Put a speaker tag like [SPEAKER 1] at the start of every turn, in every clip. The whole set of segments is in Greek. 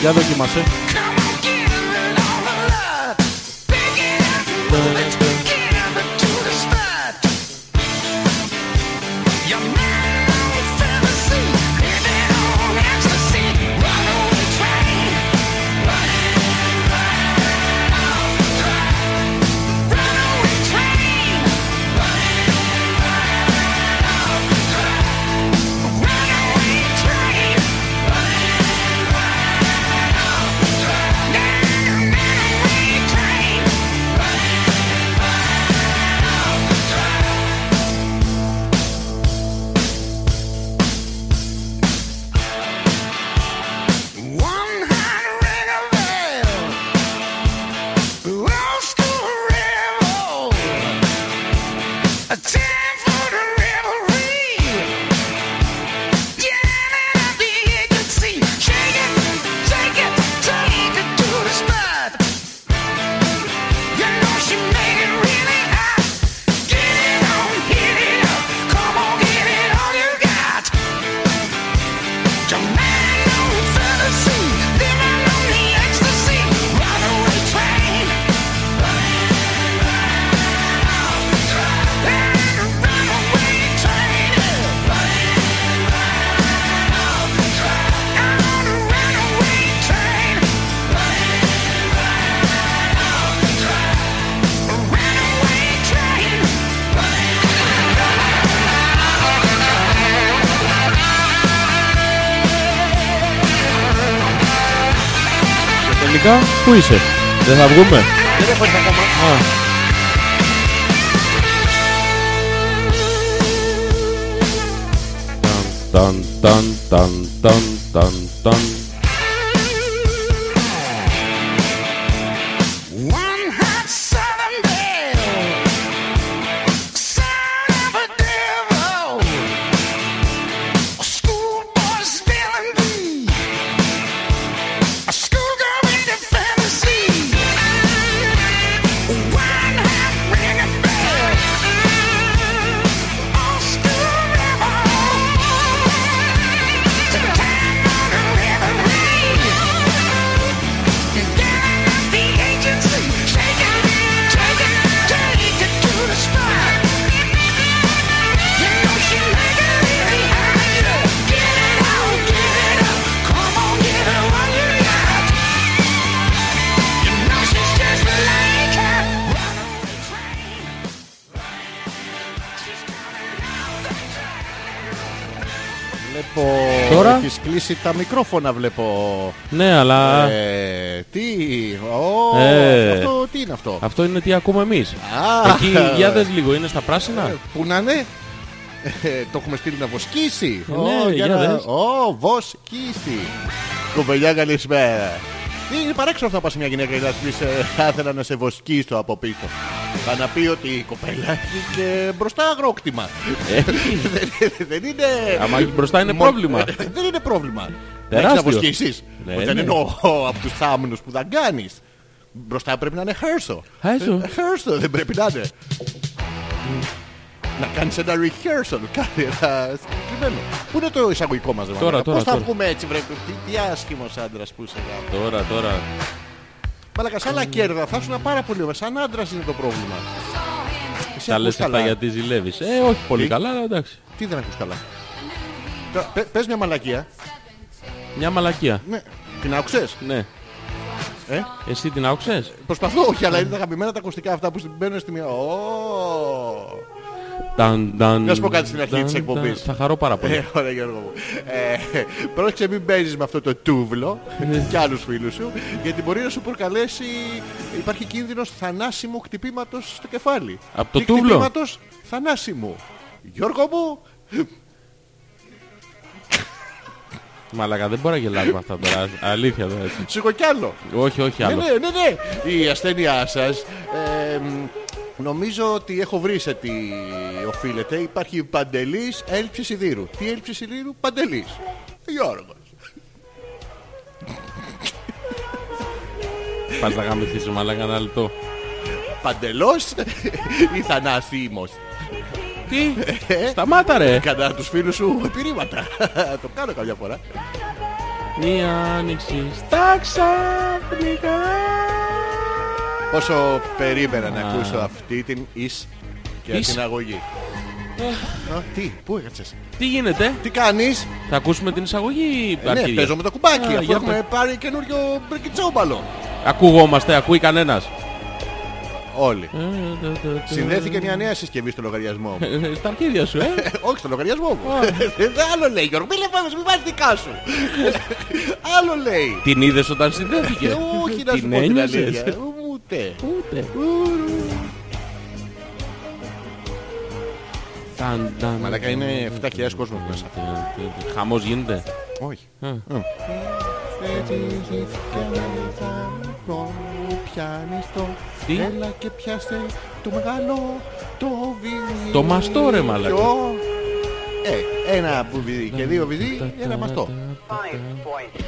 [SPEAKER 1] Για δοκίμασε. Τελικά, πού είσαι, δεν θα βγούμε.
[SPEAKER 2] Δεν έχω έρθει ακόμα.
[SPEAKER 1] Α, Ταν, ταν, ταν, ταν, ταν, ταν.
[SPEAKER 2] Βλέπω.
[SPEAKER 1] Τώρα?
[SPEAKER 2] Έχεις κλείσει τα μικρόφωνα, βλέπω.
[SPEAKER 1] Ναι, αλλά
[SPEAKER 2] Ε, τι. Ω,
[SPEAKER 1] Ε.
[SPEAKER 2] Αυτό τι είναι αυτό.
[SPEAKER 1] αυτό είναι τι ακούμε εμείς.
[SPEAKER 2] Α,
[SPEAKER 1] Εκεί, για δες λίγο, είναι στα πράσινα.
[SPEAKER 2] ε, Πού να είναι. Ε, το έχουμε στείλει να βοσκήσει.
[SPEAKER 1] Ε,
[SPEAKER 2] Ω,
[SPEAKER 1] ναι, για
[SPEAKER 2] να...
[SPEAKER 1] δες.
[SPEAKER 2] Ω, βοσκήσει. Κοπελιά, καλησπέρα. Ε, Είναι παράξενο αυτό να πας σε μια γυναίκα και να της πεις ε, θα ήθελα να σε βοσκήσω από πίσω. Θα να πει ότι η κοπέλα έχει και μπροστά αγρόκτημα. Δεν- Δεν είναι...
[SPEAKER 1] Άμα έχει μπροστά είναι
[SPEAKER 2] Μο-
[SPEAKER 1] πρόβλημα.
[SPEAKER 2] Ε, Δεν είναι πρόβλημα.
[SPEAKER 1] Τεράστιο.
[SPEAKER 2] Να βοσκήσεις.
[SPEAKER 1] Ναι,
[SPEAKER 2] Όχι, Δεν
[SPEAKER 1] ναι.
[SPEAKER 2] εννοώ από τους θάμνους που θα κάνεις. Μπροστά πρέπει να είναι χέρσο.
[SPEAKER 1] Χέρσο.
[SPEAKER 2] Ε, Χέρσο δεν πρέπει να είναι. Να κάνεις ένα rehearsal, κάτι ένα συγκεκριμένο. Πού είναι το εισαγωγικό μας, ρε
[SPEAKER 1] Τώρα,
[SPEAKER 2] μαλάκα?
[SPEAKER 1] τώρα,
[SPEAKER 2] Πώς θα
[SPEAKER 1] τώρα.
[SPEAKER 2] βγούμε έτσι, βρε, τι, τι άσχημος άντρας που είσαι, γάμο.
[SPEAKER 1] Τώρα, τώρα.
[SPEAKER 2] Μαλάκα, σαν λακέρδα, θα ήσουν πάρα πολύ ωραία. Σαν άντρας είναι το πρόβλημα. Εσύ
[SPEAKER 1] Τα
[SPEAKER 2] ακούς
[SPEAKER 1] λες αυτά
[SPEAKER 2] καλά.
[SPEAKER 1] γιατί ζηλεύεις. Ε, όχι πολύ
[SPEAKER 2] Τι?
[SPEAKER 1] καλά, αλλά εντάξει.
[SPEAKER 2] Τι δεν ακούς καλά. Τώρα, πε- Πες μια μαλακία.
[SPEAKER 1] Μια μαλακία.
[SPEAKER 2] Ναι. Την άκουσες.
[SPEAKER 1] Ναι.
[SPEAKER 2] Ε?
[SPEAKER 1] Εσύ την άκουσες.
[SPEAKER 2] Προσπαθώ, όχι, αλλά είναι τα αγαπημένα τα ακουστικά αυτά που μπαίνουν στη μία. Ω!
[SPEAKER 1] Ταν, ταν,
[SPEAKER 2] Να σου πω κάτι στην αρχή
[SPEAKER 1] ταν,
[SPEAKER 2] της εκπομπής.
[SPEAKER 1] ταν. Θα χαρώ πάρα
[SPEAKER 2] Ε,
[SPEAKER 1] πολύ.
[SPEAKER 2] Ωραία Γιώργο μου. Ε, Πρόσεξε μην παίζεις με αυτό το τούβλο
[SPEAKER 1] Ναι.
[SPEAKER 2] και άλλους φίλους σου γιατί μπορεί να σου προκαλέσει υπάρχει κίνδυνος θανάσιμου χτυπήματος στο κεφάλι.
[SPEAKER 1] Απ' το
[SPEAKER 2] Και
[SPEAKER 1] τούβλο?
[SPEAKER 2] Χτυπήματος θανάσιμου. Γιώργο μου,
[SPEAKER 1] Μαλακα, δεν μπορώ να γελάς με αυτά τώρα. Αλήθεια δεν έτσι.
[SPEAKER 2] σου έχω κι άλλο.
[SPEAKER 1] Όχι, όχι
[SPEAKER 2] Ναι,
[SPEAKER 1] άλλο.
[SPEAKER 2] ναι, ναι, Ε, ναι. Η ασθένειά σας ε, μ, νομίζω ότι έχω βρει σε τι οφείλεται. Υπάρχει παντελής έλλειψη σιδήρου. Τι έλλειψη σιδήρου, παντελής. Γιώργος.
[SPEAKER 1] ναι.
[SPEAKER 3] Πας να γαμηθείς ρε μαλάκα ένα λεπτό.
[SPEAKER 2] Παντελώς ή θανάσιμο.
[SPEAKER 3] Τι, σταμάτα ρε.
[SPEAKER 2] Ε, Κατά τους φίλους σου επιρρήματα. Το κάνω καμιά φορά.
[SPEAKER 3] Μία άνοιξη στα ξαφνικά.
[SPEAKER 2] Όσο περίμενα να
[SPEAKER 3] Α.
[SPEAKER 2] ακούσω αυτή την εις και
[SPEAKER 3] Εις. Ε.
[SPEAKER 2] την αγωγή. Α, Τι, πού έκατσες,
[SPEAKER 3] Τι γίνεται,
[SPEAKER 2] τι κάνεις,
[SPEAKER 3] θα ακούσουμε την εισαγωγή
[SPEAKER 2] Ε, Ναι,
[SPEAKER 3] αρχίδια.
[SPEAKER 2] παίζω με το κουμπάκι,
[SPEAKER 3] Α,
[SPEAKER 2] αφού
[SPEAKER 3] για
[SPEAKER 2] έχουμε πάρει καινούριο μπρικιτσόμπαλο.
[SPEAKER 3] Ακούγόμαστε, ακούει κανένας.
[SPEAKER 2] Όλοι.
[SPEAKER 3] Ε, τε, τε, τε.
[SPEAKER 2] Συνδέθηκε μια νέα συσκευή στο λογαριασμό μου.
[SPEAKER 3] Ε, Στα αρχίδια σου, ε.
[SPEAKER 2] Ε, Όχι στο λογαριασμό μου. Ε, Άλλο λέει Γιώργο, μην λεπάμες, μην βάζεις δικά σου.
[SPEAKER 3] Ε.
[SPEAKER 2] Άλλο λέει.
[SPEAKER 3] Την είδες όταν
[SPEAKER 2] Ε,
[SPEAKER 3] συνδέθηκε.
[SPEAKER 2] Όχι να σου
[SPEAKER 3] Την
[SPEAKER 2] πω την
[SPEAKER 3] ένιωσες?
[SPEAKER 2] αλήθεια. Ε, Ούτε.
[SPEAKER 3] Ούτε. Ταν, ταν,
[SPEAKER 2] Μαλάκα είναι 7.000 κόσμος μέσα.
[SPEAKER 3] ταν, ταν. Χαμός γίνεται.
[SPEAKER 2] Όχι.
[SPEAKER 3] Ε.
[SPEAKER 2] Ε. Πιάνεις το
[SPEAKER 3] Τι?
[SPEAKER 2] Έλα και πιάστε το μεγάλο το βυζί
[SPEAKER 3] Το μαστό, ρε, μαλάκα.
[SPEAKER 2] Ποιο? Ε, ένα που βυζί και δύο βυζί, ένα μαστό
[SPEAKER 1] Five points.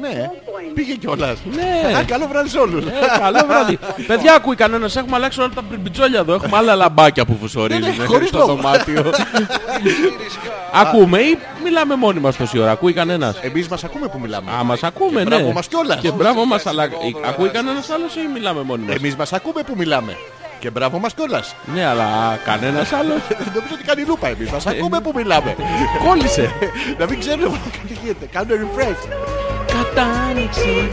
[SPEAKER 2] Ναι, πήγε κιόλας
[SPEAKER 3] Ναι.
[SPEAKER 2] Α, Καλό βράδυ σε όλους
[SPEAKER 3] Ε, καλό βράδυ. Παιδιά, ακούει κανένας. Έχουμε αλλάξει όλα τα μπιτζόλια εδώ. Έχουμε άλλα λαμπάκια που φουσορίζουν
[SPEAKER 2] Ναι, ναι, χωρίς
[SPEAKER 3] στο
[SPEAKER 2] λόγο.
[SPEAKER 3] δωμάτιο. Ακούμε ή μιλάμε μόνοι μας τόση ώρα. Ακούει κανένας.
[SPEAKER 2] Εμείς μας ακούμε που μιλάμε
[SPEAKER 3] Α, μας ακούμε,
[SPEAKER 2] Ε, Και
[SPEAKER 3] ναι.
[SPEAKER 2] μπράβο μας κιόλας. Ε,
[SPEAKER 3] Και μπράβο μας, αλλά ε, ακούει κανένας άλλος ή μιλάμε μόνοι μας.
[SPEAKER 2] Εμείς μας ακούμε που μιλάμε και μπράβο μας κιόλας
[SPEAKER 3] Ναι, αλλά κανένας άλλος.
[SPEAKER 2] Νομίζω ότι κάνει λούπα εμείς Μας ακούμε που μιλάμε
[SPEAKER 3] Κόλλησε.
[SPEAKER 2] Να μην ξέρουμε τι γίνεται Κάνουν refresh
[SPEAKER 3] Κατά άνοιξη.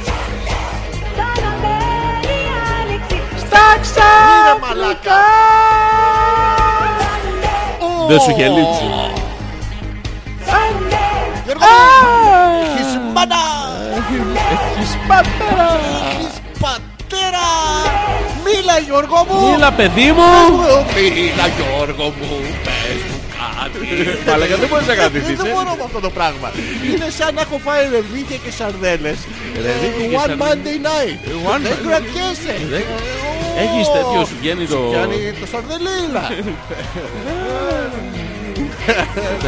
[SPEAKER 1] Στα
[SPEAKER 2] Μύρε μαλάκα
[SPEAKER 3] Δεν σου είχε λείψει.
[SPEAKER 2] Γιώργο Έχεις μάνα
[SPEAKER 3] Έχεις πατέρα.
[SPEAKER 2] Έχεις πατέρα Μίλα Γιώργο μου
[SPEAKER 3] Μίλα, παιδί μου.
[SPEAKER 2] Μίλα Γιώργο μου Πες μου κάτι
[SPEAKER 3] Αλλά γιατί δεν μπορείς να κρατηθείς,
[SPEAKER 2] Δεν
[SPEAKER 3] ε.
[SPEAKER 2] μπορώ με αυτό το πράγμα Είναι σαν να έχω φάει ρεβίκια και σαρδέλες
[SPEAKER 3] Ρεβίκια και
[SPEAKER 2] One
[SPEAKER 3] σαρδέλες. Ε,
[SPEAKER 2] Monday night
[SPEAKER 3] One Monday.
[SPEAKER 2] Δεν κρατιέσαι
[SPEAKER 3] Δεν-
[SPEAKER 2] Ω,
[SPEAKER 3] Ε, Έχεις τέτοιο, σου βγαίνει το...
[SPEAKER 2] Κάνει το σαρδελίλα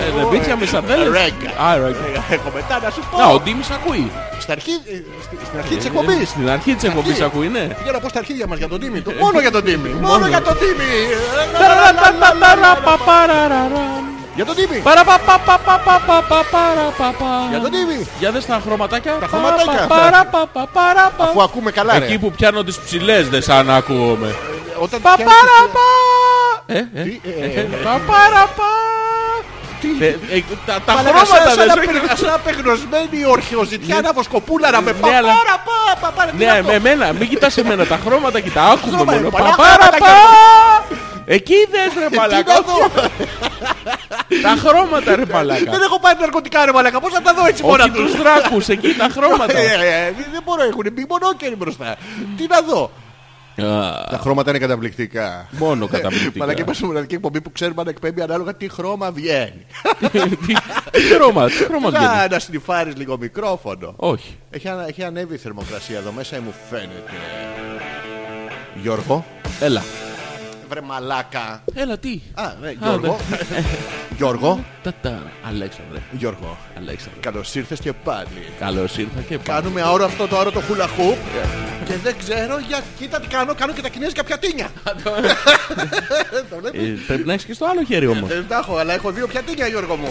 [SPEAKER 3] Ε, Δεν πίτσα με σαρδέλες.
[SPEAKER 2] Ρέγκα.
[SPEAKER 3] Α, ρέγκα.
[SPEAKER 2] Έχω μετά να σου
[SPEAKER 3] Να, ο
[SPEAKER 2] πω
[SPEAKER 3] Ντίμης ακούει.
[SPEAKER 2] Στην αρχή ε, στη- στην αρχή της εκπομπής
[SPEAKER 3] Στην αρχή της εκπομπής
[SPEAKER 2] Αρχή.
[SPEAKER 3] ακούει, ναι.
[SPEAKER 2] Πήγα να πω στα αρχίδια μας για τον Τίμη. Το-
[SPEAKER 3] Ε.
[SPEAKER 2] Μόνο για τον Τίμη. Μόνο για τον Τίμη. Για τον Τίμη. Για τον Τίμη.
[SPEAKER 3] Για δες τα χρωματάκια. Τα
[SPEAKER 2] χρωματάκια. Αφού ακούμε καλά ρε.
[SPEAKER 3] Εκεί που πιάνω τις ψηλές δεν σαν να ακούγομαι.
[SPEAKER 2] Όταν πιάνεις τις-
[SPEAKER 3] Παπαραπα! Ε, ε,
[SPEAKER 2] Τι, ε,
[SPEAKER 3] ε,
[SPEAKER 2] ε,
[SPEAKER 3] παπαραπα! Ε, ε, τα- Τα
[SPEAKER 2] Μαλάκα,
[SPEAKER 3] χρώματα
[SPEAKER 2] σαν- σαν
[SPEAKER 3] δεν σου
[SPEAKER 2] να
[SPEAKER 3] έχει-
[SPEAKER 2] πε- Σαν απεγνωσμένη ορχιοζητιάνα βοσκοπούλα να με
[SPEAKER 3] Ναι,
[SPEAKER 2] πα
[SPEAKER 3] αλλά-
[SPEAKER 2] πάρα πα πα πάρα τι
[SPEAKER 3] Ναι,
[SPEAKER 2] είναι αυτό.
[SPEAKER 3] με εμένα, μην κοιτάς εμένα, τα χρώματα κοιτά, άκουμε
[SPEAKER 2] Χρώμα,
[SPEAKER 3] μόνο.
[SPEAKER 2] ρε, παλιά
[SPEAKER 3] Παπαραπα!
[SPEAKER 2] χρώματα,
[SPEAKER 3] Εκεί δες ρε
[SPEAKER 2] Τι
[SPEAKER 3] μαλακά,
[SPEAKER 2] να δω.
[SPEAKER 3] τα χρώματα ρε μαλακά.
[SPEAKER 2] Δεν έχω πάρει ναρκωτικά ρε μαλακά Πώς θα τα δω έτσι μόνα
[SPEAKER 3] Όχι
[SPEAKER 2] τους
[SPEAKER 3] τους δράκους, εκεί τα χρώματα.
[SPEAKER 2] Ε, ε, Δεν δεν μπορώ έχουν μπει μονόκερι μπροστά Τι να δω ε.
[SPEAKER 3] Α,
[SPEAKER 2] Τα χρώματα είναι καταπληκτικά
[SPEAKER 3] Μόνο καταπληκτικά.
[SPEAKER 2] Μαλακά είμαστε μοναδική εκπομπή που ξέρουμε να εκπέμπει ανάλογα τι χρώμα βγαίνει
[SPEAKER 3] Τι- Τι χρώμα, τι χρώμα βγαίνει.
[SPEAKER 2] Να, να σνιφάρεις λίγο μικρόφωνο.
[SPEAKER 3] Όχι.
[SPEAKER 2] Έχει, ανα- έχει ανέβει η θερμοκρασία εδώ μέσα, ε, μου φαίνεται. Γιώργο.
[SPEAKER 3] Έλα.
[SPEAKER 2] Βρε μαλάκα.
[SPEAKER 3] Έλα τι.
[SPEAKER 2] Α, ναι, Γιώργο. Γιώργο.
[SPEAKER 3] Τα τα. Αλέξανδρε.
[SPEAKER 2] Γιώργο.
[SPEAKER 3] Αλέξανδρε.
[SPEAKER 2] Καλώς ήρθες και πάλι.
[SPEAKER 3] Καλώς ήρθα και πάλι.
[SPEAKER 2] Κάνουμε αόρο αυτό το αόρο το hula hoop και δεν ξέρω για... Κοίτα τι κάνω, κάνω και τα κινέζικα πιατίνια. Το βλέπεις.
[SPEAKER 3] Ε, Πρέπει να έχεις και στο άλλο χέρι όμως.
[SPEAKER 2] Δεν τα έχω, αλλά έχω δύο πιατίνια Γιώργο μου.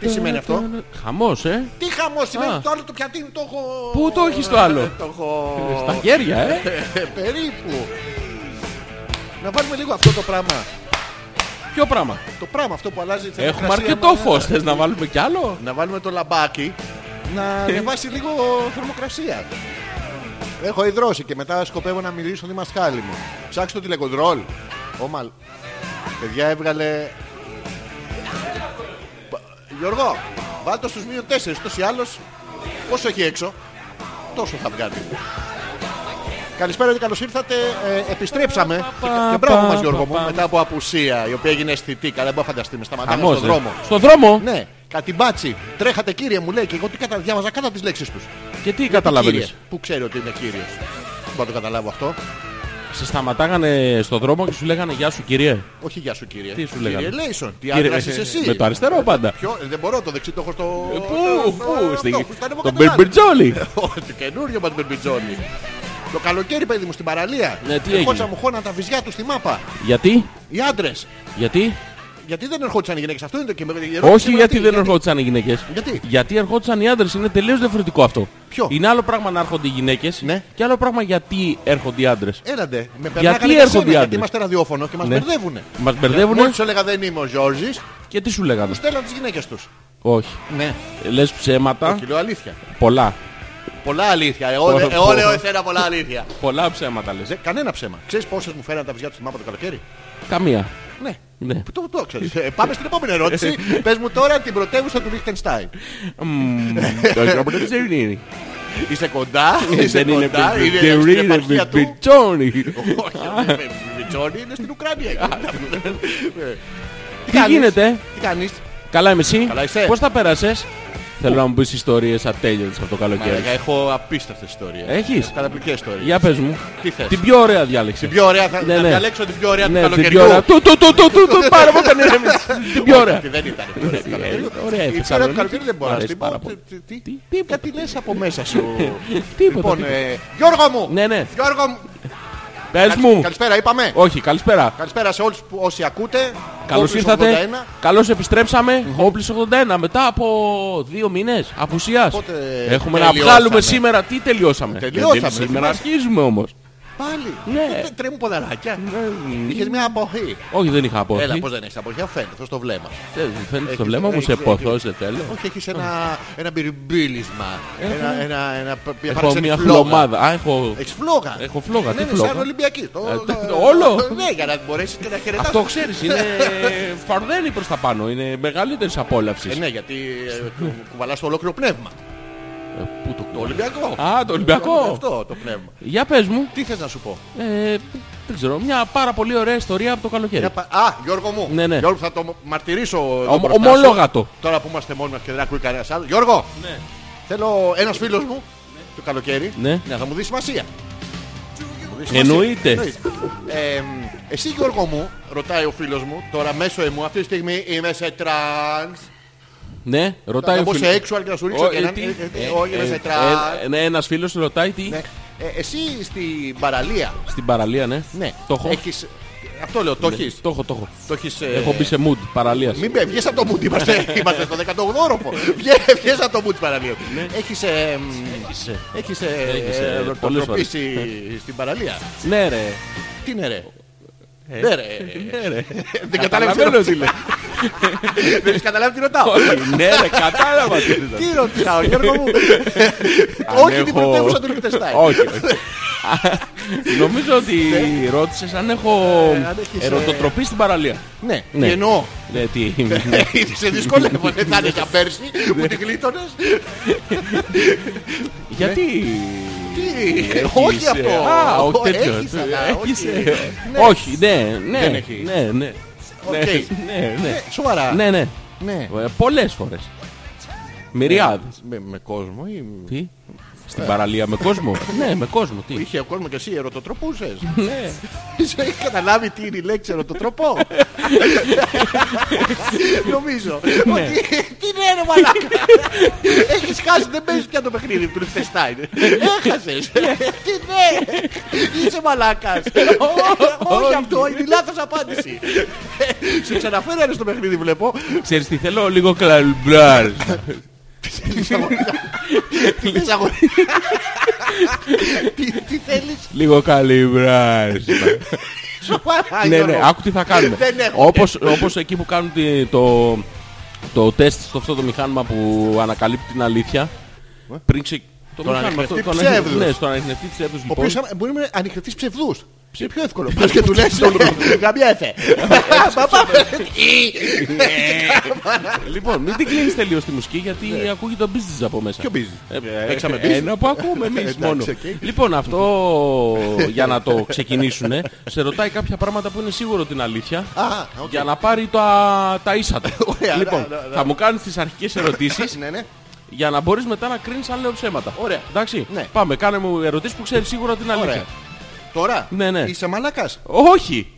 [SPEAKER 2] τι σημαίνει αυτό?
[SPEAKER 3] Χαμός, ε.
[SPEAKER 2] Τι χαμός σημαίνει
[SPEAKER 3] Α.
[SPEAKER 2] το άλλο το πιατίνι το έχω... Ε,
[SPEAKER 3] Πού το έχεις το άλλο?
[SPEAKER 2] Το έχω...
[SPEAKER 3] Στα χέρια, ε.
[SPEAKER 2] Ε, Περίπου. Να βάλουμε λίγο αυτό το πράγμα.
[SPEAKER 3] Ποιο πράγμα.
[SPEAKER 2] Το πράγμα αυτό που αλλάζει. τη
[SPEAKER 3] Έχουμε
[SPEAKER 2] θερμοκρασία,
[SPEAKER 3] αρκετό
[SPEAKER 2] μα-
[SPEAKER 3] φως. Θες να βάλουμε κι άλλο.
[SPEAKER 2] Να βάλουμε το λαμπάκι
[SPEAKER 3] Ε.
[SPEAKER 2] να ανεβάσει λίγο θερμοκρασία. Έχω υδρώσει και μετά σκοπεύω να μυρίσω τη μασχάλη μου. Ψάξτε το τηλεκοντρόλ. Όμαλ. Παιδιά έβγαλε. Πα- Γιώργο, βάλ το στους μείον 4. Τόσο ή άλλως, πόσο έχει έξω, τόσο θα βγάλει. Καλησπέρα και καλώς ήρθατε. Ε, επιστρέψαμε.
[SPEAKER 3] πα,
[SPEAKER 2] και μπράβο μας
[SPEAKER 3] πα,
[SPEAKER 2] Γιώργο
[SPEAKER 3] πα,
[SPEAKER 2] μου,
[SPEAKER 3] πα.
[SPEAKER 2] μετά από απουσία, η οποία έγινε αισθητή. Καλά, δεν μπορώ να φανταστεί. Μες σταματάμε
[SPEAKER 3] Χαμός,
[SPEAKER 2] στον
[SPEAKER 3] ε.
[SPEAKER 2] δρόμο.
[SPEAKER 3] Στον δρόμο.
[SPEAKER 2] Ναι, κατιμπάτσι. Τρέχατε κύριε μου λέει και εγώ τι κατά διάβαζα κατά τις λέξεις τους.
[SPEAKER 3] Και τι καταλαβαίνεις.
[SPEAKER 2] Κύριε, Πού ξέρει ότι είναι κύριος. Δεν μπορώ να το καταλάβω αυτό.
[SPEAKER 3] Σε σταματάγανε στον δρόμο και σου λέγανε Γεια σου κύριε.
[SPEAKER 2] Όχι γεια σου κύριε.
[SPEAKER 3] Τι σου
[SPEAKER 2] Κύριε
[SPEAKER 3] λέγανε.
[SPEAKER 2] Λέισον, τι
[SPEAKER 3] Κύριε,
[SPEAKER 2] άντρας
[SPEAKER 3] ε,
[SPEAKER 2] είσαι εσύ.
[SPEAKER 3] με το αριστερό πάντα.
[SPEAKER 2] Ποιο, ε, δεν μπορώ, το δεξί το έχω στο...
[SPEAKER 3] Ε,
[SPEAKER 2] στο-
[SPEAKER 3] Πού,
[SPEAKER 2] στο-
[SPEAKER 3] πού,
[SPEAKER 2] αυτό,
[SPEAKER 3] στην-
[SPEAKER 2] που στα ανέβω
[SPEAKER 3] Τον
[SPEAKER 2] κατεβάνω.
[SPEAKER 3] Μπερμπερτζόλι.
[SPEAKER 2] Όχι, το καινούριο μας Μπερμπιτζόνι. Το καλοκαίρι, παιδί μου, στην παραλία.
[SPEAKER 3] Ναι, τι
[SPEAKER 2] Ερχόντουσαν
[SPEAKER 3] έγινε?
[SPEAKER 2] μου χώναν τα βυζιά του στη μάπα.
[SPEAKER 3] Γιατί,
[SPEAKER 2] Οι άντρες.
[SPEAKER 3] γιατί,
[SPEAKER 2] Γιατί δεν ερχόντουσαν οι γυναίκες. Αυτό είναι το και με- η ερώτηση
[SPEAKER 3] όχι
[SPEAKER 2] είναι
[SPEAKER 3] γιατί
[SPEAKER 2] αυτή.
[SPEAKER 3] δεν ερχόντουσαν οι γυναίκες.
[SPEAKER 2] Γιατί?
[SPEAKER 3] Γιατί ερχόντουσαν οι άντρες, είναι τελείως διαφορετικό αυτό.
[SPEAKER 2] Ποιο?
[SPEAKER 3] Είναι άλλο πράγμα να έρχονται οι γυναίκες
[SPEAKER 2] Ναι.
[SPEAKER 3] και άλλο πράγμα γιατί έρχονται οι άντρες.
[SPEAKER 2] Έλατε, με περνάγανε
[SPEAKER 3] Γιατί
[SPEAKER 2] για
[SPEAKER 3] έρχονται
[SPEAKER 2] σένα,
[SPEAKER 3] οι
[SPEAKER 2] Γιατί
[SPEAKER 3] άντρες?
[SPEAKER 2] είμαστε ραδιόφωνο και μας
[SPEAKER 3] Ναι.
[SPEAKER 2] μπερδεύουνε.
[SPEAKER 3] Μας μπερδεύουνε.
[SPEAKER 2] Μόλις σου έλεγα δεν είμαι ο Γιώργης,
[SPEAKER 3] Και τι σου
[SPEAKER 2] μου
[SPEAKER 3] λέγανε.
[SPEAKER 2] στέλναν τις γυναίκες τους.
[SPEAKER 3] Όχι.
[SPEAKER 2] Ναι.
[SPEAKER 3] Λες ψέματα.
[SPEAKER 2] Και λέω αλήθεια.
[SPEAKER 3] Πολλά.
[SPEAKER 2] Πολλά αλήθεια. Ε, Εγώ
[SPEAKER 3] Πόσο- πόσο-
[SPEAKER 2] λέω εσένα πολλά αλήθεια.
[SPEAKER 3] Πολλά ψέματα λες. Ε,
[SPEAKER 2] Δε- Κανένα ψέμα. Ξέρεις πόσες μου φέραν τα βυζιά τους στη μάπα το καλοκαίρι.
[SPEAKER 3] Καμία.
[SPEAKER 2] Ναι.
[SPEAKER 3] Ναι.
[SPEAKER 2] Πού Το, το ξέρεις. Ε, Πάμε στην επόμενη ερώτηση. Πες μου τώρα την πρωτεύουσα του Λίχτενστάιν.
[SPEAKER 3] Μμμ.
[SPEAKER 2] Είσαι κοντά. Ε, Είσαι
[SPEAKER 3] Δεν είναι
[SPEAKER 2] κοντά. Είναι
[SPEAKER 3] Μπερμπερτζόλι,
[SPEAKER 2] στην
[SPEAKER 3] είναι
[SPEAKER 2] επαρχία του.
[SPEAKER 3] Μπερμπερτζόλι.
[SPEAKER 2] Όχι, Βιτσόνι είναι στην Ουκρανία. Ε,
[SPEAKER 3] Τι
[SPEAKER 2] κάνεις?
[SPEAKER 3] γίνεται?
[SPEAKER 2] Τι κάνεις.
[SPEAKER 3] Καλά είμαι εσύ.
[SPEAKER 2] Καλά είσαι.
[SPEAKER 3] Πώς τα πέρασες. Θέλω να μου πεις ιστορίες ατέλειωτες από το καλοκαίρι.
[SPEAKER 2] Μαλάκα, έχω απίστευτες ιστορίες.
[SPEAKER 3] Έχεις?
[SPEAKER 2] Έχω Καταπληκτικές ιστορίες.
[SPEAKER 3] Για πες μου.
[SPEAKER 2] Τι θες?
[SPEAKER 3] Την πιο ωραία διάλεξη.
[SPEAKER 2] Την πιο ωραία, θα,
[SPEAKER 3] Ναι,
[SPEAKER 2] θα
[SPEAKER 3] ναι.
[SPEAKER 2] διαλέξω την πιο ωραία του
[SPEAKER 3] Ναι, την
[SPEAKER 2] καλοκαιριού.
[SPEAKER 3] πιο ωραία. Του, του, του, του, του, του, πάρα μου έκανε έμεινες. Την πιο ωραία.
[SPEAKER 2] Όχι, Δεν ήταν. η πιο ωραία του καλοκαιριού.
[SPEAKER 3] Ε, ωραία, η
[SPEAKER 2] Η πιο ωραία του
[SPEAKER 3] Θεσσαλονίκη.
[SPEAKER 2] καλοκαιριού δεν μπορώ
[SPEAKER 3] Μ'
[SPEAKER 2] να
[SPEAKER 3] αρέσει
[SPEAKER 2] την
[SPEAKER 3] πάρα
[SPEAKER 2] πω.
[SPEAKER 3] πολύ.
[SPEAKER 2] Τι- τι- τι-
[SPEAKER 3] Τίποτα.
[SPEAKER 2] Κάτι λες από μέσα σου.
[SPEAKER 3] Τίποτα,
[SPEAKER 2] Λοιπόν,
[SPEAKER 3] τίποτα.
[SPEAKER 2] ε, Γιώργο μου.
[SPEAKER 3] Ναι, ναι.
[SPEAKER 2] Γιώργο μου.
[SPEAKER 3] Πες
[SPEAKER 2] Καλη-
[SPEAKER 3] μου.
[SPEAKER 2] Καλησπέρα, είπαμε.
[SPEAKER 3] Όχι, καλησπέρα.
[SPEAKER 2] Καλησπέρα σε όλους που- όσοι ακούτε.
[SPEAKER 3] Καλώς
[SPEAKER 2] Κόμπλης
[SPEAKER 3] ήρθατε.
[SPEAKER 2] 81.
[SPEAKER 3] Καλώς επιστρέψαμε. Όπλης 81 μετά από δύο μήνες απουσίας.
[SPEAKER 2] Πότε
[SPEAKER 3] Έχουμε να
[SPEAKER 2] τελειώσαμε.
[SPEAKER 3] βγάλουμε σήμερα. Τι τελειώσαμε.
[SPEAKER 2] Τελειώσαμε,
[SPEAKER 3] Ε, Σήμερα
[SPEAKER 2] θυμάσαι.
[SPEAKER 3] αρχίζουμε όμως.
[SPEAKER 2] Πάλι. Ε,
[SPEAKER 3] Ναι.
[SPEAKER 2] Τε- Τρέμουν ποδαράκια. Είχες μια αποχή.
[SPEAKER 3] Όχι, δεν είχα απόφαση.
[SPEAKER 2] Έλα, πώς δεν έχεις αποχή. αφού Φαίνεται στο βλέμμα.
[SPEAKER 3] Δεν μου Φαίνεται στο
[SPEAKER 2] Έχεις-
[SPEAKER 3] βλέμμα μου, σε
[SPEAKER 2] έχεις-
[SPEAKER 3] ποθώ,
[SPEAKER 2] έχεις-
[SPEAKER 3] σε θέλω.
[SPEAKER 2] Όχι, έχεις ένα, ένα μπυρμπύλισμα. Ένα, ένα, ένα,
[SPEAKER 3] Έχω
[SPEAKER 2] παράξενη
[SPEAKER 3] μια
[SPEAKER 2] φλόγα.
[SPEAKER 3] χλωμάδα. Α, έχω...
[SPEAKER 2] Έχεις φλόγα.
[SPEAKER 3] Έχω φλόγα,
[SPEAKER 2] Ναι,
[SPEAKER 3] τι
[SPEAKER 2] ναι, σαν
[SPEAKER 3] φλόγα.
[SPEAKER 2] Ολυμπιακή. Το-
[SPEAKER 3] Ε,
[SPEAKER 2] το-
[SPEAKER 3] το- όλο.
[SPEAKER 2] Ναι, για να μπορέσεις και να χαιρετάς.
[SPEAKER 3] Αυτό ξέρεις, είναι φαρδένει προς τα πάνω. Είναι μεγαλύτερης
[SPEAKER 2] Ε,
[SPEAKER 3] απόλαυσης.
[SPEAKER 2] ναι, γιατί ε,
[SPEAKER 3] Ναι.
[SPEAKER 2] κου- κουβαλάς το ολόκληρο πνεύμα.
[SPEAKER 3] Ε, Πού το
[SPEAKER 2] Το Ολυμπιακό. Ε,
[SPEAKER 3] Α, το Ολυμπιακό.
[SPEAKER 2] Αυτό το πνεύμα.
[SPEAKER 3] Για πες μου.
[SPEAKER 2] Τι θες να σου πω.
[SPEAKER 3] Ε, Δεν ξέρω, μια πάρα πολύ ωραία ιστορία από το καλοκαίρι.
[SPEAKER 2] Μια πα- Α, Γιώργο μου.
[SPEAKER 3] Ναι, ναι.
[SPEAKER 2] Γιώργο, θα το μαρτυρήσω. εδώ
[SPEAKER 3] Ομ-
[SPEAKER 2] μπροστά σου.
[SPEAKER 3] ομόλογατο.
[SPEAKER 2] Τώρα που είμαστε μόνοι μας και δεν ακούει κανένας άλλος. Γιώργο, θέλω ένας φίλος μου το καλοκαίρι
[SPEAKER 3] Ναι.
[SPEAKER 2] να θα μου δεις σημασία. Θα μου δεις σημασία.
[SPEAKER 3] Εννοείται.
[SPEAKER 2] Ε, μ, εσύ Γιώργο μου, ρωτάει ο φίλος μου, τώρα μέσω εμού αυτή τη στιγμή είμαι σε τρανς.
[SPEAKER 3] Ναι, ρωτάει
[SPEAKER 2] Να
[SPEAKER 3] ο
[SPEAKER 2] μπω σε
[SPEAKER 3] φίλος.
[SPEAKER 2] έξω αλλά και να σου ρίξω
[SPEAKER 3] Ο-
[SPEAKER 2] και
[SPEAKER 3] ε,
[SPEAKER 2] έναν-
[SPEAKER 3] τι?
[SPEAKER 2] ε, ε,
[SPEAKER 3] Ε,
[SPEAKER 2] Όχι, είμαι
[SPEAKER 3] ε,
[SPEAKER 2] σε
[SPEAKER 3] ε,
[SPEAKER 2] τρανς.
[SPEAKER 3] ε, Ναι, ένας φίλος ρωτάει τι.
[SPEAKER 2] Ναι. Ε, Εσύ στην παραλία,
[SPEAKER 3] Στην παραλία, ναι.
[SPEAKER 2] ναι,
[SPEAKER 3] Το έχω.
[SPEAKER 2] έχεις- Αυτό λέω, το έχεις.
[SPEAKER 3] Το έχω, το έχω.
[SPEAKER 2] Το έχεις... ε,
[SPEAKER 3] Έχω μπει σε Ναι. mood παραλίας.
[SPEAKER 2] Μην πέ, βγες από το μουτ, είμαστε, είμαστε στο 18ο όροφο.
[SPEAKER 3] Ναι.
[SPEAKER 2] Βγες- Βγες από το μουτ παραλία. Έχεις... ε, μ, Έχεις ε,
[SPEAKER 3] Έχεις, ε,
[SPEAKER 2] ε,
[SPEAKER 3] πολλές
[SPEAKER 2] ροκοτροπήσει στην παραλία.
[SPEAKER 3] Ναι, ρε.
[SPEAKER 2] Τι είναι ρε. Ναι ρε.
[SPEAKER 3] Ναι, ρε.
[SPEAKER 2] Δεν κατάλαβες τι
[SPEAKER 3] Καταλαβαίνω
[SPEAKER 2] ρω-
[SPEAKER 3] τι λέει.
[SPEAKER 2] δεν έχεις καταλάβει τι ρωτάω.
[SPEAKER 3] Όχι, Ναι, ρε, κατάλαβα τι ήταν.
[SPEAKER 2] Τι ρωτάω Γιώργο μου.
[SPEAKER 3] Αν
[SPEAKER 2] Όχι την
[SPEAKER 3] έχω-
[SPEAKER 2] πρωτεύουσα του Λιχτεστάιν.
[SPEAKER 3] Όχι, όχι. Νομίζω ότι ρώτησες αν έχω
[SPEAKER 2] Ναι. Ε, αν έχεις, ε,
[SPEAKER 3] ερωτοτροπή στην παραλία.
[SPEAKER 2] Ναι.
[SPEAKER 3] Ναι.
[SPEAKER 2] Τι εννοώ.
[SPEAKER 3] Ναι, τι.
[SPEAKER 2] Ήδη σε δυσκολεύω. Δεν θα είναι για πέρσι που
[SPEAKER 3] Ναι.
[SPEAKER 2] την γλίτωνες.
[SPEAKER 3] Γιατί.
[SPEAKER 2] Τι.
[SPEAKER 3] έχεις,
[SPEAKER 2] ναι. Όχι
[SPEAKER 3] ε,
[SPEAKER 2] αυτό.
[SPEAKER 3] Α, όχι τέτοιο.
[SPEAKER 2] Έχεις, αλλά
[SPEAKER 3] Έχεις,
[SPEAKER 2] όχι.
[SPEAKER 3] ε,
[SPEAKER 2] Ναι.
[SPEAKER 3] Όχι, ναι, ναι.
[SPEAKER 2] Δεν έχει.
[SPEAKER 3] Ναι, ναι.
[SPEAKER 2] Οκ.
[SPEAKER 3] Ναι, ναι, ναι.
[SPEAKER 2] Ε, Σοβαρά.
[SPEAKER 3] Ναι, ναι.
[SPEAKER 2] Ναι.
[SPEAKER 3] Ε, Πολλές φορές. Μυριάδ.
[SPEAKER 2] Με, με κόσμο ή...
[SPEAKER 3] Τι. Στην παραλία με κόσμο. Ναι, με κόσμο. Τι.
[SPEAKER 2] Είχε κόσμος και εσύ ερωτοτροπούσες.
[SPEAKER 3] Ναι.
[SPEAKER 2] Είσαι, Έχει καταλάβει τι είναι η λέξη ερωτοτροπό. Νομίζω.
[SPEAKER 3] Ναι.
[SPEAKER 2] Ότι τι είναι ρε μαλάκα. Έχεις χάσει, δεν παίζεις πια το παιχνίδι του Λιχτεστάιν. Έχασες. Τι ναι. Είσαι μαλάκας. Όχι αυτό, είναι η λάθος απάντηση. Σε ξαναφέρανε στο παιχνίδι βλέπω.
[SPEAKER 3] Ξέρεις τι θέλω, λίγο κλαμπλάρ.
[SPEAKER 2] Τι θες αγόρι. Τι- Τι θέλεις.
[SPEAKER 3] Λίγο καλυμπράζ. ναι, ναι, άκου τι θα κάνουμε.
[SPEAKER 2] Δεν έχω.
[SPEAKER 3] όπως, όπως εκεί που κάνουν τη- το, το τεστ στο αυτό το μηχάνημα που ανακαλύπτει την αλήθεια.
[SPEAKER 2] Ε.
[SPEAKER 3] Πριν ξε... Το
[SPEAKER 2] Τον
[SPEAKER 3] μηχάνημα αυτό,
[SPEAKER 2] ανιχνευτή
[SPEAKER 3] τον ανιχνε-
[SPEAKER 2] ψεύδους.
[SPEAKER 3] Ναι, στον ανιχνευτή ψεύδους
[SPEAKER 2] Ο
[SPEAKER 3] λοιπόν.
[SPEAKER 2] οποίος άμα- μπορεί να είναι ανοιχτής ψευδούς. Είναι πιο εύκολο. Πας και του λες γαμιέθε. Παπά. Ε,
[SPEAKER 3] Λοιπόν, μην την κλείνεις τελείως τη μουσική γιατί ακούγεται το business από μέσα.
[SPEAKER 2] Ναι. Ποιο business?
[SPEAKER 3] Ε,
[SPEAKER 2] Παίξαμε business.
[SPEAKER 3] Ένα που ακούμε εμείς
[SPEAKER 2] Εντάξει,
[SPEAKER 3] μόνο.
[SPEAKER 2] οκ.
[SPEAKER 3] Λοιπόν, αυτό για να το ξεκινήσουν, σε ρωτάει κάποια πράγματα που είναι σίγουρο την αλήθεια.
[SPEAKER 2] Α, οκ.
[SPEAKER 3] Για να πάρει τα, τα ίσα του.
[SPEAKER 2] Ωραία,
[SPEAKER 3] λοιπόν,
[SPEAKER 2] ναι, ναι, ναι.
[SPEAKER 3] θα μου κάνεις τις αρχικές ερωτήσεις
[SPEAKER 2] Ναι, ναι.
[SPEAKER 3] για να μπορείς μετά να κρίνεις αν λέω ψέματα.
[SPEAKER 2] Ωραία.
[SPEAKER 3] Εντάξει.
[SPEAKER 2] Ναι.
[SPEAKER 3] Πάμε, κάνε μου ερωτήσεις που ξέρεις σίγουρα την αλήθεια.
[SPEAKER 2] Ωραία. τώρα.
[SPEAKER 3] Ναι, ναι.
[SPEAKER 2] Είσαι μαλάκας.
[SPEAKER 3] Όχι!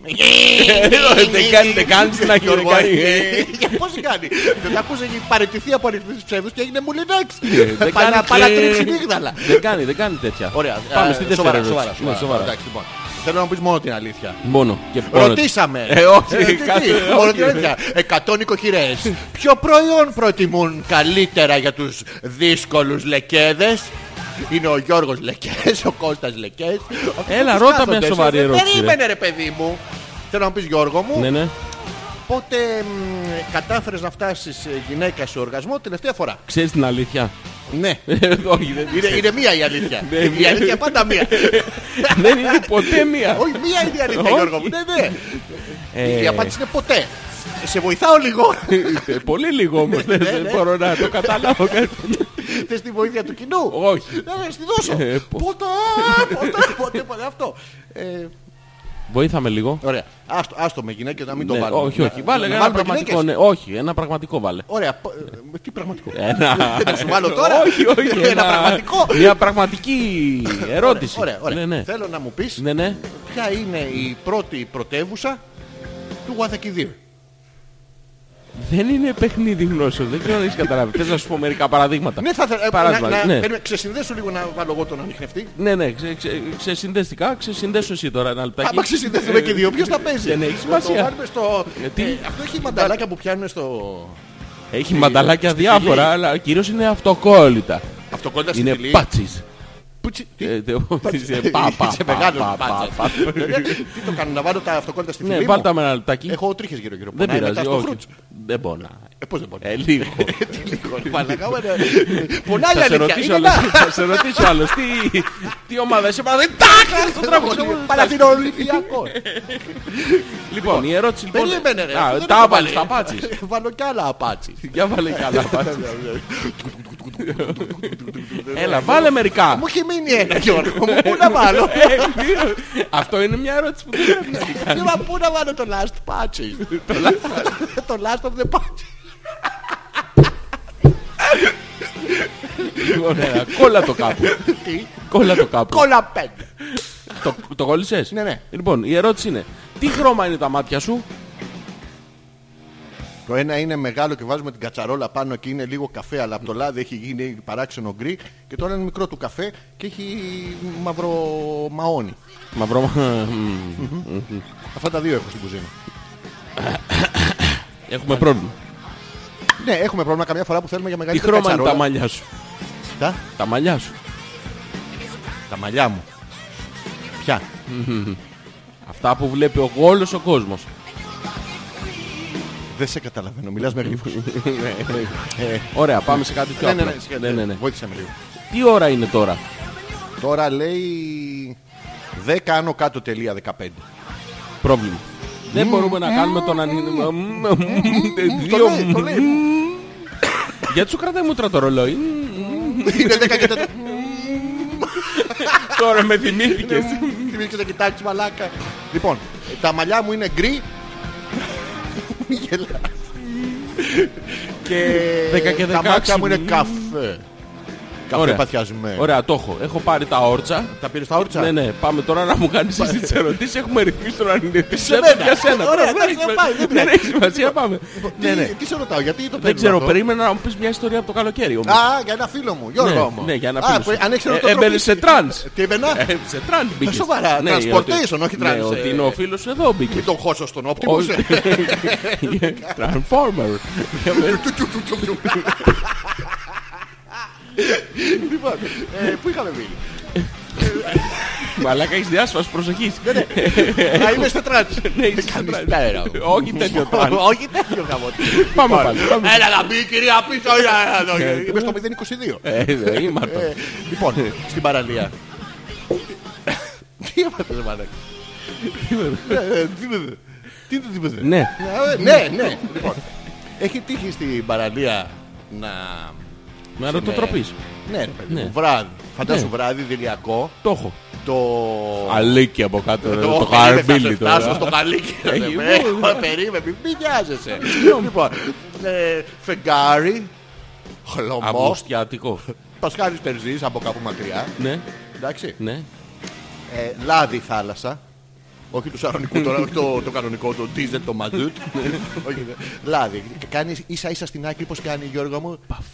[SPEAKER 3] Δεν κάνει, δεν κάνει την αγιορκάνη.
[SPEAKER 2] Λοιπόν, ε, Πώς την κάνει. Δεν τα ακούσε, έχει παραιτηθεί από ανοιχτού ψεύδους και έγινε μουλινάξ.
[SPEAKER 3] Ε, Δεν
[SPEAKER 2] Πάει να-
[SPEAKER 3] κάνει
[SPEAKER 2] πάει να
[SPEAKER 3] και-
[SPEAKER 2] τρίξει μύγδαλα.
[SPEAKER 3] Δεν κάνει, δεν κάνει τέτοια.
[SPEAKER 2] Ωραία.
[SPEAKER 3] Πάμε
[SPEAKER 2] ε,
[SPEAKER 3] στη δεύτερη
[SPEAKER 2] σοβαρά,
[SPEAKER 3] ερώτηση.
[SPEAKER 2] σοβαρά,
[SPEAKER 3] Ναι,
[SPEAKER 2] σοβαρά. Εντάξει, λοιπόν. Θέλω να μου πεις μόνο την αλήθεια.
[SPEAKER 3] Μόνο. και μόνο.
[SPEAKER 2] Ρωτήσαμε.
[SPEAKER 3] Ε, όχι,
[SPEAKER 2] Ε, τι, τι,
[SPEAKER 3] κάτσε, όχι.
[SPEAKER 2] Μόνο την αλήθεια. 100 οικοχειρές. Ποιο προϊόν προτιμούν καλύτερα για τους δύσκολους λεκέδες. Είναι ο Γιώργος Λεκές, ο Κώστας Λεκές. Αυτοί
[SPEAKER 3] Έλα,
[SPEAKER 2] που τους
[SPEAKER 3] ρώτα μια
[SPEAKER 2] κάθονται,
[SPEAKER 3] σοβαρή
[SPEAKER 2] ε,
[SPEAKER 3] ερώτηση, ρε.
[SPEAKER 2] Περίμενε ρε παιδί μου. Θέλω να μου πεις Γιώργο μου,
[SPEAKER 3] Ναι, ναι.
[SPEAKER 2] πότε μ, κατάφερες να φτάσεις ε, γυναίκα σε οργασμό τελευταία φορά.
[SPEAKER 3] Ξέρεις την αλήθεια.
[SPEAKER 2] Ναι.
[SPEAKER 3] Όχι, δεν
[SPEAKER 2] Είναι, είναι μία η αλήθεια.
[SPEAKER 3] Ναι,
[SPEAKER 2] η
[SPEAKER 3] μία.
[SPEAKER 2] αλήθεια πάντα μία.
[SPEAKER 3] Δεν είναι ποτέ μία.
[SPEAKER 2] Όχι, μία είναι η αλήθεια,
[SPEAKER 3] Όχι.
[SPEAKER 2] Γιώργο μου. Ναι, ναι.
[SPEAKER 3] Ε,
[SPEAKER 2] Η απάντηση είναι ποτέ. Σε βοηθάω λίγο.
[SPEAKER 3] ε, Πολύ λίγο όμως. Δεν δεν μπορώ να το καταλάβω.
[SPEAKER 2] Θες τη βοήθεια του κοινού.
[SPEAKER 3] Όχι.
[SPEAKER 2] Ναι, ναι, στη δώσω.
[SPEAKER 3] Ε, πο-
[SPEAKER 2] Ποτέ, ποτέ, ποτέ, ποτέ. Αυτό. Ε,
[SPEAKER 3] Βοήθαμε λίγο.
[SPEAKER 2] Ωραία. Άστο, άστο με γυναίκες να μην το
[SPEAKER 3] Ναι,
[SPEAKER 2] βάλουμε.
[SPEAKER 3] όχι, όχι.
[SPEAKER 2] Να-
[SPEAKER 3] Βάλε
[SPEAKER 2] να
[SPEAKER 3] ένα
[SPEAKER 2] βάλουμε
[SPEAKER 3] πραγματικό.
[SPEAKER 2] γυναίκες.
[SPEAKER 3] ναι. Όχι, ένα πραγματικό βάλε.
[SPEAKER 2] Ωραία. πο- ε, Τι πραγματικό.
[SPEAKER 3] Ένα.
[SPEAKER 2] Να σου βάλω τώρα.
[SPEAKER 3] Όχι, όχι.
[SPEAKER 2] Ένα πραγματικό.
[SPEAKER 3] Μια πραγματική ερώτηση.
[SPEAKER 2] Ωραία, ωραία.
[SPEAKER 3] Ναι, ναι.
[SPEAKER 2] Θέλω να μου πεις
[SPEAKER 3] Ναι, ναι.
[SPEAKER 2] ποια είναι η πρώτη πρωτεύουσα του Γουαδακιδίου.
[SPEAKER 3] Δεν είναι παιχνίδι γνώσεων. Δεν ξέρω αν έχεις καταλάβει. Θες να σου πω μερικά παραδείγματα.
[SPEAKER 2] Ναι, θα θέλω. ε,
[SPEAKER 3] Παράδειγμα,
[SPEAKER 2] να- να-
[SPEAKER 3] ναι.
[SPEAKER 2] περίμενε, Ξεσυνδέσου λίγο να βάλω εγώ τον ανοιχνευτή.
[SPEAKER 3] Ναι, ναι, ξε, ξε, ξεσυνδεστικά, ξεσυνδέσου εσύ τώρα ένα λεπτάκι.
[SPEAKER 2] Άμα ξεσυνδεθούμε και δύο, ποιος θα παίζει.
[SPEAKER 3] Δεν Ναι, έχει
[SPEAKER 2] Θα
[SPEAKER 3] σημασία.
[SPEAKER 2] Το βάλουμε στο...
[SPEAKER 3] Ε, τι?
[SPEAKER 2] Ε, αυτό έχει μανταλάκια που πιάνουν στο...
[SPEAKER 3] Έχει μανταλάκια διάφορα,
[SPEAKER 2] Λίλη.
[SPEAKER 3] αλλά κυρίως είναι αυτοκόλλητα.
[SPEAKER 2] Αυτό κόλλητα στην
[SPEAKER 3] Είναι
[SPEAKER 2] κοιλή.
[SPEAKER 3] πάτσις.
[SPEAKER 2] Πουτσι- τι-
[SPEAKER 3] Ε, δε-
[SPEAKER 2] πάτσε.
[SPEAKER 3] Πα, πα, πα,
[SPEAKER 2] Είσαι μεγάλος
[SPEAKER 3] πα,
[SPEAKER 2] πάτσε.
[SPEAKER 3] πα, πα.
[SPEAKER 2] Ε, Τι το κάνω, να βάλω τα αυτοκόλλητα στη
[SPEAKER 3] Ναι,
[SPEAKER 2] φυλή
[SPEAKER 3] βάλτε
[SPEAKER 2] μου.
[SPEAKER 3] με ένα λεπτάκι.
[SPEAKER 2] Έχω τρίχες γύρω γύρω.
[SPEAKER 3] Δεν πειράζει,
[SPEAKER 2] μετά στο
[SPEAKER 3] όχι.
[SPEAKER 2] φρούτς.
[SPEAKER 3] Δεν πονά.
[SPEAKER 2] Ε, πώς δεν μπορεί.
[SPEAKER 3] Ε, λοιπόν. λίγο.
[SPEAKER 2] Τι λίγο, ρε μαλακά, ωραία. Πονάει η
[SPEAKER 3] Θα σε
[SPEAKER 2] αλήθεια.
[SPEAKER 3] ρωτήσω
[SPEAKER 2] Είναι
[SPEAKER 3] άλλος,
[SPEAKER 2] ένα-
[SPEAKER 3] θα σε ρωτήσω άλλος. Τι, τι ομάδα είσαι, παραδείγμα. Τάκ! Το τράβηξε.
[SPEAKER 2] Λοιπόν, Παναθηναολυμπιακό.
[SPEAKER 3] Λοιπόν, η ερώτηση λοιπόν...
[SPEAKER 2] Περίμενε ρε.
[SPEAKER 3] Α,
[SPEAKER 2] δεν
[SPEAKER 3] Τα
[SPEAKER 2] έχω
[SPEAKER 3] έβαλες,
[SPEAKER 2] βάλει.
[SPEAKER 3] τα πάτσις.
[SPEAKER 2] Ε, Βάλω κι άλλα απάτσι.
[SPEAKER 3] Για βάλε κι άλλα πάτσις. Έλα, βάλε μερικά.
[SPEAKER 2] Μου έχει μείνει ένα Γιώργο μου. Πού να βάλω.
[SPEAKER 3] Ε, μη- Αυτό είναι μια ερώτηση που δεν πρέπει να την
[SPEAKER 2] Τι μα πού να βάλω το last patches. Το last of the patches.
[SPEAKER 3] Λοιπόν, έλα, Κόλλα το κάπου.
[SPEAKER 2] Τι.
[SPEAKER 3] Κόλλα το κάπου.
[SPEAKER 2] Κόλλα πέντε.
[SPEAKER 3] Το, το κόλλησες.
[SPEAKER 2] Ναι, ναι.
[SPEAKER 3] Λοιπόν, η ερώτηση είναι, τι χρώμα είναι τα μάτια σου.
[SPEAKER 2] Το ένα είναι μεγάλο και βάζουμε την κατσαρόλα πάνω και είναι λίγο καφέ, αλλά από το λάδι έχει γίνει παράξενο γκρι. Και το άλλο είναι μικρό του καφέ και έχει μαύρο μαόνι.
[SPEAKER 3] Μαυρό. μ,
[SPEAKER 2] Αυτά τα δύο έχω στην κουζίνα.
[SPEAKER 3] Έχουμε πρόβλημα.
[SPEAKER 2] Ναι, έχουμε πρόβλημα καμιά φορά που θέλουμε για
[SPEAKER 3] Τι
[SPEAKER 2] μεγαλύτερη
[SPEAKER 3] χρώμα είναι
[SPEAKER 2] κατσαρόλα.
[SPEAKER 3] τα μαλλιά σου.
[SPEAKER 2] Τα,
[SPEAKER 3] Τα μαλλιά σου.
[SPEAKER 2] τα μαλλιά μου. Ποια.
[SPEAKER 3] Αυτά που βλέπει ο όλος ο κόσμος.
[SPEAKER 2] Δεν σε καταλαβαίνω. Μιλάς με γρήγορα.
[SPEAKER 3] Ωραία, πάμε σε κάτι πιο
[SPEAKER 2] Ναι, ναι,
[SPEAKER 3] απλό.
[SPEAKER 2] ναι, σιγά,
[SPEAKER 3] Ναι, ναι, ναι.
[SPEAKER 2] Βοήθησε με λίγο.
[SPEAKER 3] Τι ώρα είναι τώρα.
[SPEAKER 2] Τώρα λέει 10 άνω κάτω τελεία 15.
[SPEAKER 3] Πρόβλημα. Δεν μπορούμε να κάνουμε τον ανήνυμα. Δύο.
[SPEAKER 2] λέει, το λέει.
[SPEAKER 3] Γιατί σου κρατάει μούτρα το ρολόι.
[SPEAKER 2] Είναι 10 και τέταρτο.
[SPEAKER 3] Τώρα με θυμήθηκες.
[SPEAKER 2] Τι μήξε να κοιτάξεις μαλάκα. Λοιπόν, τα μαλλιά μου είναι γκρι. Μη γελάς. Και
[SPEAKER 3] Δέκα και
[SPEAKER 2] τα μάτια
[SPEAKER 3] δεκάξι.
[SPEAKER 2] μου είναι καφέ. Καφέ
[SPEAKER 3] Ωραία.
[SPEAKER 2] παθιάζουμε.
[SPEAKER 3] Ωραία, το έχω. Έχω πάρει τα όρτσα.
[SPEAKER 2] Τα πήρες τα όρτσα.
[SPEAKER 3] Ναι, ναι, πάμε τώρα να μου κάνεις εσύ τις ερωτήσεις. Έχουμε ρυθμίσει τον ανηλυθή. Σε
[SPEAKER 2] μένα.
[SPEAKER 3] Για σένα.
[SPEAKER 2] Ωραία,
[SPEAKER 3] Τώρα,
[SPEAKER 2] εντάξει,
[SPEAKER 3] δεν
[SPEAKER 2] να πάει,
[SPEAKER 3] έχει-
[SPEAKER 2] δεν
[SPEAKER 3] Δεν
[SPEAKER 2] πειράζει.
[SPEAKER 3] έχει σημασία, πάμε.
[SPEAKER 2] Τι,
[SPEAKER 3] Ναι, ναι.
[SPEAKER 2] τι σε ρωτάω, γιατί το
[SPEAKER 3] Δεν
[SPEAKER 2] παίρνουμε
[SPEAKER 3] ξέρω,
[SPEAKER 2] αυτό?
[SPEAKER 3] περίμενα να μου πεις μια ιστορία από το καλοκαίρι όμως.
[SPEAKER 2] Α, για ένα φίλο μου, Γιώργο μου.
[SPEAKER 3] ναι, για ένα
[SPEAKER 2] Α,
[SPEAKER 3] φίλο σου.
[SPEAKER 2] που- Αν έχεις
[SPEAKER 3] Ε,
[SPEAKER 2] ρωτώ
[SPEAKER 3] έμπαινε σε τρανς.
[SPEAKER 2] Τι έμπαινα.
[SPEAKER 3] Ε, Σε τραν μπήκες.
[SPEAKER 2] σοβαρά,
[SPEAKER 3] Ναι,
[SPEAKER 2] transportation,
[SPEAKER 3] ότι-
[SPEAKER 2] όχι trans,
[SPEAKER 3] Ναι,
[SPEAKER 2] ε.
[SPEAKER 3] ότι είναι ο φίλος σου εδώ μπήκες.
[SPEAKER 2] Μην τον χώσω στον όπτιμο.
[SPEAKER 3] Όχι. Transformer.
[SPEAKER 2] Λοιπόν, ε, πού είχαμε μείνει.
[SPEAKER 3] Μαλάκα έχεις διάσπαση προσοχής.
[SPEAKER 2] Α, είμαι σε τρανς.
[SPEAKER 3] Ναι, είσαι σε
[SPEAKER 2] Κάνεις
[SPEAKER 3] τρανς.
[SPEAKER 2] πέρα.
[SPEAKER 3] Όχι τέτοιο τραν.
[SPEAKER 2] Όχι τέτοιο γαμό.
[SPEAKER 3] Πάμε πάλι. πάμε.
[SPEAKER 2] Έλα να μπει η κυρία πίσω. έλα, έλα, έλα. Είμαι στο 022.
[SPEAKER 3] Ε, δε, Ήμαρτο.
[SPEAKER 2] Ε, Λοιπόν, στην παραλία. Τι έπατε, ρε μάνα. Τι έπατε. Τι είναι το τίποτε.
[SPEAKER 3] Ναι.
[SPEAKER 2] Ε, Ναι, ναι. Λοιπόν, έχει τύχει στην παραλία να...
[SPEAKER 3] Με ρωτοτροπείς.
[SPEAKER 2] Ναι, ρε παιδί
[SPEAKER 3] Ναι.
[SPEAKER 2] μου, βράδυ. Φαντάσου
[SPEAKER 3] Ναι.
[SPEAKER 2] βράδυ, δηλιακό,
[SPEAKER 3] Το έχω.
[SPEAKER 2] το...
[SPEAKER 3] Αλίκη από κάτω. ρε, Ε, Το
[SPEAKER 2] Όχι, δεν θα
[SPEAKER 3] χαρμπίλι
[SPEAKER 2] σε Φτάσω
[SPEAKER 3] τώρα.
[SPEAKER 2] στο καλίκι.
[SPEAKER 3] Έχει
[SPEAKER 2] Ε, Περίμενε, μην πιάζεσαι. Λοιπόν, ε, φεγγάρι, χλωμό,
[SPEAKER 3] Αμουστιατικό.
[SPEAKER 2] Πασχάλης Τερζής από κάπου μακριά.
[SPEAKER 3] Ναι,
[SPEAKER 2] Εντάξει.
[SPEAKER 3] ναι.
[SPEAKER 2] ε, λάδι θάλασσα. Όχι του σαρονικού τώρα, όχι το, το κανονικό, το ντίζελ, το μαζούτ. όχι, δε. λάδι. Κάνεις ίσα ίσα στην άκρη, πώς κάνει Γιώργο μου. Παφ.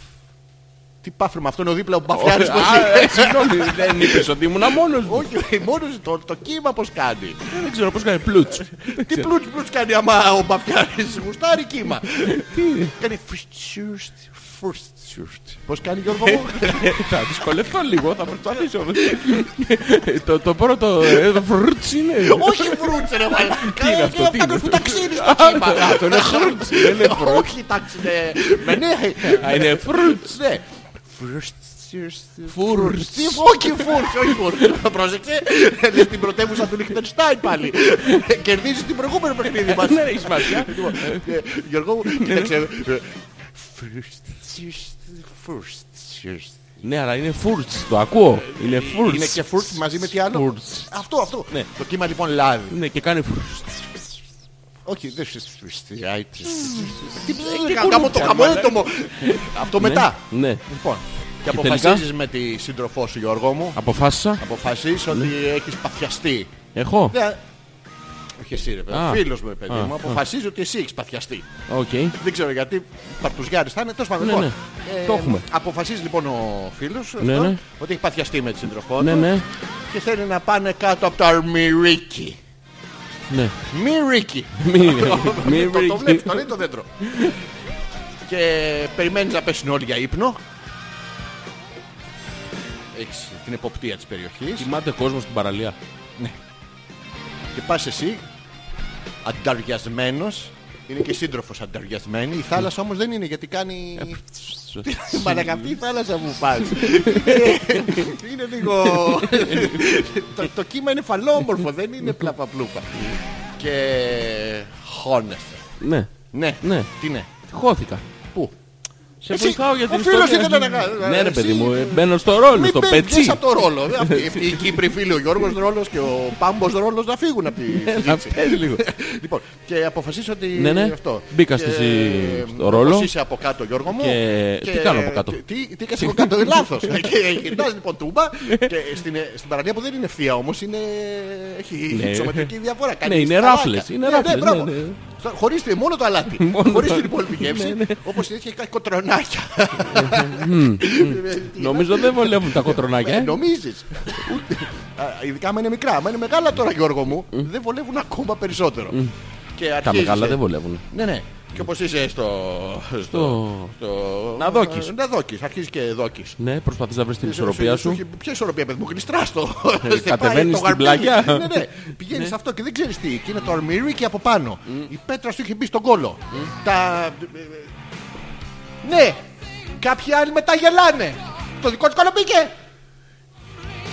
[SPEAKER 2] Τι πάφρε με αυτό είναι ο δίπλα ο μπαφιάρης πως
[SPEAKER 3] Α,
[SPEAKER 2] είναι.
[SPEAKER 3] ε, Συγγνώμη, δεν είπες ότι ήμουν μόνος μου.
[SPEAKER 2] Όχι, μόνος το, το κύμα πώς κάνει.
[SPEAKER 3] Δεν ξέρω πώς κάνει πλούτς.
[SPEAKER 2] Τι πλούτς πλούτς κάνει άμα ο Μπαφιάρης γουστάρει κύμα. Κάνει φουρτσιουρστ, φουρτσιουρστ. Πώς κάνει Γιώργο μου.
[SPEAKER 3] Θα δυσκολευτώ λίγο, θα προσπαθήσω. Το- Το πρώτο ε, το φρουτς είναι.
[SPEAKER 2] Όχι φρούτσε ρε μάλλον.
[SPEAKER 3] Τι είναι αυτό, τι είναι
[SPEAKER 2] που
[SPEAKER 3] αυτό.
[SPEAKER 2] ταξίδι στο
[SPEAKER 3] Α, ναι,
[SPEAKER 2] κύμα.
[SPEAKER 3] αυτό είναι φρουτς, δεν είναι φρουτς.
[SPEAKER 2] Όχι τάξη είναι με νέα.
[SPEAKER 3] Α, Είναι φρουτς.
[SPEAKER 2] Ναι. Φουρτσιουρστ.
[SPEAKER 3] Φουρτς.
[SPEAKER 2] Τι όχι φούρς, όχι φούρς. Πρόσεξε, λες την πρωτεύουσα του Λιχτενστάιν πάλι. Κερδίζεις την προηγούμενη παιχνίδι μας.
[SPEAKER 3] Ναι, έχει σημασία.
[SPEAKER 2] Λοιπόν, ε, Γιώργο μου, κοίταξε. ε, first, first, first.
[SPEAKER 3] Ναι, αλλά είναι φουρτς, το ακούω. Είναι φουρτς.
[SPEAKER 2] Είναι και φουρτ μαζί με τι άλλο.
[SPEAKER 3] Φουρτς.
[SPEAKER 2] Αυτό, αυτό.
[SPEAKER 3] Ναι.
[SPEAKER 2] Το κύμα λοιπόν λάδι.
[SPEAKER 3] Ναι, και κάνει φουρτς.
[SPEAKER 2] Όχι, δεν ε, σε σφυστιάτη. Τι
[SPEAKER 3] και
[SPEAKER 2] ψάχνει,
[SPEAKER 3] κουνούπια,
[SPEAKER 2] κάνω το χαμοέτομο. Αυτό μετά.
[SPEAKER 3] Ναι.
[SPEAKER 2] Λοιπόν, και
[SPEAKER 3] τελικά?
[SPEAKER 2] αποφασίζεις με τη σύντροφό σου Γιώργο μου.
[SPEAKER 3] Αποφάσισα.
[SPEAKER 2] Αποφασίζεις ότι έχεις παθιαστεί.
[SPEAKER 3] Έχω.
[SPEAKER 2] Ναι. Όχι εσύ ρε παιδί,
[SPEAKER 3] Α.
[SPEAKER 2] φίλος μου ρε παιδί
[SPEAKER 3] Α.
[SPEAKER 2] μου, αποφασίζει ότι εσύ έχεις παθιαστεί.
[SPEAKER 3] Οκ.
[SPEAKER 2] Δεν ξέρω γιατί. Παρτουζιάρης θα είναι. Τέλος πάντων.
[SPEAKER 3] Ναι,
[SPEAKER 2] Ναι. λοιπόν,
[SPEAKER 3] ναι. Το έχουμε.
[SPEAKER 2] Αποφασίζει λοιπόν ο φίλος
[SPEAKER 3] Ναι,
[SPEAKER 2] αυτός,
[SPEAKER 3] ναι.
[SPEAKER 2] ότι έχει παθιαστεί με τη σύντροφό
[SPEAKER 3] Ναι,
[SPEAKER 2] του
[SPEAKER 3] ναι.
[SPEAKER 2] και θέλει να πάνε κάτω από το αρμυρίκι.
[SPEAKER 3] Ναι.
[SPEAKER 2] Μυρίκι.
[SPEAKER 3] Μη- μη-
[SPEAKER 2] το, το βλέπεις, το λέει το δέντρο. και περιμένεις να πέσουν όλοι για ύπνο. Έχεις την εποπτεία της περιοχής.
[SPEAKER 3] Κοιμάται κόσμος στην παραλία.
[SPEAKER 2] Και πας εσύ ανταριασμένος. Είναι και σύντροφος ανταριασμένη. Η θάλασσα όμως δεν είναι γιατί κάνει... Μαλάκα αυτή η θάλασσα μου πας. είναι λίγο... το, το κύμα είναι φαλόμορφο, δεν είναι πλαπαπλούπα. Και χώνεσαι.
[SPEAKER 3] Ναι.
[SPEAKER 2] Ναι.
[SPEAKER 3] Ναι.
[SPEAKER 2] Τι ναι.
[SPEAKER 3] Χώθηκα.
[SPEAKER 2] Πού.
[SPEAKER 3] Σε
[SPEAKER 2] Εσύ,
[SPEAKER 3] βοηθάω για
[SPEAKER 2] ο
[SPEAKER 3] την
[SPEAKER 2] φίλος
[SPEAKER 3] ιστορία.
[SPEAKER 2] ήθελε να κάνει.
[SPEAKER 3] Ναι, ρε
[SPEAKER 2] Εσύ-
[SPEAKER 3] παιδί μου, ε, μπαίνω στο ρόλο,
[SPEAKER 2] Μην
[SPEAKER 3] στο
[SPEAKER 2] παίρνεις
[SPEAKER 3] πετσί.
[SPEAKER 2] από το ρόλο. Αυτή, αυτή η Κύπρη φίλη, ο Γιώργος Ρόλος και ο Πάμπος Ρόλος να φύγουν από
[SPEAKER 3] Ε,
[SPEAKER 2] τη
[SPEAKER 3] Να
[SPEAKER 2] συζήτηση.
[SPEAKER 3] παίζει λίγο.
[SPEAKER 2] Λοιπόν, και αποφασίσω ότι
[SPEAKER 3] Ναι, ναι.
[SPEAKER 2] αυτό.
[SPEAKER 3] Μπήκα
[SPEAKER 2] Και,
[SPEAKER 3] στη-
[SPEAKER 2] ε,
[SPEAKER 3] στο
[SPEAKER 2] όπως
[SPEAKER 3] ρόλο.
[SPEAKER 2] Είσαι από κάτω, Γιώργο μου.
[SPEAKER 3] Και τι κάνω από κάτω?
[SPEAKER 2] και- Τι, τι έκανες από κάτω, λάθος. Και Κοιτάς λοιπόν τούμπα και στην, στην παραλία που δεν είναι ευθεία όμως είναι... έχει
[SPEAKER 3] Ναι.
[SPEAKER 2] υψομετρική διαφορά. Κάνει
[SPEAKER 3] Ναι, είναι
[SPEAKER 2] σκαλάκια.
[SPEAKER 3] ράφλες, είναι
[SPEAKER 2] Ναι, ναι,
[SPEAKER 3] ράφλες,
[SPEAKER 2] μπράβο.
[SPEAKER 3] ναι, ναι.
[SPEAKER 2] Στο- Χωρίς τη- μόνο το αλάτι.
[SPEAKER 3] Μόνο
[SPEAKER 2] Χωρίς
[SPEAKER 3] το- Ναι,
[SPEAKER 2] την υπόλοιπη γεύση. Όπως έχει κάτι κοτρονάκια.
[SPEAKER 3] Νομίζω δεν βολεύουν τα κοτρονάκια.
[SPEAKER 2] Ε,
[SPEAKER 3] ε.
[SPEAKER 2] νομίζεις. Ούτε- Α, Ειδικά άμα είναι μικρά. Άμα είναι μεγάλα τώρα Γιώργο μου, δεν βολεύουν ακόμα περισσότερο. Και
[SPEAKER 3] Τα
[SPEAKER 2] αρχίζεις,
[SPEAKER 3] μεγάλα
[SPEAKER 2] ε,
[SPEAKER 3] δεν βολεύουν.
[SPEAKER 2] Ναι, ναι. Και όπως είσαι στο...
[SPEAKER 3] Στο-
[SPEAKER 2] στο-
[SPEAKER 3] Να δόκεις.
[SPEAKER 2] ε, Να δόκεις. Αρχίζεις και δόκεις.
[SPEAKER 3] Ναι, προσπαθείς να βρεις
[SPEAKER 2] Ε,
[SPEAKER 3] την ισορροπία σου.
[SPEAKER 2] Ποια ισορροπία, παιδί μου, γλιστρά το.
[SPEAKER 3] κατεβαίνεις στην πλαγιά.
[SPEAKER 2] Ναι, ναι. Πηγαίνεις αυτό και δεν ξέρεις τι. Και είναι το αρμύρι και από πάνω. Η πέτρα σου είχε μπει στον κόλο. Τα. Ναι! Κάποιοι άλλοι μετά γελάνε. Το δικό του κόλο μπήκε.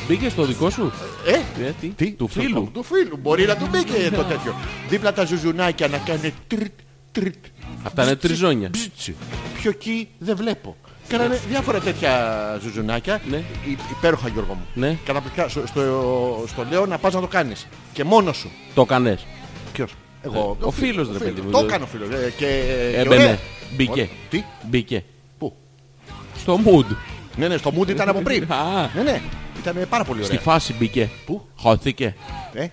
[SPEAKER 3] Μπήκε στο δικό σου.
[SPEAKER 2] Ε,
[SPEAKER 3] Ε, τι, του φίλου.
[SPEAKER 2] Του φίλου. Μπορεί να του μπήκε το τέτοιο. Δίπλα τα ζουζουνάκια να κάνει τριτ, τριτ.
[SPEAKER 3] Αυτά είναι τριζόνια.
[SPEAKER 2] Ψιτσι. Πιο εκεί δεν βλέπω. Κάνανε διάφορα τέτοια ζουζουνάκια.
[SPEAKER 3] Ναι.
[SPEAKER 2] Υ- Υπέροχα Γιώργο μου.
[SPEAKER 3] Ναι.
[SPEAKER 2] Καταπληκτικά. Στο, στο, στο λέω να πας να το κάνεις. Και μόνος σου.
[SPEAKER 3] Το έκανε.
[SPEAKER 2] Ποιος.
[SPEAKER 3] Ε,
[SPEAKER 2] Εγώ.
[SPEAKER 3] ο φίλος, ρε παιδί μου. δηλαδή.
[SPEAKER 2] Το
[SPEAKER 3] Δεν-
[SPEAKER 2] έκανε ο φίλος. Ε, Και, και
[SPEAKER 3] Έμπαινε.
[SPEAKER 2] ωραία.
[SPEAKER 3] ναι, Μπήκε.
[SPEAKER 2] Τι.
[SPEAKER 3] Μπήκε.
[SPEAKER 2] Πού.
[SPEAKER 3] Στο mood.
[SPEAKER 2] Ναι, ναι, στο mood ήταν από πριν.
[SPEAKER 3] Α.
[SPEAKER 2] ναι, ναι. Ήταν πάρα πολύ
[SPEAKER 3] Στη
[SPEAKER 2] ωραία.
[SPEAKER 3] φάση μπήκε.
[SPEAKER 2] Πού?
[SPEAKER 3] Χώθηκε.
[SPEAKER 2] Ε,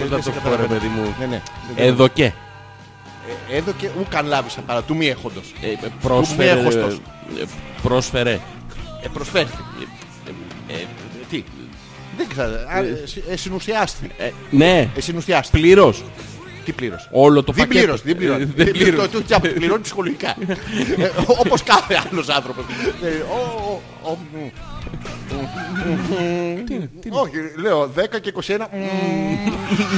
[SPEAKER 3] Πώς να το πω, ρε
[SPEAKER 2] σε καταλαβαίνω.
[SPEAKER 3] παιδί μου.
[SPEAKER 2] Ναι, ναι.
[SPEAKER 3] Ε, Εδώ και.
[SPEAKER 2] Ε, Εδώ και ου καν λάβησα παρά του μη έχοντος.
[SPEAKER 3] Ε, Πρόσφερε.
[SPEAKER 2] Κουμπιέχωστος.
[SPEAKER 3] ε, Πρόσφερε.
[SPEAKER 2] Ε, προσφέρθηκε.
[SPEAKER 3] Ε,
[SPEAKER 2] Τι. Δεν ξέρω. Α, ε, συ- ε, Συνουσιάστηκε.
[SPEAKER 3] ε, Ναι.
[SPEAKER 2] Ε, συνουσιάστηκε.
[SPEAKER 3] Πλήρως.
[SPEAKER 2] Τι πλήρωσε.
[SPEAKER 3] Όλο το
[SPEAKER 2] Δεν
[SPEAKER 3] πακέτο.
[SPEAKER 2] πλήρωσε, δεν πλήρωσε.
[SPEAKER 3] Ε, Δεν πλήρωσε.
[SPEAKER 2] Το- το- το- Πληρώνει ψυχολογικά. Όπως κάθε άλλος άνθρωπος. Ε, ο- ο- ο- μ. Όχι, λέω 10 και 21. μ.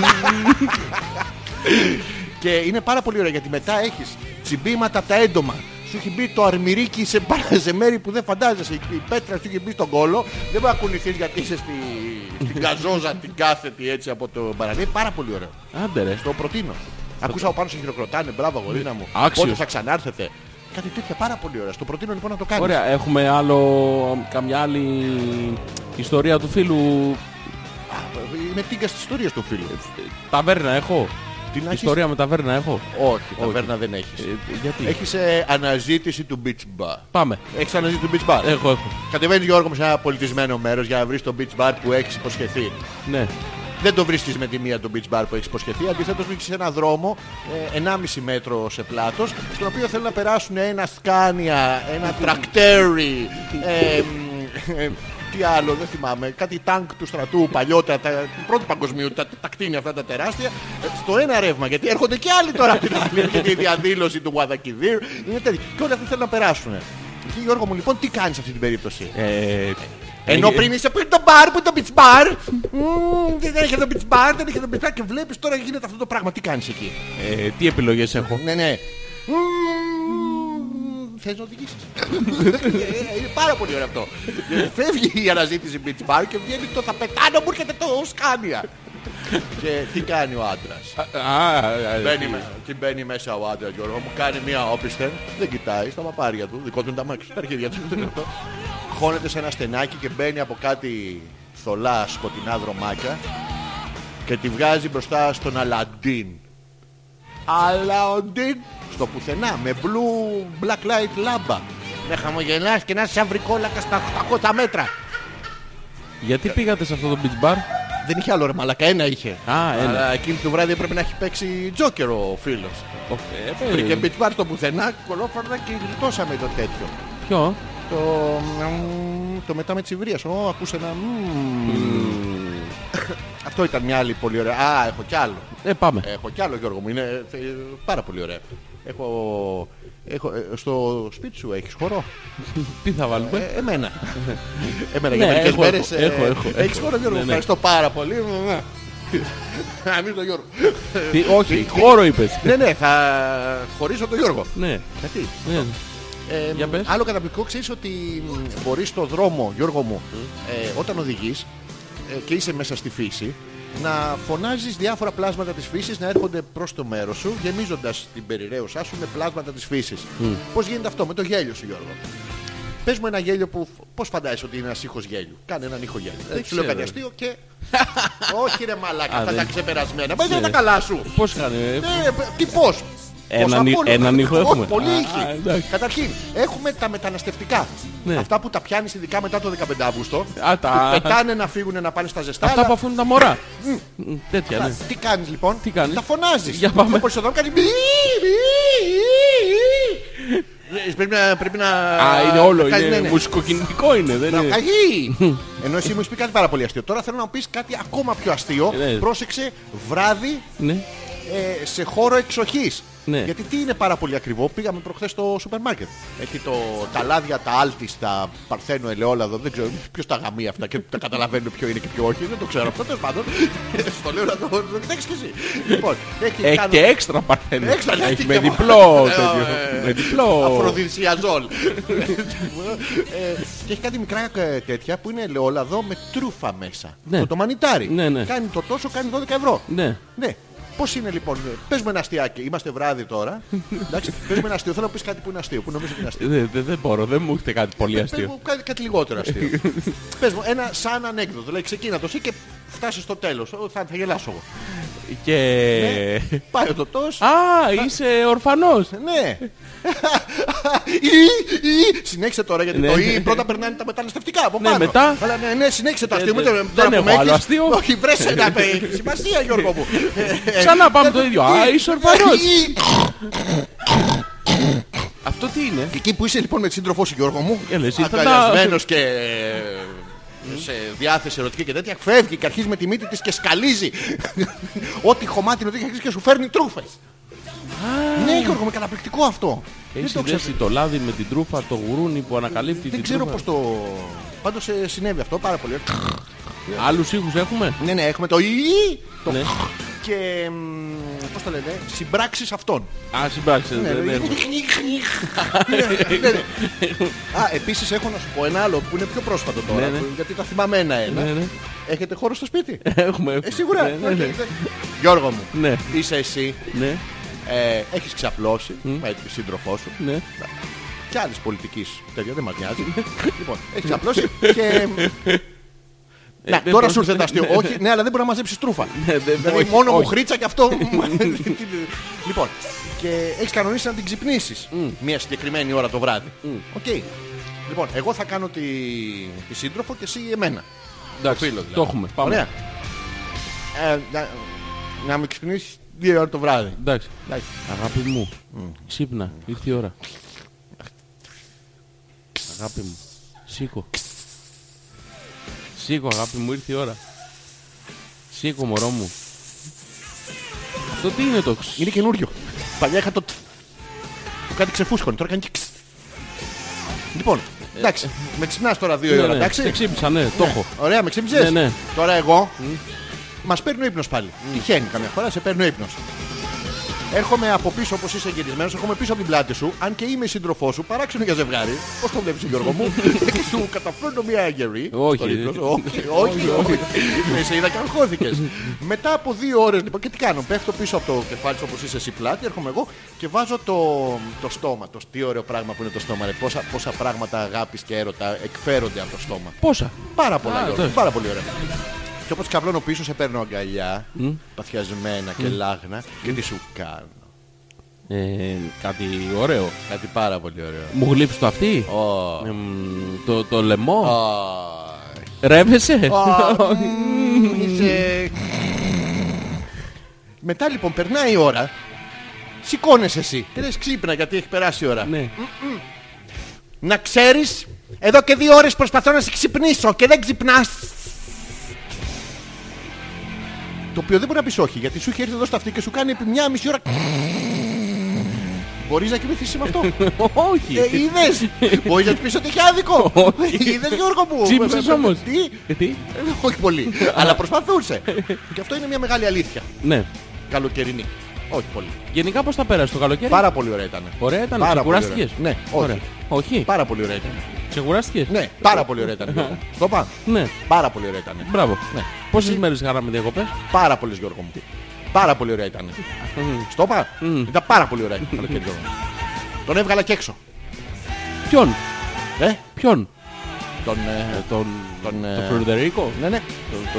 [SPEAKER 2] Και είναι πάρα πολύ ωραία γιατί μετά έχεις τσιμπήματα από τα έντομα. Σου έχει μπει το αρμυρίκι σε, πάρα- σε μέρη που δεν φαντάζεσαι. Η πέτρα σου έχει μπει στον κόλο. Δεν μπορεί να κουνηθείς γιατί είσαι στη, στην καζόζα την κάθετη έτσι από το παραλία. Πάρα πολύ ωραίο.
[SPEAKER 3] Άντε ρε.
[SPEAKER 2] Το προτείνω. Ακούσα από πάνω σε χειροκροτάνε. Μπράβο, γορίνα μου.
[SPEAKER 3] Ναι, Άξιος.
[SPEAKER 2] Πότε θα ξανάρθετε. Κάτι τέτοια πάρα πολύ ωραία. Στο προτείνω λοιπόν να το κάνεις.
[SPEAKER 3] Ωραία, έχουμε άλλο, καμιά άλλη ιστορία του φίλου.
[SPEAKER 2] Είμαι τίγκα στις ιστορίες του φίλου.
[SPEAKER 3] Ε, Ταβέρνα έχω.
[SPEAKER 2] Τι να έχεις?
[SPEAKER 3] Ιστορία με ταβέρνα έχω.
[SPEAKER 2] Όχι,
[SPEAKER 3] Όχι.
[SPEAKER 2] ταβέρνα δεν έχεις.
[SPEAKER 3] Ε, γιατί.
[SPEAKER 2] Έχεις ε, αναζήτηση του beach bar.
[SPEAKER 3] Πάμε.
[SPEAKER 2] Έχεις αναζήτηση του beach bar.
[SPEAKER 3] Έχω, έχω.
[SPEAKER 2] Κατεβαίνεις Γιώργο μου σε ένα πολιτισμένο μέρος για να βρεις το beach bar που έχεις υποσχεθεί.
[SPEAKER 3] Ναι.
[SPEAKER 2] Δεν το βρίσκεις με τη μία το beach bar που έχεις υποσχεθεί. Αντιθέτως βρίσκεις ένα δρόμο ε, 1,5 μέτρο σε πλάτος στον οποίο θέλουν να περάσουν ένα σκάνια, ένα τρακτέρι, ε, μ, ε, τι άλλο, δεν θυμάμαι, κάτι τάγκ του στρατού παλιότερα, τα, του πρώτου παγκοσμίου, τα, τα κτίνια αυτά τα τεράστια, ε, στο ένα ρεύμα. Γιατί έρχονται και άλλοι τώρα από την άλλη. Έρχεται η διαδήλωση του Guadalquivir. Είναι τέτοιο. Και όλοι αυτοί θέλουν να περάσουν. Εκεί Γιώργο μου λοιπόν τι κάνεις σε αυτή την περίπτωση.
[SPEAKER 3] Ε,
[SPEAKER 2] Ενώ
[SPEAKER 3] ε,
[SPEAKER 2] πριν είσαι πριν το μπαρ, που το beach bar. Μμμ, Δεν έχει το beach bar, δεν έχει το beach bar και βλέπεις τώρα γίνεται αυτό το πράγμα. Τι κάνεις εκεί.
[SPEAKER 3] ε, τι επιλογές έχω.
[SPEAKER 2] Ναι, ναι. Μμμ, Θες να οδηγήσεις. Ε, Είναι πάρα πολύ ωραίο αυτό. Ε, Φεύγει η αναζήτηση beach bar και βγαίνει το θα πετάνω μου έρχεται το σκάνια. Και τι κάνει ο άντρας.
[SPEAKER 3] Α, ε,
[SPEAKER 2] Μπαίνει, με- και μπαίνει μέσα ο άντρας Γιώργο μου, κάνει μια όπιστε, δεν κοιτάει στα μαπάρια του, δικό του είναι τα μάξι, τα αρχίδια του. δεν είναι αυτό. Χώνεται σε ένα στενάκι και μπαίνει από κάτι θολά σκοτεινά δρομάκια και τη βγάζει μπροστά στον Αλαντίν. Αλαντίν στο πουθενά με blue black light λάμπα. Με χαμογελάς και να είσαι σαν βρικόλακα στα 800 μέτρα.
[SPEAKER 3] Γιατί πήγατε σε αυτό το beach bar.
[SPEAKER 2] Δεν είχε άλλο ρε μαλακα, ένα είχε.
[SPEAKER 3] Α, ένα.
[SPEAKER 2] Αλλά εκείνη το βράδυ έπρεπε να έχει παίξει τζόκερο ο φίλος.
[SPEAKER 3] Ω, ε, ε,
[SPEAKER 2] Βρήκε beach bar στο πουθενά, κολόφαρδα και γλιτώσαμε το τέτοιο.
[SPEAKER 3] Ποιο.
[SPEAKER 2] Το, μμμ, το μετά με τσιβρίας. Ω, ακούσε ένα... μμμ. Αυτό ήταν μια άλλη πολύ ωραία. Α, έχω κι άλλο.
[SPEAKER 3] Ε, πάμε.
[SPEAKER 2] Έχω κι άλλο Γιώργο μου. Είναι ε, ε, πάρα πολύ ωραία. Έχω... έχω ε, στο σπίτι σου έχεις χορό.
[SPEAKER 3] Τι θα βάλουμε.
[SPEAKER 2] Ε, εμένα. εμένα
[SPEAKER 3] Ναι,
[SPEAKER 2] για μερικές
[SPEAKER 3] έχω,
[SPEAKER 2] μέρες...
[SPEAKER 3] έχω,
[SPEAKER 2] ε,
[SPEAKER 3] έχω, έχω,
[SPEAKER 2] Έχεις
[SPEAKER 3] έχω.
[SPEAKER 2] χορό Γιώργο.
[SPEAKER 3] Ναι, ναι.
[SPEAKER 2] Ευχαριστώ πάρα πολύ. Αμήν τον Γιώργο.
[SPEAKER 3] Τι, όχι, χώρο είπες.
[SPEAKER 2] Ναι, ναι, θα χωρίσω τον Γιώργο.
[SPEAKER 3] Ναι.
[SPEAKER 2] Γιατί.
[SPEAKER 3] ναι.
[SPEAKER 2] Ε,
[SPEAKER 3] Για πες.
[SPEAKER 2] Άλλο καταπληκτικό ξέρεις ότι μπορείς στο δρόμο, Γιώργο μου, ε, όταν οδηγείς και είσαι μέσα στη φύση, να φωνάζεις διάφορα πλάσματα της φύσης να έρχονται προς το μέρος σου, γεμίζοντας την περιραίωσά σου με πλάσματα της φύσης. Πώς γίνεται αυτό, με το γέλιο σου, Γιώργο. Πες μου ένα γέλιο που. Πώς φαντάζεσαι ότι είναι ένας ήχος γέλιου. Κάνε έναν ήχο γέλιου. Δεν σου λέω
[SPEAKER 3] Ε, ξέρω,
[SPEAKER 2] κάτι
[SPEAKER 3] ρε.
[SPEAKER 2] αστείο και. Όχι ρε μαλάκα, αυτά
[SPEAKER 3] δεν-
[SPEAKER 2] τα ξεπερασμένα. Μα δεν είναι
[SPEAKER 3] Ναι.
[SPEAKER 2] τα καλά σου.
[SPEAKER 3] Πώς κάνε.
[SPEAKER 2] Ναι, τι πώς.
[SPEAKER 3] Έναν ή- έναν ήχο έχουμε.
[SPEAKER 2] Πολύ
[SPEAKER 3] Α,
[SPEAKER 2] ήχοι.
[SPEAKER 3] εντάξει.
[SPEAKER 2] Καταρχήν, έχουμε τα μεταναστευτικά.
[SPEAKER 3] Ναι.
[SPEAKER 2] Αυτά που τα πιάνεις ειδικά μετά το 15 Αύγουστο.
[SPEAKER 3] Α, τα-
[SPEAKER 2] Πετάνε να φύγουν να πάνε στα ζεστά.
[SPEAKER 3] Αυτά
[SPEAKER 2] αλλά-
[SPEAKER 3] που αφήνουν τα μωρά. Μ, Τέτοια, ναι.
[SPEAKER 2] Καλά, Τι κάνεις λοιπόν,
[SPEAKER 3] Τι κάνεις?
[SPEAKER 2] τα φωνάζεις.
[SPEAKER 3] Για πάμε.
[SPEAKER 2] Όπως εδώ κάνει... μπι, μπι, μπι. Ε, Πρέπει να... Πρέπει να...
[SPEAKER 3] Α, είναι όλο.
[SPEAKER 2] κάνεις, ναι,
[SPEAKER 3] Είναι
[SPEAKER 2] ναι.
[SPEAKER 3] μουσικοκινητικό είναι. Δεν
[SPEAKER 2] Να
[SPEAKER 3] είναι.
[SPEAKER 2] βγει. Ενώ εσύ μου έχεις πει κάτι πάρα πολύ αστείο. Τώρα θέλω να μου πεις κάτι ακόμα πιο αστείο.
[SPEAKER 3] Ναι.
[SPEAKER 2] Πρόσεξε, βράδυ
[SPEAKER 3] Ναι.
[SPEAKER 2] ε, σε χώρο εξοχής.
[SPEAKER 3] Ναι.
[SPEAKER 2] Γιατί τι είναι πάρα πολύ ακριβό. Πήγαμε προχθές στο σούπερ μάρκετ. Έχει το, τα λάδια, τα άλτη, τα παρθένο ελαιόλαδο. Δεν ξέρω ποιος τα γαμεί αυτά και τα καταλαβαίνουν ποιο είναι και ποιο όχι. Δεν το ξέρω αυτό. Τέλος πάντων. Στο λέω να το να το κοιτάξεις και εσύ. Λοιπόν, έχει
[SPEAKER 3] Έχει
[SPEAKER 2] κάνω-
[SPEAKER 3] και έξτρα παρθένο.
[SPEAKER 2] Έξτρα, ναι,
[SPEAKER 3] Έχει
[SPEAKER 2] τι
[SPEAKER 3] με
[SPEAKER 2] και-
[SPEAKER 3] διπλό
[SPEAKER 2] Ε,
[SPEAKER 3] τέτοιο.
[SPEAKER 2] ε,
[SPEAKER 3] Με διπλό.
[SPEAKER 2] Αφροδισιαζόλ. Ε, Και έχει κάτι μικρά ε, τέτοια που είναι ελαιόλαδο με τρούφα μέσα.
[SPEAKER 3] Ναι.
[SPEAKER 2] Το τομανιτάρι.
[SPEAKER 3] Ναι, ναι.
[SPEAKER 2] Κάνει το τόσο, κάνει 12 ευρώ.
[SPEAKER 3] Ναι.
[SPEAKER 2] Ναι. Πώς είναι λοιπόν, ε, πες με ένα αστείακι, είμαστε βράδυ τώρα. Εντάξει, πες με ένα αστείο, θέλω να πεις κάτι που είναι αστείο, που νομίζω ότι είναι αστείο.
[SPEAKER 3] Δεν δε, δεν μπορώ, δεν μου έχετε κάτι πολύ
[SPEAKER 2] Πες
[SPEAKER 3] αστείο.
[SPEAKER 2] μου κάτι, κάτι λιγότερο αστείο. πες μου ένα σαν ανέκδοτο, λέει ξεκίνα το εσύ και φτάσεις στο τέλος, Ω, θα, θα γελάσω εγώ.
[SPEAKER 3] Και.
[SPEAKER 2] Ναι. Πάει ο τοτός,
[SPEAKER 3] Α, είσαι ορφανός.
[SPEAKER 2] ναι. Ή, ή, συνέχισε τώρα γιατί
[SPEAKER 3] Ναι.
[SPEAKER 2] το ή πρώτα περνάνε τα μεταναστευτικά από
[SPEAKER 3] Ναι,
[SPEAKER 2] πάνω.
[SPEAKER 3] μετά.
[SPEAKER 2] Αλλά ναι, ναι, συνέχισε το
[SPEAKER 3] Ε,
[SPEAKER 2] αστείο.
[SPEAKER 3] δε-
[SPEAKER 2] μην το-
[SPEAKER 3] δεν
[SPEAKER 2] τώρα που
[SPEAKER 3] έχω
[SPEAKER 2] με
[SPEAKER 3] άλλο
[SPEAKER 2] έχεις-
[SPEAKER 3] αστείο.
[SPEAKER 2] Όχι, βρες ένα παι, έχει σημασία Γιώργο μου. Ε, ε,
[SPEAKER 3] Ξανά πάμε το ίδιο. Α, είσαι ορφανός.
[SPEAKER 2] ή- ε,
[SPEAKER 3] Αυτό τι είναι.
[SPEAKER 2] Και Εκεί που είσαι λοιπόν με τη σύντροφό σου Γιώργο μου
[SPEAKER 3] Έλα, εσύ, θα τα-
[SPEAKER 2] Αγκαλιασμένος και ε, σε διάθεση ερωτική και τέτοια Φεύγει και αρχίζει με τη μύτη της και σκαλίζει Ό,τι χωμάτι είναι ότι έχει αρχίσει και σου φέρνει τρούφες Ναι Γιώργο με καταπληκτικό αυτό
[SPEAKER 3] Έχει
[SPEAKER 2] Δεν το ξέρω
[SPEAKER 3] συνδέσει το λάδι με την τρούφα, το γουρούνι που ανακαλύπτει
[SPEAKER 2] Δεν
[SPEAKER 3] την
[SPEAKER 2] ξέρω
[SPEAKER 3] τρούφα.
[SPEAKER 2] πως το... Πάντως ε, συνέβη αυτό πάρα πολύ
[SPEAKER 3] Άλλους ήχους έχουμε.
[SPEAKER 2] Ναι ναι έχουμε το «Ι», το
[SPEAKER 3] Ναι.
[SPEAKER 2] και μ, πώς το λένε συμπράξεις αυτών
[SPEAKER 3] Α, συμπράξτε.
[SPEAKER 2] Ναι,
[SPEAKER 3] δεν
[SPEAKER 2] ναι.
[SPEAKER 3] έχουμε.
[SPEAKER 2] Ναι, ναι. Α, επίσης έχω να σου πω ένα άλλο που είναι πιο πρόσφατο τώρα.
[SPEAKER 3] Ναι, ναι.
[SPEAKER 2] που- Γιατί τα θυμάμαι ένα-ένα.
[SPEAKER 3] Ναι, ναι.
[SPEAKER 2] Έχετε χώρο στο σπίτι.
[SPEAKER 3] Έχουμε.
[SPEAKER 2] Ε,
[SPEAKER 3] έχουμε.
[SPEAKER 2] σίγουρα.
[SPEAKER 3] Ναι, ναι,
[SPEAKER 2] Οκ,
[SPEAKER 3] ναι.
[SPEAKER 2] δεν- Γιώργο μου,
[SPEAKER 3] Ναι.
[SPEAKER 2] είσαι εσύ.
[SPEAKER 3] Ναι,
[SPEAKER 2] Ε, έχεις ξαπλώσει με τη σύντροφό σου.
[SPEAKER 3] ναι.
[SPEAKER 2] Και άλλης πολιτικής τέτοια, δεν μας νοιάζει. λοιπόν, έχεις ξαπλώσει και...
[SPEAKER 3] Ε,
[SPEAKER 2] Ναι,
[SPEAKER 3] δεν
[SPEAKER 2] τώρα
[SPEAKER 3] μπορώ-
[SPEAKER 2] σου ήρθε τα αστείο. Όχι, ναι, αλλά δεν μπορεί να μαζέψεις τρούφα.
[SPEAKER 3] Ναι, δεν-
[SPEAKER 2] Δηλαδή,
[SPEAKER 3] όχι,
[SPEAKER 2] μόνο μου
[SPEAKER 3] όχι.
[SPEAKER 2] χρήτσα και αυτό. Λοιπόν, και έχεις κανονίσει να την ξυπνήσεις μια συγκεκριμένη ώρα το βράδυ. Οκ. Λοιπόν, εγώ θα κάνω τη, τη σύντροφο και εσύ εμένα.
[SPEAKER 3] Εντάξει,
[SPEAKER 2] φίλος δηλαδή.
[SPEAKER 3] το έχουμε. Πάμε.
[SPEAKER 2] Ωραία. Ε, να, να με ξυπνήσεις δύο ώρα το βράδυ.
[SPEAKER 3] Εντάξει.
[SPEAKER 2] Εντάξει.
[SPEAKER 3] Αγάπη μου, ξύπνα, ήρθε η ώρα. Αγάπη μου, σήκω. Σήκω αγάπη μου, ήρθε η ώρα. Σήκω μωρό μου. Αυτό τι είναι το ξ.
[SPEAKER 2] Είναι καινούριο. Παλιά είχα το. τ. Το κάτι ξεφούσκωνε, τώρα κάνει και. ξ. Λοιπόν, εντάξει, με ξυπνάς τώρα δύο η ώρα,
[SPEAKER 3] Ναι, ναι,
[SPEAKER 2] εντάξει.
[SPEAKER 3] σε ξύπνησα, ναι, το έχω.
[SPEAKER 2] Ωραία, με ξύπνησες.
[SPEAKER 3] Ναι, ναι.
[SPEAKER 2] Τώρα εγώ. Μας παίρνει ο ύπνος πάλι. Τυχαίνει καμιά φορά, σε παίρνει ο ύπνος. Έρχομαι από πίσω όπως είσαι γυρισμένος, έρχομαι πίσω από την πλάτη σου, αν και είμαι η σύντροφός σου, παράξενο για ζευγάρι. Πώς το βλέπεις Γιώργο μου, και σου καταφέρνω μια γερή.
[SPEAKER 3] Όχι.
[SPEAKER 2] στον ύπνο σου. όχι, όχι, όχι. Με σε είδα και αγχώθηκες. Μετά από δύο ώρες λοιπόν, και τι κάνω, πέφτω πίσω από το κεφάλι σου όπως είσαι εσύ πλάτη, έρχομαι εγώ και βάζω το, το στόμα. Το, τι ωραίο πράγμα που είναι το στόμα, ρε. Πόσα, πόσα πράγματα αγάπης και έρωτα εκφέρονται από το στόμα.
[SPEAKER 3] Πόσα.
[SPEAKER 2] Πάρα πολλά,
[SPEAKER 3] Α,
[SPEAKER 2] Γιώργο,
[SPEAKER 3] εντάξει.
[SPEAKER 2] πάρα πολύ ωραία. Και όπως καβλώνω πίσω σε παίρνω αγκαλιά, παθιασμένα και λάγνα και τι σου κάνω.
[SPEAKER 3] Ε, κάτι ωραίο.
[SPEAKER 2] Κάτι πάρα πολύ ωραίο.
[SPEAKER 3] Μου γλύψει το αυτή.
[SPEAKER 2] Ω,
[SPEAKER 3] Εμ, το, το λαιμό.
[SPEAKER 2] ω,
[SPEAKER 3] Ρεύεσαι.
[SPEAKER 2] ω, μ, είσαι- Μετά λοιπόν περνάει η ώρα, σηκώνεσαι εσύ. Και λες ξύπνα γιατί έχει περάσει η ώρα.
[SPEAKER 3] Ναι.
[SPEAKER 2] Να ξέρεις, εδώ και δύο ώρες προσπαθώ να σε ξυπνήσω και δεν ξυπνάς. Το οποίο δεν μπορεί να πεις όχι, γιατί σου είχε έρθει εδώ στα αυτή και σου κάνει επί μια μισή ώρα... Μπορείς να κοιμηθείς με αυτό.
[SPEAKER 3] Όχι.
[SPEAKER 2] ε, είδες. Μπορείς να του πεις ότι έχει άδικο. είδες Γιώργο μου.
[SPEAKER 3] Τσίπησες όμως.
[SPEAKER 2] Τι.
[SPEAKER 3] Ε, Τι.
[SPEAKER 2] Ε, Όχι πολύ. Αλλά προσπαθούσε. και αυτό είναι μια μεγάλη αλήθεια.
[SPEAKER 3] Ναι.
[SPEAKER 2] Καλοκαιρινή. Όχι πολύ.
[SPEAKER 3] Γενικά πώς θα πέρασε το καλοκαίρι.
[SPEAKER 2] Πάρα πολύ ωραία ήταν.
[SPEAKER 3] Ωραία ήταν,
[SPEAKER 2] Πάρα πολύ
[SPEAKER 3] ξεκουράστηκες.
[SPEAKER 2] ωραία. Ναι, όχι.
[SPEAKER 3] Ωραία. Όχι.
[SPEAKER 2] Πάρα πολύ ωραία ήταν.
[SPEAKER 3] Ξεκουράστηκες.
[SPEAKER 2] Ναι, πάρα πολύ ωραία ήταν. Γιώργο. Στο πα.
[SPEAKER 3] Ναι.
[SPEAKER 2] Πάρα πολύ ωραία ήταν.
[SPEAKER 3] Μπράβο.
[SPEAKER 2] Ναι.
[SPEAKER 3] Πόσες μέρες χαράμε διακοπές.
[SPEAKER 2] Πάρα πολύ Γιώργο μου. Πάρα πολύ ωραία ήταν. Στο πα. Ήταν πάρα πολύ ωραία. Καλό και Γιώργο. Τον έβγαλα και έξω.
[SPEAKER 3] Ποιον.
[SPEAKER 2] Ε,
[SPEAKER 3] Ποιον.
[SPEAKER 2] τον. ε,
[SPEAKER 3] Τον...
[SPEAKER 2] Τον.
[SPEAKER 3] Τον
[SPEAKER 2] ε,
[SPEAKER 3] Φρεντερίκο.
[SPEAKER 2] Ναι, ναι.
[SPEAKER 3] Πού?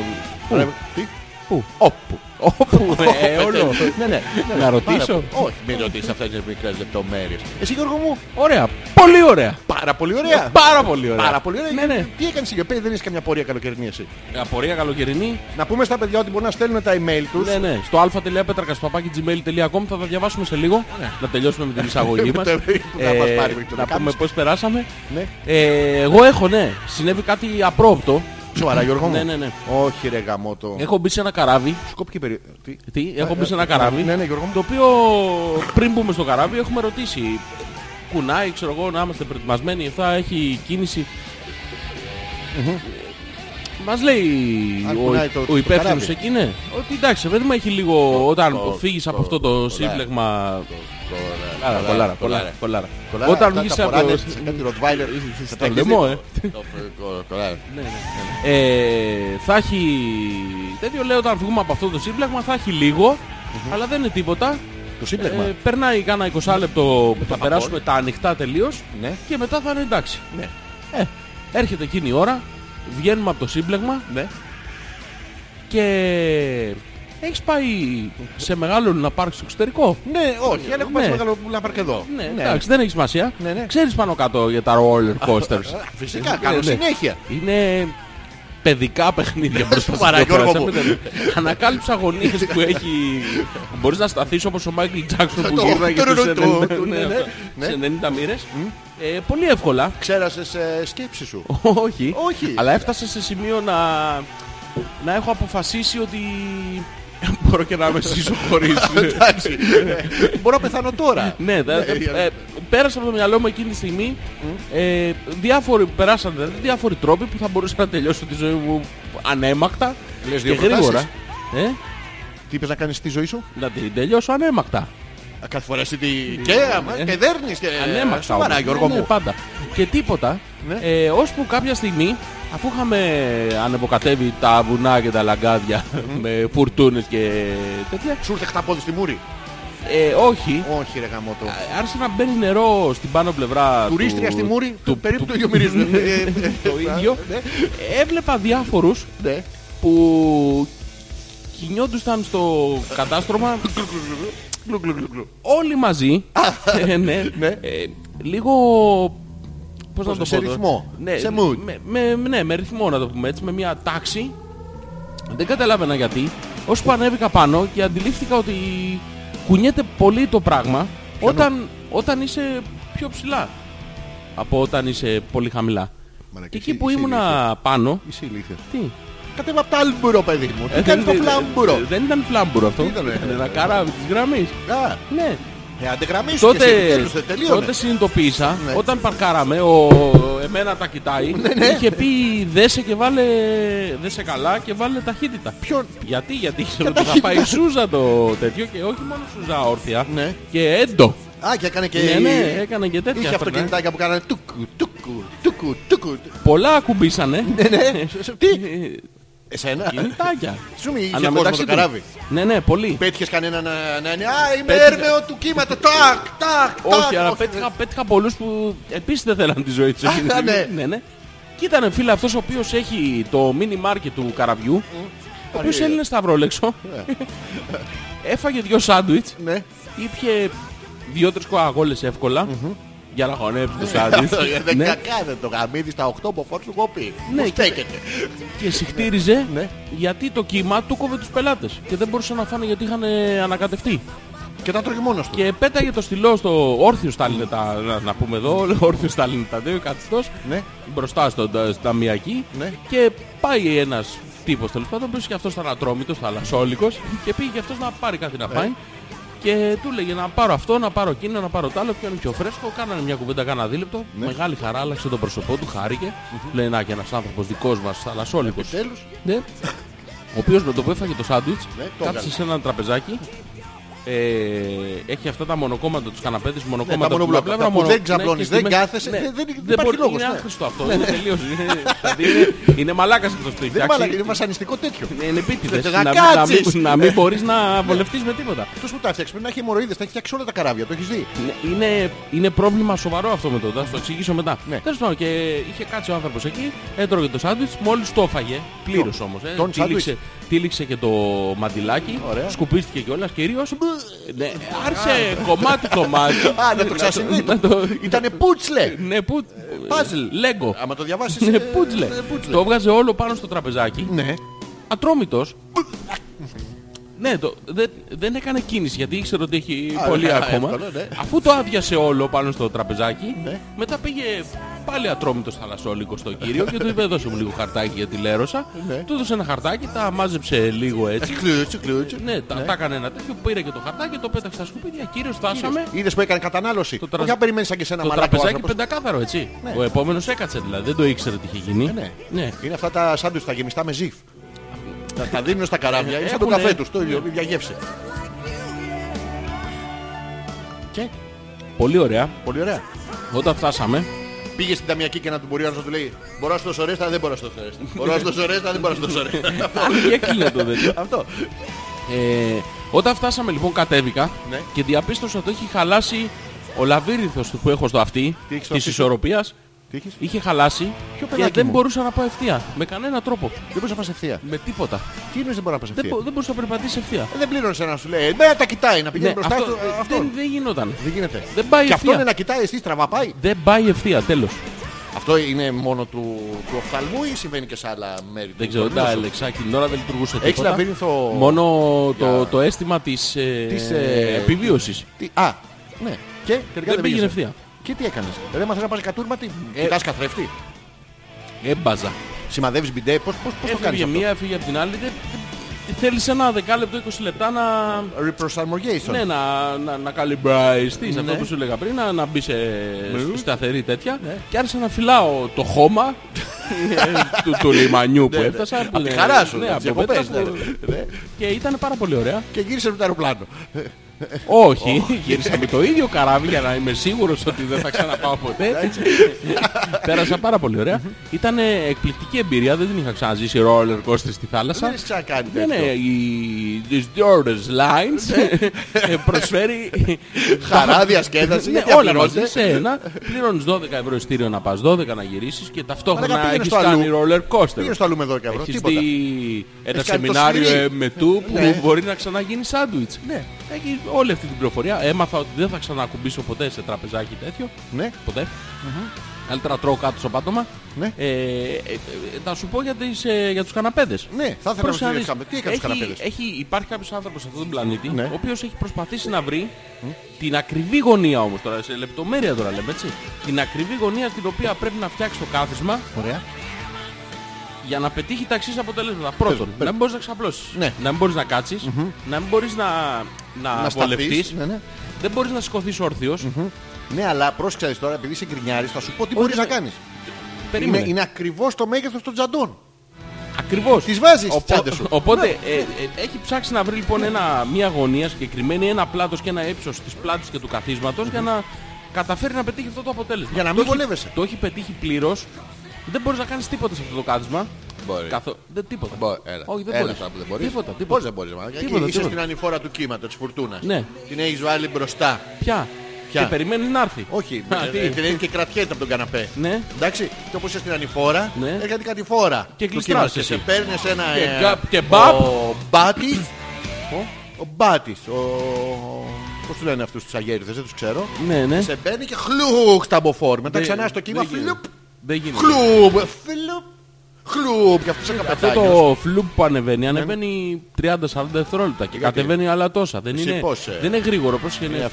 [SPEAKER 2] Τον έβγα- Τι.
[SPEAKER 3] Πού.
[SPEAKER 2] Όπου.
[SPEAKER 3] Όπου. ε,
[SPEAKER 2] Ε,
[SPEAKER 3] όλο.
[SPEAKER 2] Ναι, ναι. ναι, ναι.
[SPEAKER 3] Να ρωτήσω.
[SPEAKER 2] Πάρα πολύ. Όχι, μην ρωτήσεις αυτές τις μικρές λεπτομέρειες. Εσύ Γιώργο μου,
[SPEAKER 3] Ωραία. Πολύ ωραία.
[SPEAKER 2] πάρα πολύ ωραία.
[SPEAKER 3] Ε, Πάρα πολύ ωραία.
[SPEAKER 2] Πάρα πολύ ωραία.
[SPEAKER 3] Ναι, ναι.
[SPEAKER 2] Τι έκανες για παιδί, δεν είσαι καμιά πορεία καλοκαιρινή εσύ.
[SPEAKER 3] Απορία καλοκαιρινή.
[SPEAKER 2] Να πούμε στα παιδιά ότι μπορούν να στέλνουν τα email τους.
[SPEAKER 3] Ναι, ναι. Στο α.πέτρακα.gmail.com θα τα διαβάσουμε σε λίγο. Να τελειώσουμε με την εισαγωγή μας. Ε,
[SPEAKER 2] Να μας πάρει μέχρι το
[SPEAKER 3] Να πούμε
[SPEAKER 2] δεκάμιση.
[SPEAKER 3] πώς περάσαμε.
[SPEAKER 2] Ναι.
[SPEAKER 3] Ε, Εγώ έχω, ναι. Συνέβη κάτι απρόοπτο.
[SPEAKER 2] Σοβαρά Γιώργο μου.
[SPEAKER 3] Ναι, ναι, Ε, ναι.
[SPEAKER 2] Όχι ρε γαμότο.
[SPEAKER 3] Έχω μπει σε ένα καράβι.
[SPEAKER 2] Σου κόπηκε περί... Τι?
[SPEAKER 3] Τι, έχω μπει σε ένα καράβι.
[SPEAKER 2] Ναι, ναι, Γιώργο μου.
[SPEAKER 3] Το οποίο πριν μπούμε στο καράβι έχουμε ρωτήσει. Κουνάει, ξέρω εγώ, να είμαστε προετοιμασμένοι. Θα έχει κίνηση. Μας λέει
[SPEAKER 2] Αν
[SPEAKER 3] ο,
[SPEAKER 2] κουνάει το-
[SPEAKER 3] ο
[SPEAKER 2] το
[SPEAKER 3] υπεύθυνος
[SPEAKER 2] καράβι.
[SPEAKER 3] εκεί, ναι. Ότι εντάξει, παιδί μου έχει λίγο όταν
[SPEAKER 2] το-
[SPEAKER 3] φύγεις από
[SPEAKER 2] το-
[SPEAKER 3] αυτό το
[SPEAKER 2] το-
[SPEAKER 3] σύμπλεγμα...
[SPEAKER 2] Τώρα,
[SPEAKER 3] Άρα,
[SPEAKER 2] τώρα,
[SPEAKER 3] κολάρα,
[SPEAKER 2] τώρα.
[SPEAKER 3] κολάρα, κολάρα.
[SPEAKER 2] Κολάρα,
[SPEAKER 3] Όταν
[SPEAKER 2] αυτά
[SPEAKER 3] βγεις
[SPEAKER 2] τα
[SPEAKER 3] από...
[SPEAKER 2] φοράνε σε Κάτι Ροτβάιλερ.
[SPEAKER 3] στο
[SPEAKER 2] Θα τα έχεις δει.
[SPEAKER 3] λαιμό, ε.
[SPEAKER 2] Το- το- κολάρα.
[SPEAKER 3] Ε, θα έχει... Τέτοιο λέω όταν φύγουμε από αυτό το σύμπλεγμα θα έχει λίγο, αλλά δεν είναι τίποτα.
[SPEAKER 2] Το
[SPEAKER 3] Ε,
[SPEAKER 2] σύμπλεγμα.
[SPEAKER 3] περνάει κάνα 20 λεπτό που θα
[SPEAKER 2] τα
[SPEAKER 3] περάσουμε τα ανοιχτά τελείως
[SPEAKER 2] Ναι.
[SPEAKER 3] και μετά θα είναι εντάξει.
[SPEAKER 2] Ναι.
[SPEAKER 3] Ε, έρχεται εκείνη η ώρα, βγαίνουμε από το σύμπλεγμα
[SPEAKER 2] Ναι.
[SPEAKER 3] και έχεις πάει σε μεγάλο λούνα πάρκ στο εξωτερικό.
[SPEAKER 2] Ναι, όχι, αλλά έχω πάει
[SPEAKER 3] Ναι.
[SPEAKER 2] σε μεγάλο λαμπάρκ εδώ.
[SPEAKER 3] Ναι, εντάξει, δεν έχει σημασία.
[SPEAKER 2] Ναι, ναι.
[SPEAKER 3] Ξέρεις πάνω κάτω για τα roller coasters.
[SPEAKER 2] Ε, Φυσικά,
[SPEAKER 3] Ναι,
[SPEAKER 2] κάνω
[SPEAKER 3] ναι.
[SPEAKER 2] συνέχεια.
[SPEAKER 3] Είναι παιδικά παιχνίδια προσπαθώ
[SPEAKER 2] σοβαρά,
[SPEAKER 3] να
[SPEAKER 2] Γιώργο
[SPEAKER 3] περάσω.
[SPEAKER 2] μου.
[SPEAKER 3] Ανακάλυψα αγωνίες που έχει... Μπορείς να σταθείς όπως ο Μάικλ Τζάξον που
[SPEAKER 2] Το-
[SPEAKER 3] γύρναγε
[SPEAKER 2] το-
[SPEAKER 3] στους
[SPEAKER 2] το-
[SPEAKER 3] 90
[SPEAKER 2] το-
[SPEAKER 3] ναι,
[SPEAKER 2] ναι,
[SPEAKER 3] αυτό,
[SPEAKER 2] ναι.
[SPEAKER 3] σε 90 μοίρες. Ε, Πολύ εύκολα.
[SPEAKER 2] Ξέρασες ε, σκέψη σου.
[SPEAKER 3] Όχι.
[SPEAKER 2] Όχι.
[SPEAKER 3] Αλλά έφτασα σε σημείο να, να έχω αποφασίσει ότι μπορώ και να με ζήσω χωρίς...
[SPEAKER 2] Εντάξει. Ε, Μπορώ να πεθάνω τώρα.
[SPEAKER 3] ναι, δε-
[SPEAKER 2] Ναι,
[SPEAKER 3] ε, πέρασε από το μυαλό μου εκείνη τη στιγμή ε, διάφοροι, περάσαν δηλαδή, διάφοροι τρόποι που θα μπορούσα να τελειώσω τη ζωή μου ανέμακτα
[SPEAKER 2] Λες
[SPEAKER 3] και
[SPEAKER 2] δύο προτάσεις.
[SPEAKER 3] γρήγορα. Ε,
[SPEAKER 2] Τι είπες να κάνεις στη ζωή σου.
[SPEAKER 3] να την τελειώσω ανέμακτα.
[SPEAKER 2] Α, Κάθε φορά εσύ τι... Και άμα, και δέρνεις και...
[SPEAKER 3] Ανέμακτα
[SPEAKER 2] Ε, Σοβαρά
[SPEAKER 3] Ναι. όμως.
[SPEAKER 2] Γιώργο
[SPEAKER 3] Ναι, ναι,
[SPEAKER 2] μου.
[SPEAKER 3] πάντα. Και τίποτα.
[SPEAKER 2] Ναι.
[SPEAKER 3] Ε, ώσπου κάποια στιγμή, αφού είχαμε ανεβοκατεύει τα βουνά και τα λαγκάδια με φουρτούνες και τέτοια,
[SPEAKER 2] Σου ήρθε χταπόδι στη μούρη.
[SPEAKER 3] Ε, όχι. Ε,
[SPEAKER 2] Όχι, ρε γάμο το.
[SPEAKER 3] Άρχισε να μπαίνει νερό στην πάνω πλευρά
[SPEAKER 2] Τουρίστρια
[SPEAKER 3] του-
[SPEAKER 2] στη μούρη,
[SPEAKER 3] του-
[SPEAKER 2] περίπου
[SPEAKER 3] του- Ναι,
[SPEAKER 2] το ίδιο μυρίζουν. Ε,
[SPEAKER 3] το ίδιο.
[SPEAKER 2] Ναι,
[SPEAKER 3] Έβλεπα διάφορους
[SPEAKER 2] ναι.
[SPEAKER 3] που κινιόντουσαν στο κατάστρωμα
[SPEAKER 2] Γκλου, γκλου, γκλου, γκλου.
[SPEAKER 3] όλοι μαζί. Ε, ναι.
[SPEAKER 2] Ναι.
[SPEAKER 3] Ε, λίγο. Πώς να το
[SPEAKER 2] Πώς,
[SPEAKER 3] πω.
[SPEAKER 2] σε
[SPEAKER 3] τώρα.
[SPEAKER 2] ρυθμό,
[SPEAKER 3] Ναι,
[SPEAKER 2] σε mood.
[SPEAKER 3] Με, με- ναι, με ρυθμό να το πούμε έτσι, με μια τάξη. Δεν καταλάβαινα γιατί. Ώσπου ανέβηκα πάνω και αντιλήφθηκα ότι κουνιέται πολύ το πράγμα όταν, όταν είσαι πιο ψηλά από όταν είσαι πολύ χαμηλά.
[SPEAKER 2] Μαλάκα,
[SPEAKER 3] και
[SPEAKER 2] εσύ-
[SPEAKER 3] εκεί που
[SPEAKER 2] εσύ
[SPEAKER 3] ήμουνα πάνω.
[SPEAKER 2] Είσαι ηλίθιος.
[SPEAKER 3] Τι.
[SPEAKER 2] Κατέβα απ' τα άλμπουρο, παιδί μου.
[SPEAKER 3] ε,
[SPEAKER 2] Τι κάνεις το
[SPEAKER 3] δεν- ε,
[SPEAKER 2] φλάμπουρο.
[SPEAKER 3] δεν- Δεν ήταν φλάμπουρο αυτό.
[SPEAKER 2] Τι ήτανε, ε,
[SPEAKER 3] Ένα καράβι της γραμμής.
[SPEAKER 2] Α,
[SPEAKER 3] Ναι.
[SPEAKER 2] ε, αντεγραμμίσου και εσύ,
[SPEAKER 3] Τότε,
[SPEAKER 2] τέλος, ε, τελείωνε.
[SPEAKER 3] τότε συνειδητοποίησα,
[SPEAKER 2] Ναι.
[SPEAKER 3] όταν παρκάραμε, ο, εμένα τα κοιτάει, είχε πει δέσε και βάλε, δέσε καλά και βάλε ταχύτητα.
[SPEAKER 2] Ποιον-
[SPEAKER 3] Γιατί, γιατί ξέρω ότι θα πάει σούζα το τέτοιο και όχι μόνο σούζα όρθια
[SPEAKER 2] Ναι.
[SPEAKER 3] και έντο.
[SPEAKER 2] Α, και έκανε και...
[SPEAKER 3] ναι, ναι, έκανε και τέτοια.
[SPEAKER 2] Είχε
[SPEAKER 3] έπαιρνε.
[SPEAKER 2] αυτοκινητάκια που κάνανε τουκου, τουκου, τουκου, τουκου.
[SPEAKER 3] Πολλά ακουμπήσανε.
[SPEAKER 2] Ναι, ναι. σε- Τι,
[SPEAKER 3] Ε,
[SPEAKER 2] εσένα.
[SPEAKER 3] Κινητάκια.
[SPEAKER 2] Σου μη είχε κόσμο
[SPEAKER 3] Αναμεταξύ
[SPEAKER 2] το
[SPEAKER 3] του.
[SPEAKER 2] καράβι.
[SPEAKER 3] Ναι, ναι, πολύ.
[SPEAKER 2] Πέτυχες κανένα να, να είναι «Α, είμαι
[SPEAKER 3] Πέτυχα.
[SPEAKER 2] έρμεο του κύματος, τάκ, τάκ, τάκ».
[SPEAKER 3] Όχι, αλλά πέτυχα, πέτυχα πολλούς που επίσης δεν θέλαν τη ζωή τους.
[SPEAKER 2] Α,
[SPEAKER 3] εκείνη τη στιγμή.
[SPEAKER 2] ναι.
[SPEAKER 3] ναι, ναι. Και ήταν φίλε αυτός ο οποίος έχει το mini market του καραβιού, ο οποίος
[SPEAKER 2] Ωραία.
[SPEAKER 3] έλυνε σταυρόλεξο, έφαγε δυο σάντουιτς,
[SPEAKER 2] Ναι.
[SPEAKER 3] ήπιε δυο-τρεις κοαγόλες εύκολα, για να χωνέψεις το σάντουιτς.
[SPEAKER 2] Ε, Δεν
[SPEAKER 3] Ναι.
[SPEAKER 2] κακάνε το γαμίδι στα 8 που φορ σου έχω πει.
[SPEAKER 3] Ναι,
[SPEAKER 2] Μου
[SPEAKER 3] και-
[SPEAKER 2] στέκεται.
[SPEAKER 3] Και συχτήριζε
[SPEAKER 2] Ναι.
[SPEAKER 3] γιατί το κύμα του κόβε τους πελάτες και δεν μπορούσαν να φάνε γιατί είχαν ε, ανακατευτεί.
[SPEAKER 2] Και τα τρώγει μόνος του.
[SPEAKER 3] Και πέταγε το στυλό στο όρθιο στάλινε τα, να, να πούμε εδώ, όρθιο στάλινε τα δύο, καθιστός,
[SPEAKER 2] Ναι.
[SPEAKER 3] μπροστά στον τα- στην ταμιακή
[SPEAKER 2] Ναι.
[SPEAKER 3] και πάει ένας τύπος τέλος πάντων, που και αυτός ήταν ατρόμητος, θαλασσόλικος και πήγε και αυτός να πάρει κάτι να πάει και του λέγε να πάρω αυτό, να πάρω εκείνο, να πάρω το άλλο, ποιο είναι πιο φρέσκο. Κάνανε μια κουβέντα, κάνα δίλεπτο. Μεγάλη χαρά, άλλαξε το πρόσωπό του, χάρηκε. Λέει να και ένας άνθρωπος δικός μας, θαλασσόλικος.
[SPEAKER 2] Τέλος.
[SPEAKER 3] Ναι. Ο οποίος με το που έφαγε το σάντουιτς,
[SPEAKER 2] Ναι, το
[SPEAKER 3] κάθισε
[SPEAKER 2] έβγαλε.
[SPEAKER 3] σε ένα τραπεζάκι. Ε, έχει αυτά τα μονοκόμματα, τους καναπέδες, μονοκόμματα.
[SPEAKER 2] Ναι, τα
[SPEAKER 3] που
[SPEAKER 2] μονοπλάκα,
[SPEAKER 3] πλευρά,
[SPEAKER 2] αυτά που
[SPEAKER 3] μονο- Ναι,
[SPEAKER 2] δεν ξαπλώνεις,
[SPEAKER 3] και στη
[SPEAKER 2] δεν
[SPEAKER 3] μέση-
[SPEAKER 2] κάθεσαι, δεν- δεν υπάρχει
[SPEAKER 3] μπορεί-
[SPEAKER 2] λόγος,
[SPEAKER 3] Είναι
[SPEAKER 2] ναι.
[SPEAKER 3] άχρηστο αυτό, είναι τελείως. είναι- δηλαδή είναι- Είναι μαλάκας αυτός το έχει
[SPEAKER 2] Δεν μάλακα, είναι
[SPEAKER 3] φτιάξει.
[SPEAKER 2] βασανιστικό τέτοιο.
[SPEAKER 3] Ναι, Είναι επίτηδες.
[SPEAKER 2] Δεν θα
[SPEAKER 3] Να μην- να μην-
[SPEAKER 2] κάτσεις.
[SPEAKER 3] Να μην μπορείς να βολευτείς με τίποτα.
[SPEAKER 2] Αυτός που τα έφτιαξε πρέπει να έχει αιμορροίδες, τα έχει φτιάξει όλα τα καράβια, το έχεις δει.
[SPEAKER 3] Ναι, Είναι, είναι πρόβλημα σοβαρό αυτό με το, θα σου το εξηγήσω μετά.
[SPEAKER 2] Ναι.
[SPEAKER 3] Τέλος πάντων, και είχε κάτσει ο άνθρωπος εκεί, έτρωγε το σάντουιτς, μόλις το έφαγε, πλήρως όμως. Ε,
[SPEAKER 2] Τον
[SPEAKER 3] τύλιξε, τύλιξε και το μαντιλάκι,
[SPEAKER 2] Ωραία.
[SPEAKER 3] σκουπίστηκε κιόλας κυρίως. Ναι, άρχισε κομμάτι κομμάτι.
[SPEAKER 2] Α, να το ξασυνδεί.
[SPEAKER 3] Να το-
[SPEAKER 2] Ήτανε πούτσλε.
[SPEAKER 3] Ναι, που...
[SPEAKER 2] Puzzle.
[SPEAKER 3] Λέγκο.
[SPEAKER 2] Άμα το διαβάσεις...
[SPEAKER 3] Ναι,
[SPEAKER 2] ε,
[SPEAKER 3] πούτσλε.
[SPEAKER 2] ε, πούτσλε.
[SPEAKER 3] Το έβγαζε όλο πάνω στο τραπεζάκι.
[SPEAKER 2] Ναι.
[SPEAKER 3] Ατρόμητος. Ναι, το, δεν, δεν έκανε κίνηση γιατί ήξερε ότι έχει
[SPEAKER 2] Α,
[SPEAKER 3] πολύ
[SPEAKER 2] ναι,
[SPEAKER 3] ακόμα.
[SPEAKER 2] εύκολο, ναι.
[SPEAKER 3] Αφού το άδειασε όλο πάνω στο τραπεζάκι,
[SPEAKER 2] Ναι.
[SPEAKER 3] μετά πήγε πάλι ατρόμητος θαλασσόλικος στο κύριο και του είπε δώσε μου λίγο χαρτάκι γιατί λέρωσα.
[SPEAKER 2] Ναι.
[SPEAKER 3] Του έδωσε ένα χαρτάκι, τα μάζεψε λίγο
[SPEAKER 2] Ε,
[SPEAKER 3] έτσι.
[SPEAKER 2] Κλούτσου, κλούτσου.
[SPEAKER 3] ναι, τα, τα έκανε ένα τέτοιο, πήρε και το χαρτάκι, το πέταξε στα σκουπίδια. Κύριο, φτάσαμε.
[SPEAKER 2] Είδες που έκανε κατανάλωση.
[SPEAKER 3] Το τρα-
[SPEAKER 2] Όχι να περιμένεις σαν και σένα
[SPEAKER 3] Το
[SPEAKER 2] μαλάκα ο
[SPEAKER 3] τραπεζάκι
[SPEAKER 2] άνθρωπος.
[SPEAKER 3] πεντακάθαρο, έτσι.
[SPEAKER 2] Ναι.
[SPEAKER 3] Ο επόμενος έκατσε δηλαδή, δεν το ήξερε τι είχε γίνει.
[SPEAKER 2] Ε, ναι.
[SPEAKER 3] ναι.
[SPEAKER 2] Είναι αυτά τα σάντουιτς τα γεμιστά με ζύφ. τα, τα δίνουν στα καράβια, είναι σαν τον
[SPEAKER 3] Έχουνε.
[SPEAKER 2] καφέ τους, το ίδιο, η ίδια γεύση. Και,
[SPEAKER 3] Πολύ ωραία.
[SPEAKER 2] πολύ ωραία.
[SPEAKER 3] Όταν φτάσαμε,
[SPEAKER 2] Πήγε στην ταμιακή και να του μπορεί ο άλλος να του λέει Μπορώ να σου δώσω ρέστα, δεν μπορώ να σου δώσω ρέστα. Μπορώ να σου δώσω ρέστα, δεν μπορώ να σου δώσω ρέστα.
[SPEAKER 3] και έκλεινε το τέτοιο.
[SPEAKER 2] Αυτό.
[SPEAKER 3] Ε, όταν φτάσαμε λοιπόν κατέβηκα
[SPEAKER 2] Ναι.
[SPEAKER 3] και διαπίστωσα ότι έχει χαλάσει ο λαβύρινθος του που έχω στο αυτί
[SPEAKER 2] Τι έχεις στο
[SPEAKER 3] της
[SPEAKER 2] αυτί σου?
[SPEAKER 3] ισορροπίας.
[SPEAKER 2] Τι έχεις?
[SPEAKER 3] Είχε χαλάσει και
[SPEAKER 2] παιδάκι
[SPEAKER 3] δεν
[SPEAKER 2] μου.
[SPEAKER 3] μπορούσα να πάω ευθεία. Με κανένα τρόπο.
[SPEAKER 2] Δεν μπορείς να πας ευθεία.
[SPEAKER 3] Με τίποτα.
[SPEAKER 2] Τι είναι δεν μπορεί να πας
[SPEAKER 3] Δεν,
[SPEAKER 2] ευθεία.
[SPEAKER 3] μπο- δεν μπορούσα να περπατήσει ευθεία.
[SPEAKER 2] Ε, Δεν πλήρωνε να σου λέει. Εμένα τα κοιτάει να πηγαίνει
[SPEAKER 3] Ναι,
[SPEAKER 2] μπροστά
[SPEAKER 3] αυτό,
[SPEAKER 2] του.
[SPEAKER 3] ε,
[SPEAKER 2] Αυτό.
[SPEAKER 3] δεν, δεν γινόταν.
[SPEAKER 2] Δεν γίνεται.
[SPEAKER 3] δεν πάει
[SPEAKER 2] Και αυτό
[SPEAKER 3] ευθεία.
[SPEAKER 2] είναι να κοιτάει, εσύ στραβά πάει.
[SPEAKER 3] Δεν πάει ευθεία, τέλος.
[SPEAKER 2] Αυτό είναι μόνο του, του οφθαλμού ή συμβαίνει και σε άλλα μέρη.
[SPEAKER 3] Δεν ξέρω, τα έλεξα εκείνη την ώρα δεν λειτουργούσε τίποτα.
[SPEAKER 2] Έχεις λαβύρινθο-
[SPEAKER 3] Μόνο το, το αίσθημα της, ε,
[SPEAKER 2] Της, ε,
[SPEAKER 3] επιβίωσης.
[SPEAKER 2] Τι, α, ναι. Και τελικά
[SPEAKER 3] πήγαινε
[SPEAKER 2] δεν, πήγες.
[SPEAKER 3] ευθεία.
[SPEAKER 2] Και τι έκανες. Δεν μαθαίνεις να πας κατούρματι. Ε... Κοιτάς καθρέφτη.
[SPEAKER 3] Έμπαζα.
[SPEAKER 2] Σημαδεύεις μπιντέ. Πώς, πώς, πώς το κάνεις
[SPEAKER 3] Έφυγε
[SPEAKER 2] αυτό.
[SPEAKER 3] μία, έφυγε από την άλλη. Δεν- δεν- Θέλεις ένα δεκάλεπτο, 20 λεπτά να,
[SPEAKER 2] Reprosarmogation.
[SPEAKER 3] Ναι, να, να, να καλυμπραϊστείς,
[SPEAKER 2] Ναι.
[SPEAKER 3] αυτό που σου έλεγα πριν, να, να μπεις σε
[SPEAKER 2] Ναι.
[SPEAKER 3] σταθερή τέτοια. Και άρχισα να φυλάω το χώμα ε, του, του λιμανιού που
[SPEAKER 2] ναι.
[SPEAKER 3] έφτασα.
[SPEAKER 2] Απ'
[SPEAKER 3] που-
[SPEAKER 2] τη χαρά σου,
[SPEAKER 3] ναι,
[SPEAKER 2] τις
[SPEAKER 3] από
[SPEAKER 2] διακοπές,
[SPEAKER 3] πέτρα που-
[SPEAKER 2] ναι, ναι.
[SPEAKER 3] Και ήταν πάρα πολύ ωραία. Ε,
[SPEAKER 2] Και γύρισε με το αεροπλάνο.
[SPEAKER 3] Όχι, γύρισα με το ίδιο καράβι για να είμαι σίγουρος ότι δεν θα ξαναπάω
[SPEAKER 2] Ναι,
[SPEAKER 3] ποτέ. Πέρασα πάρα πολύ ωραία. Ήταν εκπληκτική εμπειρία, δεν την είχα ξαναζήσει roller coaster στη θάλασσα.
[SPEAKER 2] Δεν έχεις ξανακάνει
[SPEAKER 3] Ναι, ναι,
[SPEAKER 2] τέτοιο. Ναι.
[SPEAKER 3] η This Jordan's Lines ε, προσφέρει
[SPEAKER 2] Χαρά, διασκέδαση,
[SPEAKER 3] Ναι,
[SPEAKER 2] γιατί
[SPEAKER 3] όλα
[SPEAKER 2] απληρώνεται.
[SPEAKER 3] μαζί σε ένα. Πληρώνεις 12 ευρώ ειστήριο να πας 12 να γυρίσεις και
[SPEAKER 2] Μαλάκα,
[SPEAKER 3] ταυτόχρονα
[SPEAKER 2] πήγαινε
[SPEAKER 3] έχεις
[SPEAKER 2] στο αλλού.
[SPEAKER 3] κάνει roller
[SPEAKER 2] Πήγαινε
[SPEAKER 3] coaster.
[SPEAKER 2] στο αλλού με 12 ευρώ.
[SPEAKER 3] Έχεις
[SPEAKER 2] Τίποτα.
[SPEAKER 3] δει ένα
[SPEAKER 2] Έχεις κάνει το
[SPEAKER 3] σεμινάριο
[SPEAKER 2] σφυρί.
[SPEAKER 3] ε, με του που
[SPEAKER 2] Ναι.
[SPEAKER 3] μπορεί να ξαναγίνει σάντουιτς.
[SPEAKER 2] Ναι.
[SPEAKER 3] Έχει όλη αυτή την πληροφορία. Έμαθα ότι δεν θα ξανακουμπήσω ποτέ σε τραπεζάκι τέτοιο.
[SPEAKER 2] Ναι.
[SPEAKER 3] Ποτέ. Καλύτερα τρώω κάτω στο πάτωμα.
[SPEAKER 2] Ναι.
[SPEAKER 3] Ε, ε, ε, θα σου πω για, τις, ε, για τους καναπέδες.
[SPEAKER 2] Ναι, θα ήθελα να
[SPEAKER 3] Πρόσεχε
[SPEAKER 2] σου
[SPEAKER 3] να
[SPEAKER 2] δεις.
[SPEAKER 3] δεις.
[SPEAKER 2] Τι έκανε
[SPEAKER 3] Έχει-
[SPEAKER 2] τους καναπέδες.
[SPEAKER 3] έχει, υπάρχει κάποιος άνθρωπος σε αυτόν τον πλανήτη,
[SPEAKER 2] Ναι.
[SPEAKER 3] ο οποίος έχει προσπαθήσει να βρει την ακριβή γωνία όμως τώρα, σε λεπτομέρεια τώρα λέμε έτσι. Την ακριβή γωνία στην οποία πρέπει να φτιάξει το κάθισμα
[SPEAKER 2] Ωραία.
[SPEAKER 3] για να πετύχει τα εξής αποτελέσματα. Πρώτον,
[SPEAKER 2] πες.
[SPEAKER 3] να μην μπορείς να ξαπλώσεις,
[SPEAKER 2] Ναι.
[SPEAKER 3] να μην μπορείς να κατσεις να μην μπορείς να, να,
[SPEAKER 2] Να
[SPEAKER 3] βολευτείς,
[SPEAKER 2] σταθείς. Ναι, ναι.
[SPEAKER 3] δεν μπορείς να σηκωθείς όρθιος.
[SPEAKER 2] Ναι, αλλά πρόσεξε τώρα, επειδή σε γκρινιάρει, θα σου πω τι
[SPEAKER 3] Όχι,
[SPEAKER 2] μπορεί να
[SPEAKER 3] δεν-
[SPEAKER 2] κάνει. Είναι,
[SPEAKER 3] Περίμενε.
[SPEAKER 2] είναι ακριβώς το μέγεθος των τζαντών.
[SPEAKER 3] Ακριβώς.
[SPEAKER 2] Τις βάζεις στις
[SPEAKER 3] Οπο-
[SPEAKER 2] τσάντες σου.
[SPEAKER 3] Οπότε ε, ε, έχει ψάξει να βρει λοιπόν ένα, μια γωνία συγκεκριμένη, ένα πλάτος και ένα ύψος της πλάτης και του καθίσματος για να καταφέρει να πετύχει αυτό το αποτέλεσμα.
[SPEAKER 2] Για να μην
[SPEAKER 3] Το έχει-
[SPEAKER 2] βολεύεσαι.
[SPEAKER 3] Το έχει πετύχει πλήρως. Δεν μπορείς να κάνεις τίποτα σε αυτό το κάθισμα.
[SPEAKER 2] Μπορεί.
[SPEAKER 3] Καθο... Δεν, τίποτα.
[SPEAKER 2] Μπο- έλα.
[SPEAKER 3] Όχι, δεν
[SPEAKER 2] Έλα
[SPEAKER 3] μπορείς.
[SPEAKER 2] αυτά που δεν μπορείς.
[SPEAKER 3] Τίποτα, τίποτα.
[SPEAKER 2] Πώς δεν μπορείς, μάλλον.
[SPEAKER 3] Τίποτα,
[SPEAKER 2] Είσαι
[SPEAKER 3] τίποτα.
[SPEAKER 2] στην ανηφόρα του κύματος, της φουρτούνας.
[SPEAKER 3] Ναι.
[SPEAKER 2] Την έχεις βάλει μπροστά.
[SPEAKER 3] Πια.
[SPEAKER 2] Ποια?
[SPEAKER 3] Και περιμένεις να έρθει.
[SPEAKER 2] Όχι,
[SPEAKER 3] Α,
[SPEAKER 2] ε,
[SPEAKER 3] τι.
[SPEAKER 2] ε, την έχεις και κρατιέται από τον καναπέ.
[SPEAKER 3] Ναι.
[SPEAKER 2] Εντάξει, και όπως είσαι στην ανηφόρα,
[SPEAKER 3] Ναι.
[SPEAKER 2] έρχεται η κατηφόρα.
[SPEAKER 3] Και
[SPEAKER 2] του
[SPEAKER 3] γλιστράς
[SPEAKER 2] κύματος. Και
[SPEAKER 3] εσύ.
[SPEAKER 2] σε παίρνεις ένα...
[SPEAKER 3] Και
[SPEAKER 2] ε,
[SPEAKER 3] γκάπ και μπαπ.
[SPEAKER 2] Ο μπάτης. Ο μπάτης. Ο... Πώς του λένε αυτούς τους αγέριδες, δεν τους ξέρω.
[SPEAKER 3] Ναι, ναι.
[SPEAKER 2] Σε παίρνει και χλουχ τα μποφόρ. Μετά
[SPEAKER 3] Δεν-
[SPEAKER 2] ξανά στο κύμα,
[SPEAKER 3] δεν γίνεται.
[SPEAKER 2] χλουπ.
[SPEAKER 3] Δεν γίνεται.
[SPEAKER 2] Χλουπ. Χλουπ. Χλουπ. Και αυτός είναι
[SPEAKER 3] Αυτό
[SPEAKER 2] καπετάνιος.
[SPEAKER 3] Ε, το φλουπ που ανεβαίνει, ανεβαίνει 30-40 δευτερόλεπτα και
[SPEAKER 2] Ε. Γιατί?
[SPEAKER 3] κατεβαίνει άλλα τόσα. Δεν
[SPEAKER 2] Εσύ
[SPEAKER 3] είναι,
[SPEAKER 2] πώς, ε?
[SPEAKER 3] δεν είναι γρήγορο, πρόσεχε. Είναι
[SPEAKER 2] Είναι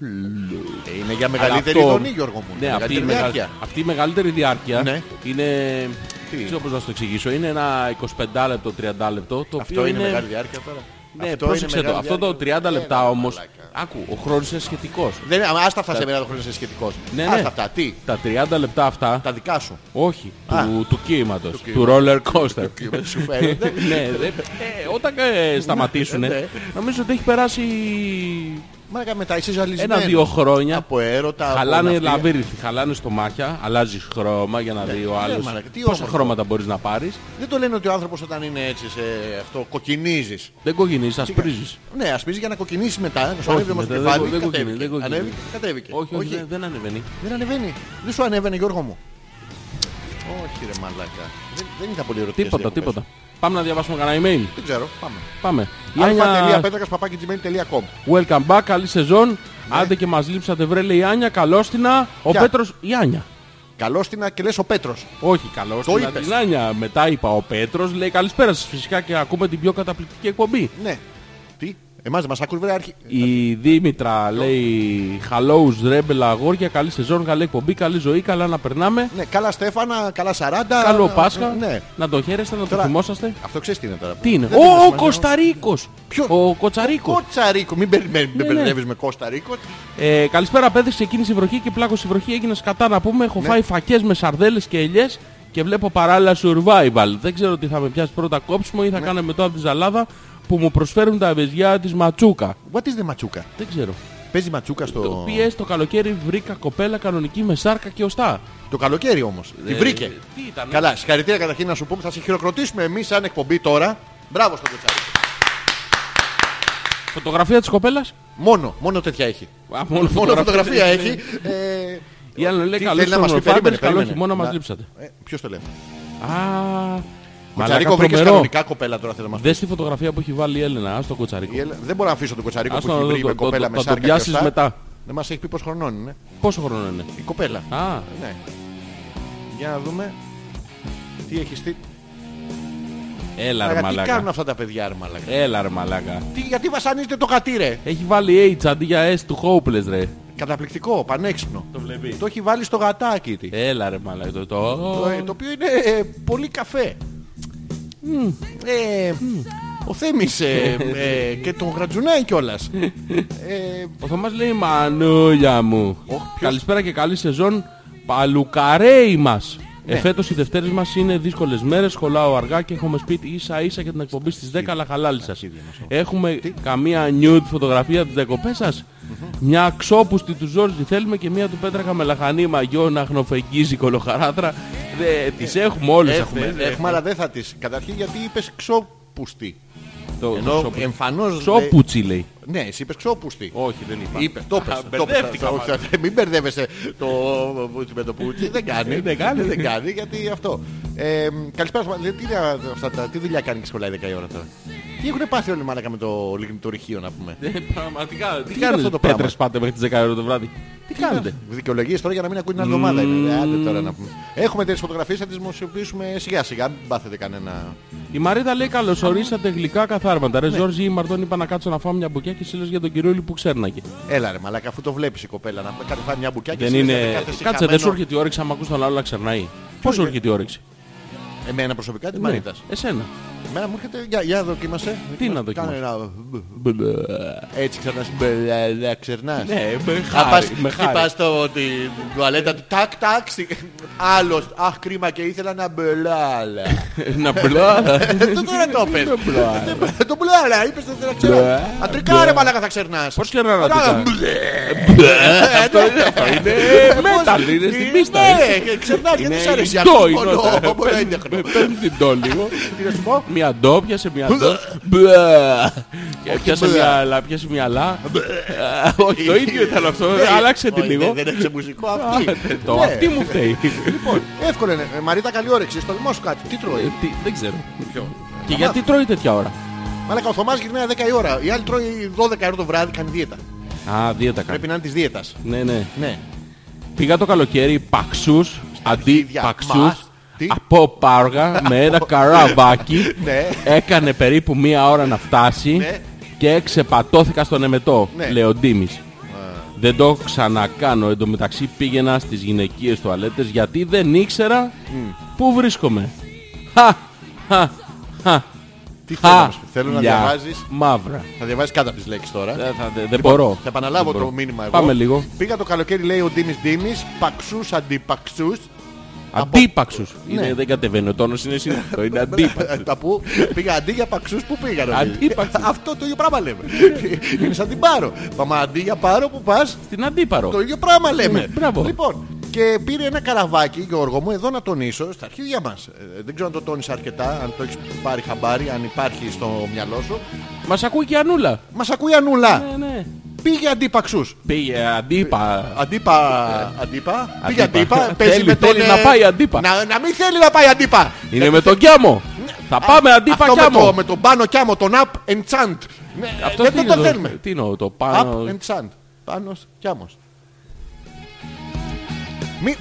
[SPEAKER 2] Ε, Είναι για
[SPEAKER 3] Αλλά
[SPEAKER 2] μεγαλύτερη
[SPEAKER 3] αυτό-
[SPEAKER 2] δονή, Γιώργο μου.
[SPEAKER 3] Ναι, αυτή η,
[SPEAKER 2] μεγαλύτερη
[SPEAKER 3] μεγα...
[SPEAKER 2] διάρκεια.
[SPEAKER 3] αυτή η μεγαλύτερη διάρκεια
[SPEAKER 2] Ναι.
[SPEAKER 3] είναι...
[SPEAKER 2] Τι?
[SPEAKER 3] Δεν ξέρω πώς να σου το εξηγήσω. Είναι ένα 25 λεπτό, 30 λεπτό. Το
[SPEAKER 2] Αυτό
[SPEAKER 3] οποίο
[SPEAKER 2] είναι μεγάλη διάρκεια τώρα.
[SPEAKER 3] Ναι, πρόσεξε το. Αυτό το 30
[SPEAKER 2] Ε,
[SPEAKER 3] λεπτά όμως... Άκου, ο χρόνος είναι σχετικός.
[SPEAKER 2] Δεν, α, άστα αυτά σε μένα το χρόνος είσαι σχετικός.
[SPEAKER 3] Ναι, ναι.
[SPEAKER 2] Άστα αυτά. Τι,
[SPEAKER 3] Τα 30 λεπτά αυτά...
[SPEAKER 2] τα δικά σου.
[SPEAKER 3] Όχι,
[SPEAKER 2] Α.
[SPEAKER 3] του, του κύματος, του roller coaster.
[SPEAKER 2] Σου φαίνεται.
[SPEAKER 3] ναι, δε- ε, όταν ε, σταματήσουν,
[SPEAKER 2] Ναι.
[SPEAKER 3] νομίζω ότι έχει περάσει
[SPEAKER 2] Μάρακα μετά είσαι ζαλισμένος.
[SPEAKER 3] ένα-δύο χρόνια.
[SPEAKER 2] Από έρωτα. από
[SPEAKER 3] Χαλάνε
[SPEAKER 2] ναυτιλία.
[SPEAKER 3] λαβύριθι, χαλάνε στο μάχια, αλλάζεις χρώμα για να δει ο άλλο.
[SPEAKER 2] Ναι, μαλάκα, τι
[SPEAKER 3] Πόσα
[SPEAKER 2] όμορφο.
[SPEAKER 3] χρώματα μπορείς να πάρεις.
[SPEAKER 2] Δεν το λένε ότι ο άνθρωπος όταν είναι έτσι σε αυτό κοκκινίζεις.
[SPEAKER 3] Δεν κοκκινίζεις, ασπρίζει.
[SPEAKER 2] Ναι, ασπίζει για να κοκκινήσεις μετά. να Σου
[SPEAKER 3] Όχι,
[SPEAKER 2] ανέβει όμως το
[SPEAKER 3] μετά δεν
[SPEAKER 2] κεφάλι.
[SPEAKER 3] κο- δεν
[SPEAKER 2] κατέβηκε.
[SPEAKER 3] κοκκινεί, δεν κοκκινεί.
[SPEAKER 2] Ανέβηκε, κατέβηκε.
[SPEAKER 3] Όχι, όχι, δεν- δεν ανεβαίνει.
[SPEAKER 2] Δεν ανεβαίνει. Δεν σου ανέβαινε Γιώργο μου. Όχι ρε μαλάκα. Δεν, δεν ήταν πολύ ερωτικές
[SPEAKER 3] Τίποτα,
[SPEAKER 2] διακοπές.
[SPEAKER 3] τίποτα. Πάμε να διαβάσουμε κανένα email.
[SPEAKER 2] Δεν ξέρω. Πάμε.
[SPEAKER 3] Πάμε. Άνια,
[SPEAKER 2] αλφα.πέτρακας.gmail.com
[SPEAKER 3] welcome back, καλή σεζόν.
[SPEAKER 2] Ναι.
[SPEAKER 3] Άντε και μας λείψατε, βρε, λέει η Άνια. Καλώστινα, ο
[SPEAKER 2] Ποια?
[SPEAKER 3] Πέτρος, η Άνια.
[SPEAKER 2] Καλώς την α- και λες ο Πέτρος.
[SPEAKER 3] Όχι, καλώ
[SPEAKER 2] Το
[SPEAKER 3] την
[SPEAKER 2] είπες.
[SPEAKER 3] Αδυνάνια. Μετά είπα ο Πέτρος, λέει καλησπέρα σας φυσικά και ακούμε την πιο καταπληκτική εκπομπή.
[SPEAKER 2] Ναι. Τι. Εμάς δεν μας ακούς βέβαια αρχή.
[SPEAKER 3] Η Δήμητρα λέει Χαλόους ρέμπελα αγόρια, καλή σεζόν, καλή εκπομπή, καλή ζωή, καλά να περνάμε.
[SPEAKER 2] Ναι, καλά Στέφανα, καλά 40.
[SPEAKER 3] Καλό Πάσχα.
[SPEAKER 2] Ναι.
[SPEAKER 3] Να το χαίρεστε, να το
[SPEAKER 2] Τώρα-
[SPEAKER 3] θυμόσαστε.
[SPEAKER 2] Αυτό ξέρεις τι είναι τώρα.
[SPEAKER 3] Τι είναι,
[SPEAKER 2] Δεν πειράζει,
[SPEAKER 3] ο, ο
[SPEAKER 2] μάλλον.
[SPEAKER 3] Κωνσταντίνος.
[SPEAKER 2] Ποιον?
[SPEAKER 3] Ο Κοτσαρίκος.
[SPEAKER 2] Κοτσαρίκος. Μην περιμένεις, μην
[SPEAKER 3] Ναι, ναι.
[SPEAKER 2] μπερδεύεις με Κωνσταντίνο.
[SPEAKER 3] Ε, καλησπέρα, παιδε. Ξεκίνησε η βροχή και πλάκωσε η βροχή. Έγινε σκατά να πούμε.
[SPEAKER 2] Ναι.
[SPEAKER 3] Έχω φάει φακές με σαρδέλες και ελιές και βλέπω παράλληλα survival. Δεν ξέρω τι θα με πιάσει πρώτα κόψιμο ή θα
[SPEAKER 2] Ναι.
[SPEAKER 3] κάνω μετά από τη ζαλάδα που μου προσφέρουν τα ευαισιά της Ματσούκα.
[SPEAKER 2] What is the ματσούκα.
[SPEAKER 3] Δεν ξέρω.
[SPEAKER 2] Παίζει ματσούκα
[SPEAKER 3] Το
[SPEAKER 2] στο...
[SPEAKER 3] PS το καλοκαίρι βρήκα κοπέλα κανονική με σάρκα και οστά.
[SPEAKER 2] Το καλοκαίρι όμως. Τη
[SPEAKER 3] Ε,
[SPEAKER 2] βρήκε.
[SPEAKER 3] Τι ήταν.
[SPEAKER 2] Καλά, συγχαρητήρια καταρχήν να σου πούμε. Θα σε χειροκροτήσουμε εμείς σαν εκπομπή τώρα. Μπράβο στον Κοτσαρίκο.
[SPEAKER 3] Φωτογραφία της κοπέλας.
[SPEAKER 2] Μόνο, μόνο τέτοια έχει.
[SPEAKER 3] Α,
[SPEAKER 2] Μόνο φωτογραφία έχει. Ε,
[SPEAKER 3] Η άλλη λέει
[SPEAKER 2] Τι
[SPEAKER 3] καλό
[SPEAKER 2] θέλει να μας
[SPEAKER 3] στον
[SPEAKER 2] πει, περίμενε,
[SPEAKER 3] Ορφάντερ, καλό
[SPEAKER 2] περίμενε.
[SPEAKER 3] χειμώνα μας
[SPEAKER 2] Να-
[SPEAKER 3] λείψατε.
[SPEAKER 2] ε, Ποιος το λέει.
[SPEAKER 3] Α, μαλάκα
[SPEAKER 2] Κοτσαρίκο βρήκες
[SPEAKER 3] τρομερό.
[SPEAKER 2] κανονικά κοπέλα τώρα θέλω να μας
[SPEAKER 3] Δες τη φωτογραφία που έχει βάλει η Έλενα, στο κοτσαρίκο.
[SPEAKER 2] Η Έλα- Δεν μπορώ να αφήσω τον Κοτσαρίκο
[SPEAKER 3] Άστο
[SPEAKER 2] που
[SPEAKER 3] να
[SPEAKER 2] έχει
[SPEAKER 3] δω
[SPEAKER 2] βρει
[SPEAKER 3] το-
[SPEAKER 2] με
[SPEAKER 3] το-
[SPEAKER 2] κοπέλα
[SPEAKER 3] το-
[SPEAKER 2] με
[SPEAKER 3] θα το
[SPEAKER 2] σάρκα και
[SPEAKER 3] πιάσεις
[SPEAKER 2] αυτά.
[SPEAKER 3] μετά.
[SPEAKER 2] Δεν μας έχει πει πως χρονών είναι.
[SPEAKER 3] Πόσο χρόνο είναι.
[SPEAKER 2] Η κοπέλα.
[SPEAKER 3] Α,
[SPEAKER 2] Ναι. Για να δούμε. Τι έχει τι.
[SPEAKER 3] έλα ρε
[SPEAKER 2] Μαλάκα, Τι κάνουν
[SPEAKER 3] μαλάκα.
[SPEAKER 2] αυτά τα παιδιά, ρε μαλάκα.
[SPEAKER 3] Έλα ρε μαλάκα.
[SPEAKER 2] Τι, γιατί βασανίζετε το κατή, ρε.
[SPEAKER 3] Έχει βάλει H αντί για S του Hopeless ρε.
[SPEAKER 2] Καταπληκτικό, πανέξυπνο.
[SPEAKER 3] Το βλέπει.
[SPEAKER 2] Το έχει βάλει στο γατάκι της.
[SPEAKER 3] Έλα ρε μαλάκα. Το, το...
[SPEAKER 2] Το, ε, το οποίο είναι ε, πολύ καφέ. Ε, Ο Θέμης ε, ε, και τον γρατζουνάει κιόλας. ε,
[SPEAKER 3] Ο Θωμάς λέει μανούλια μου.
[SPEAKER 2] ποιος?
[SPEAKER 3] Καλησπέρα και καλή σεζόν. Παλουκαρέι μας. Ε, φέτος οι Δευτέρες μας είναι δύσκολες μέρες, σχολάω αργά και έχουμε σπίτι ίσα ίσα για την εκπομπή στις 10 αλλά χαλάλη σας.
[SPEAKER 2] αρχίδια μας, όλα.
[SPEAKER 3] Έχουμε καμία nude φωτογραφία της διακοπές σας. Μια αξόπουστη του Ζόρζη θέλουμε και μια του Πέτρακα με λαχανή μαγιό να χνοφεγγίζει κολοχαράτρα. Δε, τις έχουμε όλες
[SPEAKER 2] Έχουμε,
[SPEAKER 3] αυτές.
[SPEAKER 2] έχουμε, αλλά δεν θα τις... Καταρχήν γιατί είπες ξόπουστη.
[SPEAKER 3] Το- το
[SPEAKER 2] Ενώ
[SPEAKER 3] ξόπου-
[SPEAKER 2] εμφανώς... δεν-
[SPEAKER 3] Ξόπουτσι λέει.
[SPEAKER 2] Ναι, εσύ είπες ξόπουστη.
[SPEAKER 3] Όχι, δεν είπα.
[SPEAKER 2] Είπε, το πες, το πες.
[SPEAKER 3] μπερδεύτηκα,
[SPEAKER 2] Όχι, όχι, Μην μπερδεύεσαι το με το πουτσι. Δεν κάνει. Ναι, Δεν κάνει. Δεν κάνει γιατί αυτό. Ε, καλησπέρα σας. Λέει, Τι, είναι αυτά τα- τι δουλειά κάνεις και σχολάει 10 η ώρα τώρα. Τι έχουν πάθει όλοι μάλακα με το λιγνητορυχείο να πούμε.
[SPEAKER 3] Ε, Πραγματικά, τι
[SPEAKER 2] είναι
[SPEAKER 3] κάνετε
[SPEAKER 2] αυτό το
[SPEAKER 3] το
[SPEAKER 2] πράγμα?
[SPEAKER 3] πέτρες πάτε μέχρι τις 10 ώρα το βράδυ. Τι κάνετε.
[SPEAKER 2] Δικαιολογίες τώρα για να μην ακούει την άλλη εβδομάδα. είναι. Ε, Άντε τώρα να πούμε. Έχουμε τις φωτογραφίες, θα τις δημοσιοποιήσουμε σιγά σιγά. Μην πάθετε κανένα.
[SPEAKER 3] Η Μαρίτα λέει καλώς ορίσατε γλυκά καθάρματα. Ρε Ζόρζι ή Μαρτών είπα να κάτσω να φάω μια μπουκιά και εσύ λες για τον κυρίο που ξέρνακε.
[SPEAKER 2] Έλα ρε μαλάκα αφού το βλέπεις η κοπέλα να κάνει φάει μια μπουκιά και
[SPEAKER 3] Δεν
[SPEAKER 2] εσύ να
[SPEAKER 3] είναι...
[SPEAKER 2] κάθεσαι
[SPEAKER 3] Κάτσε, δεν σου
[SPEAKER 2] χαμένο.
[SPEAKER 3] έρχεται η όρεξη άμα ακούς τον άλλο να ξερνάει. Πώς σου
[SPEAKER 2] είναι?
[SPEAKER 3] έρχεται η όρεξη.
[SPEAKER 2] Εμένα προσωπικά τη
[SPEAKER 3] Ναι,
[SPEAKER 2] Μαρίτας.
[SPEAKER 3] Εσένα.
[SPEAKER 2] Εμένα μου έρχεται... Για, για δοκίμασε.
[SPEAKER 3] Τι να
[SPEAKER 2] Κάνε
[SPEAKER 3] δοκιμάσεις?
[SPEAKER 2] ένα-
[SPEAKER 3] Μπλε.
[SPEAKER 2] Έτσι ξερνάς, μπε, να ξερνάς.
[SPEAKER 3] Ναι, με
[SPEAKER 2] Θα πας,
[SPEAKER 3] χάρη. με χάρη.
[SPEAKER 2] χτυπάς το, την τουαλέτα του, τάκ, τάκ, στη- άλλος, αχ, κρίμα και ήθελα να μπελάλα.
[SPEAKER 3] Να μπλα.
[SPEAKER 2] Δεν τώρα το πες.
[SPEAKER 3] Δεν μπλάλα.
[SPEAKER 2] Δεν μπλάλα. Το μπλάλα, είπες δεν θέλω να ξέρω.
[SPEAKER 3] Μπλάλα.
[SPEAKER 2] Αντρικά ρε μαλάκα θα ξερνάς.
[SPEAKER 3] Ναι. Πώς ξερνάω αντρικά?
[SPEAKER 2] Μπλάλα, μπλε. Ε,
[SPEAKER 3] Αυτό είναι- αυτό είναι Ναι, metal, είναι ε. στην πίστα.
[SPEAKER 2] Ναι, ξερνάς, γιατί σ' αρέσει αυτό.
[SPEAKER 3] Αυτό
[SPEAKER 2] Μόνο- μόνο είναι
[SPEAKER 3] είναι.
[SPEAKER 2] χρόνο.
[SPEAKER 3] Πέμπτη το λίγο.
[SPEAKER 2] Τι να σου πω.
[SPEAKER 3] Μια ντό, πιάσε μια ντό. Και
[SPEAKER 2] Όχι
[SPEAKER 3] Πιάσε
[SPEAKER 2] μπλε.
[SPEAKER 3] μια λα, πιάσε μια λα. Ε, Όχι, το ίδιο ήταν αυτό. Ε, Άλλαξε τη
[SPEAKER 2] Ναι. Όχι,
[SPEAKER 3] λίγο.
[SPEAKER 2] Ε,
[SPEAKER 3] ε,
[SPEAKER 2] Δεν έξε μουσικό αυτή.
[SPEAKER 3] Το
[SPEAKER 2] Ναι.
[SPEAKER 3] αυτή μου φταίει.
[SPEAKER 2] Λοιπόν, εύκολο είναι. Ε, Μαρίτα, καλή όρεξη. Στολμό σου κάτι. Τι
[SPEAKER 3] Ε,
[SPEAKER 2] τρώει.
[SPEAKER 3] τι- Δεν ξέρω. Και γιατί τρώει τέτοια ώρα.
[SPEAKER 2] Μαλάκα, ο Θωμάς γυρνάει 10 η ώρα. Η άλλη τρώει 12 ώρα το βράδυ, κάνει δίαιτα.
[SPEAKER 3] Α, δίαιτα κάνει.
[SPEAKER 2] Πρέπει να είναι της δίαιτας.
[SPEAKER 3] Ναι, ναι.
[SPEAKER 2] Ναι.
[SPEAKER 3] Πήγα το καλοκαίρι παξούς, αντί
[SPEAKER 2] αρχίδια
[SPEAKER 3] παξούς,
[SPEAKER 2] μας. Τι?
[SPEAKER 3] από Πάργα με ένα καραβάκι.
[SPEAKER 2] Ναι.
[SPEAKER 3] Έκανε περίπου μία ώρα να φτάσει
[SPEAKER 2] Ναι.
[SPEAKER 3] και ξεπατώθηκα στον εμετό,
[SPEAKER 2] Ναι.
[SPEAKER 3] λέει ο Ντίμης. Δεν το ξανακάνω. Εν τω μεταξύ πήγαινα στις γυναικείες τουαλέτες γιατί δεν ήξερα πού βρίσκομαι. Χα, χα, χα,
[SPEAKER 2] Τι θέλω,
[SPEAKER 3] χα.
[SPEAKER 2] να σου- θέλω να
[SPEAKER 3] λια,
[SPEAKER 2] διαβάζεις.
[SPEAKER 3] Μαύρα.
[SPEAKER 2] Θα διαβάζεις κάτω από τις λέξεις τώρα.
[SPEAKER 3] Δεν, θα- δεν μπορώ.
[SPEAKER 2] Λοιπόν, Θα επαναλάβω
[SPEAKER 3] Ε, Δεν μπορώ.
[SPEAKER 2] το μήνυμα εγώ.
[SPEAKER 3] Πάμε λίγο.
[SPEAKER 2] Πήγα το καλοκαίρι, λέει ο Ντίμης Ντίμης, παξούς αντιπαξούς.
[SPEAKER 3] Αντίπαξους.
[SPEAKER 2] Ναι,
[SPEAKER 3] Είναι, δεν κατεβαίνει ο τόνος, είναι σύνθετο. Είναι αντίπαξους.
[SPEAKER 2] Τα που πήγα αντί για παξούς που πήγα. ρε παιδί.
[SPEAKER 3] Αντίπαξους.
[SPEAKER 2] Αυτό το ίδιο πράγμα λέμε. Είναι σαν την πάρο. Πάμε αντί για πάρο που πας,
[SPEAKER 3] Στην αντίπαρο.
[SPEAKER 2] Το ίδιο πράγμα λέμε.
[SPEAKER 3] Ναι, μπράβο.
[SPEAKER 2] Λοιπόν, και πήρε ένα καραβάκι, Γιώργο μου, εδώ να τονίσω, στα αρχίδια μας. δεν ξέρω αν το τόνισε αρκετά, αν το έχεις πάρει χαμπάρι, αν υπάρχει στο μυαλό σου.
[SPEAKER 3] Μας ακούει και η Ανούλα.
[SPEAKER 2] Μας ακούει Ανούλα.
[SPEAKER 3] Ναι, ναι.
[SPEAKER 2] Πήγε αντίπαξου.
[SPEAKER 3] Πήγε αντίπα.
[SPEAKER 2] Αντίπα. Αντίπα. Πήγε αντίπα.
[SPEAKER 3] Θέλει- θέλει
[SPEAKER 2] ε,
[SPEAKER 3] να πάει αντίπα.
[SPEAKER 2] Να, να μην θέλει να πάει αντίπα.
[SPEAKER 3] Είναι με τον Κιάμο. Θα πάμε αντίπα
[SPEAKER 2] ε, Αυτό με το,
[SPEAKER 3] Κιάμο.
[SPEAKER 2] με τον πάνω κιάμο, τον up and chant. Ναι,
[SPEAKER 3] Αυτό
[SPEAKER 2] δεν
[SPEAKER 3] τι ε,
[SPEAKER 2] δεν
[SPEAKER 3] είναι
[SPEAKER 2] το ε, θέλουμε.
[SPEAKER 3] Τι εννοώ, το
[SPEAKER 2] Up
[SPEAKER 3] πάνω.
[SPEAKER 2] and chant. Πάνω κιάμος. Μη,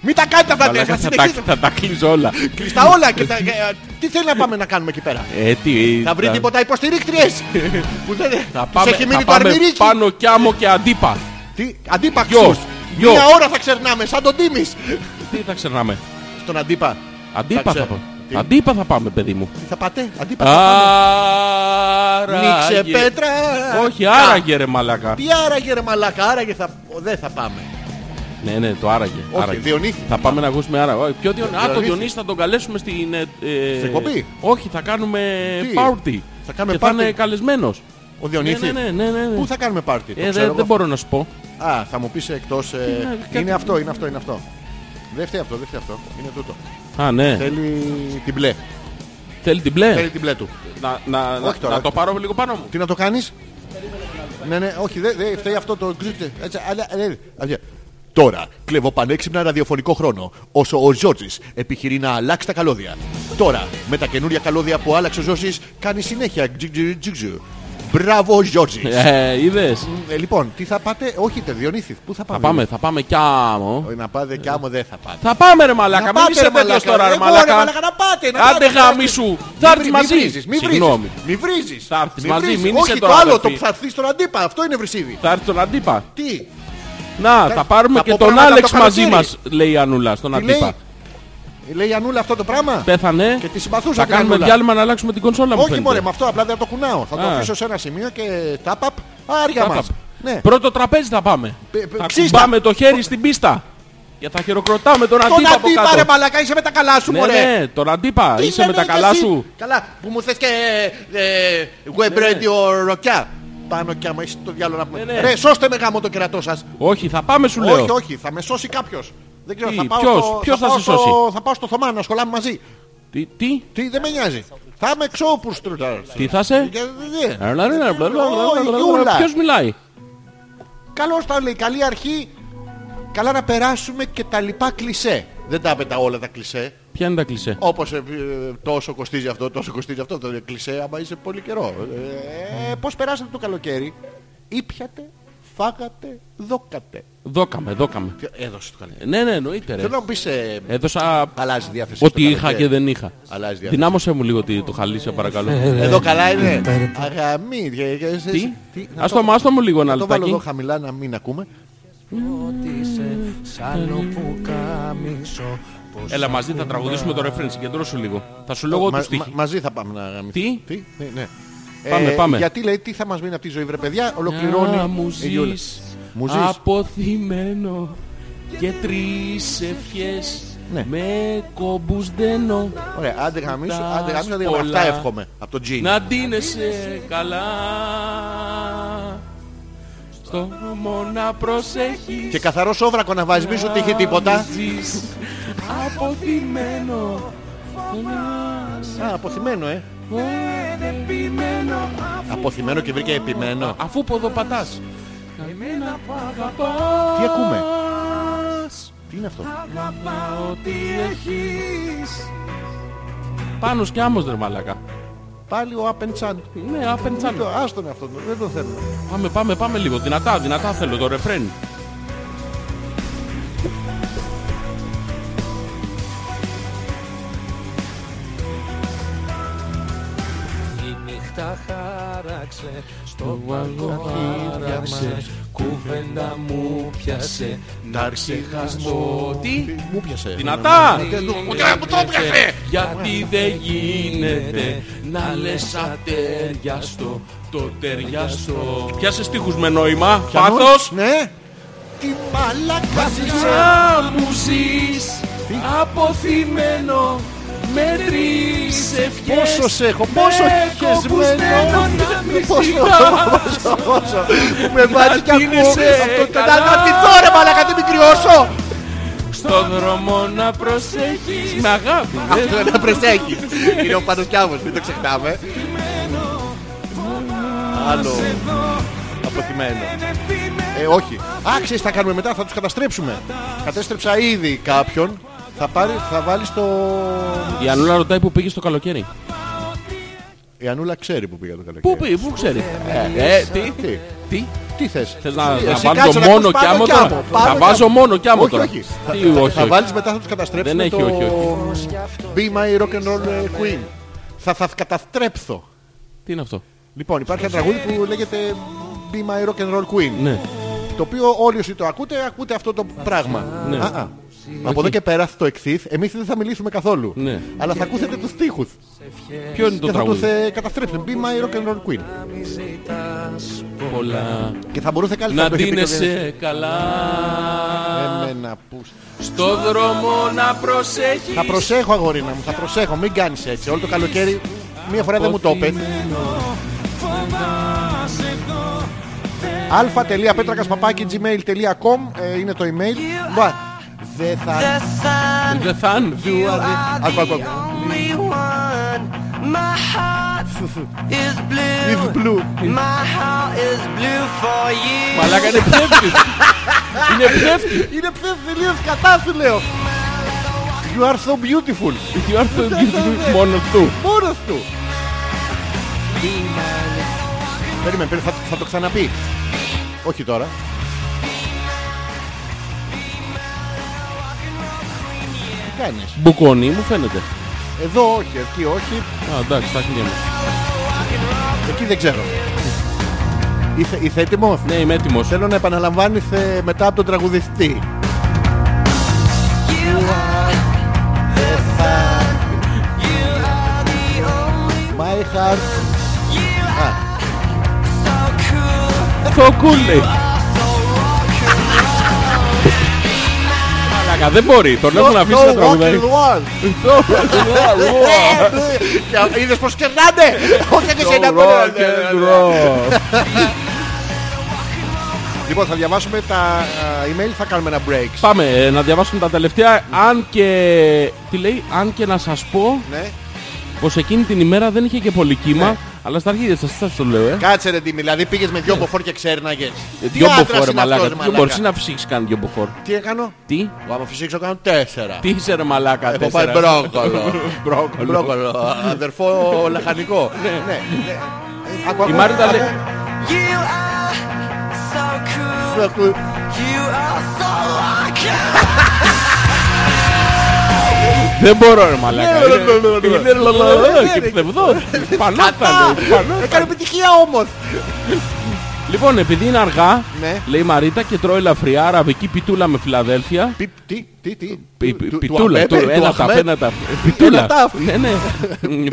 [SPEAKER 2] μη τα κάνετε αυτά, ε,
[SPEAKER 3] Μαλάκα,
[SPEAKER 2] θα
[SPEAKER 3] Θα τα-
[SPEAKER 2] συνεχίσετε.
[SPEAKER 3] θα τα κλείσω όλα.
[SPEAKER 2] Στα όλα και τα... ε, Τι θέλει να πάμε να κάνουμε εκεί πέρα.
[SPEAKER 3] Ε, τι,
[SPEAKER 2] Θα βρει τίποτα υποστηρίκτριες που δεν
[SPEAKER 3] Θα
[SPEAKER 2] τους
[SPEAKER 3] πάμε,
[SPEAKER 2] έχει μείνει
[SPEAKER 3] θα
[SPEAKER 2] το
[SPEAKER 3] πάμε
[SPEAKER 2] αρμυρίκι.
[SPEAKER 3] πάνω Κιάμο και αντίπα.
[SPEAKER 2] Τι, αντίπαξους.
[SPEAKER 3] Γιο, γιος.
[SPEAKER 2] Μια ώρα θα ξερνάμε σαν τον Τίμης.
[SPEAKER 3] Τι θα ξερνάμε.
[SPEAKER 2] Στον αντίπα.
[SPEAKER 3] Αντίπα
[SPEAKER 2] Εντάξει,
[SPEAKER 3] θα πάμε.
[SPEAKER 2] τι-
[SPEAKER 3] Αντίπα θα πάμε, παιδί μου.
[SPEAKER 2] Τι θα πάτε, αντίπα. θα πάμε.
[SPEAKER 3] Άρα.
[SPEAKER 2] Νίξε πέτρα.
[SPEAKER 3] Όχι,
[SPEAKER 2] Α,
[SPEAKER 3] άραγε ρε μαλάκα.
[SPEAKER 2] Τι άραγε ρε μαλάκα, άραγε θα... ο, δεν θα πάμε.
[SPEAKER 3] Ναι, ναι, το άραγε.
[SPEAKER 2] Όχι,
[SPEAKER 3] άραγε.
[SPEAKER 2] Διονύθη.
[SPEAKER 3] Θα πάμε να ακούσουμε άραγε. Όχι, Ποιο Διονύθη. Α, τον
[SPEAKER 2] Διονύθη.
[SPEAKER 3] Διονύση θα τον καλέσουμε στην. ε, ε,
[SPEAKER 2] Στην εκπομπή.
[SPEAKER 3] Όχι, θα κάνουμε
[SPEAKER 2] Τι?
[SPEAKER 3] πάρτι.
[SPEAKER 2] Θα κάνουμε
[SPEAKER 3] Και θα είναι
[SPEAKER 2] πάρτι.
[SPEAKER 3] καλεσμένος.
[SPEAKER 2] Ο
[SPEAKER 3] Ναι,
[SPEAKER 2] Διονύθη.
[SPEAKER 3] ναι, ναι, ναι, ναι.
[SPEAKER 2] Πού θα κάνουμε πάρτι, το
[SPEAKER 3] Ε,
[SPEAKER 2] ξέρω
[SPEAKER 3] δεν,
[SPEAKER 2] εγώ.
[SPEAKER 3] δεν μπορώ να σου πω.
[SPEAKER 2] Α, θα μου πεις εκτός... ε,
[SPEAKER 3] να- κάτι-
[SPEAKER 2] Είναι αυτό, είναι αυτό, είναι αυτό. Δεν φταίει αυτό, δεν φταίει αυτό. Είναι τούτο.
[SPEAKER 3] Α, ναι.
[SPEAKER 2] Θέλει την
[SPEAKER 3] Ε.
[SPEAKER 2] μπλε.
[SPEAKER 3] Θέλει την μπλε.
[SPEAKER 2] Θέλει την μπλε του.
[SPEAKER 3] Να, να, να,
[SPEAKER 2] Όχι τώρα.
[SPEAKER 3] να το πάρω λίγο πάνω μου.
[SPEAKER 2] Τι να το κάνεις Ναι, ναι, όχι, δεν δεν φταίει αυτό το γκρίτσε. Έτσι, αλλά, ε, ε, αυτή. Τώρα, κλέβω πανέξυπνα ραδιοφωνικό χρόνο, όσο ο Ζόρτζης επιχειρεί να αλλάξει τα καλώδια. Τώρα, με τα καινούρια καλώδια που άλλαξε ο Ζόρτζης, κάνει συνέχεια τζικ, τζικ, τζικ, τζικ. Μπράβο, Ζόρτζης.
[SPEAKER 3] Ε, είδες.
[SPEAKER 2] Ε, λοιπόν, τι θα πάτε, όχι, τε Διονύθη, πού θα πάμε.
[SPEAKER 3] Θα πάμε, θα πάμε κι άμμο.
[SPEAKER 2] Όχι, Να πάτε και άμα δεν θα πάτε.
[SPEAKER 3] Θα πάμε ρε μαλάκα, μην
[SPEAKER 2] πάτε,
[SPEAKER 3] είσαι
[SPEAKER 2] ρε,
[SPEAKER 3] τέτοιος
[SPEAKER 2] μαλάκα.
[SPEAKER 3] τώρα ρε
[SPEAKER 2] Εγώ,
[SPEAKER 3] μαλάκα.
[SPEAKER 2] να πάτε, να
[SPEAKER 3] Άντε
[SPEAKER 2] πάτε, να
[SPEAKER 3] γάμι
[SPEAKER 2] πάτε.
[SPEAKER 3] σου,
[SPEAKER 2] Μη
[SPEAKER 3] θα έρθεις
[SPEAKER 2] βρι-
[SPEAKER 3] μαζί.
[SPEAKER 2] Μη βρίζεις, μη βρίζεις.
[SPEAKER 3] Συγγνώμη.
[SPEAKER 2] Μη βρίζεις.
[SPEAKER 3] Θα έρθεις
[SPEAKER 2] Μη
[SPEAKER 3] μαζί,
[SPEAKER 2] βρίζεις.
[SPEAKER 3] μην είσαι
[SPEAKER 2] Όχι, το
[SPEAKER 3] τώρα
[SPEAKER 2] άλλο, το
[SPEAKER 3] αδερφή.
[SPEAKER 2] που θα έρθεις στον αντίπα, αυτό είναι βρυσίδι.
[SPEAKER 3] Θα έρθεις τον αντίπα.
[SPEAKER 2] Τι,
[SPEAKER 3] Να,
[SPEAKER 2] Θα-
[SPEAKER 3] θα πάρουμε
[SPEAKER 2] θα
[SPEAKER 3] και
[SPEAKER 2] πω
[SPEAKER 3] τον
[SPEAKER 2] πράγματα
[SPEAKER 3] Άλεξ
[SPEAKER 2] το
[SPEAKER 3] μαζί
[SPEAKER 2] καλοκαίρι.
[SPEAKER 3] μας, λέει η Ανούλα στον
[SPEAKER 2] τι λέει. Ε,
[SPEAKER 3] αντίπα.
[SPEAKER 2] Λέει η Ανούλα αυτό το πράγμα.
[SPEAKER 3] Πέθανε.
[SPEAKER 2] Και τη συμπαθούσα
[SPEAKER 3] Θα
[SPEAKER 2] την
[SPEAKER 3] κάνουμε
[SPEAKER 2] Ανούλα.
[SPEAKER 3] διάλειμμα να αλλάξουμε την κονσόλα μου.
[SPEAKER 2] Όχι
[SPEAKER 3] φαίνεται.
[SPEAKER 2] μωρέ, με αυτό απλά δεν το κουνάω. Θα το
[SPEAKER 3] Α.
[SPEAKER 2] αφήσω σε ένα σημείο και τάπαπ, άρια
[SPEAKER 3] Θα
[SPEAKER 2] μας.
[SPEAKER 3] τα-
[SPEAKER 2] Ναι.
[SPEAKER 3] Πρώτο τραπέζι θα πάμε.
[SPEAKER 2] Πε- πε-
[SPEAKER 3] Θα
[SPEAKER 2] ξύστα.
[SPEAKER 3] κουμπάμε το χέρι στην πίστα. Για θα χειροκροτάμε τον
[SPEAKER 2] Τον
[SPEAKER 3] αντίπα από
[SPEAKER 2] αντίπα ρε
[SPEAKER 3] κάτω.
[SPEAKER 2] μαλακά, είσαι με τα καλά σου,
[SPEAKER 3] Ναι,
[SPEAKER 2] μωρέ.
[SPEAKER 3] ναι, τον αντίπα.
[SPEAKER 2] Τι
[SPEAKER 3] Είσαι με
[SPEAKER 2] λέμε
[SPEAKER 3] τα
[SPEAKER 2] κι
[SPEAKER 3] καλά
[SPEAKER 2] εσύ.
[SPEAKER 3] σου. Ναι.
[SPEAKER 2] Καλά, που μου θες και ε, ε, web radio ροκιά. Πάνω κι άμα είσαι το διάλογο να πούμε.
[SPEAKER 3] Ναι, ναι.
[SPEAKER 2] Ρε, σώστε με γάμο το κερατό σας.
[SPEAKER 3] Όχι, θα πάμε σου
[SPEAKER 2] Όχι,
[SPEAKER 3] λέω.
[SPEAKER 2] όχι, θα με σώσει κάποιος. Δεν ξέρω,
[SPEAKER 3] Τι,
[SPEAKER 2] θα πάω,
[SPEAKER 3] ποιος,
[SPEAKER 2] στο,
[SPEAKER 3] ποιος θα
[SPEAKER 2] πάω
[SPEAKER 3] σε
[SPEAKER 2] στο-
[SPEAKER 3] σώσει?
[SPEAKER 2] θα πάω στο Θωμά να σχολάμε μαζί.
[SPEAKER 3] Τι, τι,
[SPEAKER 2] Τι, δεν με νοιάζει. Θα είμαι εξώπουρς τώρα.
[SPEAKER 3] τι θα Ε, σε.
[SPEAKER 2] Και- δε- δε. Ω, η Γιούλα.
[SPEAKER 3] Ποιος μιλάει.
[SPEAKER 2] Καλώς τα λέει, καλή αρχή. Καλά να περάσουμε και τα λοιπά κλισέ. Δεν τα πετά όλα τα κλισέ.
[SPEAKER 3] Ποια είναι τα κλισέ.
[SPEAKER 2] Όπως ε, ε, τόσο κοστίζει αυτό, τόσο κοστίζει αυτό. Το κλισέ άμα είσαι πολύ καιρό. Ε, πώς περάσατε το καλοκαίρι. Ήπιατε, φάγατε, δόκατε.
[SPEAKER 3] Δόκαμε, δόκαμε.
[SPEAKER 2] Τι- Έδωσε το καλοκαίρι.
[SPEAKER 3] Ναι, ναι, εννοείται ρε.
[SPEAKER 2] Θέλω να μου πεις... ε,
[SPEAKER 3] Έδωσα
[SPEAKER 2] Αλλάζει διάθεση.
[SPEAKER 3] ό,τι
[SPEAKER 2] στο
[SPEAKER 3] είχα
[SPEAKER 2] καλοκαίρι.
[SPEAKER 3] και δεν είχα.
[SPEAKER 2] Αλλάζει διάθεση.
[SPEAKER 3] Δυνάμωσέ μου λίγο τη- το χαλί, σε παρακαλώ.
[SPEAKER 2] Εδώ καλά είναι. Αγαμί. και- και- σε-
[SPEAKER 3] Τι,
[SPEAKER 2] τι, να
[SPEAKER 3] ας
[SPEAKER 2] το-
[SPEAKER 3] το μάστο μου λίγο ένα
[SPEAKER 2] να Το βάλω εδώ
[SPEAKER 3] λεπτάκι.
[SPEAKER 2] χαμηλά να μην ακούμε.
[SPEAKER 3] Έλα μαζί θα τραγουδήσουμε το ρεφρέν, συγκεντρώσου λίγο. Θα σου λέω εγώ
[SPEAKER 2] Μα-
[SPEAKER 3] τους
[SPEAKER 2] μα-
[SPEAKER 3] στίχη.
[SPEAKER 2] μαζί θα πάμε να γαμίσουμε.
[SPEAKER 3] Τι?
[SPEAKER 2] Τι? Ναι, ναι.
[SPEAKER 3] Πάμε, πάμε.
[SPEAKER 2] Γιατί λέει τι θα μας μείνει από τη ζωή, βρε παιδιά, ολοκληρώνει.
[SPEAKER 3] Να μου
[SPEAKER 2] η Γιούλα.
[SPEAKER 3] ζεις
[SPEAKER 2] Μου ζεις.
[SPEAKER 3] αποθυμένο και τρεις ευχές
[SPEAKER 2] Ναι.
[SPEAKER 3] με κόμπους δένω
[SPEAKER 2] Ωραία, άντε γαμίσου,
[SPEAKER 3] Τα
[SPEAKER 2] άντε γαμίσου, δηλαδή,
[SPEAKER 3] πολλά.
[SPEAKER 2] αυτά εύχομαι από τον Τζιν.
[SPEAKER 3] να ντύνεσαι καλά στο μόνο να προσέχεις
[SPEAKER 2] Και καθαρός σόβρακο να βάζεις, μη σου τύχει τίποτα.
[SPEAKER 3] ζεις αποθυμένο
[SPEAKER 2] Α, αποθυμένο, ε. Αποθυμένο και βρήκε επιμένο.
[SPEAKER 3] Αφού ποδοπατάς Εμένα
[SPEAKER 2] Τι ακούμε? Τι είναι αυτό.
[SPEAKER 3] Πάνω και άμμος ρε μαλάκα
[SPEAKER 2] Πάλι ο Up and Chan.
[SPEAKER 3] Ναι απεντσάνω
[SPEAKER 2] Το- Άστον αυτό, δεν τον θέλω.
[SPEAKER 3] Πάμε, πάμε, πάμε λίγο. Δυνατά, δυνατά θέλω το ρεφρέν.
[SPEAKER 4] Η νύχτα χάραξε στο βαλκόνι Κουβέντα μου πιάσε
[SPEAKER 2] Να ξεχάσω.
[SPEAKER 3] Ότι
[SPEAKER 2] Μου πιασε.
[SPEAKER 3] δυνατά.
[SPEAKER 2] Μου το πιασε.
[SPEAKER 3] Γιατί δεν γίνεται να λες ατέριαστο το ταιριαστό. Πιάσε στίχους με νόημα.
[SPEAKER 2] Πιανούς,
[SPEAKER 3] Πάθος.
[SPEAKER 2] Ναι. Τι μαλακά είσαι.
[SPEAKER 3] Να μου ζεις αποθυμένο με τρεις ευχές.
[SPEAKER 2] Πόσος σε έχω, πόσο έχεις
[SPEAKER 3] κοπουσμένο
[SPEAKER 2] μένο.
[SPEAKER 3] να μη
[SPEAKER 2] Πόσο,
[SPEAKER 3] ζητάς.
[SPEAKER 2] πόσο, πόσο. Που Με βάζει κι ακούω.
[SPEAKER 3] τίνεσαι
[SPEAKER 2] Αυτό το-
[SPEAKER 3] καλά.
[SPEAKER 2] Να να ντυθώ, ρε μαλακά, δεν μην κρυώσω.
[SPEAKER 3] Στο δρόμο να προσέχεις Με αγάπη
[SPEAKER 2] Αυτό να προσέχει. Είναι ο Πανοκιάβος, μην το ξεχνάμε. Άλλο. Αποθυμένο. Ε, όχι. Α, ξέρεις τι θα κάνουμε μετά, θα τους καταστρέψουμε. Κατέστρεψα ήδη κάποιον. Θα, πάρει, θα βάλεις το...
[SPEAKER 3] Η Ανούλα ρωτάει που πήγες το καλοκαίρι
[SPEAKER 2] Η Ανούλα ξέρει που πήγα το καλοκαίρι.
[SPEAKER 3] Πού πήγε, πού ξέρει Ε, τι,
[SPEAKER 2] Τι,
[SPEAKER 3] τι
[SPEAKER 2] τι θες.
[SPEAKER 3] Θες να,
[SPEAKER 2] Εσύ
[SPEAKER 3] να
[SPEAKER 2] κάτσε
[SPEAKER 3] βάλω
[SPEAKER 2] ακούς
[SPEAKER 3] μόνο και
[SPEAKER 2] πάνω
[SPEAKER 3] άμμο
[SPEAKER 2] κι
[SPEAKER 3] τώρα
[SPEAKER 2] άμμο, πάνω
[SPEAKER 3] Θα
[SPEAKER 2] κι
[SPEAKER 3] βάζω
[SPEAKER 2] άμμο.
[SPEAKER 3] μόνο και άμμο
[SPEAKER 2] Όχι,
[SPEAKER 3] τώρα
[SPEAKER 2] όχι. Θα-
[SPEAKER 3] Τι, όχι,
[SPEAKER 2] Θα
[SPEAKER 3] όχι.
[SPEAKER 2] βάλεις μετά θα τους καταστρέψουμε
[SPEAKER 3] Δεν έχει,
[SPEAKER 2] το...
[SPEAKER 3] όχι,
[SPEAKER 2] Be my rock and roll ε, queen. Θα, θα καταστρέψω.
[SPEAKER 3] Τι είναι αυτό
[SPEAKER 2] Λοιπόν, υπάρχει ένα τραγούδι που λέγεται Be My Rock and Roll Queen.
[SPEAKER 3] Ναι
[SPEAKER 2] Το οποίο όλοι όσοι το ακούτε, ακούτε αυτό το πράγμα.
[SPEAKER 3] Ναι.
[SPEAKER 2] Α, α. Από εδώ και πέρα στο εξή, εμείς δεν θα μιλήσουμε καθόλου.
[SPEAKER 3] Ναι.
[SPEAKER 2] Αλλά θα ακούσετε τους στίχους
[SPEAKER 3] Ποιο είναι το
[SPEAKER 2] και θα τους
[SPEAKER 3] τραγούδι
[SPEAKER 2] ε, καταστρέψετε. Be My Rock and Roll Queen.
[SPEAKER 3] Πολλά
[SPEAKER 2] Και θα μπορούσε καλύτερα
[SPEAKER 3] Να
[SPEAKER 2] το έχει πει και ο Γιάννης.
[SPEAKER 3] ντύνεσαι καλά
[SPEAKER 2] Εμένα που...
[SPEAKER 3] Στο δρόμο να προσέχεις
[SPEAKER 2] Θα προσέχω αγορίνα μου, θα προσέχω, μην κάνεις έτσι. Όλο το καλοκαίρι μία φορά δεν μου το είπε. α.πέτρακας.gmail.com ε, είναι το email. Μπα, Δεν θα...
[SPEAKER 3] Δεν θα αν-
[SPEAKER 2] Άκου, άκου, άκου.
[SPEAKER 5] only one. My heart is blue.
[SPEAKER 2] Is blue.
[SPEAKER 5] My heart is blue for you.
[SPEAKER 3] Μαλάκα είναι ψεύτη Είναι ψεύτη
[SPEAKER 2] Είναι ψεύτη τελείως κατά σου λέω. You are so beautiful.
[SPEAKER 3] You are so beautiful. Μόνος του
[SPEAKER 2] Μόνος του. Περίμενε, περίμενε, θα, θα το ξαναπεί. Όχι τώρα. Τι κάνεις.
[SPEAKER 3] Μπουκόνι μου φαίνεται
[SPEAKER 2] Εδώ όχι, εκεί όχι,
[SPEAKER 3] Α, εντάξει, τα χέρια μου.
[SPEAKER 2] εκεί δεν ξέρω. Είσαι, είσαι έτοιμος.
[SPEAKER 3] Ναι, είμαι έτοιμος.
[SPEAKER 2] Θέλω να επαναλαμβάνεις ε, μετά από τον τραγουδιστή.
[SPEAKER 5] You are the sun. You are the only.
[SPEAKER 2] My heart.
[SPEAKER 5] You
[SPEAKER 2] Α,
[SPEAKER 5] are so cool.
[SPEAKER 3] Το κούλι.
[SPEAKER 5] So rock and roll.
[SPEAKER 3] Πλάκα, δεν μπορεί. Τον έχουν αφήσει να τραγουδάει. Ναι,
[SPEAKER 2] Είδες πως κερνάνε. Όχι και σε ένα ναι,
[SPEAKER 3] No rock and roll.
[SPEAKER 2] Λοιπόν, θα διαβάσουμε τα α, email, θα κάνουμε ένα break.
[SPEAKER 3] Πάμε ε, να διαβάσουμε τα τελευταία. Αν και. Τι λέει, αν και να σας πω
[SPEAKER 2] Ναι.
[SPEAKER 3] πως εκείνη την ημέρα δεν είχε και πολύ κύμα. Αλλά στα αρχίδια σας, σας το λέω, ε.
[SPEAKER 2] Κάτσε ρε Ντίμη, δηλαδή πήγες με δυο μποφόρ και ξέρναγες.
[SPEAKER 3] Δυο
[SPEAKER 2] άντρας
[SPEAKER 3] μποφόρ,
[SPEAKER 2] είναι αυτός,
[SPEAKER 3] μαλάκα. Δυο μπορείς να φυσήξεις κάνει δυο μποφόρ.
[SPEAKER 2] Τι έκανω,
[SPEAKER 3] Τι,
[SPEAKER 2] άμα φυσήξω κάνω τέσσερα.
[SPEAKER 3] τι είσαι ρε μαλάκα.
[SPEAKER 2] Έχω
[SPEAKER 3] τέσσερα.
[SPEAKER 2] πάει μπρόκολο.
[SPEAKER 3] Μπρόκολο.
[SPEAKER 2] Μπρόκολο, αδερφό λαχανικό. Ναι, ναι. Άκου,
[SPEAKER 3] Η
[SPEAKER 2] άκου,
[SPEAKER 3] Μάρτα
[SPEAKER 2] άκου.
[SPEAKER 3] λέει.
[SPEAKER 5] You are so cool.
[SPEAKER 2] Άκου.
[SPEAKER 5] You are so lucky.
[SPEAKER 3] Δεν μπορώ ρε μαλάκα.
[SPEAKER 2] Ναι,
[SPEAKER 3] Είναι-
[SPEAKER 2] ναι, ναι, ναι, ναι.
[SPEAKER 3] Είναι
[SPEAKER 2] Ναι, ναι,
[SPEAKER 3] λαλαλα και
[SPEAKER 2] ναι.
[SPEAKER 3] ψευδό. Πανάτα
[SPEAKER 2] Α,
[SPEAKER 3] λέει. πανάτα.
[SPEAKER 2] Έκανε επιτυχία όμως.
[SPEAKER 3] Λοιπόν, επειδή είναι αργά,
[SPEAKER 2] Ναι.
[SPEAKER 3] λέει η Μαρίτα και τρώει ελαφριά αραβική πιτούλα με Φιλαδέλφια.
[SPEAKER 2] Πι- Τι, τι, τι.
[SPEAKER 3] Πι- πι-
[SPEAKER 2] Του- του- του
[SPEAKER 3] Πιτούλα,
[SPEAKER 2] Αμπέπε,
[SPEAKER 3] του-
[SPEAKER 2] του
[SPEAKER 3] ένα
[SPEAKER 2] Αχμέτ.
[SPEAKER 3] ταφ, ένα ταφ. Πιτούλα.
[SPEAKER 2] Ένα ταφ.
[SPEAKER 3] Ναι, ναι.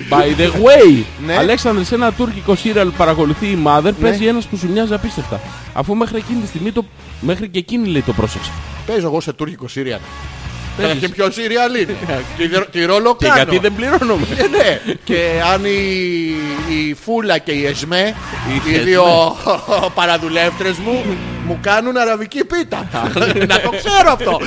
[SPEAKER 3] By the way,
[SPEAKER 2] Ναι.
[SPEAKER 3] Αλέξανδρε, σε ένα τουρκικό σύριαλ που παρακολουθεί η Mother, παίζει ένας που σου μοιάζει απίστευτα. Αφού μέχρι εκείνη τη στιγμή το. Μέχρι και εκείνη λέει το πρόσεξε.
[SPEAKER 2] Παίζω εγώ σε τουρκικό σύριαλ.
[SPEAKER 3] Παίζεις.
[SPEAKER 2] Καταρχήν ποιο σύριαλ είναι. Τι δρο- Τι ρόλο
[SPEAKER 3] Και
[SPEAKER 2] κάνω.
[SPEAKER 3] γιατί δεν πληρώνομαι.
[SPEAKER 2] Ε, ναι. Και αν η, η Φούλα και η Εσμέ, οι,
[SPEAKER 3] Εσμέ.
[SPEAKER 2] δύο παραδουλεύτρες μου, μου κάνουν αραβική πίτα. Να το ξέρω αυτό.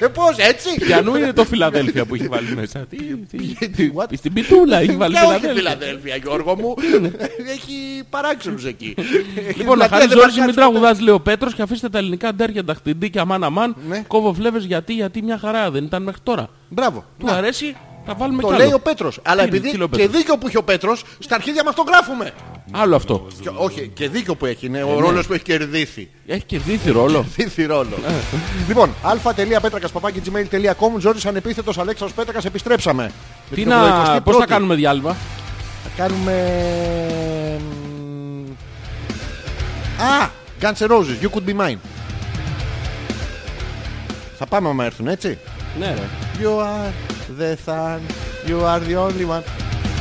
[SPEAKER 2] Ε, Πώς έτσι.
[SPEAKER 3] Πιανού είναι το Φιλαδέλφια που έχει βάλει μέσα. Τι- τι- τι-
[SPEAKER 2] What?
[SPEAKER 3] Στην πιτούλα έχει βάλει
[SPEAKER 2] Και όχι
[SPEAKER 3] Φιλαδέλφια.
[SPEAKER 2] Φιλαδέλφια, Γιώργο μου. Έχει παράξενους εκεί.
[SPEAKER 3] Λοιπόν, να
[SPEAKER 2] Έχει
[SPEAKER 3] χάρη
[SPEAKER 2] πλατεία, δεν
[SPEAKER 3] Ζόρζη, μην
[SPEAKER 2] παρκάρεις
[SPEAKER 3] τραγουδάς, λέει ο Πέτρος και αφήστε τα ελληνικά ντέρια ταχτιντίκια μάνα αμάν.
[SPEAKER 2] Ναι.
[SPEAKER 3] Κόβω βλέβες γιατί, γιατί μια χαρά δεν ήταν μέχρι τώρα.
[SPEAKER 2] Μπράβο.
[SPEAKER 3] Του αρέσει, τα βάλουμε
[SPEAKER 2] Το
[SPEAKER 3] κι
[SPEAKER 2] λέει ο
[SPEAKER 3] άλλο.
[SPEAKER 2] Πέτρος. Αλλά
[SPEAKER 3] Τι- τι λέει
[SPEAKER 2] επειδή
[SPEAKER 3] ο
[SPEAKER 2] και
[SPEAKER 3] Πέτρος?
[SPEAKER 2] δίκιο που έχει ο Πέτρος, στα αρχίδια μας το γράφουμε.
[SPEAKER 3] Άλλο αυτό.
[SPEAKER 2] Και- όχι, και δίκιο που έχει.
[SPEAKER 3] Ε,
[SPEAKER 2] Είναι
[SPEAKER 3] ναι.
[SPEAKER 2] ο ρόλος που έχει κερδίσει.
[SPEAKER 3] Έχει κερδίσει ρόλο.
[SPEAKER 2] Θήθη ρόλο. λοιπόν, α.πέτρακα.gmail.com Ζόρις ανεπίθετος Αλέξανδρος Πέτρακας επιστρέψαμε. Με
[SPEAKER 3] Τι
[SPEAKER 2] την 81η.
[SPEAKER 3] να... Πώς θα κάνουμε διάλειμμα.
[SPEAKER 2] Θα κάνουμε... μ, Α! Guns N' Roses, You Could Be Mine. Θα πάμε άμα έρθουν, έτσι.
[SPEAKER 3] Ναι ρε.
[SPEAKER 2] You are the sun, you are the only one.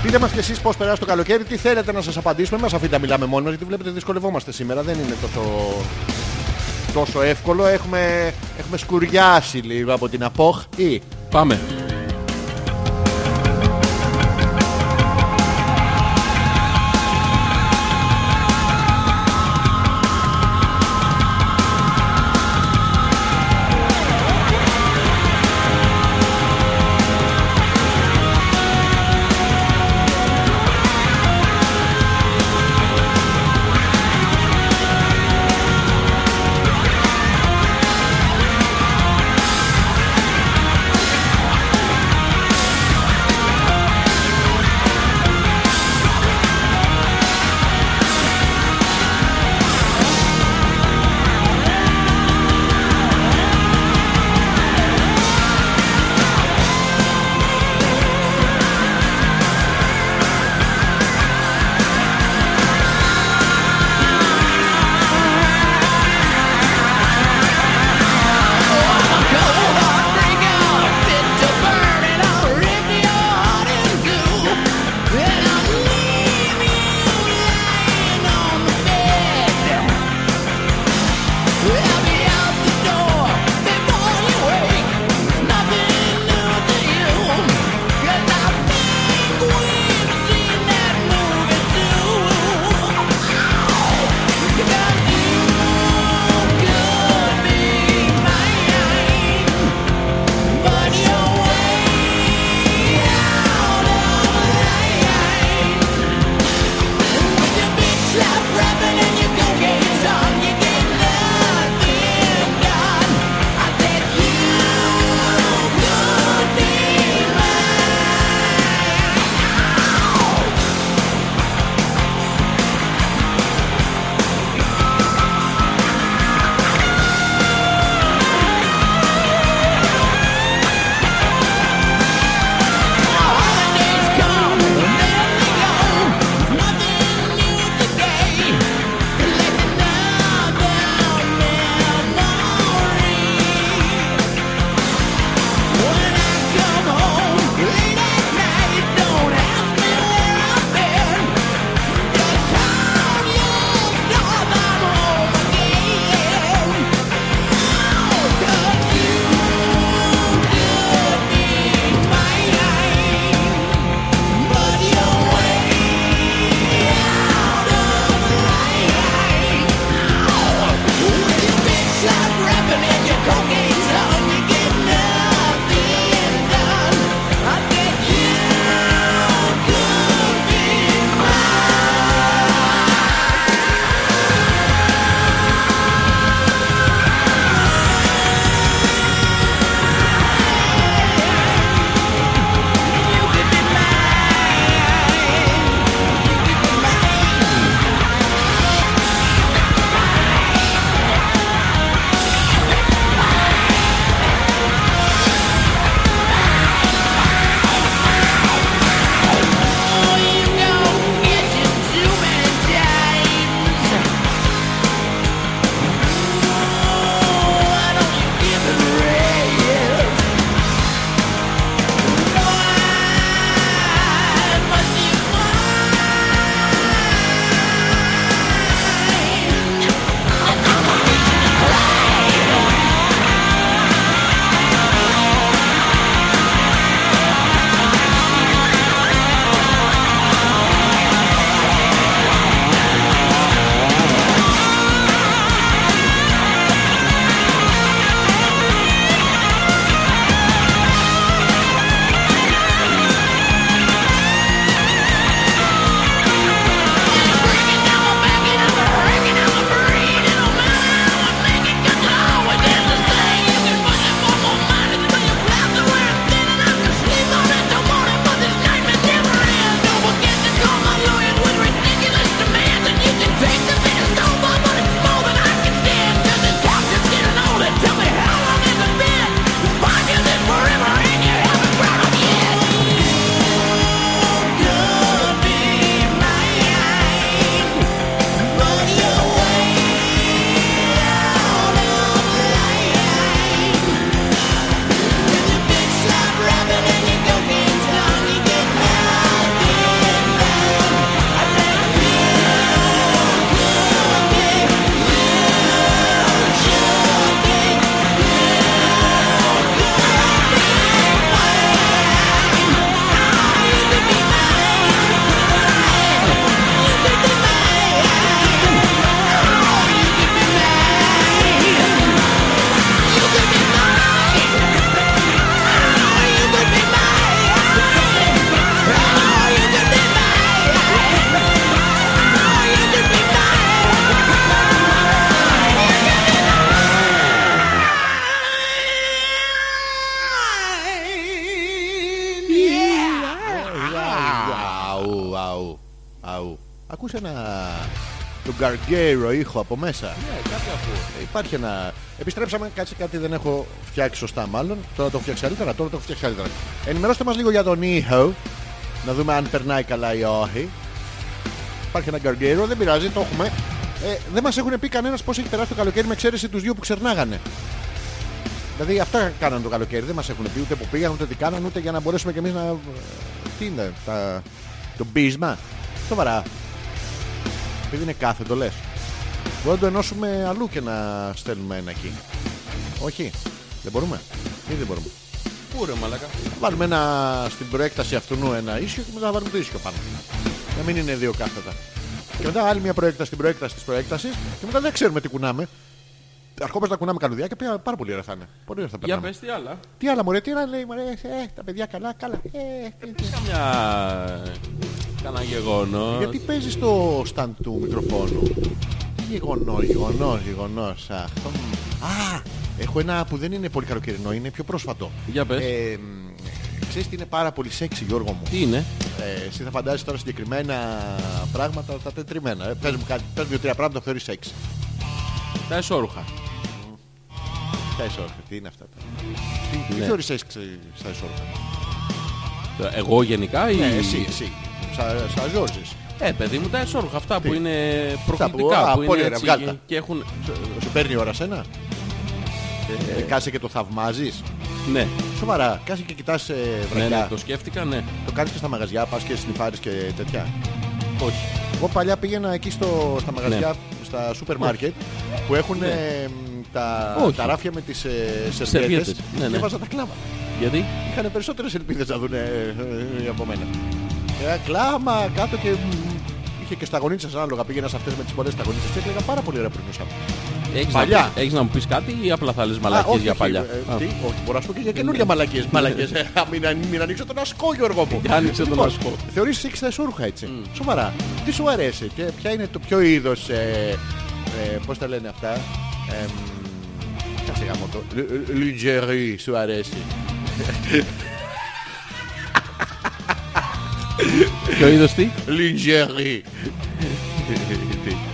[SPEAKER 2] Πείτε μας κι εσείς πώς περάσει το καλοκαίρι, τι θέλετε να σας απαντήσουμε, μας αφήνετε να μιλάμε μόνοι μας, γιατί βλέπετε δυσκολευόμαστε σήμερα, δεν είναι τόσο, τόσο εύκολο. Έχουμε, έχουμε σκουριάσει λίγο από την απόχ. Ή,
[SPEAKER 3] Πάμε.
[SPEAKER 2] ακούσε ένα. τον Γκαργκέρο ήχο από μέσα.
[SPEAKER 3] Ναι, κάτι ακούω.
[SPEAKER 2] Ε, Υπάρχει ένα. Επιστρέψαμε, κάτσε κάτι δεν έχω φτιάξει σωστά μάλλον. Τώρα το έχω φτιάξει καλύτερα, τώρα το έχω φτιάξει καλύτερα. Ενημερώστε μας λίγο για τον ήχο. Να δούμε αν περνάει καλά ή όχι. Υπάρχει ένα γκαργκέρο, δεν πειράζει, το έχουμε. Ε, δεν μας έχουν πει κανένας πώς έχει περάσει το καλοκαίρι με εξαίρεση τους δύο που ξερνάγανε. Δηλαδή αυτά κάνανε το καλοκαίρι, δεν μας έχουν πει ούτε που πήγαν, ούτε τι κάνανε, ούτε για να μπορέσουμε κι εμείς να... ε, Τι είναι, τα... το μπίσμα. Σοβαρά. Επειδή είναι κάθετο λες. Μπορούμε να το ενώσουμε αλλού και να στέλνουμε ένα εκεί. Όχι. Δεν μπορούμε. Ή δεν μπορούμε.
[SPEAKER 3] Πού ρε μαλακά.
[SPEAKER 2] Βάλουμε ένα στην προέκταση αυτού ένα ίσιο και μετά βάλουμε το ίσιο πάνω. Να μην είναι δύο κάθετα. Και μετά άλλη μια προέκταση στην προέκταση της προέκτασης και μετά δεν ξέρουμε τι κουνάμε. Αρχόμαστε να κουνάμε καλουδιά και πια πάρα πολύ ωραία θα είναι. Πολύ ωραία θα
[SPEAKER 3] Για
[SPEAKER 2] περνάμε.
[SPEAKER 3] πες τι άλλα.
[SPEAKER 2] Τι άλλα μωρέ, τι άλλα λέει μωρέ, ε, τα παιδιά καλά, καλά. Ε, ε, ε.
[SPEAKER 3] Πες καμιά... Κανένα γεγονός.
[SPEAKER 2] Γιατί παίζεις το stand του μικροφόνου. Γεγονό, γεγονό, γεγονό. Αυτό. Α, έχω ένα που δεν είναι πολύ καλοκαιρινό, είναι πιο πρόσφατο.
[SPEAKER 3] Για πες.
[SPEAKER 2] Ε, μ, ξέρεις τι είναι πάρα πολύ σεξι Γιώργο μου.
[SPEAKER 3] Τι είναι.
[SPEAKER 2] Ε, εσύ θα φαντάζεσαι τώρα συγκεκριμένα πράγματα, τα τετριμένα. Ε, πες μου κάτι, πες μου δύο-τρία πράγματα που θεωρείς σεξι.
[SPEAKER 3] Τα εσώρουχα.
[SPEAKER 2] Τα ισόρροφα, τι είναι αυτά. τα- Τι, τι
[SPEAKER 3] Ναι.
[SPEAKER 2] θεωρείς σεξι στα ισόρροφα.
[SPEAKER 3] Εγώ γενικά ή...
[SPEAKER 2] Ναι, εσύ, εσύ. Σα, σα ζόρζεις.
[SPEAKER 3] Ε, παιδί μου, τα εσόρουχα. Αυτά που είναι
[SPEAKER 2] α,
[SPEAKER 3] προκλητικά. Που είναι
[SPEAKER 2] πολύ ωραία,
[SPEAKER 3] έτσι
[SPEAKER 2] βγάλ' τα.
[SPEAKER 3] και- και έχουν...
[SPEAKER 2] Σου- Σου παίρνει ώρα σένα. Ε, κάσε και το θαυμάζεις.
[SPEAKER 3] Ναι,
[SPEAKER 2] Σοβαρά, κάσε και κοιτάς ε,
[SPEAKER 3] ναι,
[SPEAKER 2] βρακιά.
[SPEAKER 3] ναι, το σκέφτηκα, ναι.
[SPEAKER 2] Το κάνεις και στα μαγαζιά, πας και σνιφάρεις και τέτοια.
[SPEAKER 3] Όχι. Ναι.
[SPEAKER 2] Εγώ παλιά πήγαινα εκεί στο, στα μαγαζιά, στα σούπερ μάρκετ, που έχουν ε, μ, τα,
[SPEAKER 3] Όχι.
[SPEAKER 2] τα ράφια με τις ε, σερβιέτες
[SPEAKER 3] Σερβιέτες. Ναι,
[SPEAKER 2] και
[SPEAKER 3] ναι.
[SPEAKER 2] βάζα τα κλάμα.
[SPEAKER 3] Γιατί.
[SPEAKER 2] Είχαν περισσότερες ελπίδες να δουν ε, ε, από μένα. Ε, κλάμα κάτω και μ, είχε και σταγονίτσες ανάλογα. Πήγαινα σε αυτές με τις πολλές σταγονίτσες και έκλαιγα πάρα πολύ ωραία περνούσαμε.
[SPEAKER 3] Έχεις
[SPEAKER 2] Παλιά.
[SPEAKER 3] Να, έχεις να μου πεις κάτι ή απλά θα λες μαλακίες
[SPEAKER 2] όχι,
[SPEAKER 3] για
[SPEAKER 2] όχι,
[SPEAKER 3] παλιά.
[SPEAKER 2] ε,
[SPEAKER 3] Α,
[SPEAKER 2] τι, όχι, μπορώ να σου πω και για καινούργια μαλακίες. Μαλακίες. Ε, μην, αν- μην ανοίξω τον ασκό, Γιώργο μου.
[SPEAKER 3] Για άνοιξε τον
[SPEAKER 2] Λοιπόν,
[SPEAKER 3] ασκό. Mm.
[SPEAKER 2] Θεωρείς έχεις τα σούρουχα έτσι. Σοβαρά. Τι σου αρέσει, και ποια είναι το πιο είδος, ε, ε, πώς τα λένε αυτά. Ε, μ, κάτσε γάμο το. Λ- λ- Λουτζερί σου αρέσει.
[SPEAKER 3] Ποιο είδος τι.
[SPEAKER 2] Λουτζερί.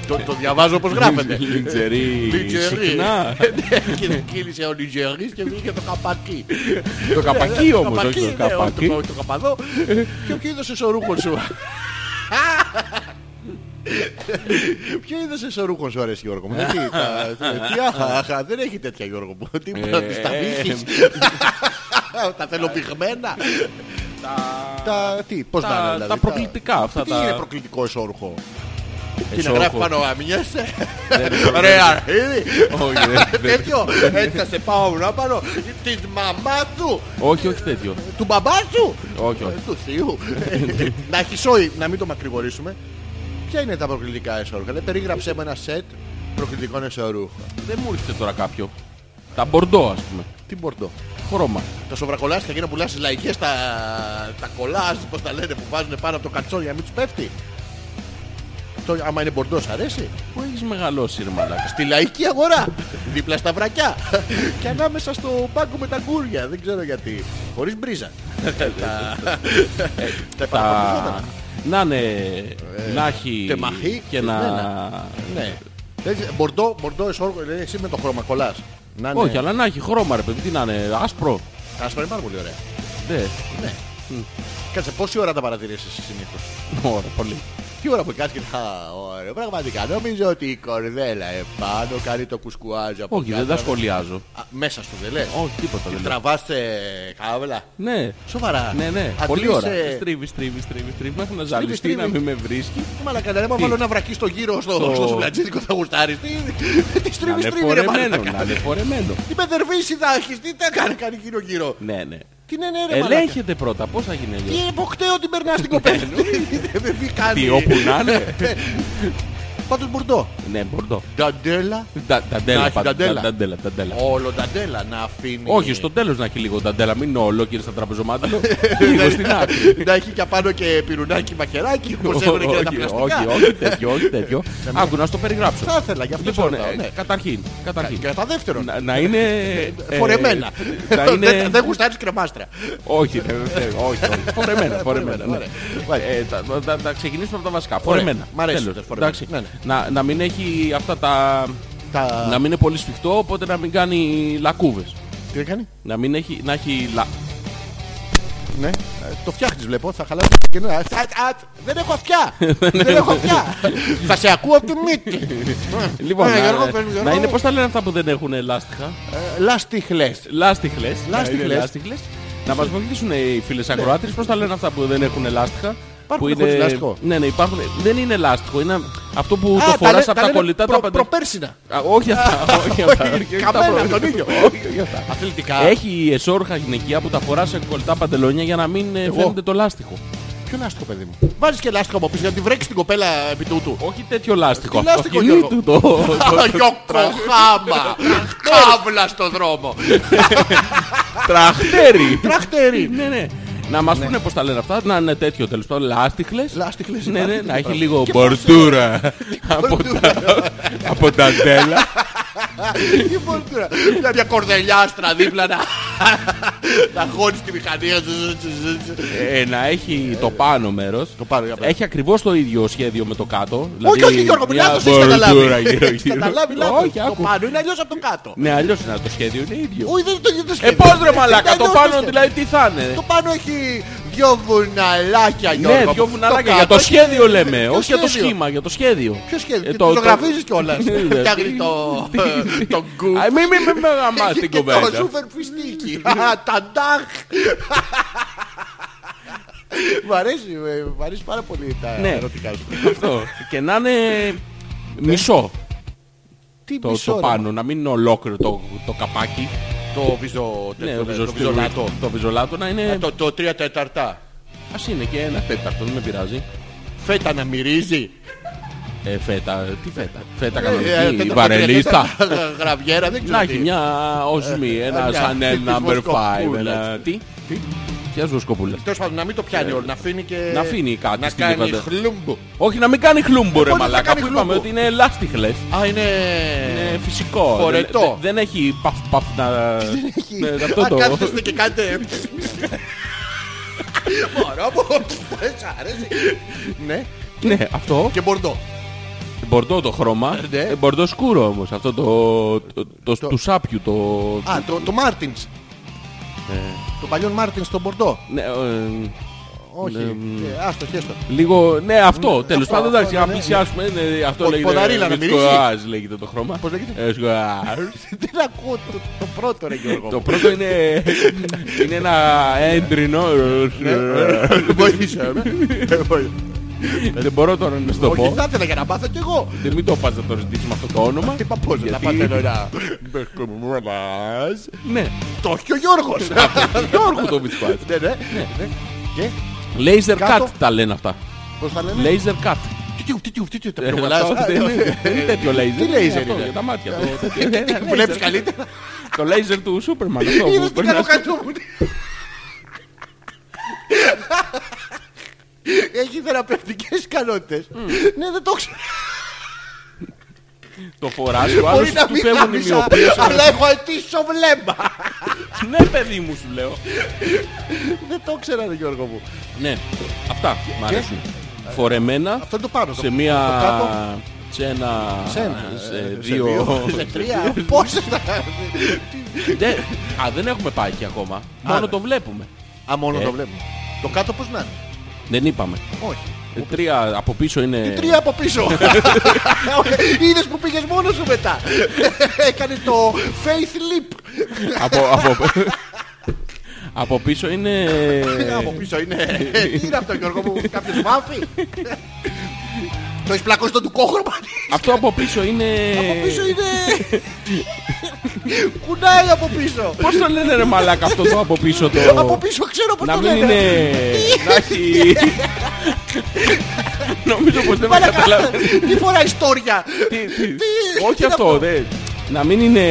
[SPEAKER 2] Το, το διαβάζω όπως γράφεται.
[SPEAKER 3] Λιτζερί.
[SPEAKER 2] Λουτζερί.
[SPEAKER 3] Συχνά.
[SPEAKER 2] Ναι, Και κύλησε ο Λουτζερί και βγήκε το καπακί.
[SPEAKER 3] Το καπακί όμως,
[SPEAKER 2] Καπακί,
[SPEAKER 3] όχι
[SPEAKER 2] ναι,
[SPEAKER 3] το καπακί.
[SPEAKER 2] Το το καπαδό. Και ποιο είδος εσωρούχων σου. Ποιο είδος εσωρούχων σου αρέσει Γιώργο μου. Γιατί τα- Τι άχα, δεν έχει τέτοια Γιώργο μου. Τι μπορεί να τις τα
[SPEAKER 3] ε,
[SPEAKER 2] βύχεις. Τα θέλω πυγμένα. Τα τι, πώς
[SPEAKER 3] τα-
[SPEAKER 2] να είναι,
[SPEAKER 3] τα
[SPEAKER 2] δηλαδή,
[SPEAKER 3] προκλητικά αυτά
[SPEAKER 2] Τι
[SPEAKER 3] τα-
[SPEAKER 2] είναι προκλητικό εσώρουχο. Τι να
[SPEAKER 3] Εσώρουχο.
[SPEAKER 2] γράφει πάνω αμυνιέσαι.
[SPEAKER 3] Δεν ξέρω.
[SPEAKER 2] Ρε αρχίδι.
[SPEAKER 3] Όχι, δεν- δεν-
[SPEAKER 2] Τέτοιο. Έτσι θα σε πάω να πάρω της μαμάς του.
[SPEAKER 3] Όχι, όχι τέτοιο.
[SPEAKER 2] Του μπαμπάς σου.
[SPEAKER 3] Όχι, όχι.
[SPEAKER 2] Ε, Του θείου. Να έχει σόι, να μην το μακρηγορήσουμε. Ποια είναι τα προκλητικά εσώρουχα. Λέει, περίγραψε με ένα σετ προκλητικών εσώρουχων.
[SPEAKER 3] Δεν μου έρχεται τώρα κάποιο. Τα μπορντό, ας πούμε.
[SPEAKER 2] Τι μπορτό.
[SPEAKER 3] Χρώμα.
[SPEAKER 2] Τα σοβρακολάσια για να πουλάς στις λαϊκές τα, τα κολάζ, πώς τα λένε, που βάζουν πάνω από το κατσόνι για να μην τους πέφτει. Αυτό άμα είναι μπορντός αρέσει.
[SPEAKER 3] Πού έχεις μεγαλώσει, ρε μαλάκα.
[SPEAKER 2] Στη λαϊκή αγορά, δίπλα στα βρακιά και ανάμεσα στο μπάγκο με τα κούρια. Δεν ξέρω γιατί. Χωρίς μπρίζα. Τα επαναπατηθώντανα.
[SPEAKER 3] Τα... Να είναι... Να έχει...
[SPEAKER 2] τεμαχή,
[SPEAKER 3] Και να...
[SPEAKER 2] σβένα. Ναι. Έτσι, Μπορντό, μπορντό εσόργο, λέει εσύ με το χρώμα κολλάς. Να ναι. είναι.
[SPEAKER 3] Όχι, αλλά να έχει χρώμα, ρε παιδί. Τι να είναι, άσπρο.
[SPEAKER 2] Άσπρο είναι πάρα πολύ ωραία. Ναι.
[SPEAKER 3] Δεν.
[SPEAKER 2] Κάτσε, πόση ώρα τα παρατηρήσεις συνήθως.
[SPEAKER 3] Ωραία, πολύ.
[SPEAKER 2] Τι ώρα που κάτσε και τα ωραία. Πραγματικά νομίζω ότι η κορδέλα επάνω κάνει το κουσκουάζ από
[SPEAKER 3] Όχι, δεν
[SPEAKER 2] κάτω.
[SPEAKER 3] τα σχολιάζω.
[SPEAKER 2] Α, Μέσα σου δεν λες.
[SPEAKER 3] Όχι, τίποτα δεν λέω.
[SPEAKER 2] Τραβάς ε, κάβλα.
[SPEAKER 3] Ναι.
[SPEAKER 2] Σοβαρά.
[SPEAKER 3] Ναι, ναι,
[SPEAKER 2] Αντλείς,
[SPEAKER 3] πολύ ώρα.
[SPEAKER 2] ε,
[SPEAKER 3] Στρίβει, στρίβει, στρίβει, στρίβει. Μέχρι να ζαλιστεί,
[SPEAKER 2] στρίβει.
[SPEAKER 3] να μην με βρίσκει.
[SPEAKER 2] Μαλάκα, ρε, άμα
[SPEAKER 3] Τι?
[SPEAKER 2] βάλω ένα βρακί στο γύρο στο,
[SPEAKER 3] Στο-
[SPEAKER 2] στο σουβλατζίδικο θα γουστάρεις. Τι, τι
[SPEAKER 3] Να
[SPEAKER 2] στρίβει,
[SPEAKER 3] είναι
[SPEAKER 2] στρίβει, ρε
[SPEAKER 3] φορεμένο,
[SPEAKER 2] μαλάκα.
[SPEAKER 3] να είναι φορεμένο.
[SPEAKER 2] Τι με δερβίσει θα έχεις, τι τα κάνει, κάνει γύρω γύρω.
[SPEAKER 3] Ναι, ναι.
[SPEAKER 2] Τι ναι, ναι, ρε μαλάκα.
[SPEAKER 3] Ελέγχεται πρώτα, πώς θα γίνει αλλιώς. Ναι,
[SPEAKER 2] δηλαδή. Τι υποκτέω την περνάς την κοπέλα. Δεν με πει κάτι.
[SPEAKER 3] Τι, όπου να είναι.
[SPEAKER 2] Πάντως μπουρντό.
[SPEAKER 3] Ναι, μπορντό.
[SPEAKER 2] Νταντέλα.
[SPEAKER 3] Τα-
[SPEAKER 2] Να
[SPEAKER 3] Ταντέλα,
[SPEAKER 2] έχει
[SPEAKER 3] πάντα.
[SPEAKER 2] ταντέλα.
[SPEAKER 3] Τα- Ταντέλα, ταντέλα.
[SPEAKER 2] Όλο ταντέλα να αφήνει.
[SPEAKER 3] Όχι, στο τέλος να έχει λίγο ταντέλα, μην είναι ολόκληρη στα τραπεζομάτια.
[SPEAKER 2] Ναι,
[SPEAKER 3] Λίγο στην άκρη.
[SPEAKER 2] να έχει και απάνω και πυρουνάκι μακεράκι, όπως έβρε και τα
[SPEAKER 3] Όχι,
[SPEAKER 2] πλαστικά. Ναι,
[SPEAKER 3] όχι, όχι, τέτοιο, όχι τέτοιο. Άκου να στο περιγράψω.
[SPEAKER 2] Θα ήθελα, γι' αυτό
[SPEAKER 3] Λοιπόν,
[SPEAKER 2] σε ρωτάω,
[SPEAKER 3] ε,
[SPEAKER 2] ναι.
[SPEAKER 3] καταρχήν, καταρχήν.
[SPEAKER 2] Κατά δεύτερον,
[SPEAKER 3] Να, να είναι... ε,
[SPEAKER 2] φορεμένα.
[SPEAKER 3] να είναι...
[SPEAKER 2] Ναι, Δεν- Δεν γουστάρεις κρεμάστρα.
[SPEAKER 3] όχι, δεν- δεν- όχι, όχι. Φορεμένα, φορεμένα. ναι.
[SPEAKER 2] ωραία.
[SPEAKER 3] Ε, τα- τα- τα- Τα ξεκινήσουμε από τα βασικά. Φορεμένα.
[SPEAKER 2] Μ' αρέσει
[SPEAKER 3] Τέλος,
[SPEAKER 2] το φορεμένα.
[SPEAKER 3] εντάξει.
[SPEAKER 2] Ναι, ναι.
[SPEAKER 3] Να- Να μην έχει αυτά τα...
[SPEAKER 2] Τα-
[SPEAKER 3] Να μην είναι πολύ σφιχτό, οπότε να μην κάνει λακκούβες.
[SPEAKER 2] Τι έκανε,
[SPEAKER 3] Να μην έχει... Να έχει λα...
[SPEAKER 2] ναι. Ε, Το φτιάχνεις βλέπω, θα χαλάσει και ναι. Α, α, α, Δεν έχω αυτιά!
[SPEAKER 3] Ναι,
[SPEAKER 2] Δεν έχω αυτιά! Θα σε ακούω από τη μύτη.
[SPEAKER 3] Λοιπόν,
[SPEAKER 2] Ε,
[SPEAKER 3] να-
[SPEAKER 2] Γιώργο, παίρνει, Γιώργο.
[SPEAKER 3] να είναι πώς τα λένε αυτά που δεν έχουν λάστιχα.
[SPEAKER 2] Ε, Λάστιχλες.
[SPEAKER 3] Λάστιχλες.
[SPEAKER 2] Λάστιχλες. Ναι.
[SPEAKER 3] Να είναι λάστιχλες. Να μας βοηθήσουν οι φίλες ακροάτρες πώς τα λένε αυτά που δεν έχουν λάστιχα.
[SPEAKER 2] Υπάρχουν χωρίς λάστιχο.
[SPEAKER 3] Ναι, ναι, υπάρχουν. Δεν είναι λάστιχο. Είναι αυτό που
[SPEAKER 2] Α,
[SPEAKER 3] το
[SPEAKER 2] τα λέ-
[SPEAKER 3] φοράς από τα
[SPEAKER 2] λένε
[SPEAKER 3] κολλητά
[SPEAKER 2] προ-
[SPEAKER 3] τα παντε-
[SPEAKER 2] Προπέρσινα.
[SPEAKER 3] Α, Όχι αυτά. Όχι αυτά. όχι αυτά,
[SPEAKER 2] Καμένα
[SPEAKER 3] όχι.
[SPEAKER 2] από τον ήλιο.
[SPEAKER 3] Όχι, όχι αυτά.
[SPEAKER 2] Αθλητικά.
[SPEAKER 3] Έχει εσόρουχα γυναικεία που τα φοράς σε κολλητά παντελόνια για να μην ε,
[SPEAKER 2] Εγώ.
[SPEAKER 3] φαίνεται το λάστιχο.
[SPEAKER 2] Ποιο λάστιχο, παιδί μου. Βάζεις και λάστιχο από πίσω για να τη βρέξεις την κοπέλα επί τούτου.
[SPEAKER 3] Όχι τέτοιο λάστιχο.
[SPEAKER 2] Τι λάστιχο,
[SPEAKER 3] αυτοκινήτου
[SPEAKER 2] Γιώργο?
[SPEAKER 3] το- το-
[SPEAKER 2] Γιοκοχάμα! Καύλα στο δρόμο!
[SPEAKER 3] Τραχτέρι.
[SPEAKER 2] Τραχτέρι!
[SPEAKER 3] Ναι, ναι. Να μας πούνε πώς τα λένε αυτά, να είναι τέτοιο τέλος πάντων. Λάστιχλες.
[SPEAKER 2] Λάστιχλες,
[SPEAKER 3] Ναι, ναι,
[SPEAKER 2] λάστιχλες,
[SPEAKER 3] να έχει
[SPEAKER 2] πράγμα.
[SPEAKER 3] λίγο μπορτούρα από τα- από τα τέλα.
[SPEAKER 2] Τι μπορτούρα. Μια- Μια κορδελιάστρα δίπλα να... να χώνεις τη μηχανή.
[SPEAKER 3] Ε, Να έχει το πάνω μέρος.
[SPEAKER 2] Το πάνω, για πέρα.
[SPEAKER 3] Έχει ακριβώς το ίδιο σχέδιο με το κάτω.
[SPEAKER 2] Όχι, όχι Γιώργο,
[SPEAKER 3] Δηλαδή, μια
[SPEAKER 2] μιλάω, έχεις καταλάβει.
[SPEAKER 3] μπορτούρα
[SPEAKER 2] Έχεις
[SPEAKER 3] γύρω-γύρω.
[SPEAKER 2] καταλάβει λάθος.
[SPEAKER 3] Όχι,
[SPEAKER 2] Το
[SPEAKER 3] άκου.
[SPEAKER 2] πάνω είναι αλλιώς από το κάτω.
[SPEAKER 3] Ναι, αλλιώς είναι το σχέδιο, είναι ίδιο.
[SPEAKER 2] Όχι, δεν το δεν το
[SPEAKER 3] Ε,
[SPEAKER 2] σκέφτομαι.
[SPEAKER 3] πώς ρε
[SPEAKER 2] Δεν
[SPEAKER 3] μαλάκα, το πάνω
[SPEAKER 2] σκέφτομαι.
[SPEAKER 3] δηλαδή τι θα είναι.
[SPEAKER 2] Το πάνω έχει δυο βουναλάκια, Γιώργο.
[SPEAKER 3] Ναι, δυο βουναλάκια.
[SPEAKER 2] Το
[SPEAKER 3] Για το
[SPEAKER 2] κάτω
[SPEAKER 3] σχέδιο
[SPEAKER 2] έχει-
[SPEAKER 3] λέμε,
[SPEAKER 2] Ποιο
[SPEAKER 3] όχι για το
[SPEAKER 2] σχέδιο?
[SPEAKER 3] σχήμα, για το σχέδιο.
[SPEAKER 2] Ποιο σχέδιο,
[SPEAKER 3] Ε,
[SPEAKER 2] και
[SPEAKER 3] το-
[SPEAKER 2] το
[SPEAKER 3] το-
[SPEAKER 2] ζωγραφίζεις κιόλας.
[SPEAKER 3] Ναι, ναι.
[SPEAKER 2] Φτιάχνει το... το γκου.
[SPEAKER 3] Α, Μη μη μη με γαμάς
[SPEAKER 2] Και-
[SPEAKER 3] την
[SPEAKER 2] και Το
[SPEAKER 3] κουβέντα.
[SPEAKER 2] σούπερ φιστίκι. Α, Τα ντάχ. Μ' αρέσει, ε, μ' αρέσει πάρα πολύ τα
[SPEAKER 3] Ναι.
[SPEAKER 2] ερωτικά σου.
[SPEAKER 3] Αυτό. Και να είναι μισό
[SPEAKER 2] Τι
[SPEAKER 3] το,
[SPEAKER 2] μισό,
[SPEAKER 3] το
[SPEAKER 2] ρε.
[SPEAKER 3] πάνω, να μην είναι ολόκληρο το, το καπάκι.
[SPEAKER 2] Το βυζο...
[SPEAKER 3] Ναι,
[SPEAKER 2] Ε, το-
[SPEAKER 3] ο
[SPEAKER 2] το
[SPEAKER 3] βυζοστήρι-
[SPEAKER 2] βυζολάτο.
[SPEAKER 3] Το βυζολάτο να είναι.
[SPEAKER 2] Το- Το τρία τεταρτά.
[SPEAKER 3] Ας είναι και ένα τέταρτο, δεν με πειράζει.
[SPEAKER 2] Φέτα να μυρίζει.
[SPEAKER 3] Ε, φέτα, τι φέτα. Φέτα
[SPEAKER 2] Ε, ε,
[SPEAKER 3] κανονική,
[SPEAKER 2] τέταρτο,
[SPEAKER 3] βαρελίστα.
[SPEAKER 2] τρία τέταρτα, Γραβιέρα, δεν ξέρω.
[SPEAKER 3] Να έχει
[SPEAKER 2] τι.
[SPEAKER 3] μια οσμή, ένα
[SPEAKER 2] ε, μια
[SPEAKER 3] Chanel
[SPEAKER 2] τύπης
[SPEAKER 3] number 5.
[SPEAKER 2] βοσκοπούλα,
[SPEAKER 3] ένα- Τι, τι. Ποιας βοσκοπούλας.
[SPEAKER 2] Τέλος πάντων, να μην το πιάνει όλο, να αφήνει και...
[SPEAKER 3] Ναι. να αφήνει κάτι
[SPEAKER 2] Ε, Να
[SPEAKER 3] στην
[SPEAKER 2] κάνει
[SPEAKER 3] πάντα.
[SPEAKER 2] χλούμπο.
[SPEAKER 3] Όχι να μην κάνει χλούμπο ρε
[SPEAKER 2] Μπορεί να
[SPEAKER 3] μαλάκα
[SPEAKER 2] κάνει
[SPEAKER 3] που είπαμε
[SPEAKER 2] χλούμπο.
[SPEAKER 3] ότι είναι ελάστιχλες.
[SPEAKER 2] Α, είναι...
[SPEAKER 3] Είναι φυσικό.
[SPEAKER 2] Φορετό.
[SPEAKER 3] Δεν, δεν έχει παφ παφ να... Ναι, αυτό
[SPEAKER 2] Α,
[SPEAKER 3] το...
[SPEAKER 2] κάθεστε και κάντε... Μωρό μου, δεν σ' αρέσει. Ναι,
[SPEAKER 3] ναι, αυτό.
[SPEAKER 2] και μπορντό.
[SPEAKER 3] Μπορντό το χρώμα.
[SPEAKER 2] Ναι.
[SPEAKER 3] Ε, Μπορντό σκούρο όμως. Αυτό το... το, το,
[SPEAKER 2] Το-
[SPEAKER 3] Του σάπιου το...
[SPEAKER 2] Α, το, το Μάρτινς. Το παλιό Μάρτινς στον Μπορντό.
[SPEAKER 3] Ναι, ε,
[SPEAKER 2] Όχι.
[SPEAKER 3] μ.
[SPEAKER 2] Ε, Άστο, χέστο.
[SPEAKER 3] λίγο... Ναι, αυτό. Τέλος
[SPEAKER 2] αυτό,
[SPEAKER 3] πάντων,
[SPEAKER 2] αυτό,
[SPEAKER 3] εντάξει,
[SPEAKER 2] ναι,
[SPEAKER 3] να
[SPEAKER 2] ναι.
[SPEAKER 3] πλησιάσουμε. Ναι, αυτό
[SPEAKER 2] Πο-
[SPEAKER 3] λέγεται...
[SPEAKER 2] ποδαρίλα να μυρίζει.
[SPEAKER 3] Σκοάζ λέγεται το χρώμα.
[SPEAKER 2] Πώς λέγεται?
[SPEAKER 3] Ε, σκοάζ.
[SPEAKER 2] Δεν ακούω το, το πρώτο ρε Γιώργο.
[SPEAKER 3] Το πρώτο είναι... είναι ένα έντρινο...
[SPEAKER 2] Ναι. Βοήθησε με. Ε, βοή-
[SPEAKER 3] Δεν μπορώ τώρα να σου το
[SPEAKER 2] Όχι,
[SPEAKER 3] πω.
[SPEAKER 2] θα ήθελα για να μάθω κι εγώ.
[SPEAKER 3] Δεν μην το πας να το ζητήσεις με αυτό το όνομα.
[SPEAKER 2] Τι παππούς, να
[SPEAKER 3] Γιατί-
[SPEAKER 2] πάτε να...
[SPEAKER 3] Ναι.
[SPEAKER 2] Το έχει ο Γιώργος.
[SPEAKER 3] Γιώργος το Μητσπάς.
[SPEAKER 2] Ναι, ναι. ναι. Και
[SPEAKER 3] Laser cut
[SPEAKER 2] Κάτω.
[SPEAKER 3] τα λένε αυτά.
[SPEAKER 2] πώς θα λένε.
[SPEAKER 3] Laser cut.
[SPEAKER 2] Τι, τι, τι, τι, τι, τι, τα
[SPEAKER 3] Ε,
[SPEAKER 2] πυροβολάς.
[SPEAKER 3] αυτό
[SPEAKER 2] Α,
[SPEAKER 3] Δεν είναι δεν είναι τέτοιο laser.
[SPEAKER 2] Τι
[SPEAKER 3] Είναι
[SPEAKER 2] laser
[SPEAKER 3] αυτό,
[SPEAKER 2] είναι?
[SPEAKER 3] Για τα μάτια. το- τέτοιο.
[SPEAKER 2] Βλέπεις καλύτερα.
[SPEAKER 3] Το laser του Σούπερμαν. Αυτό
[SPEAKER 2] Είδες
[SPEAKER 3] που
[SPEAKER 2] τι κάνω
[SPEAKER 3] περνάς.
[SPEAKER 2] κάτω μου. Έχει θεραπευτικές ικανότητες. Ναι, δεν το ξέρω.
[SPEAKER 3] Το φοράς του άλλου
[SPEAKER 2] Μπορεί να
[SPEAKER 3] του
[SPEAKER 2] μην
[SPEAKER 3] φεύγουν οι
[SPEAKER 2] γάμισα,
[SPEAKER 3] μυοπίες.
[SPEAKER 2] αλλά έχω αιτήσω βλέμμα.
[SPEAKER 3] Ναι παιδί μου σου λέω.
[SPEAKER 2] Δεν το ξέρα, ρε Γιώργο μου.
[SPEAKER 3] Ναι. Αυτά μ' αρέσουν. Φορεμένα
[SPEAKER 2] Αυτό είναι το πάνω.
[SPEAKER 3] σε
[SPEAKER 2] το-
[SPEAKER 3] μία...
[SPEAKER 2] το κάτω.
[SPEAKER 3] Σε ένα...
[SPEAKER 2] Σε ένα,
[SPEAKER 3] σε
[SPEAKER 2] ε, σε
[SPEAKER 3] δύο...
[SPEAKER 2] σε τρία. Πόσα θα...
[SPEAKER 3] Δεν- Α, δεν έχουμε πάει εκεί ακόμα. Μόνο
[SPEAKER 2] ναι.
[SPEAKER 3] το βλέπουμε.
[SPEAKER 2] Α, μόνο
[SPEAKER 3] Ε.
[SPEAKER 2] το βλέπουμε. Το κάτω πώς να είναι.
[SPEAKER 3] Δεν είπαμε.
[SPEAKER 2] Όχι.
[SPEAKER 3] Ε, Τρία από πίσω είναι...
[SPEAKER 2] Ε, Τρία από πίσω. Είδες που πήγες μόνος σου μετά. Έκανε το faith leap.
[SPEAKER 3] από, από, από πίσω είναι...
[SPEAKER 2] Από
[SPEAKER 3] Ε.
[SPEAKER 2] πίσω είναι. Ε, Τι είναι αυτό Γιώργο μου, κάποιος μάφι. Το έχεις πλακώσει το του κόχρωμα.
[SPEAKER 3] Αυτό από πίσω είναι...
[SPEAKER 2] Από πίσω είναι. Κουνάει από πίσω.
[SPEAKER 3] Πώς το λένε ρε μαλάκα αυτό το από πίσω το...
[SPEAKER 2] Από πίσω ξέρω πώς
[SPEAKER 3] Ε, Να
[SPEAKER 2] το
[SPEAKER 3] μην
[SPEAKER 2] λένε.
[SPEAKER 3] είναι... Να έχει... Νομίζω πως δεν με
[SPEAKER 2] Μαλάκα,
[SPEAKER 3] καταλαβαίνει.
[SPEAKER 2] τι φοράει στόρια.
[SPEAKER 3] Τι- τι-
[SPEAKER 2] Τι- τι
[SPEAKER 3] Όχι
[SPEAKER 2] να πω.
[SPEAKER 3] αυτό, δεν. Να μην είναι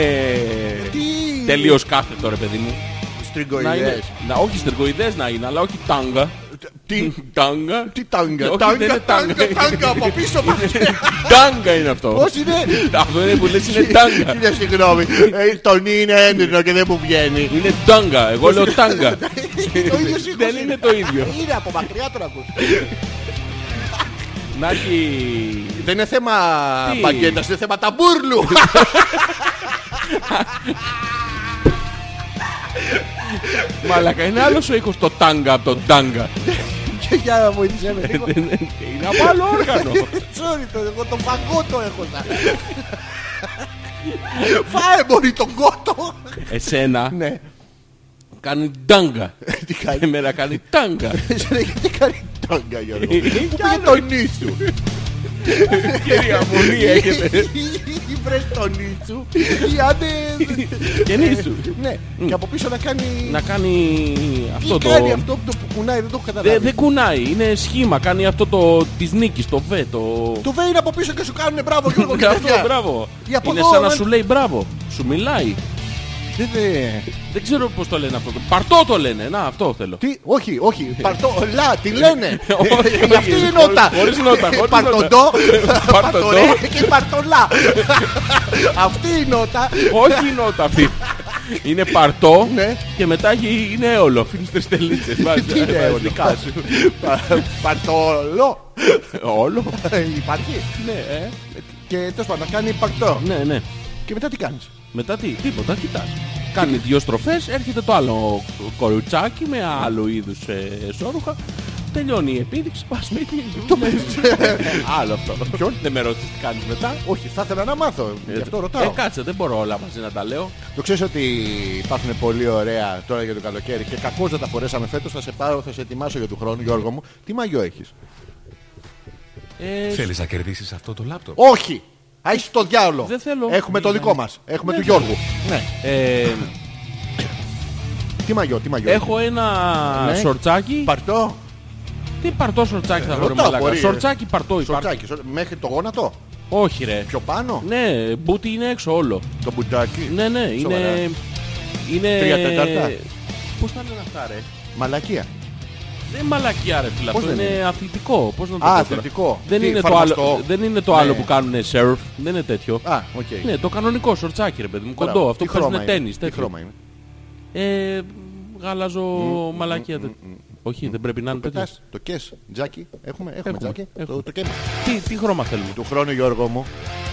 [SPEAKER 2] Τι-
[SPEAKER 3] τελείως κάθετο ρε παιδί μου. Να είναι,
[SPEAKER 2] Στριγκοειδές.
[SPEAKER 3] να, όχι στριγκοειδές να είναι, αλλά όχι τάγκα.
[SPEAKER 2] Τι.
[SPEAKER 3] Τάγκα.
[SPEAKER 2] Τι
[SPEAKER 3] Όχι,
[SPEAKER 2] τάγκα,
[SPEAKER 3] δεν
[SPEAKER 2] τάγκα,
[SPEAKER 3] είναι τάγκα.
[SPEAKER 2] τάγκα, τάγκα από πίσω
[SPEAKER 3] Τάγκα είναι αυτό.
[SPEAKER 2] Πώς είναι
[SPEAKER 3] Αυτό είναι που λες είναι τάγκα.
[SPEAKER 2] Κύριε συγγνώμη, Ε, το νι είναι έντονο και δεν μου βγαίνει
[SPEAKER 3] Είναι τάγκα. Εγώ λέω τάγκα.
[SPEAKER 2] Το ίδιο σήκωσε.
[SPEAKER 3] Δεν είναι το ίδιο.
[SPEAKER 2] Είναι από μακριά τον ακούς.
[SPEAKER 3] Να έχει...
[SPEAKER 2] Δεν είναι θέμα
[SPEAKER 3] Τι?
[SPEAKER 2] παγκέντας, είναι θέμα ταμπούρλου.
[SPEAKER 3] Μαλακα, είναι άλλος ο ήχος το τάγκα από τον τάγκα. Ε,
[SPEAKER 2] Και για να βοηθήσέ με λίγο.
[SPEAKER 3] Είναι από άλλο όργανο.
[SPEAKER 2] Sorry, το- εγώ τον φαγό το έχω σαν. Φάε μωρή τον κότο.
[SPEAKER 3] Εσένα
[SPEAKER 2] Ναι,
[SPEAKER 3] κάνει τάγκα.
[SPEAKER 2] τι κάνει.
[SPEAKER 3] Εμένα κάνει τάγκα.
[SPEAKER 2] Εσένα γιατί κάνει τάγκα Γιώργο. Πού
[SPEAKER 3] Ε,
[SPEAKER 2] πήγε το νι σου.
[SPEAKER 3] Κυρία Μονή έχετε.
[SPEAKER 2] Ή βρες το νι σου. Ή άντε...
[SPEAKER 3] Και νήσου.
[SPEAKER 2] Ναι,
[SPEAKER 3] Μμ.
[SPEAKER 2] και από πίσω να κάνει...
[SPEAKER 3] Να κάνει αυτό
[SPEAKER 2] Τι κάνει
[SPEAKER 3] το...
[SPEAKER 2] αυτό δηλαδή? που το που κουνάει, δεν το έχω
[SPEAKER 3] Δε-
[SPEAKER 2] καταλάβει.
[SPEAKER 3] Δεν κουνάει, είναι σχήμα, κάνει αυτό το της νίκης, το βε, το...
[SPEAKER 2] Το βέει από πίσω και σου κάνουνε μπράβο Γιώργο και
[SPEAKER 3] Αυτό,
[SPEAKER 2] τέτοια.
[SPEAKER 3] μπράβο.
[SPEAKER 2] Ή από
[SPEAKER 3] Είναι
[SPEAKER 2] εδώ,
[SPEAKER 3] σαν να
[SPEAKER 2] ρε.
[SPEAKER 3] σου λέει μπράβο. Σου μιλάει.
[SPEAKER 2] Τι δε-
[SPEAKER 3] Δεν ξέρω πώς το λένε αυτό. Παρτό το λένε. Να, αυτό θέλω.
[SPEAKER 2] Τι, όχι, όχι, παρτό, λα, τι λένε.
[SPEAKER 3] Ε. Όχι,
[SPEAKER 2] Ε, Αυτή
[SPEAKER 3] όχι,
[SPEAKER 2] η νότα. Ε,
[SPEAKER 3] χωρίς- χωρίς νότα, χωρίς
[SPEAKER 2] Παρτοντό,
[SPEAKER 3] Παρτοντό.
[SPEAKER 2] παρτορέ και παρτολά. Αυτή η νότα.
[SPEAKER 3] Όχι η νότα αυτή. Είναι παρτό
[SPEAKER 2] Ναι.
[SPEAKER 3] και μετά έχει- είναι έολο. Αφήνεις τρεις τελίτσες.
[SPEAKER 2] Τι είναι
[SPEAKER 3] βάζεις
[SPEAKER 2] όλο.
[SPEAKER 3] δικά σου.
[SPEAKER 2] Πα- Παρτολό.
[SPEAKER 3] Όλο.
[SPEAKER 2] Ε, Υπάρχει.
[SPEAKER 3] Ναι, ε.
[SPEAKER 2] Και τέλος πάντων, να κάνει παρτό.
[SPEAKER 3] Ναι, ναι.
[SPEAKER 2] Και μετά τι κάνεις.
[SPEAKER 3] Μετά τι, τίποτα, κοιτάς. Κάνει δύο στροφές, έρχεται το άλλο κορουτσάκι με άλλο είδους ε, σόρουχα. Τελειώνει η επίδειξη, πας σπίτι. Ναι. Το Άλλο αυτό.
[SPEAKER 2] Ποιον?
[SPEAKER 3] Δεν με ρώτησες τι κάνεις μετά.
[SPEAKER 2] Όχι, θα ήθελα να μάθω. Γι' αυτό
[SPEAKER 3] Ε,
[SPEAKER 2] ρωτάω.
[SPEAKER 3] κάτσε, δεν μπορώ όλα μαζί να τα λέω.
[SPEAKER 2] Το ξέρεις ότι υπάρχουν πολύ ωραία τώρα για το καλοκαίρι και κακώς δεν τα φορέσαμε φέτος. Θα σε πάρω, θα σε ετοιμάσω για του χρόνου, Γιώργο μου. Τι μαγιό έχεις.
[SPEAKER 3] Ε,
[SPEAKER 6] Θέλεις να κερδίσεις αυτό το λάπτοπ.
[SPEAKER 2] Όχι! Α, είσαι το διάολο.
[SPEAKER 3] Δεν θέλω.
[SPEAKER 2] Έχουμε το
[SPEAKER 3] Ναι,
[SPEAKER 2] δικό
[SPEAKER 3] ναι.
[SPEAKER 2] μας. Έχουμε
[SPEAKER 3] Ναι.
[SPEAKER 2] του Γιώργου. Ναι.
[SPEAKER 3] ε,
[SPEAKER 2] Τι μαγιό, τι μαγιό.
[SPEAKER 3] έχω ένα
[SPEAKER 2] Ναι.
[SPEAKER 3] σορτσάκι.
[SPEAKER 2] Παρτό.
[SPEAKER 3] Τι παρτό σορτσάκι θα βρω,
[SPEAKER 2] ρωτάω,
[SPEAKER 3] μαλάκα.
[SPEAKER 2] μπορεί, ε.
[SPEAKER 3] Σορτσάκι παρτό υπάρχει.
[SPEAKER 2] Σορτσάκι. σορ- Μέχρι το γόνατο.
[SPEAKER 3] Όχι ρε.
[SPEAKER 2] Πιο πάνω.
[SPEAKER 3] Ναι, μπούτι είναι έξω όλο.
[SPEAKER 2] Το μπουτάκι.
[SPEAKER 3] Ναι, ναι,
[SPEAKER 2] Σοβαρά.
[SPEAKER 3] είναι... Είναι...
[SPEAKER 2] Τρία τέταρτα.
[SPEAKER 3] Πώς τα λένε αυτά ρε.
[SPEAKER 2] Μαλακία.
[SPEAKER 3] Δεν είναι μαλακιά ρε φίλε,
[SPEAKER 2] Πώς
[SPEAKER 3] αυτό
[SPEAKER 2] δεν
[SPEAKER 3] είναι,
[SPEAKER 2] είναι?
[SPEAKER 3] αθλητικό. Πώς να το
[SPEAKER 2] Α,
[SPEAKER 3] πω τώρα.
[SPEAKER 2] αθλητικό.
[SPEAKER 3] Δεν,
[SPEAKER 2] Τι,
[SPEAKER 3] είναι το
[SPEAKER 2] φαρμαστό?
[SPEAKER 3] άλλο, δεν είναι το άλλο
[SPEAKER 2] Ναι.
[SPEAKER 3] που κάνουν σερφ, δεν είναι τέτοιο.
[SPEAKER 2] Α, οκ.
[SPEAKER 3] Ναι, το κανονικό σορτσάκι ρε παιδί μου,
[SPEAKER 2] Μπράβο.
[SPEAKER 3] κοντό, αυτό
[SPEAKER 2] Τι
[SPEAKER 3] που παίζουν
[SPEAKER 2] χρώμα είναι?
[SPEAKER 3] τέννις.
[SPEAKER 2] Τι
[SPEAKER 3] τέτοιο.
[SPEAKER 2] χρώμα είναι.
[SPEAKER 3] Ε, γαλάζο μαλακία. δεν- Όχι, δεν πρέπει να είναι τέτοιος.
[SPEAKER 2] Πετάς το κες, τζάκι. Έχουμε, έχουμε
[SPEAKER 3] Έχουμε,
[SPEAKER 2] τζάκι. Το,
[SPEAKER 3] έχουμε.
[SPEAKER 2] το κέμα.
[SPEAKER 3] Τι, τι χρώμα θέλουμε.
[SPEAKER 2] Του χρόνου Γιώργο μου.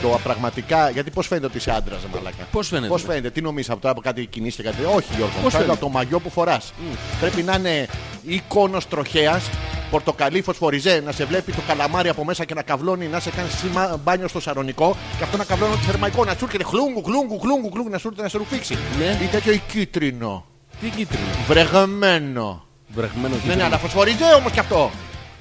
[SPEAKER 2] Το πραγματικά, γιατί πώς φαίνεται ότι είσαι άντρας μαλακά.
[SPEAKER 3] Πώς φαίνεται,
[SPEAKER 2] Πώς
[SPEAKER 3] ναι.
[SPEAKER 2] φαίνεται, τι νομίζεις από τώρα από κάτι κινείς και κάτι. Όχι Γιώργο, μου,
[SPEAKER 3] Πώς
[SPEAKER 2] φαίνεται
[SPEAKER 3] φαίνεται?
[SPEAKER 2] από το μαγιό που φοράς. Πρέπει να είναι εικόνος τροχέας, πορτοκαλί φωσφοριζέ, να σε βλέπει το καλαμάρι από μέσα και να καβλώνει, να σε κάνει σήμα μπάνιο στο σαρονικό και αυτό να καβλώνει το θερμαϊκό, να σου έρχεται χλούγκου, χλούγκου, χλούγκου, χλούγκου, να σου έρχεται να σε ρουφήξει.
[SPEAKER 3] Ναι.
[SPEAKER 2] Ή τέτοιο ή κίτρινο,
[SPEAKER 3] Τι κίτρινο.
[SPEAKER 2] βρεγμένο.
[SPEAKER 3] Βρεχμένο
[SPEAKER 2] Ναι, ναι,
[SPEAKER 3] κίτρινο.
[SPEAKER 2] αλλά φωσφοριζέ όμως κι αυτό.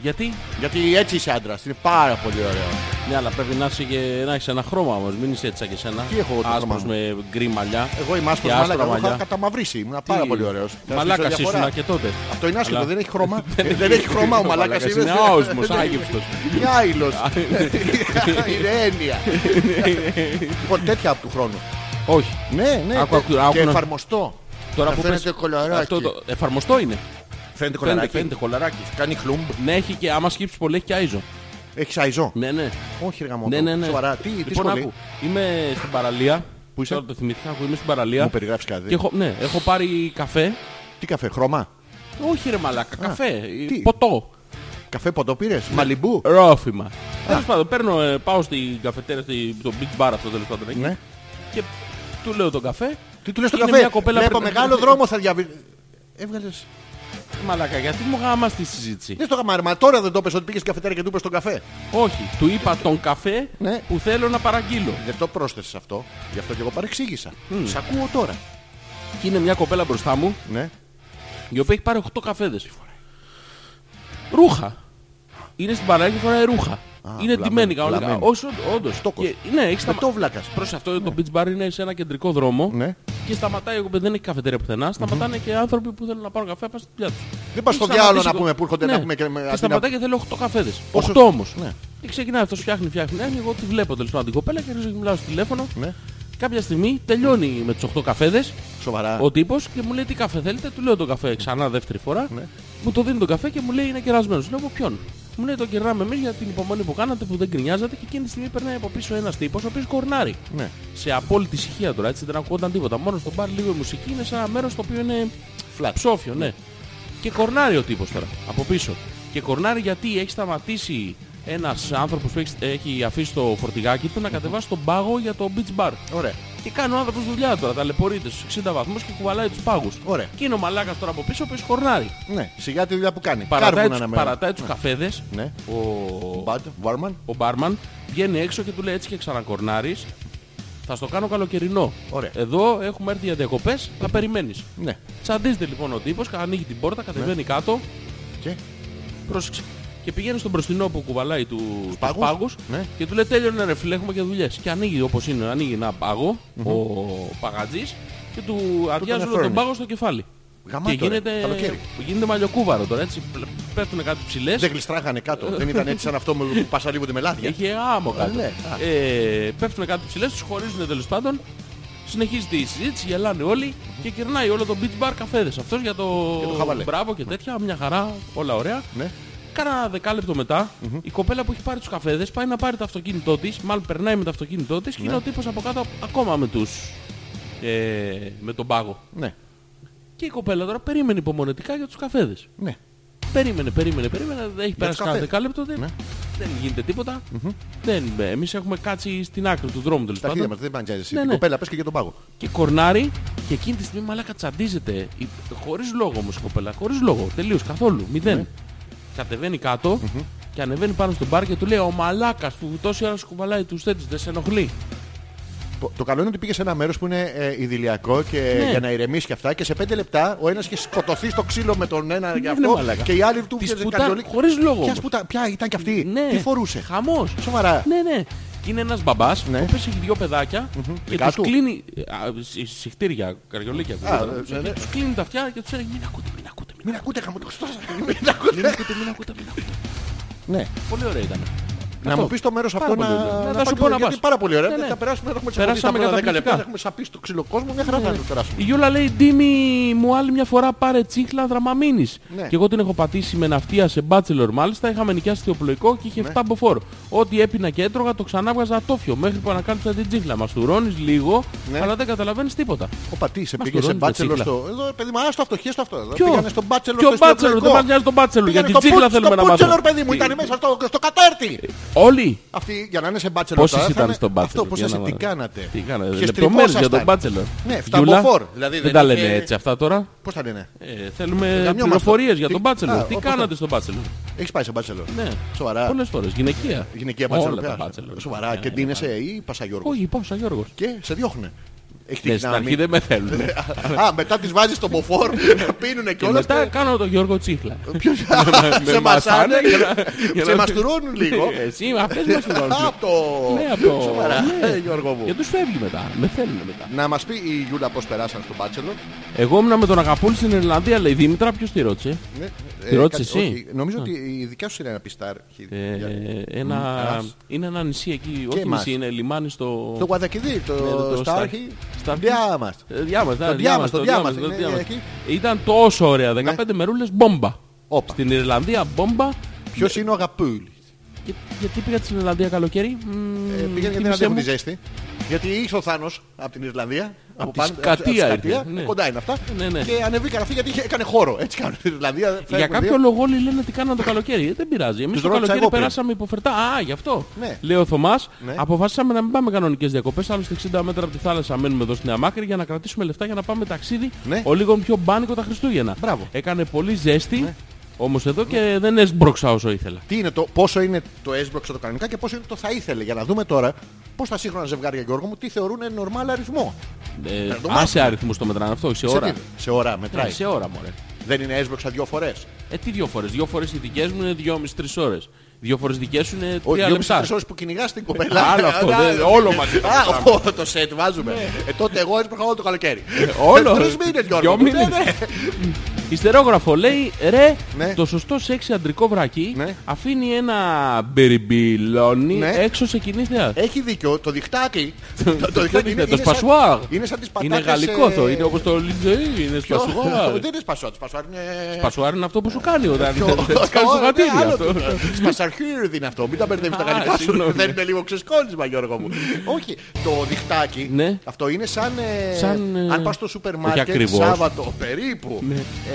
[SPEAKER 3] Γιατί?
[SPEAKER 2] Γιατί έτσι είσαι άντρας, είναι πάρα πολύ ωραίο.
[SPEAKER 3] Ναι, αλλά πρέπει να είσαι και- να έχεις ένα χρώμα όμως. Μην είσαι έτσι σαν και σένα.
[SPEAKER 2] Τι έχω εγώ το
[SPEAKER 3] Άσπρος
[SPEAKER 2] χρώμα
[SPEAKER 3] με γκρι μαλλιά.
[SPEAKER 2] Εγώ είμαι άσπρος
[SPEAKER 3] Και άσπρα
[SPEAKER 2] μαλάκα, εγώ είχα
[SPEAKER 3] μαλλιά.
[SPEAKER 2] καταμαυρίσει. Ήμουν πάρα
[SPEAKER 3] Τι-
[SPEAKER 2] πολύ ωραίος.
[SPEAKER 3] Μαλάκας
[SPEAKER 2] Διαφορά.
[SPEAKER 3] ήσουν και τότε.
[SPEAKER 2] Αυτό είναι άσχετο,
[SPEAKER 3] Αλλά-
[SPEAKER 2] δεν έχει χρώμα. Ε, Δεν έχει χρώμα ο μαλάκας.
[SPEAKER 3] Μαλάκας είναι άοσμος, άγευστος.
[SPEAKER 2] Είναι άειλος. Είναι έννοια. Λοιπόν, τέτοια από του χρόνου.
[SPEAKER 3] Όχι.
[SPEAKER 2] Ναι, ναι.
[SPEAKER 3] Άκου, άκου, άκου
[SPEAKER 2] Και
[SPEAKER 3] να-
[SPEAKER 2] εφαρμοστό.
[SPEAKER 3] Τώρα
[SPEAKER 2] Να
[SPEAKER 3] που
[SPEAKER 2] φαίνεται
[SPEAKER 3] πες... Αυτό
[SPEAKER 2] κολαράκι.
[SPEAKER 3] το... Εφαρμοστό είναι.
[SPEAKER 2] Φαίνεται
[SPEAKER 3] Φαίνεται,
[SPEAKER 2] κολαράκι.
[SPEAKER 3] φαίνεται κολαράκι.
[SPEAKER 2] Κάνει χλούμπ.
[SPEAKER 3] Ναι, έχει και άμα σκύψει πολύ έχει και άιζο.
[SPEAKER 2] Έχει σαϊζό.
[SPEAKER 3] Ναι, ναι.
[SPEAKER 2] Όχι, ρε γαμότο.
[SPEAKER 3] Ναι, ναι, ναι.
[SPEAKER 2] Σοβαρά. Τι, τι
[SPEAKER 3] λοιπόν,
[SPEAKER 2] σχολή.
[SPEAKER 3] άκου. Είμαι στην παραλία.
[SPEAKER 2] Πού είσαι?
[SPEAKER 3] Τώρα το θυμηθήκα, άκου, είμαι στην παραλία.
[SPEAKER 2] Μου περιγράφεις
[SPEAKER 3] και
[SPEAKER 2] κάτι.
[SPEAKER 3] έχω, ναι, έχω πάρει καφέ.
[SPEAKER 2] Τι καφέ, χρώμα.
[SPEAKER 3] Όχι ρε μαλάκα, καφέ.
[SPEAKER 2] τι?
[SPEAKER 3] Ποτό.
[SPEAKER 2] Καφέ ποτό πήρες. Μαλιμπού.
[SPEAKER 3] Ρόφημα. Τέλος πάντων, παίρνω, ε, πάω στην καφετέρα, στη, το beach bar αυτό τέλος πάντων. εκεί.
[SPEAKER 2] Ναι.
[SPEAKER 3] Και του λέω τον καφέ.
[SPEAKER 2] Τι του λες το
[SPEAKER 3] Είναι
[SPEAKER 2] καφέ.
[SPEAKER 3] μια κοπέλα
[SPEAKER 2] Βλέπω
[SPEAKER 3] πριν-
[SPEAKER 2] μεγάλο δρόμο θα διαβεί. Έβγαλες
[SPEAKER 3] Μαλάκα, γιατί μου γάμας στη συζήτηση.
[SPEAKER 2] Ναι, στο γαμάρι, μα τώρα δεν το πες ότι πήγες στην καφετέρια και του είπες τον καφέ.
[SPEAKER 3] Όχι, του είπα τον καφέ
[SPEAKER 2] Ναι.
[SPEAKER 3] που θέλω να παραγγείλω.
[SPEAKER 2] Δεν το πρόσθεσες αυτό, γι' αυτό και εγώ παρεξήγησα. Σ' ακούω τώρα.
[SPEAKER 3] Και είναι μια κοπέλα μπροστά μου,
[SPEAKER 2] Ναι.
[SPEAKER 3] η οποία έχει πάρει 8 καφέδες. Ρούχα. Είναι στην παράγγελ και φοράει ρούχα. είναι
[SPEAKER 2] βλαμμένη,
[SPEAKER 3] τυμένη κανονικά.
[SPEAKER 2] βλαμμένη.
[SPEAKER 3] Όσο, όντως.
[SPEAKER 2] Στόκος.
[SPEAKER 3] Και, ναι, έχει
[SPEAKER 2] Με το
[SPEAKER 3] σταματάει.
[SPEAKER 2] βλάκας.
[SPEAKER 3] Προς αυτό το beach bar είναι σε ένα κεντρικό δρόμο
[SPEAKER 2] Ναι.
[SPEAKER 3] και σταματάει, δεν έχει καφετέρια πουθενά, σταματάνε και άνθρωποι που θέλουν να πάρουν καφέ, πάνε στη δουλειά τους.
[SPEAKER 2] Δεν πας στο
[SPEAKER 3] Έχει
[SPEAKER 2] διάλογο να
[SPEAKER 3] σταματήσει
[SPEAKER 2] πούμε
[SPEAKER 3] κο-
[SPEAKER 2] που έρχονται να
[SPEAKER 3] Ναι.
[SPEAKER 2] έχουμε και
[SPEAKER 3] Και
[SPEAKER 2] με αντί να-
[SPEAKER 3] σταματάει και θέλει 8 καφέδες.
[SPEAKER 2] Πόσο-
[SPEAKER 3] 8 όμως.
[SPEAKER 2] Ναι.
[SPEAKER 3] Και ξεκινάει αυτός, φτιάχνει, φτιάχνει, φτιάχνει. Εγώ τη βλέπω τέλος πάντων την κοπέλα και αρχίζω και μιλάω στο τηλέφωνο.
[SPEAKER 2] Ναι,
[SPEAKER 3] Κάποια στιγμή τελειώνει με του 8 καφέδες
[SPEAKER 2] σοβαρά.
[SPEAKER 3] ο τύπος και μου λέει τι καφέ θέλετε. Του λέω τον καφέ ξανά δεύτερη φορά.
[SPEAKER 2] Ναι.
[SPEAKER 3] Μου το δίνει τον καφέ και μου λέει είναι κερασμένος. Λέω από ποιον. Μου λέει το κεράμε εμείς για την υπομονή που κάνατε που δεν κρινιάζατε και εκείνη τη στιγμή περνάει από πίσω ένας τύπος ο οποίος κορνάρει.
[SPEAKER 2] Ναι.
[SPEAKER 3] Σε απόλυτη ησυχία τώρα έτσι δεν ακούγονταν τίποτα. Μόνος στο μπαρ λίγο η μουσική είναι σε ένα μέρος το οποίο είναι
[SPEAKER 2] Flat.
[SPEAKER 3] ψόφιο, ναι. Και κορνάρει ο τύπος τώρα από πίσω. Και κορνάρει γιατί έχει σταματήσει ένας άνθρωπος που έχει, έχει αφήσει το φορτηγάκι του να κατεβάσει τον πάγο για το beach bar.
[SPEAKER 2] Ωραία.
[SPEAKER 3] Και κάνει ο άνθρωπος δουλειά τώρα, ταλαιπωρείται στους 60 βαθμούς και κουβαλάει τους πάγους.
[SPEAKER 2] Ωραία.
[SPEAKER 3] Και είναι ο μαλάκας τώρα από πίσω που κορνάρει.
[SPEAKER 2] Ναι, σιγά τη δουλειά που κάνει.
[SPEAKER 3] Παρατάει
[SPEAKER 2] Κάρβουνα
[SPEAKER 3] τους,
[SPEAKER 2] να με-
[SPEAKER 3] παρατάει τους καφέδες.
[SPEAKER 2] Ναι.
[SPEAKER 3] Ο,
[SPEAKER 2] Μπατ, Βάρμαν.
[SPEAKER 3] ο μπάρμαν βγαίνει έξω και του λέει έτσι και ξανακορνάρεις. Θα στο κάνω καλοκαιρινό.
[SPEAKER 2] Ωραία.
[SPEAKER 3] Εδώ έχουμε έρθει για διακοπές, θα περιμένεις.
[SPEAKER 2] Ναι.
[SPEAKER 3] Τσαντίζεται λοιπόν ο τύπος, ανοίγει την πόρτα, κατεβαίνει κάτω,
[SPEAKER 2] Και
[SPEAKER 3] πρόσεξε. Και πηγαίνει στον μπροστινό που κουβαλάει του τους
[SPEAKER 2] πάγους.
[SPEAKER 3] πάγους
[SPEAKER 2] Ναι.
[SPEAKER 3] και του λέει τέλειωνε ρε φίλε, έχουμε και δουλειές. Και ανοίγει όπως είναι, ανοίγει ένα πάγο, ο παγατζής και του αδειάζουν τον
[SPEAKER 2] αναφέρνει.
[SPEAKER 3] πάγο στο κεφάλι.
[SPEAKER 2] Γαμάτο,
[SPEAKER 3] και
[SPEAKER 2] ρε.
[SPEAKER 3] γίνεται,
[SPEAKER 2] Καλοκαίρι.
[SPEAKER 3] γίνεται μαλλιοκούβαρο τώρα, έτσι πλε- πέφτουνε κάτι ψηλές.
[SPEAKER 2] δεν γλιστράγανε
[SPEAKER 3] Ε,
[SPEAKER 2] κάτω. Δεν ήταν έτσι σαν αυτό με- που πασαρίζονται με λάδια.
[SPEAKER 3] Είχε άμμο κάτω.
[SPEAKER 2] ναι.
[SPEAKER 3] Ε, πέφτουν κάτι ψηλές, τους χωρίζουν τέλος πάντων. Συνεχίζεται η συζήτηση, γελάνε όλοι και κερνάει όλο το beach bar καφέδες. Αυτός για το,
[SPEAKER 2] Για το χαβαλέ.
[SPEAKER 3] μπράβο και τέτοια, μια χαρά, όλα ωραία.
[SPEAKER 2] Ναι.
[SPEAKER 3] Κάνα δεκάλεπτο μετά, η κοπέλα που έχει πάρει τους καφέδες πάει να πάρει το αυτοκίνητό της, μάλλον περνάει με το αυτοκίνητό της και
[SPEAKER 2] Ναι.
[SPEAKER 3] είναι ο τύπος από κάτω ακόμα με τους... Ε, με τον πάγο.
[SPEAKER 2] Ναι.
[SPEAKER 3] Και η κοπέλα τώρα περίμενε υπομονετικά για τους καφέδες.
[SPEAKER 2] Ναι.
[SPEAKER 3] Περίμενε, περίμενε, περίμενε. Έχει περάσει κανένα
[SPEAKER 2] καφέδες.
[SPEAKER 3] δεκάλεπτο. Δεν,
[SPEAKER 2] Ναι.
[SPEAKER 3] δεν γίνεται τίποτα. Δεν, ε, εμείς έχουμε κάτσει στην άκρη του δρόμου τέλος
[SPEAKER 2] Τα χέρια μας
[SPEAKER 3] πάντων.
[SPEAKER 2] δεν παντιάζεσαι.
[SPEAKER 3] Ναι,
[SPEAKER 2] Την
[SPEAKER 3] ναι.
[SPEAKER 2] κοπέλα πες και για τον πάγο.
[SPEAKER 3] Και κορνάρει και εκείνη τη στιγμή μαλάκα τσαντίζεται. Η- Χωρίς λόγο όμως η κοπέλα. Χωρίς λόγο. Τελείως καθόλου.
[SPEAKER 2] Ναι.
[SPEAKER 3] Μηδέν. Κατεβαίνει κάτω και ανεβαίνει πάνω στο μπαρ και του λέει ο μαλάκας που τόση ώρα σου κουβαλάει τους τέτοιους δεν σε ενοχλεί.
[SPEAKER 2] Το- Το καλό είναι ότι πήγε σε ένα μέρος που είναι ε, idylliaco και
[SPEAKER 3] Ναι.
[SPEAKER 2] για να ηρεμήσει και αυτά και σε πέντε λεπτά ο ένας είχε σκοτωθεί στο ξύλο με τον ένα και
[SPEAKER 3] Ναι,
[SPEAKER 2] αυτό
[SPEAKER 3] μαλάκα.
[SPEAKER 2] και οι άλλοι του
[SPEAKER 3] Τη
[SPEAKER 2] πιέζε
[SPEAKER 3] σπούτα
[SPEAKER 2] καρδιολί.
[SPEAKER 3] χωρίς λόγο
[SPEAKER 2] Ποια,
[SPEAKER 3] όμως.
[SPEAKER 2] σπούτα, ποια ήταν και αυτή,
[SPEAKER 3] Ναι.
[SPEAKER 2] τι φορούσε.
[SPEAKER 3] Χαμός.
[SPEAKER 2] Σοβαρά.
[SPEAKER 3] Ναι, ναι. Και είναι ένας μπαμπάς
[SPEAKER 2] Ναι.
[SPEAKER 3] ο οποίος έχει δύο παιδάκια και
[SPEAKER 2] Δικά
[SPEAKER 3] τους
[SPEAKER 2] του?
[SPEAKER 3] κλείνει... Α, συ- συχτήρια, καριολίκια.
[SPEAKER 2] Α,
[SPEAKER 3] ακούγονταν.
[SPEAKER 2] ναι, ναι.
[SPEAKER 3] Τους κλείνει τα αυτιά και τους λέει μην ακούτε, μην ακούτε, μην
[SPEAKER 2] Μην ακούτε χαμό, το Χριστός.
[SPEAKER 3] Ναι.
[SPEAKER 2] Μην ακούτε.
[SPEAKER 3] ακούτε, μην ακούτε, μην ακούτε.
[SPEAKER 2] Ναι.
[SPEAKER 3] Πολύ ωραία ήταν.
[SPEAKER 2] Να μου πεις το μέρος
[SPEAKER 3] Πάρα
[SPEAKER 2] αυτό
[SPEAKER 3] πολύ
[SPEAKER 2] να,
[SPEAKER 3] ωραία. Να
[SPEAKER 2] να
[SPEAKER 3] τα
[SPEAKER 2] πάω
[SPEAKER 3] σου
[SPEAKER 2] και
[SPEAKER 3] πω
[SPEAKER 2] εγώ,
[SPEAKER 3] να
[SPEAKER 2] γιατί
[SPEAKER 3] πας.
[SPEAKER 2] πάρα πολύ ωραία.
[SPEAKER 3] Ναι, ναι.
[SPEAKER 2] Θα περάσουμε, έχουμε τις
[SPEAKER 3] Περάσαμε
[SPEAKER 2] εμφανιστεί τα πρώτα δέκα
[SPEAKER 3] καταπληκτικά.
[SPEAKER 2] λεπτά, θα έχουμε σαπίσει το ξύλο κόσμο, μια
[SPEAKER 3] Ναι.
[SPEAKER 2] χαρά θα το περάσουμε.
[SPEAKER 3] Η Γιούλα λέει Ντίμη μου άλλη μια φορά πάρε τσίχλα δραμαμίνης.
[SPEAKER 2] Ναι.
[SPEAKER 3] Και εγώ την έχω πατήσει με ναυτία σε μπάτσελορ μάλιστα. Είχαμε νοικιάσει θεοπλοϊκό και
[SPEAKER 2] Ναι.
[SPEAKER 3] είχε 7 μποφόρ. Ό,τι έπινα και έτρωγα το ξανάβγαζα ατόφιο μέχρι που ανακάλυψα την τσίχλα. Μας τουρώνεις λίγο
[SPEAKER 2] Ναι.
[SPEAKER 3] αλλά δεν καταλαβαίνεις τίποτα.
[SPEAKER 2] Ο πατή, σε
[SPEAKER 3] Μας
[SPEAKER 2] πήγε σε
[SPEAKER 3] τουρώνει τα
[SPEAKER 2] μπάτσελο
[SPEAKER 3] τσίχλα.
[SPEAKER 2] στο. Εδώ, παιδί μου, άστο αυτό, χέστο αυτό. Εδώ,
[SPEAKER 3] Ποιο?
[SPEAKER 2] Πήγανε στον μπάτσελο
[SPEAKER 3] Ποιο
[SPEAKER 2] στο
[SPEAKER 3] μπάτσελο,
[SPEAKER 2] Ιστιατλαντικό.
[SPEAKER 3] δεν μας νοιάζει τον μπάτσελο,
[SPEAKER 2] Πήγανε
[SPEAKER 3] για την
[SPEAKER 2] στο
[SPEAKER 3] τσίχλα
[SPEAKER 2] πούτ-
[SPEAKER 3] θέλουμε
[SPEAKER 2] στο
[SPEAKER 3] να
[SPEAKER 2] μπάτσελο,
[SPEAKER 3] μάθουμε.
[SPEAKER 2] παιδί μου, ήταν
[SPEAKER 3] Τι-
[SPEAKER 2] μέσα στο, στο κατάρτι.
[SPEAKER 3] Όλοι!
[SPEAKER 2] Αυτοί για να είναι σε μπάτσελο.
[SPEAKER 3] Πόσες
[SPEAKER 2] τώρα, θα
[SPEAKER 3] ήταν
[SPEAKER 2] είναι-
[SPEAKER 3] στο μπάτσελο,
[SPEAKER 2] Αυτό πώ
[SPEAKER 3] για
[SPEAKER 2] εσύ
[SPEAKER 3] να
[SPEAKER 2] τι
[SPEAKER 3] μάθω.
[SPEAKER 2] κάνατε.
[SPEAKER 3] Τι κάνανε,
[SPEAKER 2] Ποιες
[SPEAKER 3] λεπτομέρειες για τον
[SPEAKER 2] τρυπόσασταν.
[SPEAKER 3] μπάτσελο.
[SPEAKER 2] Ναι, φτάμπο φορ, δηλαδή
[SPEAKER 3] δεν,
[SPEAKER 2] δεν
[SPEAKER 3] τα
[SPEAKER 2] είχε-
[SPEAKER 3] λένε έτσι αυτά τώρα.
[SPEAKER 2] Πώς τα λένε.
[SPEAKER 3] Ε, θέλουμε
[SPEAKER 2] Γαμιόμαστε.
[SPEAKER 3] πληροφορίες για
[SPEAKER 2] Τι-
[SPEAKER 3] τον μπάτσελο.
[SPEAKER 2] Α,
[SPEAKER 3] Τι
[SPEAKER 2] όπως
[SPEAKER 3] κάνατε
[SPEAKER 2] το-
[SPEAKER 3] στον μπάτσελο.
[SPEAKER 2] Έχεις πάει σε μπάτσελο.
[SPEAKER 3] Ναι.
[SPEAKER 2] Σοβαρά.
[SPEAKER 3] Πολλές φορές. Γυναικεία.
[SPEAKER 2] Γυναικεία
[SPEAKER 3] Όλα
[SPEAKER 2] μπάτσελο.
[SPEAKER 3] τα
[SPEAKER 2] πέρα.
[SPEAKER 3] μπάτσελο.
[SPEAKER 2] Σοβαρά.
[SPEAKER 3] Ναι,
[SPEAKER 2] Και
[SPEAKER 3] ναι,
[SPEAKER 2] ντύνεσαι ή πασαγιόργο.
[SPEAKER 3] Όχι, πάω σαν Γιώργος.
[SPEAKER 2] Και σε διώχνουνε. Έχει
[SPEAKER 3] Ναι,
[SPEAKER 2] τύχει
[SPEAKER 3] στην
[SPEAKER 2] να
[SPEAKER 3] αρχή
[SPEAKER 2] μην-
[SPEAKER 3] δεν με θέλουν.
[SPEAKER 2] Α, μετά τις βάζεις στο μποφόρ, πίνουνε
[SPEAKER 3] Και
[SPEAKER 2] κιόλας
[SPEAKER 3] μετά
[SPEAKER 2] και
[SPEAKER 3] κάνω τον Γιώργο Τσίχλα.
[SPEAKER 2] Ποιος
[SPEAKER 3] Με
[SPEAKER 2] σε μασάνε,
[SPEAKER 3] μασάνε για να- για να-
[SPEAKER 2] σε μαστουρώνουν λίγο.
[SPEAKER 3] Ναι, Εσύ, αυτές μας την
[SPEAKER 2] Α,
[SPEAKER 3] κάνουν.
[SPEAKER 2] Απ' το...
[SPEAKER 3] Ναι, απ' το-
[SPEAKER 2] Σοβαρά,
[SPEAKER 3] ναι.
[SPEAKER 2] ε, Γιώργο μου.
[SPEAKER 3] Και τους φεύγει μετά. Με θέλουν μετά.
[SPEAKER 2] Να μας πει η Γιούλα πώς περάσαν στο μπάτσελο.
[SPEAKER 3] Εγώ ήμουν με τον Αγαπούλη στην Ιρλανδία, λέει Δήμητρα, ποιος τη ρώτησε.
[SPEAKER 2] Ναι.
[SPEAKER 3] Τη ρώτησε
[SPEAKER 2] κάτι-
[SPEAKER 3] εσύ?
[SPEAKER 2] όχι, Νομίζω ότι η δικιά σου είναι ένα πιστάρ.
[SPEAKER 3] Ε, ένα,
[SPEAKER 2] Ας.
[SPEAKER 3] είναι ένα νησί εκεί, όχι
[SPEAKER 2] εμάς.
[SPEAKER 3] νησί, είναι λιμάνι στο...
[SPEAKER 2] Το Γουαδακιδί, το
[SPEAKER 3] Ναι, το
[SPEAKER 2] Στάρχη.
[SPEAKER 3] Στάρχη.
[SPEAKER 2] Διά μας.
[SPEAKER 3] Ε, διάμας, ναι,
[SPEAKER 2] το
[SPEAKER 3] διάμας,
[SPEAKER 2] διάμας, το
[SPEAKER 3] διάμας,
[SPEAKER 2] διάμας, είναι
[SPEAKER 3] διάμας.
[SPEAKER 2] εκεί. Ναι.
[SPEAKER 3] Ήταν τόσο ωραία, 15 μερούλες μπόμπα.
[SPEAKER 2] Όπα.
[SPEAKER 3] Στην Ιρλανδία μπόμπα.
[SPEAKER 2] Ποιος είναι ο Αγαπούλης.
[SPEAKER 3] Και, γιατί πήγα στην Ιρλανδία καλοκαίρι. μμμ,
[SPEAKER 2] Ε, πήγαινε γιατί
[SPEAKER 3] θύμισε
[SPEAKER 2] δεν αντέχουν
[SPEAKER 3] μου.
[SPEAKER 2] τη ζέστη. Γιατί ήρθε ο Θάνος από την Ιρλανδία. Από
[SPEAKER 3] τη
[SPEAKER 2] πάνω- από-
[SPEAKER 3] Σκατία
[SPEAKER 2] από τη
[SPEAKER 3] ήρθε,
[SPEAKER 2] Σκατία,
[SPEAKER 3] ναι.
[SPEAKER 2] Κοντά είναι αυτά.
[SPEAKER 3] Ναι, ναι.
[SPEAKER 2] Και ανεβήκαν αυτοί γιατί είχε- έκανε χώρο. Έτσι κάνουν στην Ιρλανδία.
[SPEAKER 3] Για
[SPEAKER 2] φεύγουν
[SPEAKER 3] κάποιο
[SPEAKER 2] δύο.
[SPEAKER 3] λόγο όλοι λένε τι κάνανε το καλοκαίρι. Ε, δεν πειράζει. Εμείς
[SPEAKER 2] Τους
[SPEAKER 3] το
[SPEAKER 2] ρώτησα
[SPEAKER 3] καλοκαίρι
[SPEAKER 2] εγώ πριν.
[SPEAKER 3] περάσαμε υποφερτά. Α, γι' αυτό.
[SPEAKER 2] Ναι.
[SPEAKER 3] Λέει ο Θωμάς,
[SPEAKER 2] Ναι.
[SPEAKER 3] αποφάσισαμε να μην πάμε κανονικές διακοπές. Άλλωστε 60 μέτρα από τη θάλασσα μένουμε εδώ στην Αμάκρη για να κρατήσουμε λεφτά για να πάμε ταξίδι.
[SPEAKER 2] Ναι.
[SPEAKER 3] Ο λίγο πιο μπάνικο τα Χριστούγεννα.
[SPEAKER 2] Μπράβο. Ναι.
[SPEAKER 3] Έκανε πολύ ζέστη. Όμως εδώ και δεν έσμπρωξα όσο ήθελα.
[SPEAKER 2] Τι είναι το, πόσο είναι το έσπρωξε το κανονικά και πόσο είναι το θα ήθελε. Για να δούμε τώρα πώς τα σύγχρονα ζευγάρια Γιώργο μου τι θεωρούν normal αριθμό.
[SPEAKER 3] Ε,
[SPEAKER 2] το
[SPEAKER 3] άσε
[SPEAKER 2] μάθουμε.
[SPEAKER 3] αριθμούς το μετράνε αυτό, όχι σε
[SPEAKER 2] Σε,
[SPEAKER 3] ώρα.
[SPEAKER 2] τι- σε ώρα μετράει.
[SPEAKER 3] Ε, σε ώρα, μωρέ.
[SPEAKER 2] Δεν είναι έσπρωξα δύο φορές.
[SPEAKER 3] Ε, τι δύο φορές. Δύο φορές οι δικές μου είναι δυόμιση-τρει ώρες. Δύο φορές δικές σου είναι
[SPEAKER 2] Όχι,
[SPEAKER 3] τρία
[SPEAKER 2] δύο μισή
[SPEAKER 3] λεπτά.
[SPEAKER 2] τρεις ώρες που κυνηγάς την κοπέλα.
[SPEAKER 3] Άλλο αυτό,
[SPEAKER 2] Α,
[SPEAKER 3] δεν- όλο μαζί το
[SPEAKER 2] Α,
[SPEAKER 3] πράγμα. Ναι.
[SPEAKER 2] ο, το σετ βάζουμε. Ε, τότε εγώ έσπρωχα όλο το καλοκαίρι.
[SPEAKER 3] όλο.
[SPEAKER 2] Ε, Τρεις μήνες Γιώργο.
[SPEAKER 3] Δυο
[SPEAKER 2] μου. Ναι,
[SPEAKER 3] μήνες.
[SPEAKER 2] ναι.
[SPEAKER 3] Ιστερόγραφο λέει ρε,
[SPEAKER 2] Ναι.
[SPEAKER 3] το σωστό σεξ αντρικό βρακί
[SPEAKER 2] Ναι.
[SPEAKER 3] αφήνει ένα μπεριμπιλόνι
[SPEAKER 2] Ναι. Ε,
[SPEAKER 3] έξω σε κοινή θέα.
[SPEAKER 2] Έχει δίκιο, το διχτάκι.
[SPEAKER 3] το διχτάκι,
[SPEAKER 2] είναι-
[SPEAKER 3] το
[SPEAKER 2] είναι σαν-
[SPEAKER 3] σπασουάρ.
[SPEAKER 2] Είναι σαν τις
[SPEAKER 3] Είναι
[SPEAKER 2] πατάτες.
[SPEAKER 3] γαλλικό
[SPEAKER 2] ε,
[SPEAKER 3] αυτό, είναι όπως το λιτζεϊ, είναι
[SPEAKER 2] ποιο-
[SPEAKER 3] σπασουάρ.
[SPEAKER 2] Δεν είναι σπασουάρ, το σπασουάρ είναι...
[SPEAKER 3] Σπασουάρ είναι αυτό που σου κάνει όταν κάνεις
[SPEAKER 2] Ω,
[SPEAKER 3] στο
[SPEAKER 2] ναι,
[SPEAKER 3] χατήρι
[SPEAKER 2] άλλο
[SPEAKER 3] αυτό.
[SPEAKER 2] το- Σπασαρχύριδη είναι αυτό. Μην τα μπερδεύεις τα
[SPEAKER 3] Α,
[SPEAKER 2] γαλλικά σου.
[SPEAKER 3] συγγνώμη.
[SPEAKER 2] Δεν είναι λίγο ξεσκόλισμα, Γιώργο μου. Όχι, το διχτάκι.
[SPEAKER 3] Ναι.
[SPEAKER 2] Αυτό είναι σαν. ε,
[SPEAKER 3] Σαν, ε,
[SPEAKER 2] Αν πας στο σούπερ
[SPEAKER 3] όχι
[SPEAKER 2] μάρκετ
[SPEAKER 3] ακριβώς. Ναι.
[SPEAKER 2] Σάββατο περίπου.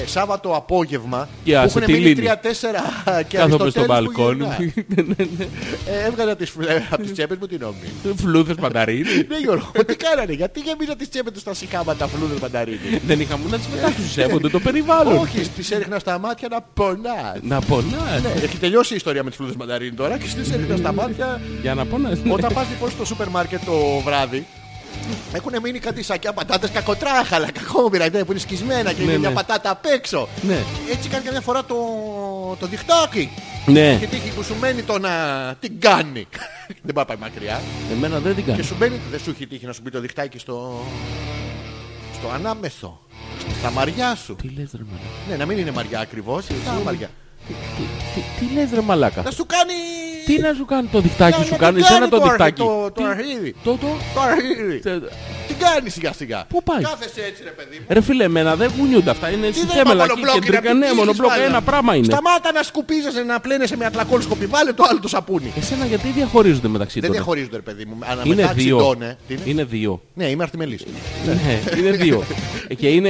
[SPEAKER 2] ε, Σάββατο απόγευμα. Που
[SPEAKER 3] Και άσε
[SPEAKER 2] έχουν
[SPEAKER 3] τη
[SPEAKER 2] μείνει
[SPEAKER 3] λύνη.
[SPEAKER 2] τρία-τέσσερα και
[SPEAKER 3] Κάθομαι στο
[SPEAKER 2] Αριστοτέλης που
[SPEAKER 3] μπαλκόνι
[SPEAKER 2] γυρνά. Ε, Έβγαλα από τις τσέπες μου την όμη.
[SPEAKER 3] Φλούδες μανταρίνι.
[SPEAKER 2] Ναι Γιώργο, τι κάνανε, γιατί γεμίζα τις τσέπες τους τα σικάματα φλούδες μανταρίνι.
[SPEAKER 3] Δεν είχαμε να τις μετάξουν, σέβονται το περιβάλλον.
[SPEAKER 2] Όχι, τις έριχνα στα μάτια να πονάς. Ε,
[SPEAKER 3] Να πονάς.
[SPEAKER 2] Έχει τελειώσει η ιστορία με τις φλούδες μανταρίνι τώρα και στις έριχνα στα μάτια
[SPEAKER 3] Για να πονάς.
[SPEAKER 2] Όταν πας λοιπόν στο σούπερ μάρκετ το βράδυ, έχουν μείνει κάτι σακιά πατάτες κακοτράχαλα, κακόμοιρα ναι, που είναι σκισμένα και είναι
[SPEAKER 3] Ναι,
[SPEAKER 2] μια
[SPEAKER 3] ναι.
[SPEAKER 2] πατάτα απ' έξω.
[SPEAKER 3] Ναι.
[SPEAKER 2] Έτσι κάνει καμιά φορά το, το διχτάκι.
[SPEAKER 3] Ναι,
[SPEAKER 2] Γιατί έχει που σου μένει το να την κάνει. δεν πάει, πάει μακριά.
[SPEAKER 3] εμένα δεν την
[SPEAKER 2] Και
[SPEAKER 3] κάνω.
[SPEAKER 2] σου μπαίνει, δεν σου έχει τύχει να σου μπει το διχτάκι στο, στο ανάμεσο. Στα μαριά σου.
[SPEAKER 3] Τι λες ρε μαλάκα.
[SPEAKER 2] Ναι, να μην είναι μαριά ακριβώς. Στα μαριά.
[SPEAKER 3] Τι- τι- τι- Τι λες ρε μαλάκα.
[SPEAKER 2] Να σου κάνει...
[SPEAKER 3] Τι να σου κάνει το διχτάκι
[SPEAKER 2] Να-
[SPEAKER 3] σου
[SPEAKER 2] να
[SPEAKER 3] κάνει,
[SPEAKER 2] την
[SPEAKER 3] εσένα το
[SPEAKER 2] το αρχι-
[SPEAKER 3] διχτάκι.
[SPEAKER 2] το- το
[SPEAKER 3] Τι-
[SPEAKER 2] αρχίδι.
[SPEAKER 3] Το το.
[SPEAKER 2] Τώρα, ε, ε, ε,
[SPEAKER 3] τε-
[SPEAKER 2] Τι κάνει σιγά σιγά.
[SPEAKER 3] Πού πάει?
[SPEAKER 2] Κάθεσαι έτσι ρε παιδί μου.
[SPEAKER 3] Ρε φίλε, εμένα δεν γουνιούνται αυτά. Είναι στη
[SPEAKER 2] δεν είπα
[SPEAKER 3] θέμελα και
[SPEAKER 2] μονοπλόκ,
[SPEAKER 3] κεντρικά.
[SPEAKER 2] είναι
[SPEAKER 3] Ναι,
[SPEAKER 2] απειλής,
[SPEAKER 3] μονοπλόκ,
[SPEAKER 2] μάλλον.
[SPEAKER 3] ένα πράγμα είναι.
[SPEAKER 2] Σταμάτα να σκουπίζεσαι, να πλένεσαι με ατλακόλ σκοπι. Βάλε το άλλο το σαπούνι.
[SPEAKER 3] Εσένα γιατί διαχωρίζονται μεταξύ
[SPEAKER 2] Δεν
[SPEAKER 3] των.
[SPEAKER 2] διαχωρίζονται, ρε παιδί μου. Αν
[SPEAKER 3] Είναι
[SPEAKER 2] μετά
[SPEAKER 3] δύο.
[SPEAKER 2] ξυντώνε. Τι είναι?
[SPEAKER 3] Είναι δύο.
[SPEAKER 2] Ναι, είμαι αρτιμελή.
[SPEAKER 3] Ναι, είναι δύο. Ε, Και είναι,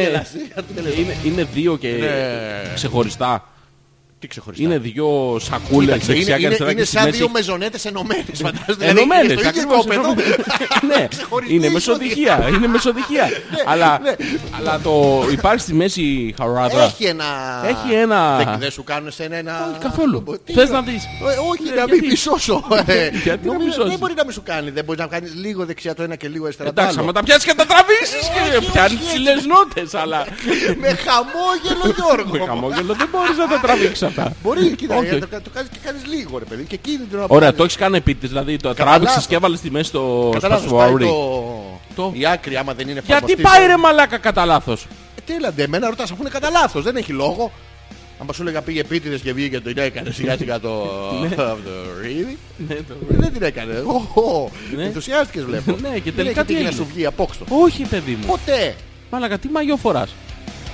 [SPEAKER 3] είναι, είναι δύο και
[SPEAKER 2] Ναι.
[SPEAKER 3] ξεχωριστά.
[SPEAKER 2] Τι ξεχωριστά.
[SPEAKER 3] Είναι δύο σακούλες
[SPEAKER 2] Κοίταξε,
[SPEAKER 3] δεξιά και
[SPEAKER 2] είναι,
[SPEAKER 3] αριστερά
[SPEAKER 2] είναι,
[SPEAKER 3] και
[SPEAKER 2] είναι
[SPEAKER 3] στη
[SPEAKER 2] σαν δύο
[SPEAKER 3] μέση.
[SPEAKER 2] μεζονέτες ενωμένες φαντάζομαι.
[SPEAKER 3] Ενωμένε.
[SPEAKER 2] Δηλαδή, είναι στο ίδιο κόπεδο.
[SPEAKER 3] ναι,
[SPEAKER 2] ξεχωριστή
[SPEAKER 3] είναι
[SPEAKER 2] η
[SPEAKER 3] μεσοδυχεία. Είναι μεσοδυχεία. αλλά,
[SPEAKER 2] ναι.
[SPEAKER 3] αλλά το υπάρχει στη μέση χαράδρα.
[SPEAKER 2] Έχει ένα...
[SPEAKER 3] Έχει ένα-
[SPEAKER 2] Δεν, δεν σου κάνουν σε ένα...
[SPEAKER 3] Όχι, καθόλου.
[SPEAKER 2] Τι-
[SPEAKER 3] Θες να δεις.
[SPEAKER 2] Ε, όχι,
[SPEAKER 3] Ε,
[SPEAKER 2] να μην
[SPEAKER 3] γιατί?
[SPEAKER 2] πισώσω. Ε,
[SPEAKER 3] Γιατί να
[SPEAKER 2] νομίζω-
[SPEAKER 3] πισώσεις?
[SPEAKER 2] Δεν μπορεί να μην σου κάνει. Δεν μπορείς να κάνεις λίγο δεξιά το ένα και λίγο αριστερά το
[SPEAKER 3] Εντάξει, άμα
[SPEAKER 2] άλλο.
[SPEAKER 3] τα πιάσεις και τα τραβήσεις και πιάνεις ψηλές νότες, αλλά
[SPEAKER 2] Με χαμόγελο Γιώργο.
[SPEAKER 3] με χαμόγελο δεν μπορείς να τα τραβήξεις αυτά.
[SPEAKER 2] Μπορεί, κοίτα,
[SPEAKER 3] Όχι.
[SPEAKER 2] το, το κάνεις και κάνεις λίγο ρε παιδί και κίνδυνο να
[SPEAKER 3] Ωραία,
[SPEAKER 2] πάρεις.
[SPEAKER 3] το έχεις κάνει επίτης, δηλαδή το
[SPEAKER 2] Καταλάβω.
[SPEAKER 3] τράβηξες και έβαλες τη μέση στο
[SPEAKER 2] Καταλάβεις, πάει
[SPEAKER 3] σπασουάρι.
[SPEAKER 2] το...
[SPEAKER 3] Το-
[SPEAKER 2] Η άκρη άμα δεν είναι
[SPEAKER 3] Γιατί
[SPEAKER 2] εφαρμοστή.
[SPEAKER 3] πάει ρε μαλάκα κατά λάθος.
[SPEAKER 2] Ε, Τέλα, ντε, εμένα ρωτάς αφού είναι κατά λάθος, δεν έχει λόγο. Αν σου έλεγα πήγε επίτηδες και βγήκε το έκανε σιγά σιγά το...
[SPEAKER 3] Ναι.
[SPEAKER 2] το ρίδι. Δεν την έκανε. Ω, ω,
[SPEAKER 3] Ναι.
[SPEAKER 2] Ενθουσιάστηκες βλέπω.
[SPEAKER 3] Ναι, και
[SPEAKER 2] Δεν
[SPEAKER 3] τελικά
[SPEAKER 2] έχει
[SPEAKER 3] τι
[SPEAKER 2] τύχει να
[SPEAKER 3] έγινε?
[SPEAKER 2] σου βγει απόξω.
[SPEAKER 3] Όχι παιδί μου,
[SPEAKER 2] Ποτέ.
[SPEAKER 3] μαλάκα τι μαγιό φοράς.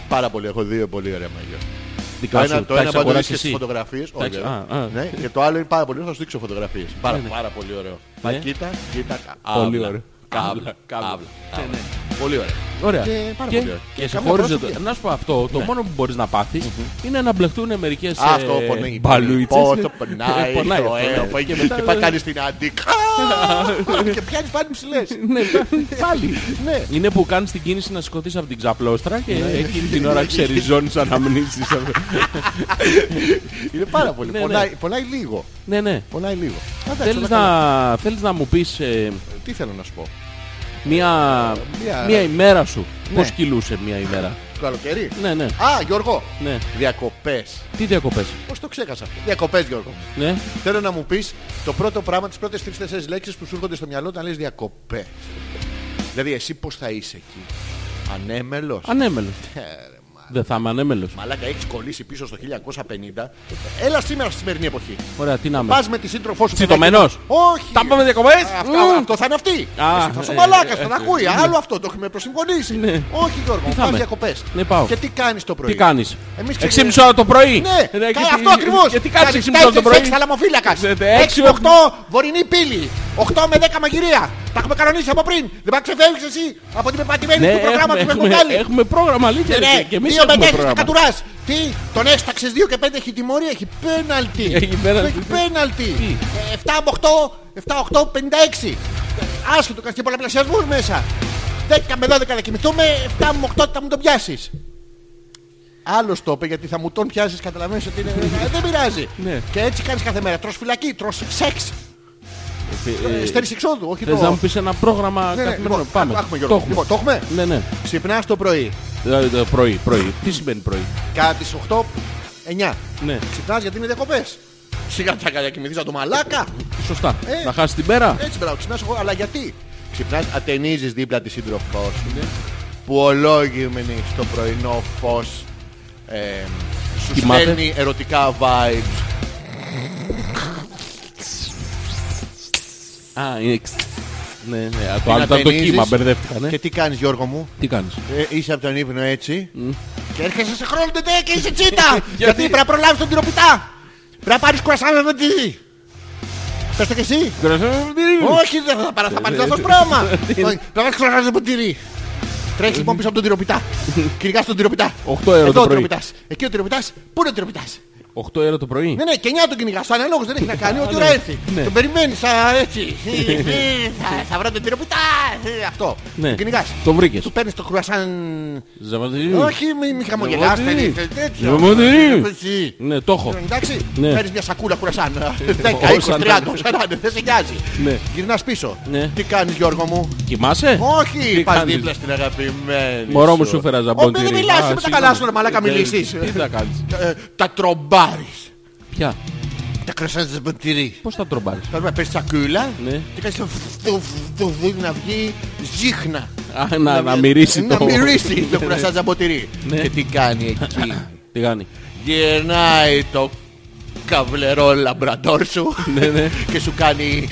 [SPEAKER 2] Πάρα πολύ, έχω δύο πολύ ωραία μαγιά. Το
[SPEAKER 3] Δικά
[SPEAKER 2] ένα,
[SPEAKER 3] σου, τα
[SPEAKER 2] το ένα
[SPEAKER 3] έχεις
[SPEAKER 2] μπορεί να
[SPEAKER 3] αγοράσει
[SPEAKER 2] στις
[SPEAKER 3] εσύ.
[SPEAKER 2] φωτογραφίες.
[SPEAKER 3] έχεις-
[SPEAKER 2] όχι,
[SPEAKER 3] α, α.
[SPEAKER 2] ναι, Και το άλλο είναι πάρα πολύ ωραίο, θα σου δείξω φωτογραφίες. Πάρα, πάρα πολύ ωραίο. Μα
[SPEAKER 3] Ναι.
[SPEAKER 2] κοίτα, κοίτα.
[SPEAKER 3] Πολύ
[SPEAKER 2] άβλα,
[SPEAKER 3] ωραίο.
[SPEAKER 2] Κάβλα, κάβλα.
[SPEAKER 3] Κάβλα.
[SPEAKER 2] Πολύ ωραία.
[SPEAKER 3] Ωραία.
[SPEAKER 2] Και πάρα πολύ ωραία.
[SPEAKER 3] και σε
[SPEAKER 2] Καμιά Ναι.
[SPEAKER 3] χώριζε
[SPEAKER 2] φορά σου
[SPEAKER 3] το- Να σου πω αυτό, το μόνο που μπορείς να παθεις είναι να μπλεχτούν μερικές
[SPEAKER 2] Α, Αυτό
[SPEAKER 3] ε,
[SPEAKER 2] πονάει.
[SPEAKER 3] μπαλούιτσες. Ε,
[SPEAKER 2] Πόσο πονάει.
[SPEAKER 3] Πονάει
[SPEAKER 2] το
[SPEAKER 3] αυτό,
[SPEAKER 2] ένα,
[SPEAKER 3] ναι.
[SPEAKER 2] πονάει.
[SPEAKER 3] Και
[SPEAKER 2] Και
[SPEAKER 3] μετά-
[SPEAKER 2] πάει κάνει την αντίκα. Και πιάνεις πάλι ψηλές.
[SPEAKER 3] Ναι, πάλι.
[SPEAKER 2] Ναι.
[SPEAKER 3] Είναι που κάνεις την κίνηση να σηκωθείς από την ξαπλώστρα και εκείνη την ώρα ξεριζώνεις αναμνήσεις.
[SPEAKER 2] Είναι πάρα πολύ.
[SPEAKER 3] Ναι, ναι.
[SPEAKER 2] Πονάει- Πονάει λίγο.
[SPEAKER 3] Ναι, ναι.
[SPEAKER 2] Πονάει λίγο. Εντάξει, όλα
[SPEAKER 3] Θέλεις
[SPEAKER 2] καλά.
[SPEAKER 3] να, θέλεις να μου πεις ε,
[SPEAKER 2] Τι θέλω να σου πω.
[SPEAKER 3] μία,
[SPEAKER 2] Μία-
[SPEAKER 3] μία ημέρα σου.
[SPEAKER 2] Ναι.
[SPEAKER 3] Πώς κυλούσε μία ημέρα.
[SPEAKER 2] Το καλοκαίρι.
[SPEAKER 3] Ναι, ναι.
[SPEAKER 2] Α, Γιώργο.
[SPEAKER 3] ναι.
[SPEAKER 2] Διακοπές.
[SPEAKER 3] Τι διακοπές.
[SPEAKER 2] Πώς το ξέχασα αυτό. Διακοπές, Γιώργο.
[SPEAKER 3] Ναι.
[SPEAKER 2] Θέλω να μου πεις το πρώτο πράγμα, τις πρώτες τρεις-τέσσερις λέξεις που σου έρχονται στο μυαλό όταν λες διακοπές. Δηλαδή εσύ πώς θα είσαι εκεί. Ανέμελος.
[SPEAKER 3] Ανέμελος.
[SPEAKER 2] Ε, ρε, μα-
[SPEAKER 3] Δεν θα είμαι ανέμελος.
[SPEAKER 2] Μαλάκα έχεις κολλήσει πίσω στο 1950. Έλα σήμερα στη σημερινή εποχή.
[SPEAKER 3] Ωραία, τι να είμαι.
[SPEAKER 2] Πας με τη σύντροφό σου.
[SPEAKER 3] Τσιτωμένος.
[SPEAKER 2] παιδάκι. Όχι. Ε,
[SPEAKER 3] Τα πάμε διακοπές.
[SPEAKER 2] Αυτό,
[SPEAKER 3] Μμμ.
[SPEAKER 2] αυτό θα είναι αυτή.
[SPEAKER 3] Α,
[SPEAKER 2] Εσύ θα σου
[SPEAKER 3] ε,
[SPEAKER 2] μαλάκας,
[SPEAKER 3] ε,
[SPEAKER 2] θα
[SPEAKER 3] ε,
[SPEAKER 2] ακούει. Άλλο αυτό το έχουμε προσυμφωνήσει.
[SPEAKER 3] Ναι.
[SPEAKER 2] Όχι Γιώργο,
[SPEAKER 3] Τι θα
[SPEAKER 2] πας
[SPEAKER 3] είμαι.
[SPEAKER 2] διακοπές.
[SPEAKER 3] Ναι, πάω.
[SPEAKER 2] Και τι κάνεις το πρωί.
[SPEAKER 3] Τι κάνεις.
[SPEAKER 2] Εμείς ξεκινάμε-
[SPEAKER 3] 6,5 ώρα το πρωί. Ε,
[SPEAKER 2] Ναι,
[SPEAKER 3] και
[SPEAKER 2] κα-
[SPEAKER 3] τι-
[SPEAKER 2] αυτό ακριβώς.
[SPEAKER 3] Και τι κάνεις 6,5
[SPEAKER 2] Κάνεις
[SPEAKER 3] ώρα το πρωί. Ναι,
[SPEAKER 2] Έξι θαλαμοφύλακας.
[SPEAKER 3] Ξέρετε,
[SPEAKER 2] Έξι
[SPEAKER 3] έξι
[SPEAKER 2] με
[SPEAKER 3] με-
[SPEAKER 2] οκτώ βορεινή πύλη. 8 με 10 μαγειρία. Τα έχουμε κανονίσει από πριν. Δεν πάει ξεφεύγεις εσύ από την πεπατημένη
[SPEAKER 3] Ναι,
[SPEAKER 2] του προγράμματος που
[SPEAKER 3] έχουμε,
[SPEAKER 2] έχουμε
[SPEAKER 3] έχουμε,
[SPEAKER 2] βγάλει.
[SPEAKER 3] έχουμε πρόγραμμα
[SPEAKER 2] Ναι,
[SPEAKER 3] αλήθεια.
[SPEAKER 2] ναι,
[SPEAKER 3] και- Και εμείς
[SPEAKER 2] δύο με
[SPEAKER 3] έχουμε
[SPEAKER 2] τέσσερις θα
[SPEAKER 3] πρόγραμμα.
[SPEAKER 2] κατουράς. Τι, τον έσταξες 2 και 5 έχει τιμωρία, έχει πέναλτι.
[SPEAKER 3] Έχει πέναλτι.
[SPEAKER 2] Έχει πέναλτι.
[SPEAKER 3] Τι?
[SPEAKER 2] Ε, 7 από 8, 7, 8, 56. Άσχετο, κάνεις και πολλαπλασιασμούς μέσα. 10 με 12 θα κοιμηθούμε, 7 με 8 θα μου τον πιάσεις. Άλλος το είπε γιατί θα μου τον πιάσεις καταλαβαίνεις ότι είναι. ε, δεν πειράζει.
[SPEAKER 3] Ναι.
[SPEAKER 2] Και έτσι κάνεις κάθε μέρα. Τρως φυλακή, τρως σεξ.
[SPEAKER 3] Ε,
[SPEAKER 2] Στέρνεις εξόδου, όχι το.
[SPEAKER 3] Θες να μου πεις ένα πρόγραμμα
[SPEAKER 2] Ναι, ναι,
[SPEAKER 3] καθημερινό.
[SPEAKER 2] λοιπόν,
[SPEAKER 3] Πάμε.
[SPEAKER 2] το έχουμε,
[SPEAKER 3] Το
[SPEAKER 2] Γιώργο.
[SPEAKER 3] έχουμε.
[SPEAKER 2] Λοιπόν, το έχουμε.
[SPEAKER 3] Ναι, ναι.
[SPEAKER 2] Ξυπνάς το πρωί.
[SPEAKER 3] Ε, ε, Πρωί, πρωί. Τι σημαίνει πρωί.
[SPEAKER 2] Κατά τις 8, 9.
[SPEAKER 3] Ναι.
[SPEAKER 2] Ξυπνάς γιατί είναι διακοπές. Σιγά θα κατακοιμηθείς από το μαλάκα.
[SPEAKER 3] Σωστά.
[SPEAKER 2] Ε.
[SPEAKER 3] Να χάσεις την πέρα.
[SPEAKER 2] Έτσι μπράβο, ξυπνάς εγώ. Αλλά γιατί. Ξυπνάς, ατενίζεις
[SPEAKER 3] Ναι.
[SPEAKER 2] δίπλα τη σύντροφό σου. Που ολόγιμενη στο πρωινό φως ε, σου
[SPEAKER 3] Κοιμάται.
[SPEAKER 2] στέλνει ερωτικά vibes. Ε.
[SPEAKER 3] Α, είναι εξ- Ναι, ναι, το
[SPEAKER 2] την
[SPEAKER 3] άλλο ήταν το
[SPEAKER 2] ατενίζεις.
[SPEAKER 3] κύμα, μπερδεύτηκα, ναι.
[SPEAKER 2] Και τι κάνεις Γιώργο μου,
[SPEAKER 3] Τι κάνεις.
[SPEAKER 2] ε, είσαι από τον ύπνο έτσι και έρχεσαι σε χρόνο τετέ και είσαι τσίτα. Γιατί πρέπει να προλάβεις τον τυροπιτά. Πρέπει να πάρεις κουρασάμε με τι. Πες το και εσύ. Όχι, δεν θα πάρω, θα πάρεις λάθος πράγμα. Όχι, Θα βάλεις κουρασάμε με ποτήρι. Τρέχεις λοιπόν πίσω από τον τυροπιτά. Κυριγάς τον τυροπιτά.
[SPEAKER 3] Οκτώ ευρώ το
[SPEAKER 2] Εδώ ο
[SPEAKER 3] πρωί.
[SPEAKER 2] τυροπιτάς. Εκεί ο τυροπιτάς. Πού είναι ο τυροπιτάς.
[SPEAKER 3] 8 ώρα το πρωί.
[SPEAKER 2] Ναι, ναι, και 9 τον κυνηγάς. Αναλόγως δεν έχει να κάνει ό,τι ώρα
[SPEAKER 3] ναι.
[SPEAKER 2] έρθει.
[SPEAKER 3] Ναι.
[SPEAKER 2] Τον περιμένεις α, έτσι. Ε, ε, θα- Θα βρω τον τυροπιτά. Ε, Αυτό.
[SPEAKER 3] Ναι.
[SPEAKER 2] Τον κυνηγάς.
[SPEAKER 3] Το βρήκες.
[SPEAKER 2] Του παίρνεις το κρουασάν.
[SPEAKER 3] Ζαματηρίου.
[SPEAKER 2] Ε, Όχι, μη, μη χαμογελάς,
[SPEAKER 3] Ζαματηρίου.
[SPEAKER 2] παιδί, τέτοιο.
[SPEAKER 3] Ζαματηρίου.
[SPEAKER 2] Εσύ.
[SPEAKER 3] Ναι, το
[SPEAKER 2] Ε,
[SPEAKER 3] έχω.
[SPEAKER 2] Εντάξει,
[SPEAKER 3] Ναι.
[SPEAKER 2] παίρνεις μια σακούλα κουρασάν. 10, 20,
[SPEAKER 3] Όσα
[SPEAKER 2] 30, 40, δεν σε νοιάζει.
[SPEAKER 3] Ναι.
[SPEAKER 2] Γυρνάς πίσω.
[SPEAKER 3] Ναι.
[SPEAKER 2] Τι κάνεις Γιώργο μου.
[SPEAKER 3] Κοιμάσαι.
[SPEAKER 2] Όχι,
[SPEAKER 3] Τι
[SPEAKER 2] πας
[SPEAKER 3] κάνεις?
[SPEAKER 2] δίπλα στην αγαπημένη
[SPEAKER 3] Μωρό μου σου έφερα ζαμπόντι.
[SPEAKER 2] Ω, παιδί, μιλάς, με τα καλά σου, ρε μαλάκα, μιλήσεις.
[SPEAKER 3] Ε, Τι τα κάνεις.
[SPEAKER 2] Ε, Τα τρομπάρεις.
[SPEAKER 3] Ποια.
[SPEAKER 2] Τα κρασάν ζεμποτηρί.
[SPEAKER 3] Πώς τα τρομπάρεις.
[SPEAKER 2] Παίρνουμε πες σακούλα
[SPEAKER 3] Ναι.
[SPEAKER 2] και κάνεις το φ- το φ- το δει να βγει ζύχνα. Ε,
[SPEAKER 3] Α, να, να μυρίσει
[SPEAKER 2] να
[SPEAKER 3] το...
[SPEAKER 2] μυρίσει το κουρασάν ζαμποτηρί.
[SPEAKER 3] Ναι.
[SPEAKER 2] Και τι κάνει εκεί.
[SPEAKER 3] Τι κάνει.
[SPEAKER 2] Γυρνάει το καβλερό λαμπραντόρ σου
[SPEAKER 3] Ναι, ναι.
[SPEAKER 2] και σου κάνει...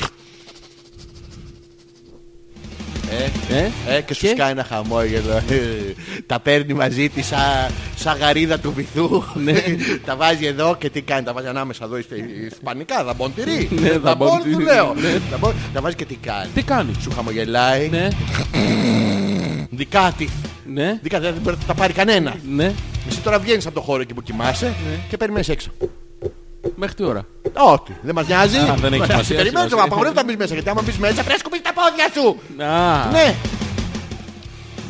[SPEAKER 3] Ε,
[SPEAKER 2] Ε, και σου σκάει ένα χαμόγελο. Ε, Τα παίρνει μαζί τη σαν σα γαρίδα του βυθού.
[SPEAKER 3] Ναι.
[SPEAKER 2] τα βάζει εδώ και τι κάνει, τα βάζει ανάμεσα εδώ στα ισπανικά, δαμποντηρί.
[SPEAKER 3] Ναι,
[SPEAKER 2] Δαμπόν
[SPEAKER 3] δαμποντηρί,
[SPEAKER 2] του λέω.
[SPEAKER 3] ναι.
[SPEAKER 2] Δαμπόν- Τα βάζει και τι κάνει.
[SPEAKER 3] τι κάνει.
[SPEAKER 2] Σου χαμογελάει.
[SPEAKER 3] Ναι,
[SPEAKER 2] Δικά τη.
[SPEAKER 3] ναι,
[SPEAKER 2] Δικά της, δεν μπορεί να τα πάρει κανένα.
[SPEAKER 3] ναι.
[SPEAKER 2] Εσύ τώρα βγαίνεις από το χώρο εκεί που κοιμάσαι και περιμένεις έξω.
[SPEAKER 3] Μέχρι τι ώρα.
[SPEAKER 2] Όχι, δεν μας νοιάζει.
[SPEAKER 3] Α, δεν έχει σημασία,
[SPEAKER 2] Περιμένεις,
[SPEAKER 3] σημασία.
[SPEAKER 2] απαγορεύεται να μπεις μέσα γιατί άμα μπεις μέσα πρέπει να σκουπίσεις τα πόδια σου.
[SPEAKER 3] Α,
[SPEAKER 2] Ναι.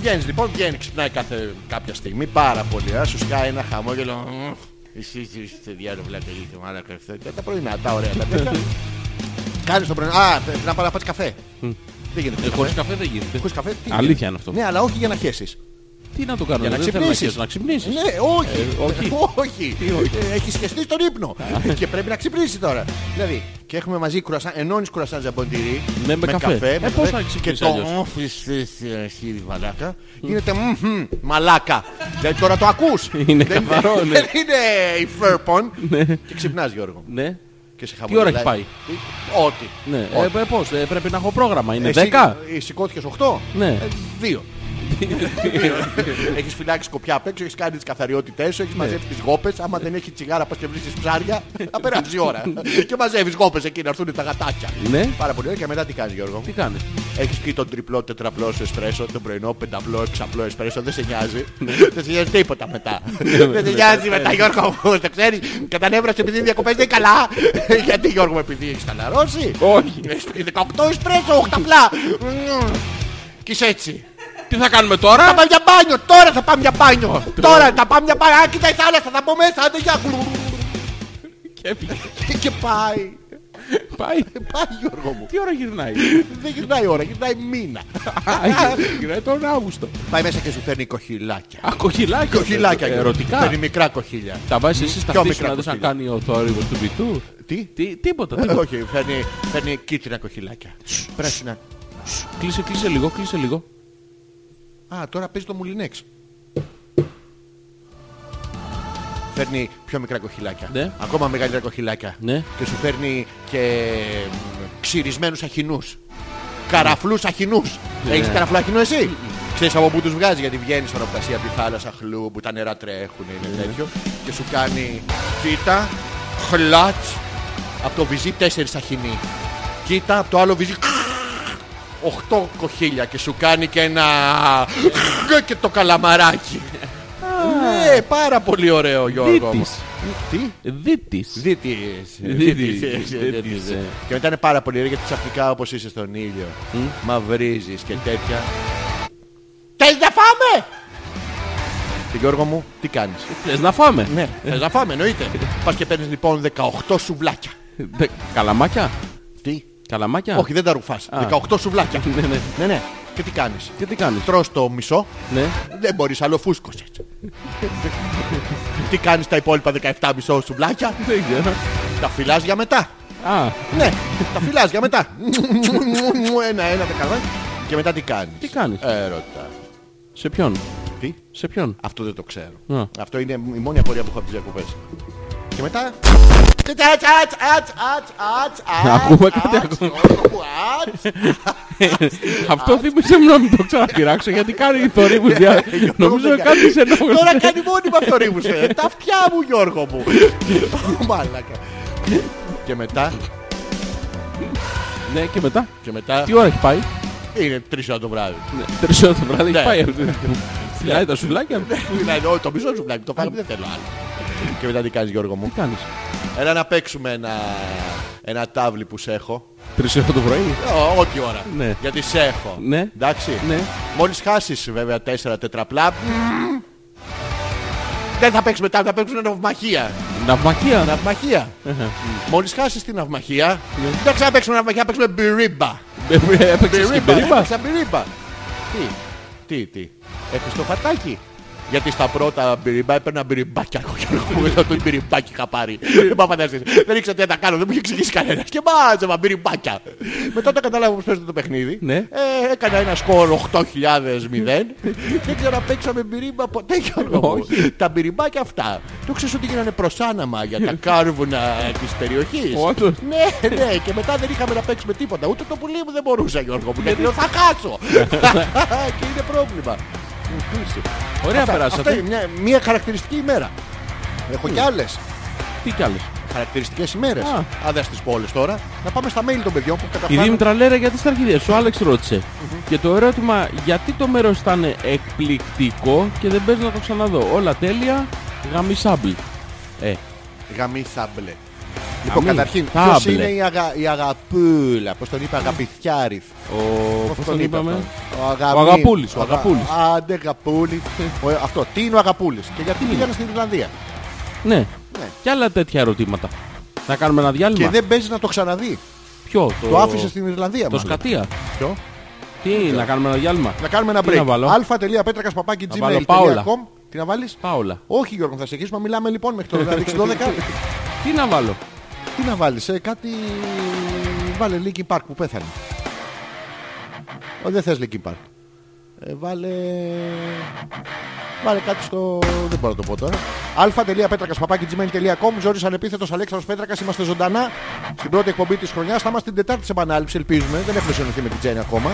[SPEAKER 2] Βγαίνεις λοιπόν, βγαίνεις, ξυπνάει κάθε, κάποια στιγμή πάρα πολύ. Α, σου σκάει ένα χαμόγελο. Μμμ. Εσύ εσύ, είστε διάλογο βλακελί και μάρα κρεφτέ. Τα πρωινά, τα ωραία. τα τέτοια. Κάνεις το πρωινό. Α, πρέπει να πάρει να πάρεις καφέ. Δεν γίνεται.
[SPEAKER 3] ε, χωρίς καφέ δεν γίνεται.
[SPEAKER 2] Χωρίς καφέ. τι
[SPEAKER 3] Αλήθεια
[SPEAKER 2] γίνεται.
[SPEAKER 3] είναι αυτό.
[SPEAKER 2] Ναι, αλλά όχι για να χέσεις.
[SPEAKER 3] Τι να το κάνω.
[SPEAKER 2] Για να
[SPEAKER 3] δεν θέλω
[SPEAKER 2] ξυπνήσεις.
[SPEAKER 3] χέσω, Να ξυπνήσεις.
[SPEAKER 2] Ναι, όχι.
[SPEAKER 3] όχι.
[SPEAKER 2] όχι. Ε, Έχεις χεστεί στον ύπνο. και πρέπει να ξυπνήσει τώρα. Δηλαδή, και έχουμε μαζί κουρασάν, ενώνεις κουρασάν ζαμποντηρί
[SPEAKER 3] Ναι, με καφέ. Ε,
[SPEAKER 2] με
[SPEAKER 3] πώς
[SPEAKER 2] καφέ.
[SPEAKER 3] θα ξυπνήσεις
[SPEAKER 2] Και το
[SPEAKER 3] αλλιώς.
[SPEAKER 2] όφι στη αρχή μαλάκα γίνεται μμμ, μαλάκα. Δηλαδή τώρα το ακούς.
[SPEAKER 3] Είναι
[SPEAKER 2] Δεν-
[SPEAKER 3] καθαρό, ναι.
[SPEAKER 2] Δεν είναι η Φέρπον. Και ξυπνάς Γιώργο.
[SPEAKER 3] Ναι.
[SPEAKER 2] Και σε
[SPEAKER 3] Τι ώρα
[SPEAKER 2] χαμογελάει.
[SPEAKER 3] έχει πάει.
[SPEAKER 2] Τι- Ό,τι.
[SPEAKER 3] Ναι.
[SPEAKER 2] Ό,τι.
[SPEAKER 3] Ε, ε, πώς, ε, πρέπει να έχω πρόγραμμα. Είναι
[SPEAKER 2] Εσύ,
[SPEAKER 3] 10.
[SPEAKER 2] ε, Σηκώθηκες 8.
[SPEAKER 3] Ναι.
[SPEAKER 2] Ε, Δύο. έχεις φυλάξει κοπιά απ' έξω, έχεις κάνει τις καθαριότητές σου, έχεις
[SPEAKER 3] Ναι.
[SPEAKER 2] μαζέψει τις γόπες. Άμα δεν έχει τσιγάρα, πας και βρει ψάρια, θα περάσει η ώρα. και μαζεύεις γόπες εκεί να έρθουν τα γατάκια.
[SPEAKER 3] Ναι.
[SPEAKER 2] Πάρα πολύ ωραία. Και μετά τι κάνεις, Γιώργο.
[SPEAKER 3] Τι κάνεις.
[SPEAKER 2] Έχεις πει τον τριπλό, τετραπλό σου εσπρέσο, τον πρωινό, πενταπλό, εξαπλό εσπρέσο, δεν σε νοιάζει. δεν σε νοιάζει τίποτα μετά. δεν σε νοιάζει μετά, Γιώργο μου, το ξέρεις. Κατανέβρασε επειδή οι διακοπές δεν είναι καλά. Γιατί Γιώργο μου, επειδή έχεις χαλαρώσει.
[SPEAKER 3] Όχι.
[SPEAKER 2] Έχεις πει 18 εσπρέσο, 8 απλά. Μμμ. Κι είσαι έτσι.
[SPEAKER 3] Τι θα κάνουμε
[SPEAKER 2] Θα
[SPEAKER 3] τώρα.
[SPEAKER 2] πάμε για μπάνιο, τώρα θα πάμε για μπάνιο. Τώρα θα πάμε για μπάνιο. Α, κοίτα η θάλασσα, θα μπω μέσα, άντε για
[SPEAKER 3] Και έφυγε.
[SPEAKER 2] Και πάει.
[SPEAKER 3] Πάει.
[SPEAKER 2] Πάει Γιώργο μου.
[SPEAKER 3] Τι ώρα γυρνάει.
[SPEAKER 2] Δεν γυρνάει ώρα, γυρνάει μήνα.
[SPEAKER 3] Α, Γυρνάει τον Αύγουστο.
[SPEAKER 2] Πάει μέσα και σου φέρνει κοχυλάκια.
[SPEAKER 3] Α, κοχυλάκια. Ε,
[SPEAKER 2] Κοχυλάκια. Γιώργο.
[SPEAKER 3] Ερωτικά.
[SPEAKER 2] Φέρνει μικρά κοχύλια.
[SPEAKER 3] Τα βάζεις εσύ στα
[SPEAKER 2] Πιο
[SPEAKER 3] χτίσου
[SPEAKER 2] μικρά
[SPEAKER 3] να δεις αν
[SPEAKER 2] κοχύλια.
[SPEAKER 3] κάνει ο θόρυβος του πιτού.
[SPEAKER 2] Τι?
[SPEAKER 3] Τι, τίποτα,
[SPEAKER 2] Ε,
[SPEAKER 3] τίποτα.
[SPEAKER 2] Όχι, φέρνει, φέρνει κίτρινα κοχυλάκια. Πράσινα.
[SPEAKER 3] Κλείσε, κλείσε λίγο, κλείσε λίγο.
[SPEAKER 2] Α, τώρα παίζει το μουλινέξ. Φέρνει πιο μικρά κοχυλάκια.
[SPEAKER 3] Ναι.
[SPEAKER 2] Ακόμα μεγαλύτερα κοχυλάκια.
[SPEAKER 3] Ναι.
[SPEAKER 2] Και σου φέρνει και μ, ξυρισμένους αχινούς. Καραφλούς αχινούς.
[SPEAKER 3] Ναι.
[SPEAKER 2] Έχεις καραφλό αχινό εσύ. Ξέρεις από πού τους βγάζεις γιατί βγαίνεις στον από τη θάλασσα χλού που τα νερά τρέχουν
[SPEAKER 3] Ναι.
[SPEAKER 2] είναι τέτοιο και σου κάνει κοίτα, χλάτς από το βυζί τέσσερις αχινοί. Κοίτα από το άλλο βυζί οχτώ κοχύλια και σου κάνει και ένα και το καλαμαράκι. Ναι, πάρα πολύ ωραίο Γιώργο μου.
[SPEAKER 3] Δίτης.
[SPEAKER 2] Τι?
[SPEAKER 3] Ε, Δίτης.
[SPEAKER 2] Δίτης.
[SPEAKER 3] Δίτης.
[SPEAKER 2] Δίτης.
[SPEAKER 3] Δίτης, ε.
[SPEAKER 2] Και μετά είναι πάρα πολύ ωραίο γιατί ξαφνικά όπως είσαι στον ήλιο μαυρίζεις και τέτοια. Θες να φάμε! Και Γιώργο μου, τι κάνεις.
[SPEAKER 3] Θες να φάμε.
[SPEAKER 2] Ναι, θες να φάμε εννοείται. Πας και παίρνεις λοιπόν 18 σουβλάκια.
[SPEAKER 3] Δε- Καλαμάκια.
[SPEAKER 2] Τι?
[SPEAKER 3] Καλαμάκια.
[SPEAKER 2] Όχι, δεν τα ρουφάς. 18 σουβλάκια.
[SPEAKER 3] Ναι, ναι.
[SPEAKER 2] Ναι, ναι. Και τι κάνεις.
[SPEAKER 3] Και τι κάνεις.
[SPEAKER 2] Τρως το μισό.
[SPEAKER 3] Ναι.
[SPEAKER 2] Δεν μπορείς άλλο φούσκωσες. Τι κάνεις τα υπόλοιπα 17 μισό σουβλάκια.
[SPEAKER 3] Δεν ξέρω.
[SPEAKER 2] Τα φυλάς για μετά.
[SPEAKER 3] Α,
[SPEAKER 2] Ναι, τα φυλάς για μετά. Ένα, ένα, τα καρβά. Και μετά τι κάνεις.
[SPEAKER 3] Τι κάνεις?
[SPEAKER 2] Έρωτα.
[SPEAKER 3] σε ποιον.
[SPEAKER 2] Τι?
[SPEAKER 3] Σε ποιον.
[SPEAKER 2] Αυτό δεν το ξέρω.
[SPEAKER 3] Α.
[SPEAKER 2] Αυτό είναι η μόνη απορία που έχω από τις διακοπές. Και μετά... Τσα, τσα, τσα, τσα, τσα, τσα,
[SPEAKER 3] Ακούμε
[SPEAKER 2] τσα,
[SPEAKER 3] κάτι
[SPEAKER 2] τσα,
[SPEAKER 3] ακόμα.
[SPEAKER 2] ω, α,
[SPEAKER 3] Αυτό θύμισε μου να μην το ξαναπειράξω γιατί κάνει θορύβους διά... Νομίζω
[SPEAKER 2] δεν
[SPEAKER 3] κάτι σε νόμο.
[SPEAKER 2] Τώρα κάνει μόνιμα θορύβους. ε. Τα αυτιά μου Γιώργο μου. Ω, Μαλάκα. Και μετά,
[SPEAKER 3] Ναι και μετά.
[SPEAKER 2] και μετά,
[SPEAKER 3] Τι ώρα έχει πάει.
[SPEAKER 2] είναι τρεις ώρα το βράδυ.
[SPEAKER 3] Τρεις ώρα το βράδυ έχει
[SPEAKER 2] Ναι.
[SPEAKER 3] πάει. Φυλάει τα σουλάκια.
[SPEAKER 2] Δηλαδή, «Ω, Το μισό σου βλάκι, το φάγαμε, δεν θέλω άλλο. Και μετά τι κάνεις Γιώργο μου.
[SPEAKER 3] Τι κάνεις.
[SPEAKER 2] Έλα να παίξουμε ένα, ένα τάβλι που σε έχω.
[SPEAKER 3] Τρεις ώρα το πρωί.
[SPEAKER 2] Ω, Ό,τι ώρα.
[SPEAKER 3] Ναι.
[SPEAKER 2] Γιατί σε έχω.
[SPEAKER 3] Ναι.
[SPEAKER 2] Εντάξει.
[SPEAKER 3] Ναι.
[SPEAKER 2] Μόλις χάσεις βέβαια τέσσερα τετραπλά. Δεν θα παίξουμε τάβλι, θα παίξουμε ναυμαχία. Ναι.
[SPEAKER 3] Ναυμαχία.
[SPEAKER 2] Ναυμαχία. Μόλις χάσεις την ναυμαχία, δεν ξαναπαίξουμε ναυμαχία, θα παίξουμε μπυρίμπα.
[SPEAKER 3] Ε, Έπαιξες και
[SPEAKER 2] Μπυρίμπα,
[SPEAKER 3] περίπα.
[SPEAKER 2] έπαιξα μπυρίμπα. Τι, τι, τι. Έχεις το φατάκι. Γιατί στα πρώτα μπυριμπά έπαιρνα μπυριμπάκια εγώ και εγώ μετά το μπυριμπάκι είχα πάρει. Δεν πάω φανταστείς. Δεν ήξερα τι θα κάνω, δεν μου είχε εξηγήσει κανένας. Και μάζευα μπυριμπάκια. Μετά το κατάλαβα πως παίζεται το παιχνίδι.
[SPEAKER 3] Ναι.
[SPEAKER 2] Ε, έκανα ένα σκορ 8.000 Δεν ξαναπαίξαμε μπυρίμπα ποτέ Γιώργο μου. Τα μπυριμπάκια αυτά. Το ξέρεις ότι γίνανε προσάναμα για τα κάρβουνα της περιοχής.
[SPEAKER 3] Όντως.
[SPEAKER 2] Ναι, ναι, και μετά δεν είχαμε να παίξουμε τίποτα. Ούτε το πουλί μου δεν μπορούσα, Γιώργο μου.
[SPEAKER 3] Ναι.
[SPEAKER 2] Γιατί λέω, θα χάσω. και είναι πρόβλημα. Μου κλείσει.
[SPEAKER 3] Ωραία
[SPEAKER 2] Αυτά- Αυτά είναι
[SPEAKER 3] περάσατε.
[SPEAKER 2] μια, μια χαρακτηριστική ημέρα. Έχω κι άλλες
[SPEAKER 3] Τι κι άλλες.
[SPEAKER 2] χαρακτηριστικές ημέρες
[SPEAKER 3] Α.
[SPEAKER 2] Αν δεν στις πω όλες τώρα, να πάμε στα mail των παιδιών που
[SPEAKER 3] Η
[SPEAKER 2] καταφέρνουν.
[SPEAKER 3] Δήμητρα Λέρα γιατί στα αρχίδια σου, ο Άλεξ ρώτησε. Και το ερώτημα γιατί το μέρος ήταν εκπληκτικό και δεν παίζει να το ξαναδώ. Όλα τέλεια, γαμισάμπλ. Ε,
[SPEAKER 2] Γαμή θάμπλε. Λοιπόν,
[SPEAKER 3] Γαμή
[SPEAKER 2] καταρχήν,
[SPEAKER 3] θάμπλε.
[SPEAKER 2] ποιος είναι η, αγα... η αγαπούλα, πώς τον είπα, αγαπηθιάρης.
[SPEAKER 3] ο...
[SPEAKER 2] Πώς
[SPEAKER 3] Πώς τον
[SPEAKER 2] είπε
[SPEAKER 3] είπαμε.
[SPEAKER 2] αυτόν? Ο, αγαμή...
[SPEAKER 3] Ο Αγαπούλης, ο
[SPEAKER 2] Αγα-
[SPEAKER 3] Αγαπούλης.
[SPEAKER 2] Άντε, αγαπούλη. Ο- Αυτό, τι είναι ο αγαπούλης και γιατί πήγανε στην Ιρλανδία.
[SPEAKER 3] Ναι.
[SPEAKER 2] Ναι.
[SPEAKER 3] Και άλλα τέτοια ερωτήματα. Να κάνουμε ένα διάλειμμα.
[SPEAKER 2] Και δεν παίζει να το ξαναδεί.
[SPEAKER 3] Ποιο, το...
[SPEAKER 2] Το άφησε στην Ιρλανδία
[SPEAKER 3] Το
[SPEAKER 2] μάλλον.
[SPEAKER 3] σκατία.
[SPEAKER 2] Ποιο?
[SPEAKER 3] Τι, να κάνουμε ένα διάλειμμα.
[SPEAKER 2] Να κάνουμε ένα
[SPEAKER 3] Τι να βάλω?
[SPEAKER 2] break. αλφα.πέτρακα.gmail.com
[SPEAKER 3] βάλω Πάολα.
[SPEAKER 2] Τι να βάλεις?
[SPEAKER 3] Πάολα.
[SPEAKER 2] Όχι Γιώργο, θα σε γυρίσουμε. Μιλάμε λοιπόν μέχρι το δηλαδή 12.
[SPEAKER 3] Τι να βάλω.
[SPEAKER 2] Τι να βάλεις, ε, κάτι... Βάλε Linkin Park που πέθανε. Ω, δεν θες Linkin Park. Ε, βάλε... Βάλε κάτι στο... Δεν μπορώ να το πω τώρα. αλφα.πέτρακας.gmail.com Ζόρις ανεπίθετος Αλέξανδρος Πέτρακας. Είμαστε ζωντανά στην πρώτη εκπομπή της χρονιάς. Θα είμαστε την τετάρτη σε επανάληψη, ελπίζουμε. Δεν έχουμε συνεννοηθεί με την Τζέννη ακόμα.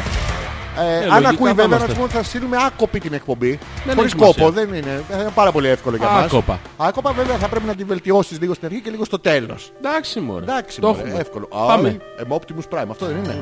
[SPEAKER 2] Ε, αν
[SPEAKER 3] λογικά
[SPEAKER 2] ακούει
[SPEAKER 3] θα
[SPEAKER 2] βέβαια να
[SPEAKER 3] είμαστε.
[SPEAKER 2] της πούμε ότι θα στείλουμε άκοπη την εκπομπή.
[SPEAKER 3] Δεν
[SPEAKER 2] Χωρίς
[SPEAKER 3] έχει σημασία.
[SPEAKER 2] κόπο, δεν είναι. Ε, Είναι πάρα πολύ εύκολο για μας.
[SPEAKER 3] Άκοπα.
[SPEAKER 2] Άκοπα βέβαια θα πρέπει να τη βελτιώσεις λίγο στην αρχή και λίγο στο τέλος.
[SPEAKER 3] Εντάξει, μωρέ.
[SPEAKER 2] Εντάξει,
[SPEAKER 3] το
[SPEAKER 2] μωρέ,
[SPEAKER 3] έχουμε.
[SPEAKER 2] εύκολο.
[SPEAKER 3] Πάμε. Mm.
[SPEAKER 2] Α, με Optimus Prime, αυτό δεν είναι.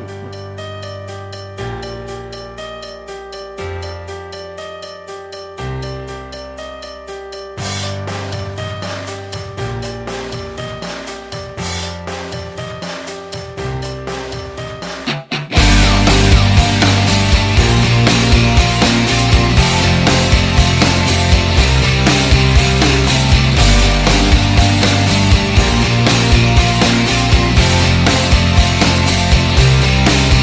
[SPEAKER 5] Thank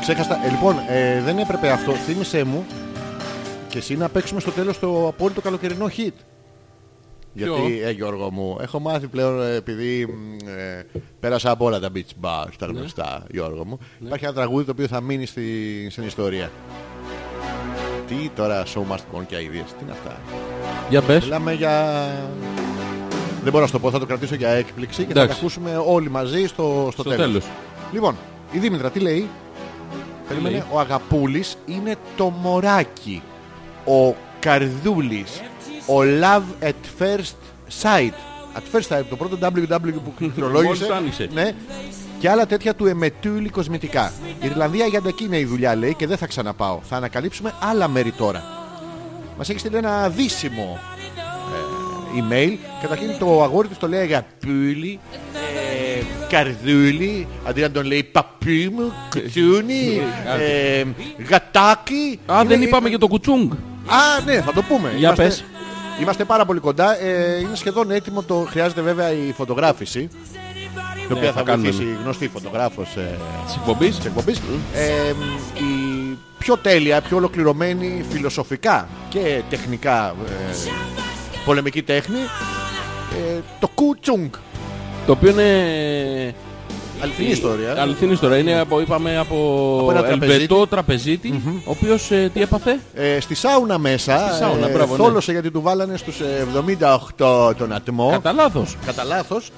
[SPEAKER 2] Ξέχασα. Ε, λοιπόν, ε, δεν έπρεπε αυτό. Θύμησέ μου και εσύ να παίξουμε στο τέλος το απόλυτο καλοκαιρινό hit. Γιατί, ε, Γιώργο μου, έχω μάθει πλέον ε, επειδή μ, ε, πέρασα από όλα τα beach bars, τα
[SPEAKER 3] Ναι.
[SPEAKER 2] γνωστά, Γιώργο μου. Υπάρχει ένα τραγούδι το οποίο θα μείνει στη, στην ιστορία. Τι τώρα, show must go και αηδίες, τι είναι αυτά.
[SPEAKER 3] Για πες.
[SPEAKER 2] Μιλάμε για... Δεν μπορώ να σου το πω, θα το κρατήσω για έκπληξη και θα τα
[SPEAKER 3] Εντάξει.
[SPEAKER 2] ακούσουμε όλοι μαζί στο, στο,
[SPEAKER 3] Στο
[SPEAKER 2] τέλος.
[SPEAKER 3] τέλος.
[SPEAKER 2] Λοιπόν, η Δήμητρα τι λέει. Περίμενε,
[SPEAKER 3] λέει?
[SPEAKER 2] ο Αγαπούλης είναι το μωράκι. Ο Καρδούλης. Ο Love at First Sight. At First Sight, το πρώτο WW που
[SPEAKER 3] Μόλις το
[SPEAKER 2] κυκλολόγησε.
[SPEAKER 3] άνοιξε.
[SPEAKER 2] ναι, και άλλα τέτοια του εμετούλη κοσμητικά. Η Ιρλανδία για εκεί είναι η δουλειά, λέει, και δεν θα ξαναπάω. Θα ανακαλύψουμε άλλα μέρη τώρα. Μας έχει στείλει ένα δύσιμο ε, email. Καταρχήν το αγόρι της το λέει αγαπούλη, ε, καρδούλη, αντί να τον λέει παπί μου, κουτσούνι, ε, γατάκι.
[SPEAKER 3] Α, δεν
[SPEAKER 2] Είναι-
[SPEAKER 3] είπαμε για το κουτσούγκ.
[SPEAKER 2] Α, ναι, θα το πούμε.
[SPEAKER 3] Για
[SPEAKER 2] είμαστε,
[SPEAKER 3] πες.
[SPEAKER 2] είμαστε πάρα πολύ κοντά. Ε, είναι σχεδόν έτοιμο. Το χρειάζεται βέβαια η φωτογράφηση. Η οποία
[SPEAKER 3] Ναι, θα
[SPEAKER 2] θα,
[SPEAKER 3] κάνουμε
[SPEAKER 2] βοηθήσει η γνωστή φωτογράφος ε,
[SPEAKER 3] Της εκπομπής.
[SPEAKER 2] της εκπομπής. Ε, η πιο τέλεια, πιο ολοκληρωμένη φιλοσοφικά και τεχνικά ε, πολεμική τέχνη. Ε, το κουτσούγκ.
[SPEAKER 3] Το οποίο είναι
[SPEAKER 2] Αληθινή ιστορία. ε.
[SPEAKER 3] Αληθινή ιστορία. Είναι από, είπαμε, από,
[SPEAKER 2] Από ένα
[SPEAKER 3] Ελβετό τραπεζίτη, ο οποίος ε, τι έπαθε.
[SPEAKER 2] Ε, στη σάουνα μέσα.
[SPEAKER 3] Στη σάουνα,
[SPEAKER 2] ε,
[SPEAKER 3] μπράβο, ναι.
[SPEAKER 2] θόλωσε γιατί του βάλανε στους ε, 78 τον ατμό.
[SPEAKER 3] Κατά λάθος.
[SPEAKER 2] κατά λάθος,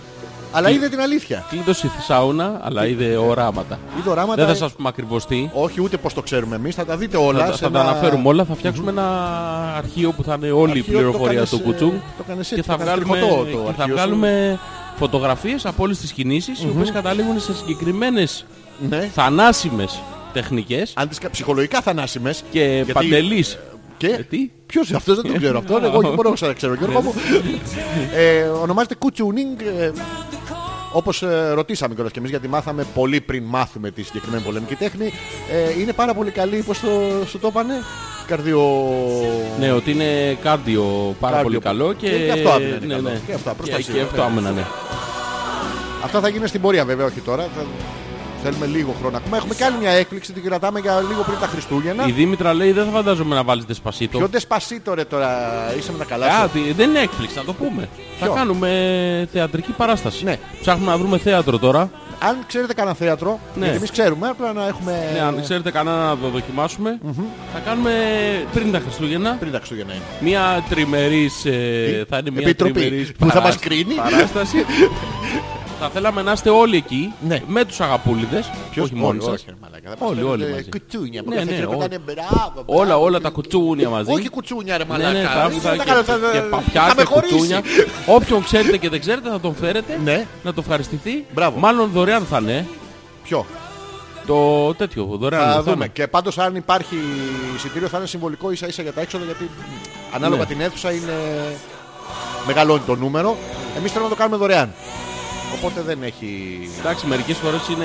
[SPEAKER 2] Αλλά είδε την αλήθεια.
[SPEAKER 3] Κλείδωσε τη σάουνα, αλλά είδε οράματα.
[SPEAKER 2] Είδε οράματα.
[SPEAKER 3] Δεν θα σας πούμε ακριβώς τι.
[SPEAKER 2] Όχι, ούτε πώς το ξέρουμε εμείς. Θα τα δείτε όλα.
[SPEAKER 3] Θα,
[SPEAKER 2] σε
[SPEAKER 3] θα τα
[SPEAKER 2] ένα-
[SPEAKER 3] αναφέρουμε όλα, θα φτιάξουμε ένα αρχείο που θα είναι όλη η
[SPEAKER 2] Αρχείο, το
[SPEAKER 3] πληροφορία
[SPEAKER 2] κάνεις,
[SPEAKER 3] του
[SPEAKER 2] ε,
[SPEAKER 3] κουτσούγκ
[SPEAKER 2] το κάνεις
[SPEAKER 3] και
[SPEAKER 2] έτσι,
[SPEAKER 3] θα
[SPEAKER 2] το κάνεις
[SPEAKER 3] βγάλουμε,
[SPEAKER 2] τριχωτό το
[SPEAKER 3] και θα
[SPEAKER 2] αρχείο σου.
[SPEAKER 3] βγάλουμε φωτογραφίες από όλες τις κινήσεις οι οποίες καταλήγουν σε συγκεκριμένες
[SPEAKER 2] Ναι.
[SPEAKER 3] θανάσιμες τεχνικές
[SPEAKER 2] Αν τις κα- ψυχολογικά θανάσιμες.
[SPEAKER 3] και Γιατί... παντελής.
[SPEAKER 2] Και.
[SPEAKER 3] Ε, τι?
[SPEAKER 2] Ποιο αυτός δεν το ξέρω αυτό. Εγώ δεν μπορώ να ξαναξέρω. Γιώργο μου. Ε, Ονομάζεται κουτσουνίνγκ. ε, όπως ε, ρωτήσαμε κιόλας και εμείς γιατί μάθαμε πολύ πριν μάθουμε τη συγκεκριμένη πολεμική τέχνη ε, είναι πάρα πολύ καλή πως το, σου το είπανε καρδιο...
[SPEAKER 3] Ναι, ότι είναι κάρδιο πάρα πολύ
[SPEAKER 2] Κάρδιο.
[SPEAKER 3] καλό και,
[SPEAKER 2] Και- και αυτό άμυνα είναι
[SPEAKER 3] ναι,
[SPEAKER 2] καλό.
[SPEAKER 3] ναι.
[SPEAKER 2] Και αυτό,
[SPEAKER 3] και,
[SPEAKER 2] προστασία.
[SPEAKER 3] και αυτό άμυνα, ναι.
[SPEAKER 2] Αυτά θα γίνουν στην πορεία βέβαια, όχι τώρα. Θα... Θέλουμε λίγο χρόνο ακόμα. Έχουμε κάνει μια έκπληξη, την κρατάμε για λίγο πριν τα Χριστούγεννα.
[SPEAKER 3] Η Δήμητρα λέει δεν θα φαντάζομαι να βάλεις δεσπασίτο.
[SPEAKER 2] Πιο δεσπασίτο ρε τώρα, είσαι με τα καλά σου.
[SPEAKER 3] Κάτι, δεν είναι έκπληξη, να το πούμε.
[SPEAKER 2] Ποιο?
[SPEAKER 3] Θα κάνουμε θεατρική παράσταση.
[SPEAKER 2] Ναι.
[SPEAKER 3] Ψάχνουμε να βρούμε θέατρο τώρα.
[SPEAKER 2] Αν ξέρετε κανένα θέατρο,
[SPEAKER 3] Ναι.
[SPEAKER 2] γιατί εμείς ξέρουμε, απλά να έχουμε...
[SPEAKER 3] Ναι, αν ξέρετε κανένα να το δοκιμασουμε θα κάνουμε πριν τα Χριστούγεννα
[SPEAKER 2] Πριν τα Χριστούγεννα είναι.
[SPEAKER 3] μία τριμερής, ε,
[SPEAKER 2] Τι?
[SPEAKER 3] θα είναι μία
[SPEAKER 2] Επιτροπή
[SPEAKER 3] τριμερής
[SPEAKER 2] που θα
[SPEAKER 3] παράσ-
[SPEAKER 2] μας κρίνει.
[SPEAKER 3] παράσταση. θα θέλαμε να είστε όλοι εκεί,
[SPEAKER 2] Ναι.
[SPEAKER 3] με τους αγαπούλιδες, όχι μόνοι
[SPEAKER 2] όλοι,
[SPEAKER 3] σας.
[SPEAKER 2] όχι, ρε μαλάκα, θα
[SPEAKER 3] Όλοι,
[SPEAKER 2] πας
[SPEAKER 3] όλοι
[SPEAKER 2] κάνετε
[SPEAKER 3] μαζί.
[SPEAKER 2] ε, Κουτσούνια, που
[SPEAKER 3] Ναι,
[SPEAKER 2] κάθε
[SPEAKER 3] ναι,
[SPEAKER 2] χειροκροτάνε,
[SPEAKER 3] όλοι.
[SPEAKER 2] μπράβο,
[SPEAKER 3] Όλα,
[SPEAKER 2] μπράβο.
[SPEAKER 3] όλα τα κουτσούνια μαζί.
[SPEAKER 2] Όχι κουτσούνια ρε
[SPEAKER 3] Ναι, ναι,
[SPEAKER 2] μαλάκα. Ε,
[SPEAKER 3] τα
[SPEAKER 2] δεν
[SPEAKER 3] αυτά
[SPEAKER 2] τα
[SPEAKER 3] και,
[SPEAKER 2] κάνω, θα-
[SPEAKER 3] και
[SPEAKER 2] θα-
[SPEAKER 3] παπιά
[SPEAKER 2] θα με
[SPEAKER 3] και
[SPEAKER 2] χωρίσει.
[SPEAKER 3] κουτσούνια. Όποιον ξέρετε και δεν ξέρετε θα τον φέρετε
[SPEAKER 2] Ναι.
[SPEAKER 3] να το ευχαριστηθεί.
[SPEAKER 2] Μπράβο.
[SPEAKER 3] Μάλλον δωρεάν θα είναι.
[SPEAKER 2] Ποιο,
[SPEAKER 3] Το τέτοιο, δωρεάν
[SPEAKER 2] θα
[SPEAKER 3] Ναι, θα
[SPEAKER 2] δούμε.
[SPEAKER 3] είναι.
[SPEAKER 2] Και πάντως αν υπάρχει εισιτήριο θα είναι συμβολικό ίσα ίσα για τα έξοδα γιατί ανάλογα
[SPEAKER 3] Ναι.
[SPEAKER 2] την αίθουσα είναι... μεγαλώνει το νούμερο. Εμείς θέλουμε να το κάνουμε δωρεάν. Οπότε δεν έχει...
[SPEAKER 3] Εντάξει, μερικές φορές είναι...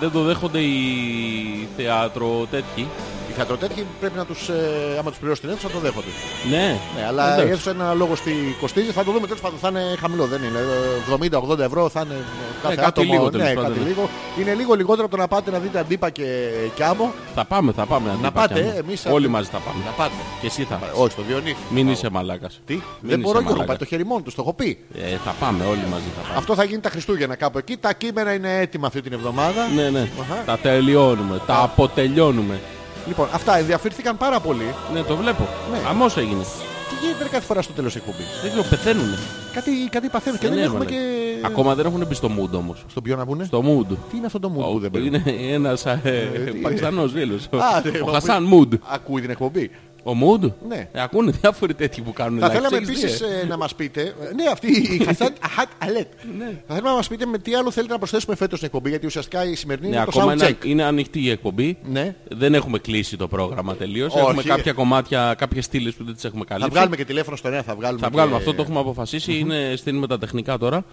[SPEAKER 3] δεν το δέχονται οι θέατρο τέτοιοι.
[SPEAKER 2] Οι θεατροτέτοιοι πρέπει να τους, ε, άμα τους πληρώσει την αίθουσα, το δέχονται.
[SPEAKER 3] Ναι,
[SPEAKER 2] Ναι, αλλά
[SPEAKER 3] Εντάξει.
[SPEAKER 2] η αίθουσα είναι λόγο τι κοστίζει. Θα το δούμε τέλος πάντων. Θα είναι χαμηλό, δεν είναι. ε, 70-80 ευρώ θα είναι ε, κάθε
[SPEAKER 3] Ναι, κάτι
[SPEAKER 2] άτομο.
[SPEAKER 3] λίγο, τέλος
[SPEAKER 2] ναι,
[SPEAKER 3] πάντων.
[SPEAKER 2] κάτι λίγο. Είναι λίγο λιγότερο από το να πάτε να δείτε αντίπα και κάμο.
[SPEAKER 3] θα πάμε, θα πάμε. αντίπα
[SPEAKER 2] ε, πάτε,
[SPEAKER 3] κι άμα.
[SPEAKER 2] εμείς
[SPEAKER 3] Όλοι
[SPEAKER 2] θα-
[SPEAKER 3] μαζί θα πάμε.
[SPEAKER 2] Να πάτε.
[SPEAKER 3] Και εσύ θα πας.
[SPEAKER 2] Όχι, στο Διονύση.
[SPEAKER 3] Μην
[SPEAKER 2] Πάω.
[SPEAKER 3] είσαι μαλάκας.
[SPEAKER 2] Τι,
[SPEAKER 3] Μην
[SPEAKER 2] δεν
[SPEAKER 3] είσαι
[SPEAKER 2] μπορώ να έχω
[SPEAKER 3] μαλάκας.
[SPEAKER 2] πάει το χέρι μόνο τους, το έχω πει.
[SPEAKER 3] Ε, θα πάμε, όλοι μαζί θα πάμε.
[SPEAKER 2] Αυτό θα γίνει τα Χριστούγεννα κάπου εκεί. Τα κείμενα είναι έτοιμα αυτή την εβδομάδα.
[SPEAKER 3] Ναι, ναι.
[SPEAKER 2] Αχα.
[SPEAKER 3] Τα τελειώνουμε, τα αποτελειώνουμε.
[SPEAKER 2] Λοιπόν, αυτά ενδιαφέρθηκαν πάρα πολύ.
[SPEAKER 3] Ναι, το βλέπω.
[SPEAKER 2] Ναι.
[SPEAKER 3] Αμός έγινε.
[SPEAKER 2] Τι γίνεται ρε, κάθε φορά στο τέλος εκπομπή.
[SPEAKER 3] Δεν ξέρω, πεθαίνουνε.
[SPEAKER 2] Κάτι, κάτι παθαίνουν Ε, και δεν, έχουμε
[SPEAKER 3] έβαλε.
[SPEAKER 2] και.
[SPEAKER 3] Ακόμα δεν έχουν μπει στο mood όμως.
[SPEAKER 2] Στον ποιο να πούνε.
[SPEAKER 3] Στο mood.
[SPEAKER 2] Τι είναι αυτό το μου που δεν παίρνει.
[SPEAKER 3] είναι ένας ε,
[SPEAKER 2] τι-
[SPEAKER 3] πακιστανός φίλος.
[SPEAKER 2] Α, ναι,
[SPEAKER 3] Ο
[SPEAKER 2] μα
[SPEAKER 3] Χασάν Μουντ.
[SPEAKER 2] Ακούει την εκπομπή.
[SPEAKER 3] Ο Μουντ.
[SPEAKER 2] Ναι.
[SPEAKER 3] Ε, ακούνε διάφοροι τέτοιοι που κάνουν.
[SPEAKER 2] Θα
[SPEAKER 3] live.
[SPEAKER 2] θέλαμε
[SPEAKER 3] Ξέρεις,
[SPEAKER 2] επίση
[SPEAKER 3] ε,
[SPEAKER 2] να μας πείτε. ε, Ναι, αυτή η Χασάν Αχάτ Αλέτ.
[SPEAKER 3] Ναι.
[SPEAKER 2] Θα θέλαμε να μας πείτε με τι άλλο θέλετε να προσθέσουμε φέτος στην εκπομπή. Γιατί ουσιαστικά η σημερινή
[SPEAKER 3] Ναι,
[SPEAKER 2] είναι ε, το
[SPEAKER 3] ακόμα
[SPEAKER 2] sound
[SPEAKER 3] ένα-
[SPEAKER 2] check.
[SPEAKER 3] είναι ανοιχτή η εκπομπή.
[SPEAKER 2] Ναι.
[SPEAKER 3] Δεν έχουμε κλείσει το πρόγραμμα τελείως.
[SPEAKER 2] Όχι.
[SPEAKER 3] Έχουμε κάποια κομμάτια, κάποιες στήλες που δεν τις έχουμε
[SPEAKER 2] Θα
[SPEAKER 3] καλύψει.
[SPEAKER 2] βγάλουμε και Ε, τηλέφωνο στον ένα, θα βγάλουμε.
[SPEAKER 3] Θα βγάλουμε
[SPEAKER 2] και-
[SPEAKER 3] αυτό, το έχουμε αποφασίσει. Είναι, στείλουμε τα τεχνικά τώρα.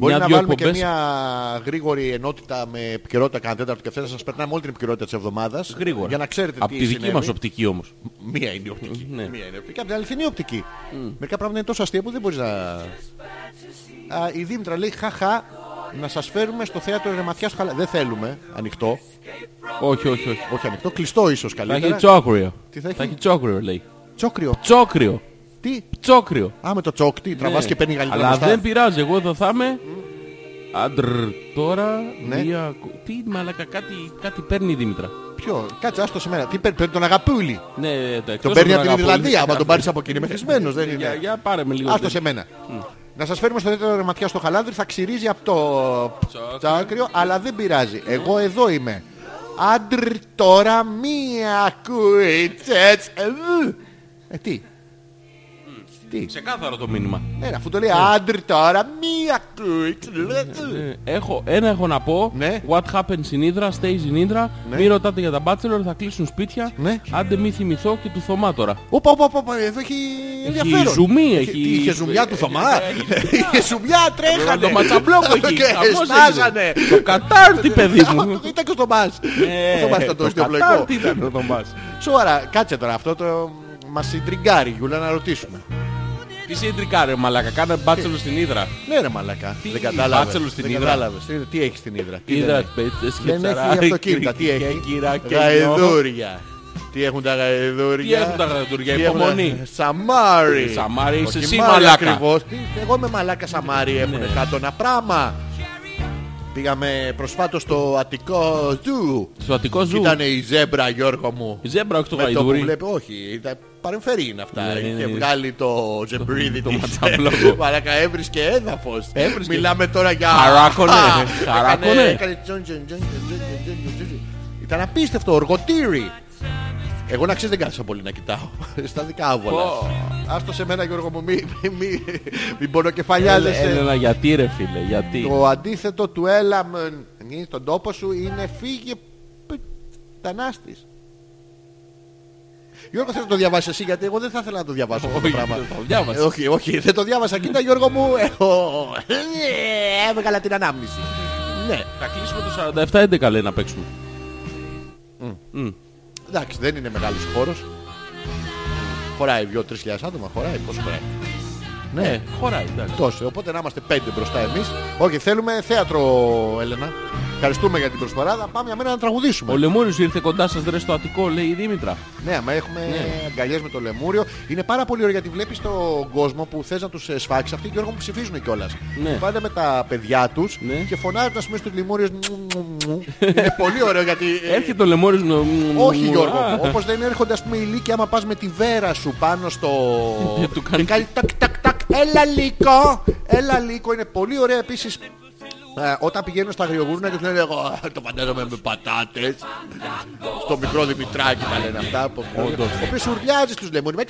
[SPEAKER 2] Μπορεί να
[SPEAKER 3] Μια-δυο
[SPEAKER 2] βάλουμε και
[SPEAKER 3] εκπομπές.
[SPEAKER 2] μια γρήγορη ενότητα με επικαιρότητα κανένα τέταρτο και αυτά. Σας περνάμε όλη την επικαιρότητα της εβδομάδας.
[SPEAKER 3] Γρήγορα.
[SPEAKER 2] Για να ξέρετε
[SPEAKER 3] Από
[SPEAKER 2] τι
[SPEAKER 3] τη δική
[SPEAKER 2] συνέβη.
[SPEAKER 3] μας οπτική όμως.
[SPEAKER 2] Μία είναι η οπτική.
[SPEAKER 3] Ναι.
[SPEAKER 2] Μία είναι η οπτική. Απ' την αληθινή οπτική. Μερικά πράγματα είναι τόσο αστεία που δεν μπορείς να. Α, η Δήμητρα λέει: Χαχά, να σας φέρουμε στο θέατρο Ρεματιάς Χαλά. Δεν θέλουμε ανοιχτό.
[SPEAKER 3] Όχι, όχι, όχι.
[SPEAKER 2] Όχι ανοιχτό, κλειστό ίσως
[SPEAKER 3] Θα
[SPEAKER 2] καλύτερα.
[SPEAKER 3] έχει τσόκριο.
[SPEAKER 2] Τι θα έχει?
[SPEAKER 3] Θα έχει τσόκριο, λέει.
[SPEAKER 2] Τσόκριο.
[SPEAKER 3] Τσόκριο.
[SPEAKER 2] Τι.
[SPEAKER 3] Τσόκριο.
[SPEAKER 2] Α, με το τσόκ, τι, τραβάς
[SPEAKER 3] Ναι.
[SPEAKER 2] και παίρνει καλύτερα
[SPEAKER 3] Αλλά
[SPEAKER 2] μπροστά.
[SPEAKER 3] δεν πειράζει, εγώ εδώ θα είμαι. Αντρ, τώρα
[SPEAKER 2] Ναι.
[SPEAKER 3] μία... Τι μαλακα, κάτι, κάτι παίρνει η Δήμητρα.
[SPEAKER 2] Ποιο, κάτσε, άστο σε μένα. Τι παίρνει, παίρνει τον αγαπούλη.
[SPEAKER 3] Ναι, το εκτός
[SPEAKER 2] Τον παίρνει από την
[SPEAKER 3] Αγαπόλη.
[SPEAKER 2] Ιρλανδία, άμα τον πάρεις από εκεί είναι μεθυσμένος, δεν
[SPEAKER 3] Για,
[SPEAKER 2] είναι.
[SPEAKER 3] για πάρε με λίγο.
[SPEAKER 2] Άστο σε μένα. Να σας φέρουμε στο δεύτερο ρεματιά στο χαλάνδρι, θα ξυρίζει από το
[SPEAKER 3] Τσόκριο.
[SPEAKER 2] τσάκριο, αλλά δεν πειράζει. Εγώ εδώ είμαι. Άντρ τώρα μία κουιτσέτς. Ε, τι. Τι.
[SPEAKER 3] Ξεκάθαρο το μήνυμα.
[SPEAKER 2] Ναι, ρε, αφού το λέει άντρ τώρα μία κουιτσέτς.
[SPEAKER 3] Ε, Έχω, ένα έχω να πω.
[SPEAKER 2] Ναι.
[SPEAKER 3] What happens in Indra, stays in Indra.
[SPEAKER 2] Ναι.
[SPEAKER 3] Μην ρωτάτε για τα Bachelor, θα κλείσουν σπίτια.
[SPEAKER 2] Ναι.
[SPEAKER 3] Άντε μη θυμηθώ και του Θωμά τώρα.
[SPEAKER 2] Όπα, όπα, όπα, όπα, εδώ έχει ενδιαφέρον.
[SPEAKER 3] ζουμί,
[SPEAKER 2] Τι,
[SPEAKER 3] έχει-
[SPEAKER 2] Είχε ζουμιά του Θωμά. Είχε ζουμιά, τρέχανε.
[SPEAKER 3] Το ματσαμπλόκο εκεί.
[SPEAKER 2] Και
[SPEAKER 3] χαμός έγινε.
[SPEAKER 2] στάζανε.
[SPEAKER 3] Το κατάρτι παιδί μου.
[SPEAKER 2] Ήταν και ο Θωμάς. Ο Θωμάς ήταν Ε, το ιστιοπλοϊκό.
[SPEAKER 3] κατάρτι ήταν ο Θωμάς.
[SPEAKER 2] Σοβαρά, κάτσε τώρα αυτό το... Μας συντριγκάρει, Γιούλα, να ρωτήσουμε.
[SPEAKER 3] Τι σύντρικα ρε μαλακα, κάνε μπάτσελο στην Ήδρα.
[SPEAKER 2] Ναι ρε μαλακά,
[SPEAKER 3] Τι,
[SPEAKER 2] δεν κατάλαβες.
[SPEAKER 3] μπάτσελο στην
[SPEAKER 2] Δεν
[SPEAKER 3] Ήδρα.
[SPEAKER 2] κατάλαβες. Τι- Τι έχεις στην Ήδρα. τι
[SPEAKER 3] Ήδρα
[SPEAKER 2] δεν
[SPEAKER 3] πέτσες και
[SPEAKER 2] έχει. Δεν
[SPEAKER 3] ψαρά.
[SPEAKER 2] έχει αυτοκίνητα, τι έχει. Γαϊδούρια. Τι έχουν τα γαϊδούρια.
[SPEAKER 3] Τι έχουν τα γαϊδούρια,
[SPEAKER 2] Τι έχουν τα-
[SPEAKER 3] υπομονή. Ε,
[SPEAKER 2] Σαμάρι.
[SPEAKER 3] Σαμάρι, είσαι
[SPEAKER 2] Όχι
[SPEAKER 3] εσύ
[SPEAKER 2] Μάρι
[SPEAKER 3] μαλάκα. Ναι.
[SPEAKER 2] ακριβώς. Τι, Εγώ είμαι μαλάκα Σαμάρι, έχουν κάτω ένα πράγμα. Πήγαμε προσφάτως στο Αττικό Ζου.
[SPEAKER 3] Στο Αττικό Ζου.
[SPEAKER 2] Ήταν η ζέμπρα Γιώργο μου.
[SPEAKER 3] Η ζέμπρα, όχι το
[SPEAKER 2] Με το που
[SPEAKER 3] γαϊδούρι.
[SPEAKER 2] βλέπει, όχι, τα παρεμφερή είναι αυτά.
[SPEAKER 3] Ναι, ναι, ναι.
[SPEAKER 2] Είχε βγάλει το ζεμπρίδι
[SPEAKER 3] το
[SPEAKER 2] της.
[SPEAKER 3] ματσαμπλόκο.
[SPEAKER 2] Μαλάκα έβρισκε έδαφος.
[SPEAKER 3] Έβρισκε.
[SPEAKER 2] Μιλάμε τώρα για...
[SPEAKER 3] Χαράκωνε,
[SPEAKER 2] Α,
[SPEAKER 3] χαράκωνε.
[SPEAKER 2] έκανε- έκανε τζον, τζον, τζον, τζον, τζον, τζον, τζον, τζον. Ήταν απίστευτο, οργοτήρι. Εγώ να ξέρεις δεν κάθισα πολύ να κοιτάω. Στα δικά άβολα.
[SPEAKER 3] Πω.
[SPEAKER 2] Άστο σε μένα Γιώργο μου, μη, μη, μη, μην
[SPEAKER 3] Έλε-
[SPEAKER 2] πονοκεφαλιάζεσαι.
[SPEAKER 3] Έλενα, γιατί ρε φίλε, γιατί.
[SPEAKER 2] Το αντίθετο του έλα μεν, στον τόπο σου είναι φύγε πιτανάστης. Γιώργο θες να το διαβάσεις εσύ γιατί εγώ δεν θα ήθελα να το διαβάσω αυτό το
[SPEAKER 3] Όχι,
[SPEAKER 2] πράγμα.
[SPEAKER 3] το διάβασα.
[SPEAKER 2] Ε, όχι, όχι, δεν το διάβασα. Κοίτα Γιώργο μου, έχω... ε, Έβγαλα την ανάμνηση. Ναι,
[SPEAKER 3] Θα κλείσουμε το 47-11 λέει να παίξουμε.
[SPEAKER 2] εντάξει, δεν είναι μεγάλος χώρος. Χωράει 2-3 άτομα, χωράει, πόσο χωράει.
[SPEAKER 3] Ναι, χωράει, εντάξει.
[SPEAKER 2] Τόσο, οπότε να είμαστε πέντε μπροστά εμείς. Όχι, θέλουμε θέατρο, Έλενα. Ευχαριστούμε για την προσφορά. Θα πάμε για μένα να τραγουδήσουμε.
[SPEAKER 3] Ο Λεμούριος ήρθε κοντά σας ρε στο Αττικό, λέει η Δήμητρα.
[SPEAKER 2] Ναι, άμα έχουμε ναι. αγκαλιές με το λεμούριο. Είναι πάρα πολύ ωραίο γιατί βλέπεις τον κόσμο που θες να τους ε, σφάξεις. Αυτοί και όργο μου ψηφίζουν κιόλας.
[SPEAKER 3] Ναι.
[SPEAKER 2] Πάνε με τα παιδιά τους
[SPEAKER 3] Ναι.
[SPEAKER 2] και φωνάζουν ας πούμε στους λεμούριους. «Μου, μου, μου». είναι πολύ ωραίο γιατί... ε,
[SPEAKER 3] Έρχεται ο Λεμούριος μου.
[SPEAKER 2] όχι Γιώργο,
[SPEAKER 3] Α,
[SPEAKER 2] μου. όπως δεν έρχονται ας πούμε οι λύκοι άμα πας με τη βέρα σου πάνω στο...
[SPEAKER 3] Και του κάνει-
[SPEAKER 2] Και κάνει τακ τακ τακ, έλα λύκο, έλα λύκο. Είναι πολύ ωραία επίσης ε, όταν πηγαίνουν στα αγριογούρνα και τους λένε εγώ το φαντάζομαι με πατάτες στο μικρό Δημητράκι τα λένε αυτά από
[SPEAKER 3] Όντως.
[SPEAKER 2] ο οποίος ουρλιάζει στους λεμούνι με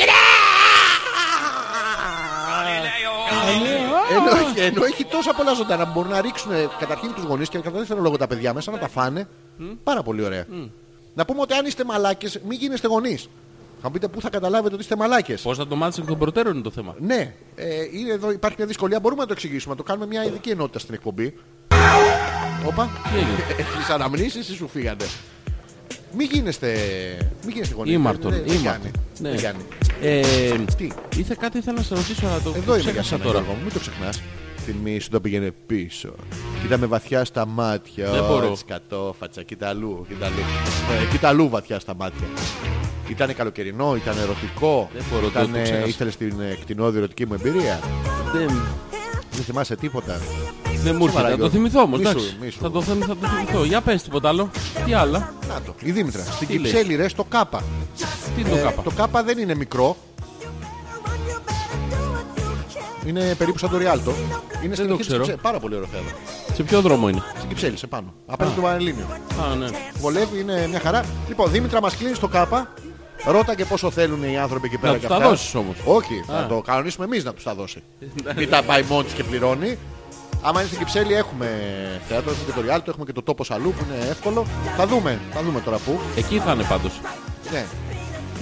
[SPEAKER 3] ε,
[SPEAKER 2] ενώ, έχει- ενώ έχει τόσα πολλά ζωντανά που μπορούν να ρίξουν ε, καταρχήν τους γονείς και κατά δεύτερο λόγο τα παιδιά μέσα να τα φάνε πάρα πολύ ωραία να πούμε ότι αν είστε μαλάκες μην γίνεστε γονείς θα μου πείτε πού θα καταλάβετε ότι είστε μαλάκες
[SPEAKER 3] Πώς θα το μάθεις εκ των προτέρων είναι το θέμα.
[SPEAKER 2] ναι, ε, είναι εδώ, υπάρχει μια δυσκολία. Μπορούμε να το εξηγήσουμε, να το κάνουμε μια ειδική ενότητα στην εκπομπή. Όπα,
[SPEAKER 3] Τι έγινε?
[SPEAKER 2] έχεις αναμνήσεις ή σου φύγανε. Μην γίνεστε, μην γίνεστε γονείς. Ε,
[SPEAKER 3] Ήμαρτον,
[SPEAKER 2] Δεν- δεν- δεν
[SPEAKER 3] ήμαρτον.
[SPEAKER 2] κάνει,
[SPEAKER 3] Ναι.
[SPEAKER 2] δεν κάνει.
[SPEAKER 3] Ε,
[SPEAKER 2] Τι?
[SPEAKER 3] Ήθε κάτι ήθελα να σε ρωτήσω αλλά το
[SPEAKER 2] Εδώ είμαι για
[SPEAKER 3] ξέχασα
[SPEAKER 2] σένα
[SPEAKER 3] τώρα.
[SPEAKER 2] τώρα. μου, μην το ξεχνάς. Θυμή σου το πήγαινε πίσω. Κοίτα με βαθιά στα μάτια.
[SPEAKER 3] Δεν
[SPEAKER 2] Ω,
[SPEAKER 3] μπορώ.
[SPEAKER 2] έτσι Κατόφατσα, κοίτα αλλού, κοίτα αλλού. Ε, κοίτα αλλού βαθιά στα μάτια. Ήτανε καλοκαιρινό, ήταν ερωτικό.
[SPEAKER 3] Δεν μπορώ, το-
[SPEAKER 2] Ήτανε-
[SPEAKER 3] το ξέχασα.
[SPEAKER 2] Ήθελες την ε, κτηνόδη ερωτική μου εμπειρία.
[SPEAKER 3] Δεν,
[SPEAKER 2] Δεν θυμάσαι τίποτα.
[SPEAKER 3] δεν Ναι, μου έρχεται.
[SPEAKER 2] Σοβαρά,
[SPEAKER 3] Θα το
[SPEAKER 2] Γιώργο.
[SPEAKER 3] θυμηθώ όμως.
[SPEAKER 2] Μη σου,
[SPEAKER 3] εντάξει.
[SPEAKER 2] μη σου.
[SPEAKER 3] Θα το θυμ- θα το θυμηθώ. Για πες τίποτα άλλο. Τι άλλα.
[SPEAKER 2] Να το. Η Δήμητρα. Στην
[SPEAKER 3] Τι λέει?
[SPEAKER 2] Κυψέλη, ρε, στο κάπα. Ε,
[SPEAKER 3] Τι είναι Ε, το κάπα.
[SPEAKER 2] Το κάπα δεν είναι μικρό. Είναι περίπου σαν το Ριάλτο. Είναι στην
[SPEAKER 3] το
[SPEAKER 2] αρχή της
[SPEAKER 3] ξέρω.
[SPEAKER 2] Κυψέλης. Πάρα πολύ ωραίο θέατρο.
[SPEAKER 3] Σε ποιο δρόμο είναι.
[SPEAKER 2] Στην Κυψέλη, σε πάνω. Απέναντι του Πανελλήνιο.
[SPEAKER 3] Α, ναι.
[SPEAKER 2] Βολεύει, είναι μια χαρά. Λοιπόν, Δήμητρα μας κλείνεις το κάπα. Ρώτα και πόσο θέλουν οι άνθρωποι εκεί πέρα.
[SPEAKER 3] τους
[SPEAKER 2] και
[SPEAKER 3] τα
[SPEAKER 2] αυτά.
[SPEAKER 3] δώσεις όμως.
[SPEAKER 2] Όχι, θα το κανονίσουμε εμείς να τους τα δώσει. Μην τα πάει μόνος και πληρώνει. Άμα είναι στην Κυψέλη έχουμε θέατρο, έχουμε και το Ριάλτο, έχουμε και το τόπος αλλού που είναι εύκολο. Θα δούμε, θα δούμε τώρα πού.
[SPEAKER 3] Εκεί θα είναι πάντως.
[SPEAKER 2] Ναι.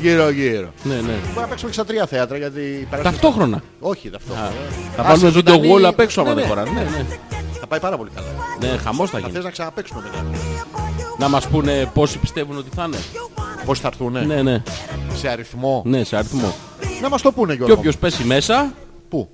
[SPEAKER 2] Γύρω γύρω.
[SPEAKER 3] Ναι, ναι.
[SPEAKER 2] Μπορεί να παίξουμε και στα τρία θέατρα γιατί περάσει-
[SPEAKER 3] Ταυτόχρονα.
[SPEAKER 2] Όχι ταυτόχρονα.
[SPEAKER 3] Θα
[SPEAKER 2] Άσε,
[SPEAKER 3] βάλουμε βίντεο
[SPEAKER 2] ζωντανή-
[SPEAKER 3] wall απ' έξω άμα
[SPEAKER 2] Ναι,
[SPEAKER 3] δεν
[SPEAKER 2] ναι.
[SPEAKER 3] χωράνε. Ναι, ναι.
[SPEAKER 2] Θα πάει πάρα πολύ καλά.
[SPEAKER 3] Ναι, χαμός θα
[SPEAKER 2] Θα
[SPEAKER 3] γίνει.
[SPEAKER 2] θες να ξαναπαίξουμε μετά.
[SPEAKER 3] Να μας πούνε πόσοι πιστεύουν ότι θα είναι.
[SPEAKER 2] Πώς θα έρθουνε
[SPEAKER 3] Ναι, ναι.
[SPEAKER 2] σε αριθμό.
[SPEAKER 3] Ναι, σε αριθμό.
[SPEAKER 2] Να μας το πούνε
[SPEAKER 3] Και
[SPEAKER 2] Γιώργο.
[SPEAKER 3] όποιος πέσει μέσα,
[SPEAKER 2] Πού.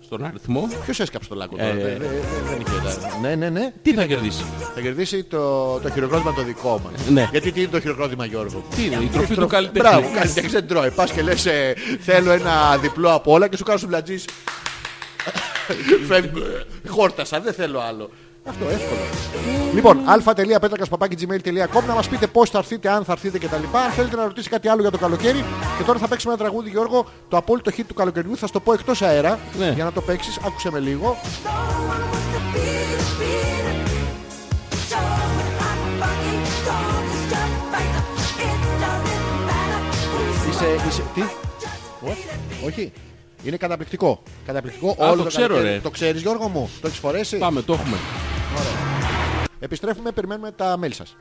[SPEAKER 3] στον αριθμό,
[SPEAKER 2] Ποιος έσκαψε το λάκκο
[SPEAKER 3] Ε,
[SPEAKER 2] τώρα. δεν- δεν- Δεν είχε. Ναι, ναι, ναι.
[SPEAKER 3] τι θα κερδίσει.
[SPEAKER 2] Θα κερδίσει το, το χειροκρότημα το δικό μας.
[SPEAKER 3] Ναι.
[SPEAKER 2] Γιατί τι είναι το χειροκρότημα, Γιώργο.
[SPEAKER 3] Τι είναι, η Ε, τροφή του καλλιτέχνη.
[SPEAKER 2] Μπράβο, καλλιτέχνη δεν τρώει. Πας και λες ε, θέλω ένα διπλό από όλα και σου κάνω σουβλατζής. Φεύγει. Χόρτασα, δεν θέλω άλλο. Αυτό εύκολο. Λοιπόν, α.πέτρακα.gmail.com να μας πείτε πώς θα έρθετε, αν θα έρθετε κτλ. Αν θέλετε να ρωτήσετε κάτι άλλο για το καλοκαίρι. Και τώρα θα παίξουμε ένα τραγούδι, Γιώργο, το απόλυτο hit του καλοκαιριού. Θα στο πω εκτός αέρα
[SPEAKER 3] Ναι.
[SPEAKER 2] για να το παίξεις. Άκουσε με λίγο. Είσαι, είσαι, τι? What? Όχι. Είναι καταπληκτικό. Καταπληκτικό
[SPEAKER 3] Α,
[SPEAKER 2] όλο
[SPEAKER 3] το ξέρω,
[SPEAKER 2] καλοκαίρι.
[SPEAKER 3] ρε.
[SPEAKER 2] Το ξέρεις Γιώργο μου. Το έχεις φορέσει.
[SPEAKER 3] Πάμε, το έχουμε.
[SPEAKER 2] Επιστρέφουμε, περιμένουμε τα mail σας.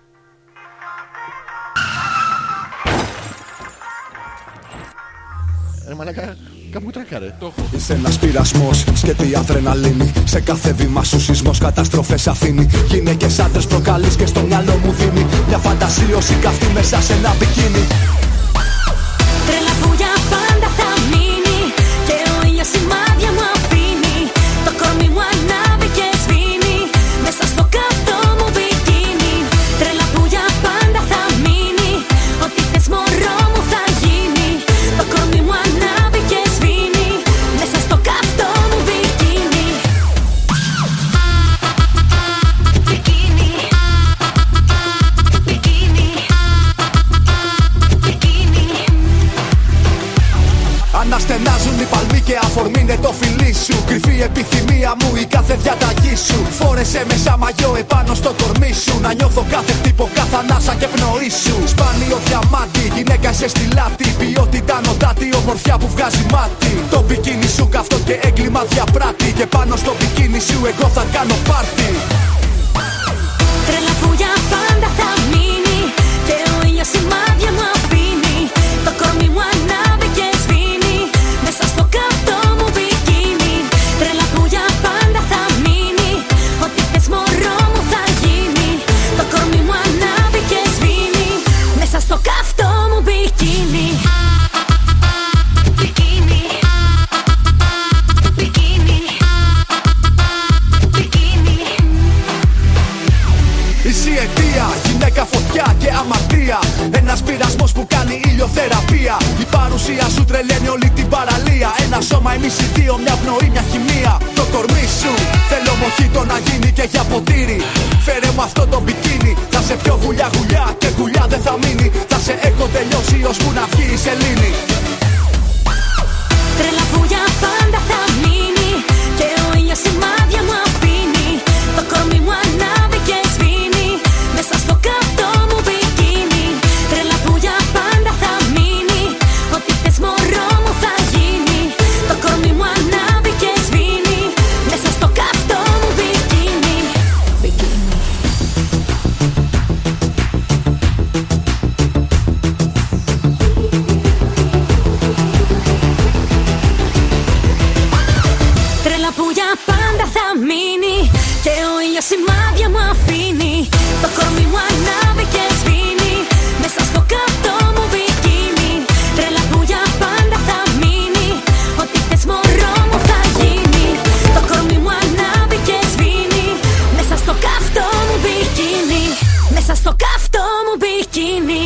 [SPEAKER 2] Ρε μαλακά, κάπου τράκαρε.
[SPEAKER 3] Το έχω.
[SPEAKER 5] Είσαι ένα πειρασμό, σκέτη αδρεναλίνη. Σε κάθε βήμα σου σεισμό, καταστροφέ αφήνει. Γυναίκε άντρε προκαλεί και στο μυαλό μου δίνει. Μια φαντασίωση καυτή μέσα σε ένα μπικίνι.
[SPEAKER 7] Τρέλα που για πάντα θα μείνει Και ο ήλιος σημάδια μου αφήνει Το κορμί μου ανάβει και σβήνει Μέσα στο καυτό μου μπικίνι Τρέλα που για πάντα θα μείνει Ό,τι θες μωρό μου θα γίνει Το κορμί μου ανάβει και σβήνει Μέσα στο καυτό μου μπικίνι Μπικίνι Μπικίνι Μπικίνι
[SPEAKER 5] Αναστενάζουν οι παλμοί και αφορμή είναι το φιλί σου. Κρυφή επιθυμία μου η κάθε διαταγή σου. Φόρεσε με σαν μαγιό επάνω στο κορμί σου. Να νιώθω κάθε χτύπο, κάθε ανάσα και πνοή σου. Σπάνιο διαμάτι, γυναίκα είσαι στη λάτη. Ποιότητα νοτάτη, ομορφιά που βγάζει μάτι. Το μπικίνι σου καυτό και έγκλημα διαπράτη. Και πάνω στο μπικίνι σου εγώ θα κάνω πάρτι.
[SPEAKER 7] Τρέλα που για πάντα θα μείνει Και ο ήλιος σημάδια μου αφήνει Το κορμί μου ανάβει και σβήνει Μέσα στο καυτό μου μπικίνι Τρέλα που για πάντα θα μείνει Ό,τι θες μωρό μου θα γίνει Το κορμί μου ανάβει και σβήνει Μέσα στο καυτό μου μπικίνι Μπικίνι Μπικίνι Μπικίνι
[SPEAKER 5] Είσαι αιτία, γυναίκα φωτιά και αμαρτία. Ένα πειρασμό που κάνει ηλιοθεραπεία. Η παρουσία σου τρελαίνει όλη την παραλία. Ένα σώμα, εμεί οι δύο, μια πνοή, μια χημεία. Το κορμί σου θέλω μοχίτο να γίνει και για ποτήρι. Φέρε μου αυτό το μπικίνι, θα σε πιο γουλιά γουλιά και γουλιά δεν θα μείνει. Θα σε έχω τελειώσει ώσπου να βγει η σελήνη.
[SPEAKER 7] Τρέλα που για πάντα θα μείνει Και ο ήλιος σημάδια μου αφήνει Το κορμί μου ανάβει και σβήνει Μέσα στο καυτό μου μπικίνι Τρέλα που για πάντα θα μείνει Ό,τι θες μωρό μου θα γίνει Το κορμί μου ανάβει και σβήνει Μέσα στο καυτό μου μπικίνι Τρέλα που για πάντα θα μείνει Και ο ήλιος σημάδια μου αφήνει Το κορμί μου ανάβει και σβήνει Μέσα στο καυτό μου μπικίνι Τρέλα που για πάντα θα μείνει Ό,τι θες μωρό μου θα γίνει Το κορμί μου ανάβει και σβήνει Μέσα στο καυτό μου μπικίνι Μέσα στο καυτό μου μπικίνι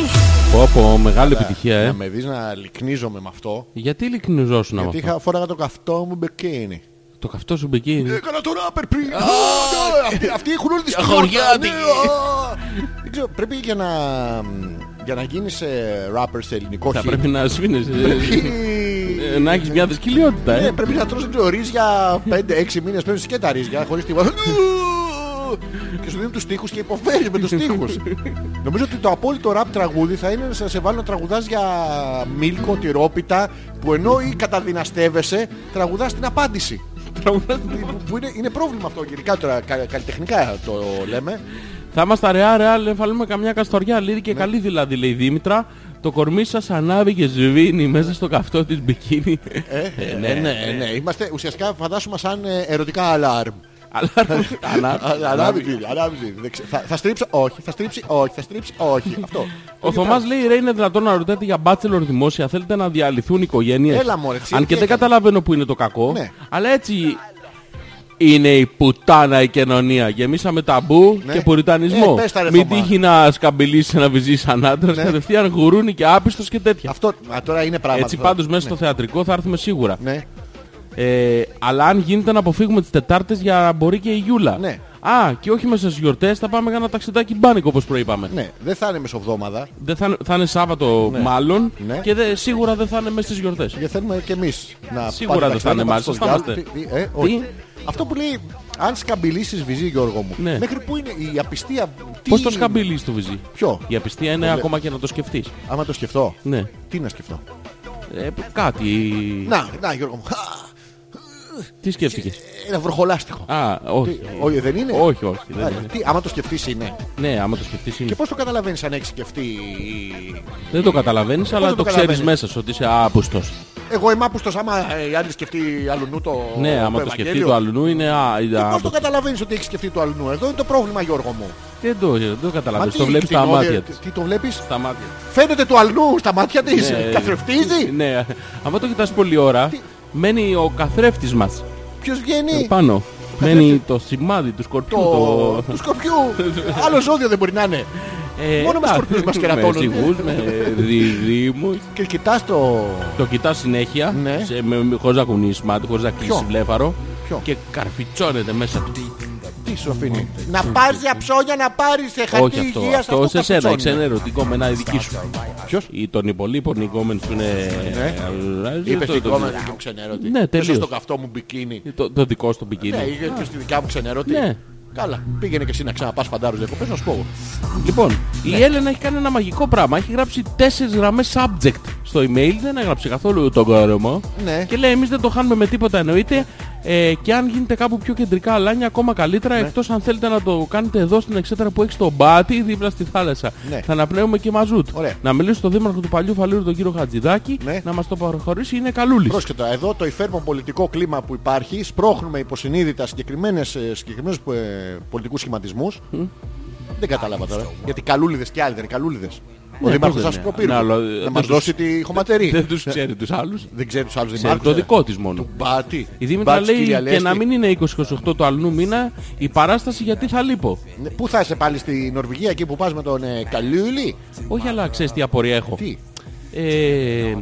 [SPEAKER 3] Πω πω, μεγάλη επιτυχία,
[SPEAKER 2] Να
[SPEAKER 3] ε.
[SPEAKER 2] με δεις να λυκνίζομαι με αυτό.
[SPEAKER 3] ναι. Γιατί λυκνιζόσουν με
[SPEAKER 2] Γιατί
[SPEAKER 3] αυτό.
[SPEAKER 2] είχα φοράγα το καυτό μου μπικίνι.
[SPEAKER 3] Το καυτό σου μπικίνι.
[SPEAKER 2] Έκανα το ράπερ πριν.
[SPEAKER 3] ε,
[SPEAKER 2] Αυτοί- Αυτοί έχουν όλη τη σκηνή.
[SPEAKER 3] Αχωριάτικη.
[SPEAKER 2] Δεν ξέρω, πρέπει για να, για να γίνεις ε, ράπερ σε ελληνικό
[SPEAKER 3] Θα
[SPEAKER 2] hit,
[SPEAKER 3] πρέπει να σβήνεις. ε, ε, Να έχεις μια δυσκολιότητα,
[SPEAKER 2] Ναι,
[SPEAKER 3] ε.
[SPEAKER 2] πρέπει να τρως δεν ξέρω, ρύζια 5-6 μήνες πρέπει και τα ρύζια χωρίς τίποτα. και σου δίνουν τους στίχους και υποφέρεις με τους στίχους. Νομίζω ότι το απόλυτο ραπ τραγούδι θα είναι να σε βάλουν να τραγουδάς για μίλκο, τυρόπιτα που ενώ ή καταδυναστεύεσαι τραγουδάς την απάντηση. Που- που είναι, είναι πρόβλημα αυτό γενικά τώρα κα- καλλιτεχνικά το λέμε.
[SPEAKER 3] Θα είμαστε ρεά, ρεά, λέει, βάλουμε καμιά καστοριά. Λύρη
[SPEAKER 2] Ναι.
[SPEAKER 3] και καλή δηλαδή, λέει η Δήμητρα. Το κορμί σας ανάβει και σβήνει μέσα στο καυτό της μπικίνι.
[SPEAKER 2] Ε, ναι, ναι, ναι. Είμαστε ουσιαστικά φαντάσουμε σαν ε, ερωτικά alarm.
[SPEAKER 3] Αλάρμ. αλάρμ, αλάρμ.
[SPEAKER 2] Ανάβει, ανάβει. Δεν ξε- θα- Θα στρίψω, όχι, θα στρίψει, όχι, θα στρίψει, όχι. Αυτό.
[SPEAKER 3] Ο Θωμά λέει: Ρε, είναι δυνατόν να ρωτάτε για μπάτσελορ δημόσια. Θέλετε να διαλυθούν οικογένειες.
[SPEAKER 2] Έλα, μωρέ, εσύ,
[SPEAKER 3] Αν
[SPEAKER 2] τι
[SPEAKER 3] και δεν
[SPEAKER 2] έκανε.
[SPEAKER 3] καταλαβαίνω που είναι το κακό.
[SPEAKER 2] Ναι.
[SPEAKER 3] Αλλά έτσι είναι η πουτάνα η κοινωνία. Γεμίσαμε ταμπού
[SPEAKER 2] Ναι.
[SPEAKER 3] και πουριτανισμό.
[SPEAKER 2] Ε, πες τα, ρε,
[SPEAKER 3] Μην
[SPEAKER 2] Θωμά. Ναι.
[SPEAKER 3] τύχει να σκαμπιλίσει να βυζεί σαν άντρας. Κατευθείαν γουρούνι και άπιστος και τέτοια.
[SPEAKER 2] Αυτό μα, τώρα είναι πράγμα.
[SPEAKER 3] Έτσι πάντως μέσα στο θεατρικό θα έρθουμε σίγουρα.
[SPEAKER 2] Ναι.
[SPEAKER 3] Ε, αλλά αν γίνεται να αποφύγουμε τις Τετάρτες για να μπορεί και η Γιούλα.
[SPEAKER 2] Ναι.
[SPEAKER 3] Α, και όχι μέσα στις γιορτές θα πάμε για ένα ταξιδάκι μπάνικο όπως προείπαμε.
[SPEAKER 2] Ναι, δεν θα είναι μεσοβδόμαδα.
[SPEAKER 3] Δεν θα, είναι- θα είναι Σάββατο μάλλον
[SPEAKER 2] Ναι.
[SPEAKER 3] και δε, σίγουρα δεν θα είναι μέσα στις γιορτές.
[SPEAKER 2] Γιατί θέλουμε και εμείς να
[SPEAKER 3] Σίγουρα
[SPEAKER 2] πάμε
[SPEAKER 3] δεν θα είναι
[SPEAKER 2] ταξιδάκια,
[SPEAKER 3] μαζί σας,
[SPEAKER 2] στο διάλογο.
[SPEAKER 3] θα
[SPEAKER 2] Τι- ε, όχι.
[SPEAKER 3] Τι?
[SPEAKER 2] Αυτό που λέει, αν σκαμπιλήσεις βυζί, Γιώργο μου,
[SPEAKER 3] Ναι.
[SPEAKER 2] μέχρι που είναι η απιστία. τι-
[SPEAKER 3] Πώς το σκαμπιλείς το βυζί.
[SPEAKER 2] Ποιο?
[SPEAKER 3] Η απιστία είναι
[SPEAKER 2] Πολύ.
[SPEAKER 3] ακόμα και να το σκεφτείς.
[SPEAKER 2] Άμα το σκεφτώ.
[SPEAKER 3] Ναι.
[SPEAKER 2] Τι να σκεφτώ.
[SPEAKER 3] Ε, π- κάτι...
[SPEAKER 2] Να, να, Γιώργο μου. Α,
[SPEAKER 3] Τι σκέφτηκες.
[SPEAKER 2] Ένα βροχολάστιχο.
[SPEAKER 3] Α, όχι.
[SPEAKER 2] Τι, όχι, δεν είναι.
[SPEAKER 3] Ε, Όχι, όχι.
[SPEAKER 2] Α,
[SPEAKER 3] Δεν είναι.
[SPEAKER 2] Τι, άμα το σκεφτείς είναι.
[SPEAKER 3] Ναι, άμα το σκεφτείς είναι.
[SPEAKER 2] Και πώς το καταλαβαίνεις αν έχει σκεφτεί.
[SPEAKER 3] Δεν το καταλαβαίνεις, αλλά
[SPEAKER 2] το
[SPEAKER 3] το, ξέρεις
[SPEAKER 2] καταλαβαίνεις?
[SPEAKER 3] μέσα σου ότι είσαι άπουστος.
[SPEAKER 2] Εγώ είμαι άπουστο άμα ε, η άλλη σκεφτεί αλλού νου το.
[SPEAKER 3] Ναι, άμα το σκεφτεί το αλλού είναι α, είναι
[SPEAKER 2] Πώς το
[SPEAKER 3] άπουστο.
[SPEAKER 2] καταλαβαίνεις ότι έχει σκεφτεί το αλλού νου. Εδώ είναι το πρόβλημα, Γιώργο μου.
[SPEAKER 3] Δεν το, δεν το
[SPEAKER 2] Μα
[SPEAKER 3] καταλαβαίνεις,
[SPEAKER 2] τι,
[SPEAKER 3] το βλέπεις στα
[SPEAKER 2] κτηνόδια-
[SPEAKER 3] μάτια της.
[SPEAKER 2] Τι το βλέπεις.
[SPEAKER 3] Στα μάτια.
[SPEAKER 2] Φαίνεται το αλλού στα μάτια της.
[SPEAKER 3] Ναι.
[SPEAKER 2] Καθρεφτίζει.
[SPEAKER 3] Ναι, άμα το κοιτάς πολλή ώρα, μένει ο καθρέφτης μας
[SPEAKER 2] Ποιος βγαίνει.
[SPEAKER 3] πάνω. Μένει το σημάδι του σκορπιού.
[SPEAKER 2] Το...
[SPEAKER 3] Ε, Το...
[SPEAKER 2] του σκορπιού. Άλλο ζώδιο δεν μπορεί να είναι.
[SPEAKER 3] Ε,
[SPEAKER 2] Μόνο με
[SPEAKER 3] εντάξει,
[SPEAKER 2] σκορπιούς μας
[SPEAKER 3] Με
[SPEAKER 2] κερατώνουν.
[SPEAKER 3] ζυγούς, με διδήμους.
[SPEAKER 2] Και κοιτάς το.
[SPEAKER 3] Το κοιτάς συνέχεια,
[SPEAKER 2] Ναι.
[SPEAKER 3] σε, με, με, χωρίς να κουνήσει μάτι, χωρίς να κλείσεις βλέφαρο.
[SPEAKER 2] Ποιο?
[SPEAKER 3] Και καρφιτσώνεται μέσα.
[SPEAKER 2] Τι σου αφήνει. Να πάρει για ψώνια, να πάρεις χαρτί
[SPEAKER 3] Όχι αυτό,
[SPEAKER 2] υγείας,
[SPEAKER 3] αυτό σε σένα, έχεις
[SPEAKER 2] καπουτσόνι.
[SPEAKER 3] ένα ερωτικό με ένα δική σου.
[SPEAKER 2] Ποιος? Ναι.
[SPEAKER 3] Ή των υπολείπων οικόμενων που είναι...
[SPEAKER 2] Είπες
[SPEAKER 3] Το-
[SPEAKER 2] στην
[SPEAKER 3] το-
[SPEAKER 2] κόμμα μου ξενέρωτη.
[SPEAKER 3] Ναι,
[SPEAKER 2] Πες
[SPEAKER 3] τελείως.
[SPEAKER 2] στο καυτό μου μπικίνι.
[SPEAKER 3] Το, το δικό σου το
[SPEAKER 2] Ναι,
[SPEAKER 3] μπικίνι.
[SPEAKER 2] είχε και στη δικιά μου ξενέρωτη.
[SPEAKER 3] Ναι.
[SPEAKER 2] Καλά, πήγαινε και εσύ να ξαναπάς φαντάρους διακοπές, να σου πω. εγώ.
[SPEAKER 3] Λοιπόν,
[SPEAKER 2] Ναι.
[SPEAKER 3] η Έλενα έχει κάνει ένα μαγικό πράγμα. Έχει γράψει τέσσερις γραμμές subject στο email. Δεν έγραψε καθόλου τον κορμό.
[SPEAKER 2] Ναι.
[SPEAKER 3] Και λέει: Εμείς δεν το χάνουμε με τίποτα εννοείται. Ε, και αν γίνεται κάπου πιο κεντρικά αλάνια, ακόμα καλύτερα.
[SPEAKER 2] Ναι.
[SPEAKER 3] Εκτός αν θέλετε να το κάνετε εδώ στην εξέτρα που έχει στον μπάτι δίπλα στη θάλασσα.
[SPEAKER 2] Ναι.
[SPEAKER 3] Θα αναπνέουμε και μαζούτ.
[SPEAKER 2] Ωραία.
[SPEAKER 3] Να μιλήσω στον δήμαρχο του παλιού φαλήρου, τον κύριο Χατζηδάκη,
[SPEAKER 2] Ναι.
[SPEAKER 3] να μας το προχωρήσει. Είναι καλούλης.
[SPEAKER 2] Πρόσεχε τώρα, εδώ το υφέρπον πολιτικό κλίμα που υπάρχει, σπρώχνουμε υποσυνείδητα συγκεκριμένες, ε, συγκεκριμένους ε, πολιτικούς σχηματισμούς. Δεν κατάλαβα τώρα. Γιατί καλούλιδες και άλλοι δεν είναι καλούλιδες. Ο
[SPEAKER 3] Ναι,
[SPEAKER 2] Δήμαρχος
[SPEAKER 3] πώς
[SPEAKER 2] θα
[SPEAKER 3] δεν
[SPEAKER 2] σου
[SPEAKER 3] είναι.
[SPEAKER 2] προπήρει.
[SPEAKER 3] Ναι, αλλά, ε,
[SPEAKER 2] Να
[SPEAKER 3] δεν
[SPEAKER 2] μας
[SPEAKER 3] τους-
[SPEAKER 2] δώσει τη χωματερή. Ε,
[SPEAKER 3] Δεν τους ξέρει τους άλλους.
[SPEAKER 2] Δεν ξέρει τους άλλους
[SPEAKER 3] Ξέρει
[SPEAKER 2] δημάρχους.
[SPEAKER 3] το
[SPEAKER 2] ε.
[SPEAKER 3] δικό της μόνο.
[SPEAKER 2] Μπα, τι.
[SPEAKER 3] Η Δήμητρα
[SPEAKER 2] Μπα, της
[SPEAKER 3] λέει
[SPEAKER 2] κυρία
[SPEAKER 3] και να
[SPEAKER 2] Λέστη.
[SPEAKER 3] μην είναι 20-28 το αλλού μήνα η παράσταση γιατί θα λείπω.
[SPEAKER 2] Ναι, Πού θα είσαι πάλι στη Νορβηγία εκεί που πας με τον ε, Καλούλη.
[SPEAKER 3] Όχι, αλλά ξέρεις τι απορία έχω.
[SPEAKER 2] Τι.
[SPEAKER 3] Ε,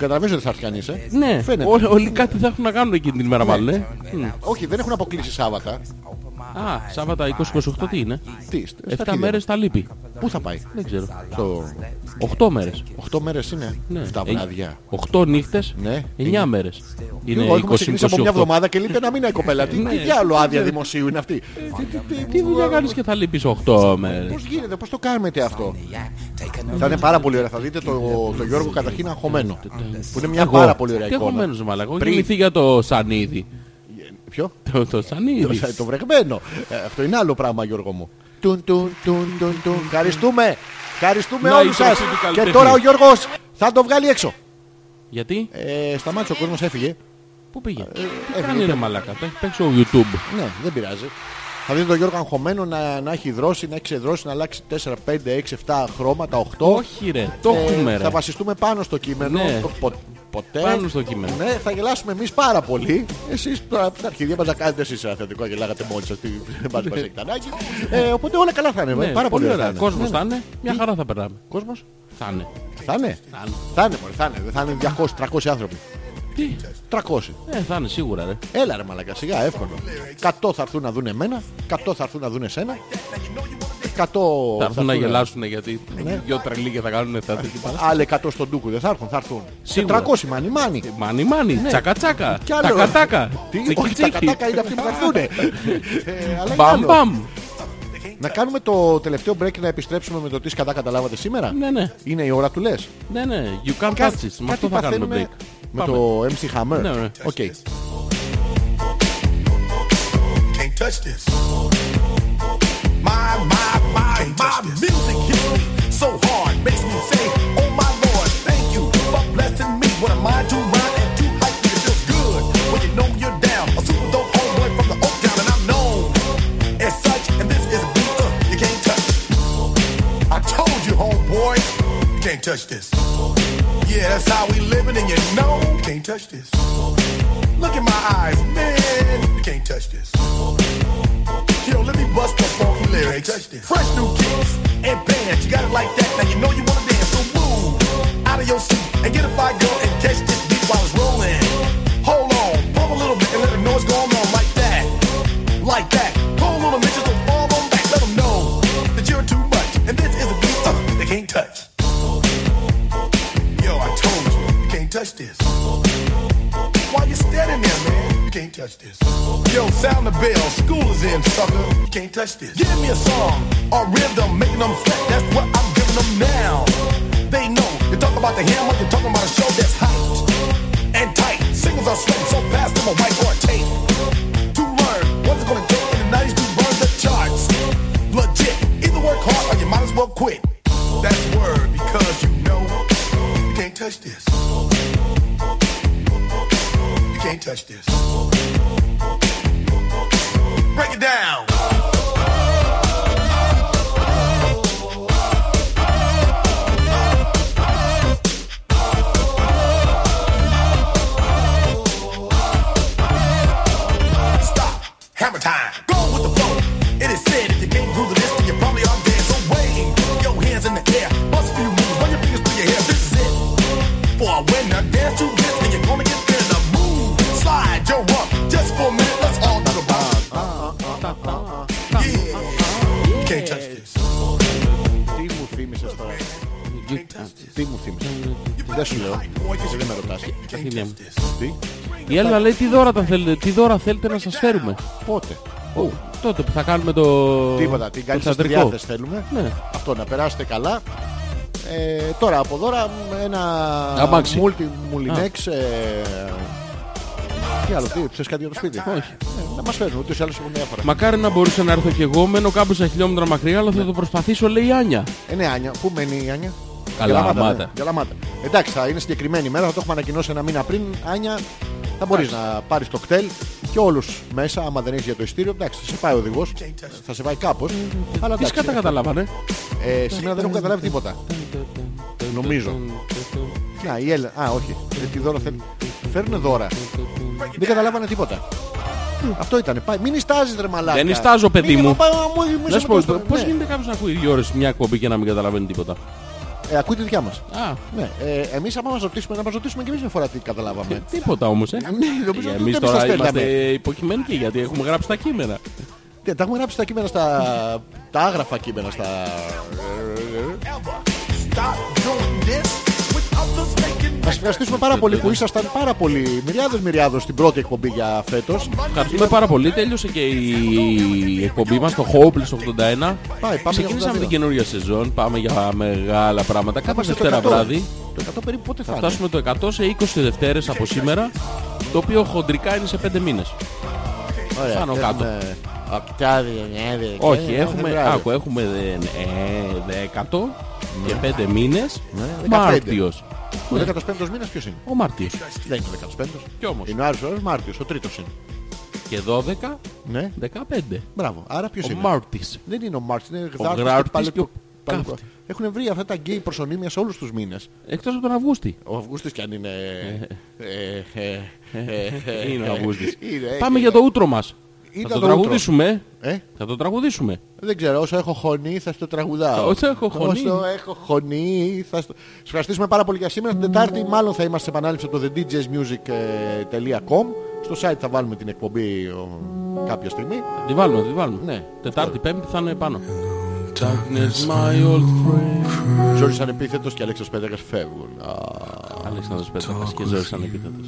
[SPEAKER 2] Καταλαβαίνεις ότι θα έρθει κανείς, ε.
[SPEAKER 3] ναι,
[SPEAKER 2] Φαίνεται. Ναι.
[SPEAKER 3] ό- όλοι κάτι θα έχουν να κάνουν εκείνη την ημέρα μάλλον. ε. Μμ.
[SPEAKER 2] Όχι, δεν έχουν αποκλείσει Σάββατα.
[SPEAKER 3] Α, Σάββατα 28 τι είναι.
[SPEAKER 2] Τι, στα
[SPEAKER 3] 7
[SPEAKER 2] τι
[SPEAKER 3] μέρε
[SPEAKER 2] δεν-
[SPEAKER 3] θα λείπει.
[SPEAKER 2] Πού θα πάει.
[SPEAKER 3] Δεν ξέρω.
[SPEAKER 2] Στο
[SPEAKER 3] 8 μέρε.
[SPEAKER 2] 8 μέρες είναι.
[SPEAKER 3] Ναι.
[SPEAKER 2] 7 βράδια.
[SPEAKER 3] 8 νύχτες,
[SPEAKER 2] Ναι.
[SPEAKER 3] 9 μέρες. Είναι
[SPEAKER 2] Εγώ έχουμε ξεκινήσει από μια
[SPEAKER 3] 20-28.
[SPEAKER 2] εβδομάδα και λείπει ένα μήνα η κοπέλα. Τι τι διάλογο άδεια δημοσίου είναι αυτή. Τι- τι- τι-
[SPEAKER 3] Ναι. Τι δουλειά κάνεις και θα λείπεις 8 μέρες.
[SPEAKER 2] Πώς γίνεται, πώς το κάνετε αυτό. Θα είναι πάρα πολύ ωραία. Θα δείτε το, το Γιώργο καταρχήν αγχωμένο. Που είναι μια πάρα πολύ ωραία
[SPEAKER 3] Τι έχω Ναι. μένω,
[SPEAKER 2] εικόνα.
[SPEAKER 3] μαλακά. Έχω
[SPEAKER 2] Πριν.
[SPEAKER 3] γεννηθεί για το σανίδι.
[SPEAKER 2] Ποιο?
[SPEAKER 3] Το, το σανίδι.
[SPEAKER 2] Το- Το βρεγμένο. Ε, Αυτό είναι άλλο πράγμα Γιώργο μου. Τουν, τουν, τουν, τουν, τουν. Ευχαριστούμε. Ευχαριστούμε
[SPEAKER 3] Να, η
[SPEAKER 2] όλους σας.
[SPEAKER 3] τροφή του
[SPEAKER 2] Και
[SPEAKER 3] καλλιτέχνη.
[SPEAKER 2] τώρα ο Γιώργος θα το βγάλει έξω.
[SPEAKER 3] Γιατί,
[SPEAKER 2] Ε, σταμάτησε ο κόσμος έφυγε.
[SPEAKER 3] πού πήγε. Τι
[SPEAKER 2] ε,
[SPEAKER 3] κάνει
[SPEAKER 2] ε,
[SPEAKER 3] ρε μαλακά. Τα έχει παίξει ο YouTube.
[SPEAKER 2] Ναι, δεν πειράζει. Θα δείτε τον Γιώργο αγχωμένο να, να έχει δρώσει, να έχει ξεδρώσει, να αλλάξει 4, 5, 6, 7 χρώματα, 8.
[SPEAKER 3] Όχι ρε, το έχουμε ρε.
[SPEAKER 2] ε, θα βασιστούμε πάνω στο κείμενο.
[SPEAKER 3] Ναι.
[SPEAKER 2] το- πο- ποτέ.
[SPEAKER 3] Πάνω στο κείμενο.
[SPEAKER 2] Ναι, θα γελάσουμε εμείς πάρα πολύ. Εσείς τώρα από την αρχή δεν μας κάνετε εσείς ένα θετικό, γελάγατε μόνοι σας. Τι μα έχει ανάγκη. Ε, οπότε όλα καλά θα είναι.
[SPEAKER 3] Ναι,
[SPEAKER 2] πάρα πολύ ωραία. θα είναι.
[SPEAKER 3] Κόσμος
[SPEAKER 2] Ναι,
[SPEAKER 3] θα
[SPEAKER 2] ναι.
[SPEAKER 3] είναι, μια χαρά θα περνάμε.
[SPEAKER 2] Κόσμος.
[SPEAKER 3] Θα είναι.
[SPEAKER 2] Θα είναι. Θα είναι, μωρέ, θα είναι. Δεν Θα είναι 200-300 άνθρωποι.
[SPEAKER 3] Τι,
[SPEAKER 2] 300.
[SPEAKER 3] ε, θα είναι σίγουρα ρε.
[SPEAKER 2] Έλα ρε μαλακά, σιγά, εύκολο. 100 θα έρθουν να δουν εμένα, 100 θα έρθουν να δουν εσένα. 100
[SPEAKER 3] Θα έρθουν να γελάσουν γιατί
[SPEAKER 2] Ναι.
[SPEAKER 3] δυο τρελοί και θα κάνουν θεατρική παράσταση.
[SPEAKER 2] Άλλα 100 στον τούκου δεν θα έρθουν, θα έρθουν.
[SPEAKER 3] Σίγουρα.
[SPEAKER 2] 400 μάνι μάνι.
[SPEAKER 3] Μάνι μάνι, τσακα τσακα,
[SPEAKER 2] ναι. Κι άλλο.
[SPEAKER 3] τακα τακα,
[SPEAKER 2] Τι,
[SPEAKER 3] τσίκι
[SPEAKER 2] όχι, τα
[SPEAKER 3] τσίκι,
[SPEAKER 2] κατάκα είναι αυτοί που θα έρθουν. ε, αλλά είναι
[SPEAKER 3] μπαμ
[SPEAKER 2] άλλο.
[SPEAKER 3] μπαμ.
[SPEAKER 2] Να κάνουμε το τελευταίο break και να επιστρέψουμε με το τι σκατά καταλάβατε σήμερα.
[SPEAKER 3] Ναι, ναι,
[SPEAKER 2] Είναι η ώρα του λες.
[SPEAKER 3] ναι, ναι, you can't touch this. Με αυτό θα κάνουμε break.
[SPEAKER 2] Με
[SPEAKER 3] Πάμε.
[SPEAKER 2] το MC Hammer.
[SPEAKER 3] Ναι, ναι.
[SPEAKER 2] Οκ.
[SPEAKER 5] Can't touch this. My, my, my, my music hits me so hard. Makes me say, oh my lord, thank you for blessing me. What a mind to run and to hype me. It feels good when you know you're down. A super dope homeboy from the Oak Uh, can't touch this. Yeah, that's how we living, and you know you can't touch this. Look in my eyes, man, you can't touch this. Yo, let me bust the funky lyrics. Touch this. Fresh new kicks and bands, you got it like that. Now you know you wanna dance, so move out of your seat and get a fire girl and catch this beat while it's rolling. Hold on, pump a little bit and let them know what's going on like that, like that. Pull little bitches to fall on back, let them know that you're too much and this is a beat uh, they can't touch. Yo, I told you, you can't touch this. Why you standing there, man? You can't touch this. Yo, sound the bell. School is in, sucker. You can't touch this. Give me a song, a rhythm, making them sweat. That's what I'm giving them now. They know. You're talking about the hammer. You're talking about a show that's hyped and tight. Singles are sweating so fast, them a white or tape. To learn what's it gonna take in the 90s to burn the charts. Legit. Either work hard or you might as well quit. That's word because you know you can't touch this. You can't touch this. Break it down. Stop. Hammer time. Go with the flow. It is said if you can't groove to this, then you probably are dead. So wave your hands in the air. Bust a few moves. Run your fingers through your hair. This is it. For a winner, dance to this, and you're gonna get thinner. Move. Slide your up. Just for a minute, let's all do the bomb. Yeah. You can't touch this.
[SPEAKER 2] Τι μου θύμισες τώρα.
[SPEAKER 5] You can't touch this.
[SPEAKER 2] Τι μου θύμισες.
[SPEAKER 5] You
[SPEAKER 2] Δεν σου λέω.
[SPEAKER 5] better be high, boy, 'cause you
[SPEAKER 2] Δεν με ρωτάς.
[SPEAKER 5] You can't
[SPEAKER 3] Καθηγητά μου.
[SPEAKER 5] touch this.
[SPEAKER 2] Τι.
[SPEAKER 3] Η Έλληνα λέει τι δώρα, τα θέλετε, τι δώρα θέλετε να σας φέρουμε.
[SPEAKER 2] Πότε.
[SPEAKER 3] Ου, τότε που θα κάνουμε το...
[SPEAKER 2] Τίποτα. Την
[SPEAKER 3] το
[SPEAKER 2] καλή σας τη
[SPEAKER 3] θεατρικό.
[SPEAKER 2] διάθεση θέλουμε.
[SPEAKER 3] Ναι.
[SPEAKER 2] Αυτό να περάσετε καλά. Ε, τώρα από δώρα ένα
[SPEAKER 3] Αμάξι.
[SPEAKER 2] multi mulinex. Ε, τι άλλο, τι, ξέρεις κάτι για το σπίτι.
[SPEAKER 3] Όχι.
[SPEAKER 2] Ε, να μας φέρουν, ούτως ή άλλως έχουν διάφορα.
[SPEAKER 3] Μακάρι να μπορούσα να έρθω κι εγώ, μένω κάπου σε χιλιόμετρα μακριά, αλλά θα το προσπαθήσω, λέει η Άνια.
[SPEAKER 2] Ε, ναι, Άνια. Πού μένει η Άνια.
[SPEAKER 3] Καλά,
[SPEAKER 2] Γαλαμάτα,
[SPEAKER 3] Μάτα.
[SPEAKER 2] ναι, Γαλαμάτα. Εντάξει, θα είναι συγκεκριμένη ημέρα, θα το έχουμε ανακοινώσει ένα μήνα πριν. Άνια, θα μπορείς να πάρεις το κτέλ και όλους μέσα, άμα δεν έχεις για το ειστήριο. Εντάξει, θα σε πάει ο οδηγός, θα σε πάει κάπως. Αλλά
[SPEAKER 3] Τι
[SPEAKER 2] εντάξει,
[SPEAKER 3] σκατά καταλάβανε.
[SPEAKER 2] ε, σήμερα δεν έχω καταλάβει τίποτα. Νομίζω. Να, η Έλληνα. Α, όχι. Ε, Τι δώρα θέλει. Φέρνουν δώρα. Δεν καταλάβανε τίποτα. Αυτό ήταν. Μην ιστάζει, ρε μαλάκα.
[SPEAKER 3] Δεν ιστάζω, παιδί
[SPEAKER 2] Μην
[SPEAKER 3] μου.
[SPEAKER 2] είπα, α, μου- μου
[SPEAKER 3] Να
[SPEAKER 2] είσαι
[SPEAKER 3] σου
[SPEAKER 2] με
[SPEAKER 3] πω,
[SPEAKER 2] το-
[SPEAKER 3] πώς
[SPEAKER 2] ναι.
[SPEAKER 3] γίνεται κάποιος να ακούει δύο ώρες μια κόμπη και να μην καταλαβαίνει τίποτα.
[SPEAKER 2] Ε, Ακούει τη δικιά μας.
[SPEAKER 3] Α,
[SPEAKER 2] Ναι, ε, εμείς άμα μας ρωτήσουμε, να μας ρωτήσουμε και εμείς μια φορά τι καταλάβαμε.
[SPEAKER 3] τίποτα όμως, ε.
[SPEAKER 2] Ναι, νομίζω ότι
[SPEAKER 3] Εμείς
[SPEAKER 2] δεν σας
[SPEAKER 3] τώρα
[SPEAKER 2] στέλναμε.
[SPEAKER 3] είμαστε υποκειμενικοί γιατί έχουμε γράψει τα κείμενα.
[SPEAKER 2] Τι, Τα έχουμε γράψει τα κείμενα στα. τα άγραφα κείμενα στα.
[SPEAKER 5] Ever stop doing this without us making
[SPEAKER 2] Να σας Ε, ευχαριστήσουμε πάρα πολύ που ήσασταν πάρα πολύ μυριάδε μυριάδε στην πρώτη εκπομπή για φέτος.
[SPEAKER 3] Ευχαριστούμε πάρα πολύ. Τέλειωσε και η εκπομπή μας το Hopeless 81.
[SPEAKER 2] Πάει, πάμε για 82.
[SPEAKER 3] Ξεκινήσαμε την καινούργια σεζόν. Πάμε για μεγάλα πράγματα. Κάθε
[SPEAKER 2] Είμαστε το
[SPEAKER 3] Δευτέρα
[SPEAKER 2] 100.
[SPEAKER 3] βράδυ.
[SPEAKER 2] Το 100 περίπου πότε θα
[SPEAKER 3] Θα
[SPEAKER 2] είναι.
[SPEAKER 3] φτάσουμε το 100 σε 20 Δευτέρες από σήμερα. Το οποίο χοντρικά είναι σε 5 μήνες.
[SPEAKER 2] Ωραία,
[SPEAKER 3] πάνω
[SPEAKER 2] έχουμε Οκτώβριο, Νοέμβριο,
[SPEAKER 3] Όχι,
[SPEAKER 2] Δεκέμβριο,
[SPEAKER 3] έχουμε,
[SPEAKER 2] Φεβρουάριο.
[SPEAKER 3] άκου, έχουμε ε, δέκατο και 5 μήνες.
[SPEAKER 2] Ναι, 15.
[SPEAKER 3] Μάρτιος.
[SPEAKER 2] Ο 15ο μήνας ποιος είναι.
[SPEAKER 3] Ο Μάρτιος.
[SPEAKER 2] Δεν είναι ο 15ο.
[SPEAKER 3] Κι όμως.
[SPEAKER 2] Είναι ο Άρης Μάρτιος, ο τρίτος είναι.
[SPEAKER 3] Και 12,
[SPEAKER 2] Ναι,
[SPEAKER 3] 15.
[SPEAKER 2] μπράβο. Άρα ποιος
[SPEAKER 3] Ο
[SPEAKER 2] είναι.
[SPEAKER 3] Μάρτης.
[SPEAKER 2] Δεν είναι ο Μάρτιν, είναι
[SPEAKER 3] Ο
[SPEAKER 2] Γδάρτης
[SPEAKER 3] Γδάρτης
[SPEAKER 2] Παλαιο-
[SPEAKER 3] και ο
[SPEAKER 2] Παλαιο-
[SPEAKER 3] Κάφτη.
[SPEAKER 2] Έχουν βρει αυτά τα γκέι προσωνύμια σε όλους τους μήνες.
[SPEAKER 3] Εκτός από τον Αυγούστη.
[SPEAKER 2] Ο Αυγούστης κι αν είναι... ε, ε, ε,
[SPEAKER 3] Είναι ο Αυγούστης.
[SPEAKER 2] είναι, ε,
[SPEAKER 3] Πάμε
[SPEAKER 2] είναι.
[SPEAKER 3] για το ούτρο μας.
[SPEAKER 2] Ήταν
[SPEAKER 3] Θα το
[SPEAKER 2] το ούτρο.
[SPEAKER 3] τραγουδήσουμε.
[SPEAKER 2] Ε,
[SPEAKER 3] Θα το τραγουδήσουμε.
[SPEAKER 2] δεν ξέρω, όσο έχω χωνεί θα στο τραγουδάω.
[SPEAKER 3] Όσο έχω χωνεί.
[SPEAKER 2] Όσο έχω χωνεί θα στο... Σας ευχαριστήσουμε πάρα πολύ για σήμερα. Την Τετάρτη μάλλον θα είμαστε σε επανάληψη από το thedjsmusic.com. ε, Στο site θα βάλουμε την εκπομπή ε, κάποια στιγμή.
[SPEAKER 3] Τη βάλουμε, τη βάλουμε.
[SPEAKER 2] Ναι.
[SPEAKER 3] Τετάρτη, πέμπτη θα είναι πάνω.
[SPEAKER 2] Ζόρις Ανεπίθετος και Αλέξος Πέτρακας φεύγουν. Α,
[SPEAKER 3] Αλέξανδρος Πέτρακας και Ζόρις Ανεπίθετος.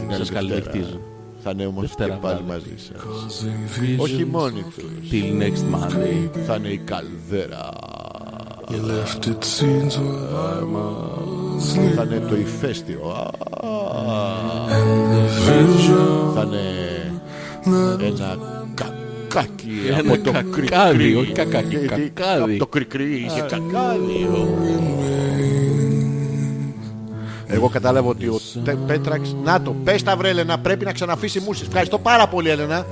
[SPEAKER 2] την άλλη
[SPEAKER 3] Σας καληνυχτίζω.
[SPEAKER 2] Δευτέρα. Θα είναι όμως και
[SPEAKER 3] Δευτέρα
[SPEAKER 2] πάλι
[SPEAKER 3] βράδυ.
[SPEAKER 2] μαζί σας. Όχι μόνοι τους.
[SPEAKER 3] Till next Monday.
[SPEAKER 2] Θα είναι η καλδέρα.
[SPEAKER 8] You left it scenes where I was
[SPEAKER 2] Θα είναι το ηφαίστειο. Α, Θα είναι ένα κακάκι από το
[SPEAKER 3] κακάδι, όχι κακάκι,
[SPEAKER 2] Τι- τι-
[SPEAKER 3] κακάδι.
[SPEAKER 2] Από το κρικρί είχε κακάδι. Εγώ κατάλαβα ότι ο Τε- Πέτραξ... Να το, πες τα βρε Έλενα, πρέπει να ξαναφήσει μουσες. Ευχαριστώ πάρα πολύ Έλενα.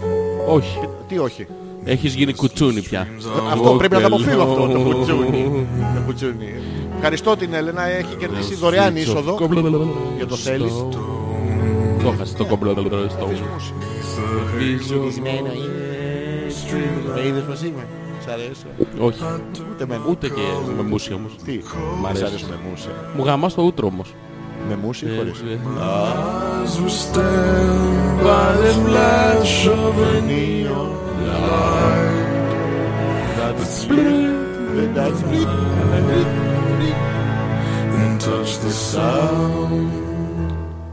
[SPEAKER 3] Όχι.
[SPEAKER 2] Τι όχι.
[SPEAKER 3] Έχεις γίνει κουτσούνι πια.
[SPEAKER 2] Αυτό πρέπει να το αποφύγω
[SPEAKER 3] Κοκελό.
[SPEAKER 2] αυτό. Το πουτσούνι. Το πουτσούνι. Ευχαριστώ την Έλενα. Έχει κερδίσει δωρεάν είσοδο. Για το θέλεις.
[SPEAKER 3] Το έχασε το κομπλό. Στο
[SPEAKER 2] Με Ε, είδες πως είμαι. Σ' αρέσει.
[SPEAKER 3] Όχι.
[SPEAKER 2] Ούτε εμένα.
[SPEAKER 3] Ούτε και με μουσί όμως.
[SPEAKER 2] Τι.
[SPEAKER 3] Μ'
[SPEAKER 2] Σ'
[SPEAKER 3] αρέσει.
[SPEAKER 2] αρέσει με μουσια.
[SPEAKER 3] Μου γαμάς το ούτρο όμως.
[SPEAKER 2] Με μουσια ή χωρίς.
[SPEAKER 3] Ε, ε,
[SPEAKER 8] As we stand by the flash of a neon light that's
[SPEAKER 2] Δεν τα σπίτι.
[SPEAKER 8] and touch the sound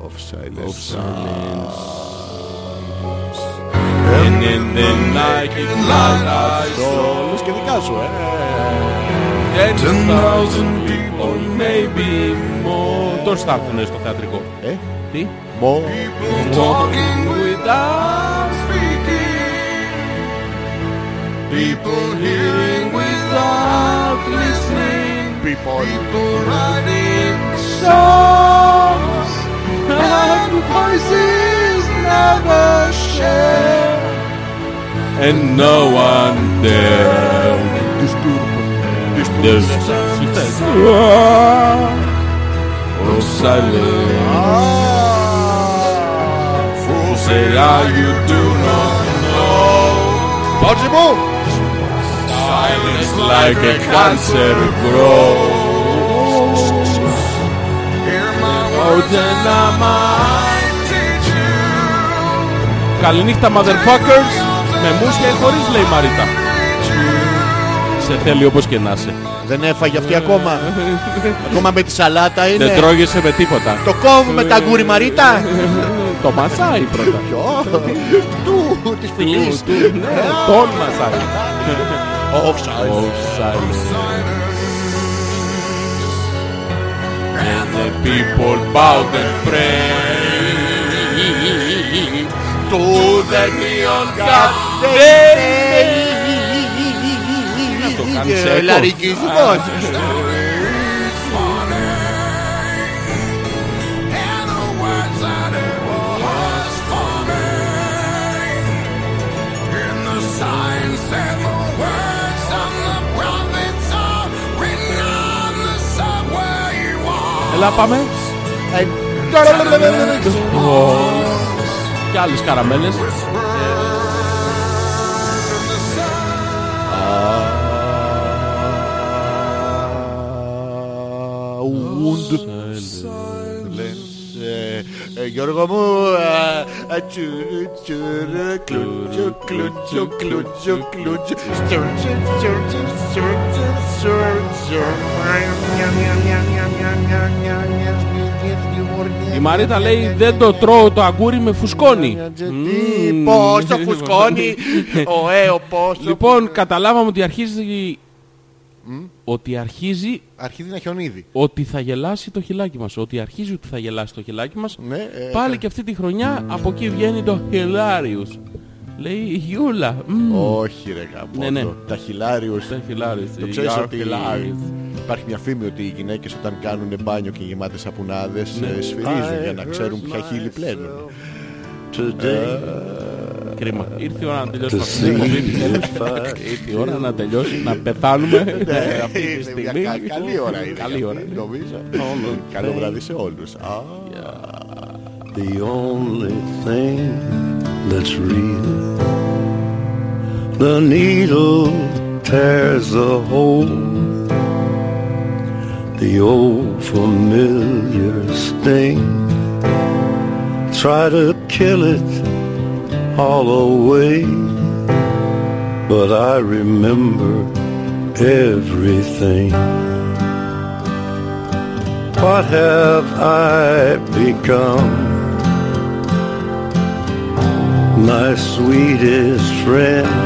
[SPEAKER 2] Of silence.
[SPEAKER 3] And in the night it light I saw
[SPEAKER 2] Το λες και δικά σου, ε.
[SPEAKER 3] ten thousand people, maybe more. Τον στάθουνε στο θεατρικό.
[SPEAKER 2] Ε,
[SPEAKER 3] Τι?
[SPEAKER 2] μο.
[SPEAKER 3] Walking without speaking People hearing without listening People writing songs And voices never share And no one there There's Oh, silence Say how you do not know
[SPEAKER 2] Τότσι μου.
[SPEAKER 3] Silence like a cancer grows Hear my words and I might teach you Καληνύχτα motherfuckers Με μουσια ή χωρίς λέει η Μαρίτα Σε θέλει όπως και να είσαι
[SPEAKER 2] Δεν έφαγε αυτή ακόμα. Ακόμα με τη σαλάτα
[SPEAKER 3] Δεν
[SPEAKER 2] είναι.
[SPEAKER 3] τρώγεσαι με τίποτα
[SPEAKER 2] Το κόβουμε με τα γκουριμαρίτα.
[SPEAKER 3] Το μασάει πρώτα
[SPEAKER 2] Ποιο. Του. Της φυλής.
[SPEAKER 3] Ναι, Τον μασάει
[SPEAKER 2] Of silence.
[SPEAKER 3] Oh, silence. And the people bowed and prayed to the neon god. το κάνεις
[SPEAKER 2] Ε,
[SPEAKER 3] έκο.
[SPEAKER 2] Λαρικισμός.
[SPEAKER 3] Έλα πάμε.
[SPEAKER 2] Ε,
[SPEAKER 3] Και άλλες καραμέλες.
[SPEAKER 2] Ουντ. Ε, ε, Γιώργο μου ε, ε, τσουρου, τσουρου, κλουτσου, κλουτσου, κλουτσου, κλουτσου, στουρτσου, στουρτσου, στουρτσου, στουρτσου.
[SPEAKER 3] Η Μαρίτα λέει δεν το τρώω το αγκούρι με φουσκώνει.
[SPEAKER 2] Τι, Πόσο φουσκώνει Ε. ο ΑΕΟ πόσο
[SPEAKER 3] Λοιπόν, καταλάβαμε ότι αρχίζει... Ότι αρχίζει
[SPEAKER 2] Αρχίζει να χιονίδι
[SPEAKER 3] ότι θα γελάσει το χιλάκι μας. Ότι αρχίζει ότι θα γελάσει το χιλάκι μας.
[SPEAKER 2] Ναι, ε,
[SPEAKER 3] Πάλι και αυτή τη χρονιά από εκεί βγαίνει το Hilarious. Λέει η Γιούλα. μμμ,
[SPEAKER 2] Όχι ρε γαμότο.
[SPEAKER 3] Ναι, ναι.
[SPEAKER 2] Τα χιλάριους.
[SPEAKER 3] Το Hilarious.
[SPEAKER 2] Το
[SPEAKER 3] You
[SPEAKER 2] ξέρεις
[SPEAKER 3] are
[SPEAKER 2] ότι
[SPEAKER 3] hilarious.
[SPEAKER 2] υπάρχει μια φήμη ότι οι γυναίκες όταν κάνουν μπάνιο και γεμάτες σαπουνάδες ε, σφυρίζουν για να ξέρουν ποια χείλη πλένουν.
[SPEAKER 3] Κρίμα. Ήρθε η ώρα να τελειώσει το παιχνίδι. Ήρθε η ώρα να τελειώσει, να πεθάνουμε.
[SPEAKER 2] Ε,
[SPEAKER 3] Αυτή τη
[SPEAKER 2] είναι μια
[SPEAKER 3] στιγμή.
[SPEAKER 2] κα- Καλή ώρα είναι.
[SPEAKER 3] Καλή
[SPEAKER 2] για
[SPEAKER 3] ώρα
[SPEAKER 2] αυτή,
[SPEAKER 3] είναι.
[SPEAKER 2] Νομίζω. Καλό βράδυ σε όλους. Α,
[SPEAKER 9] The only thing that's real. The needle tears the hole. The old familiar sting. Try to kill it all away. But I remember everything. What have I become? My sweetest friend,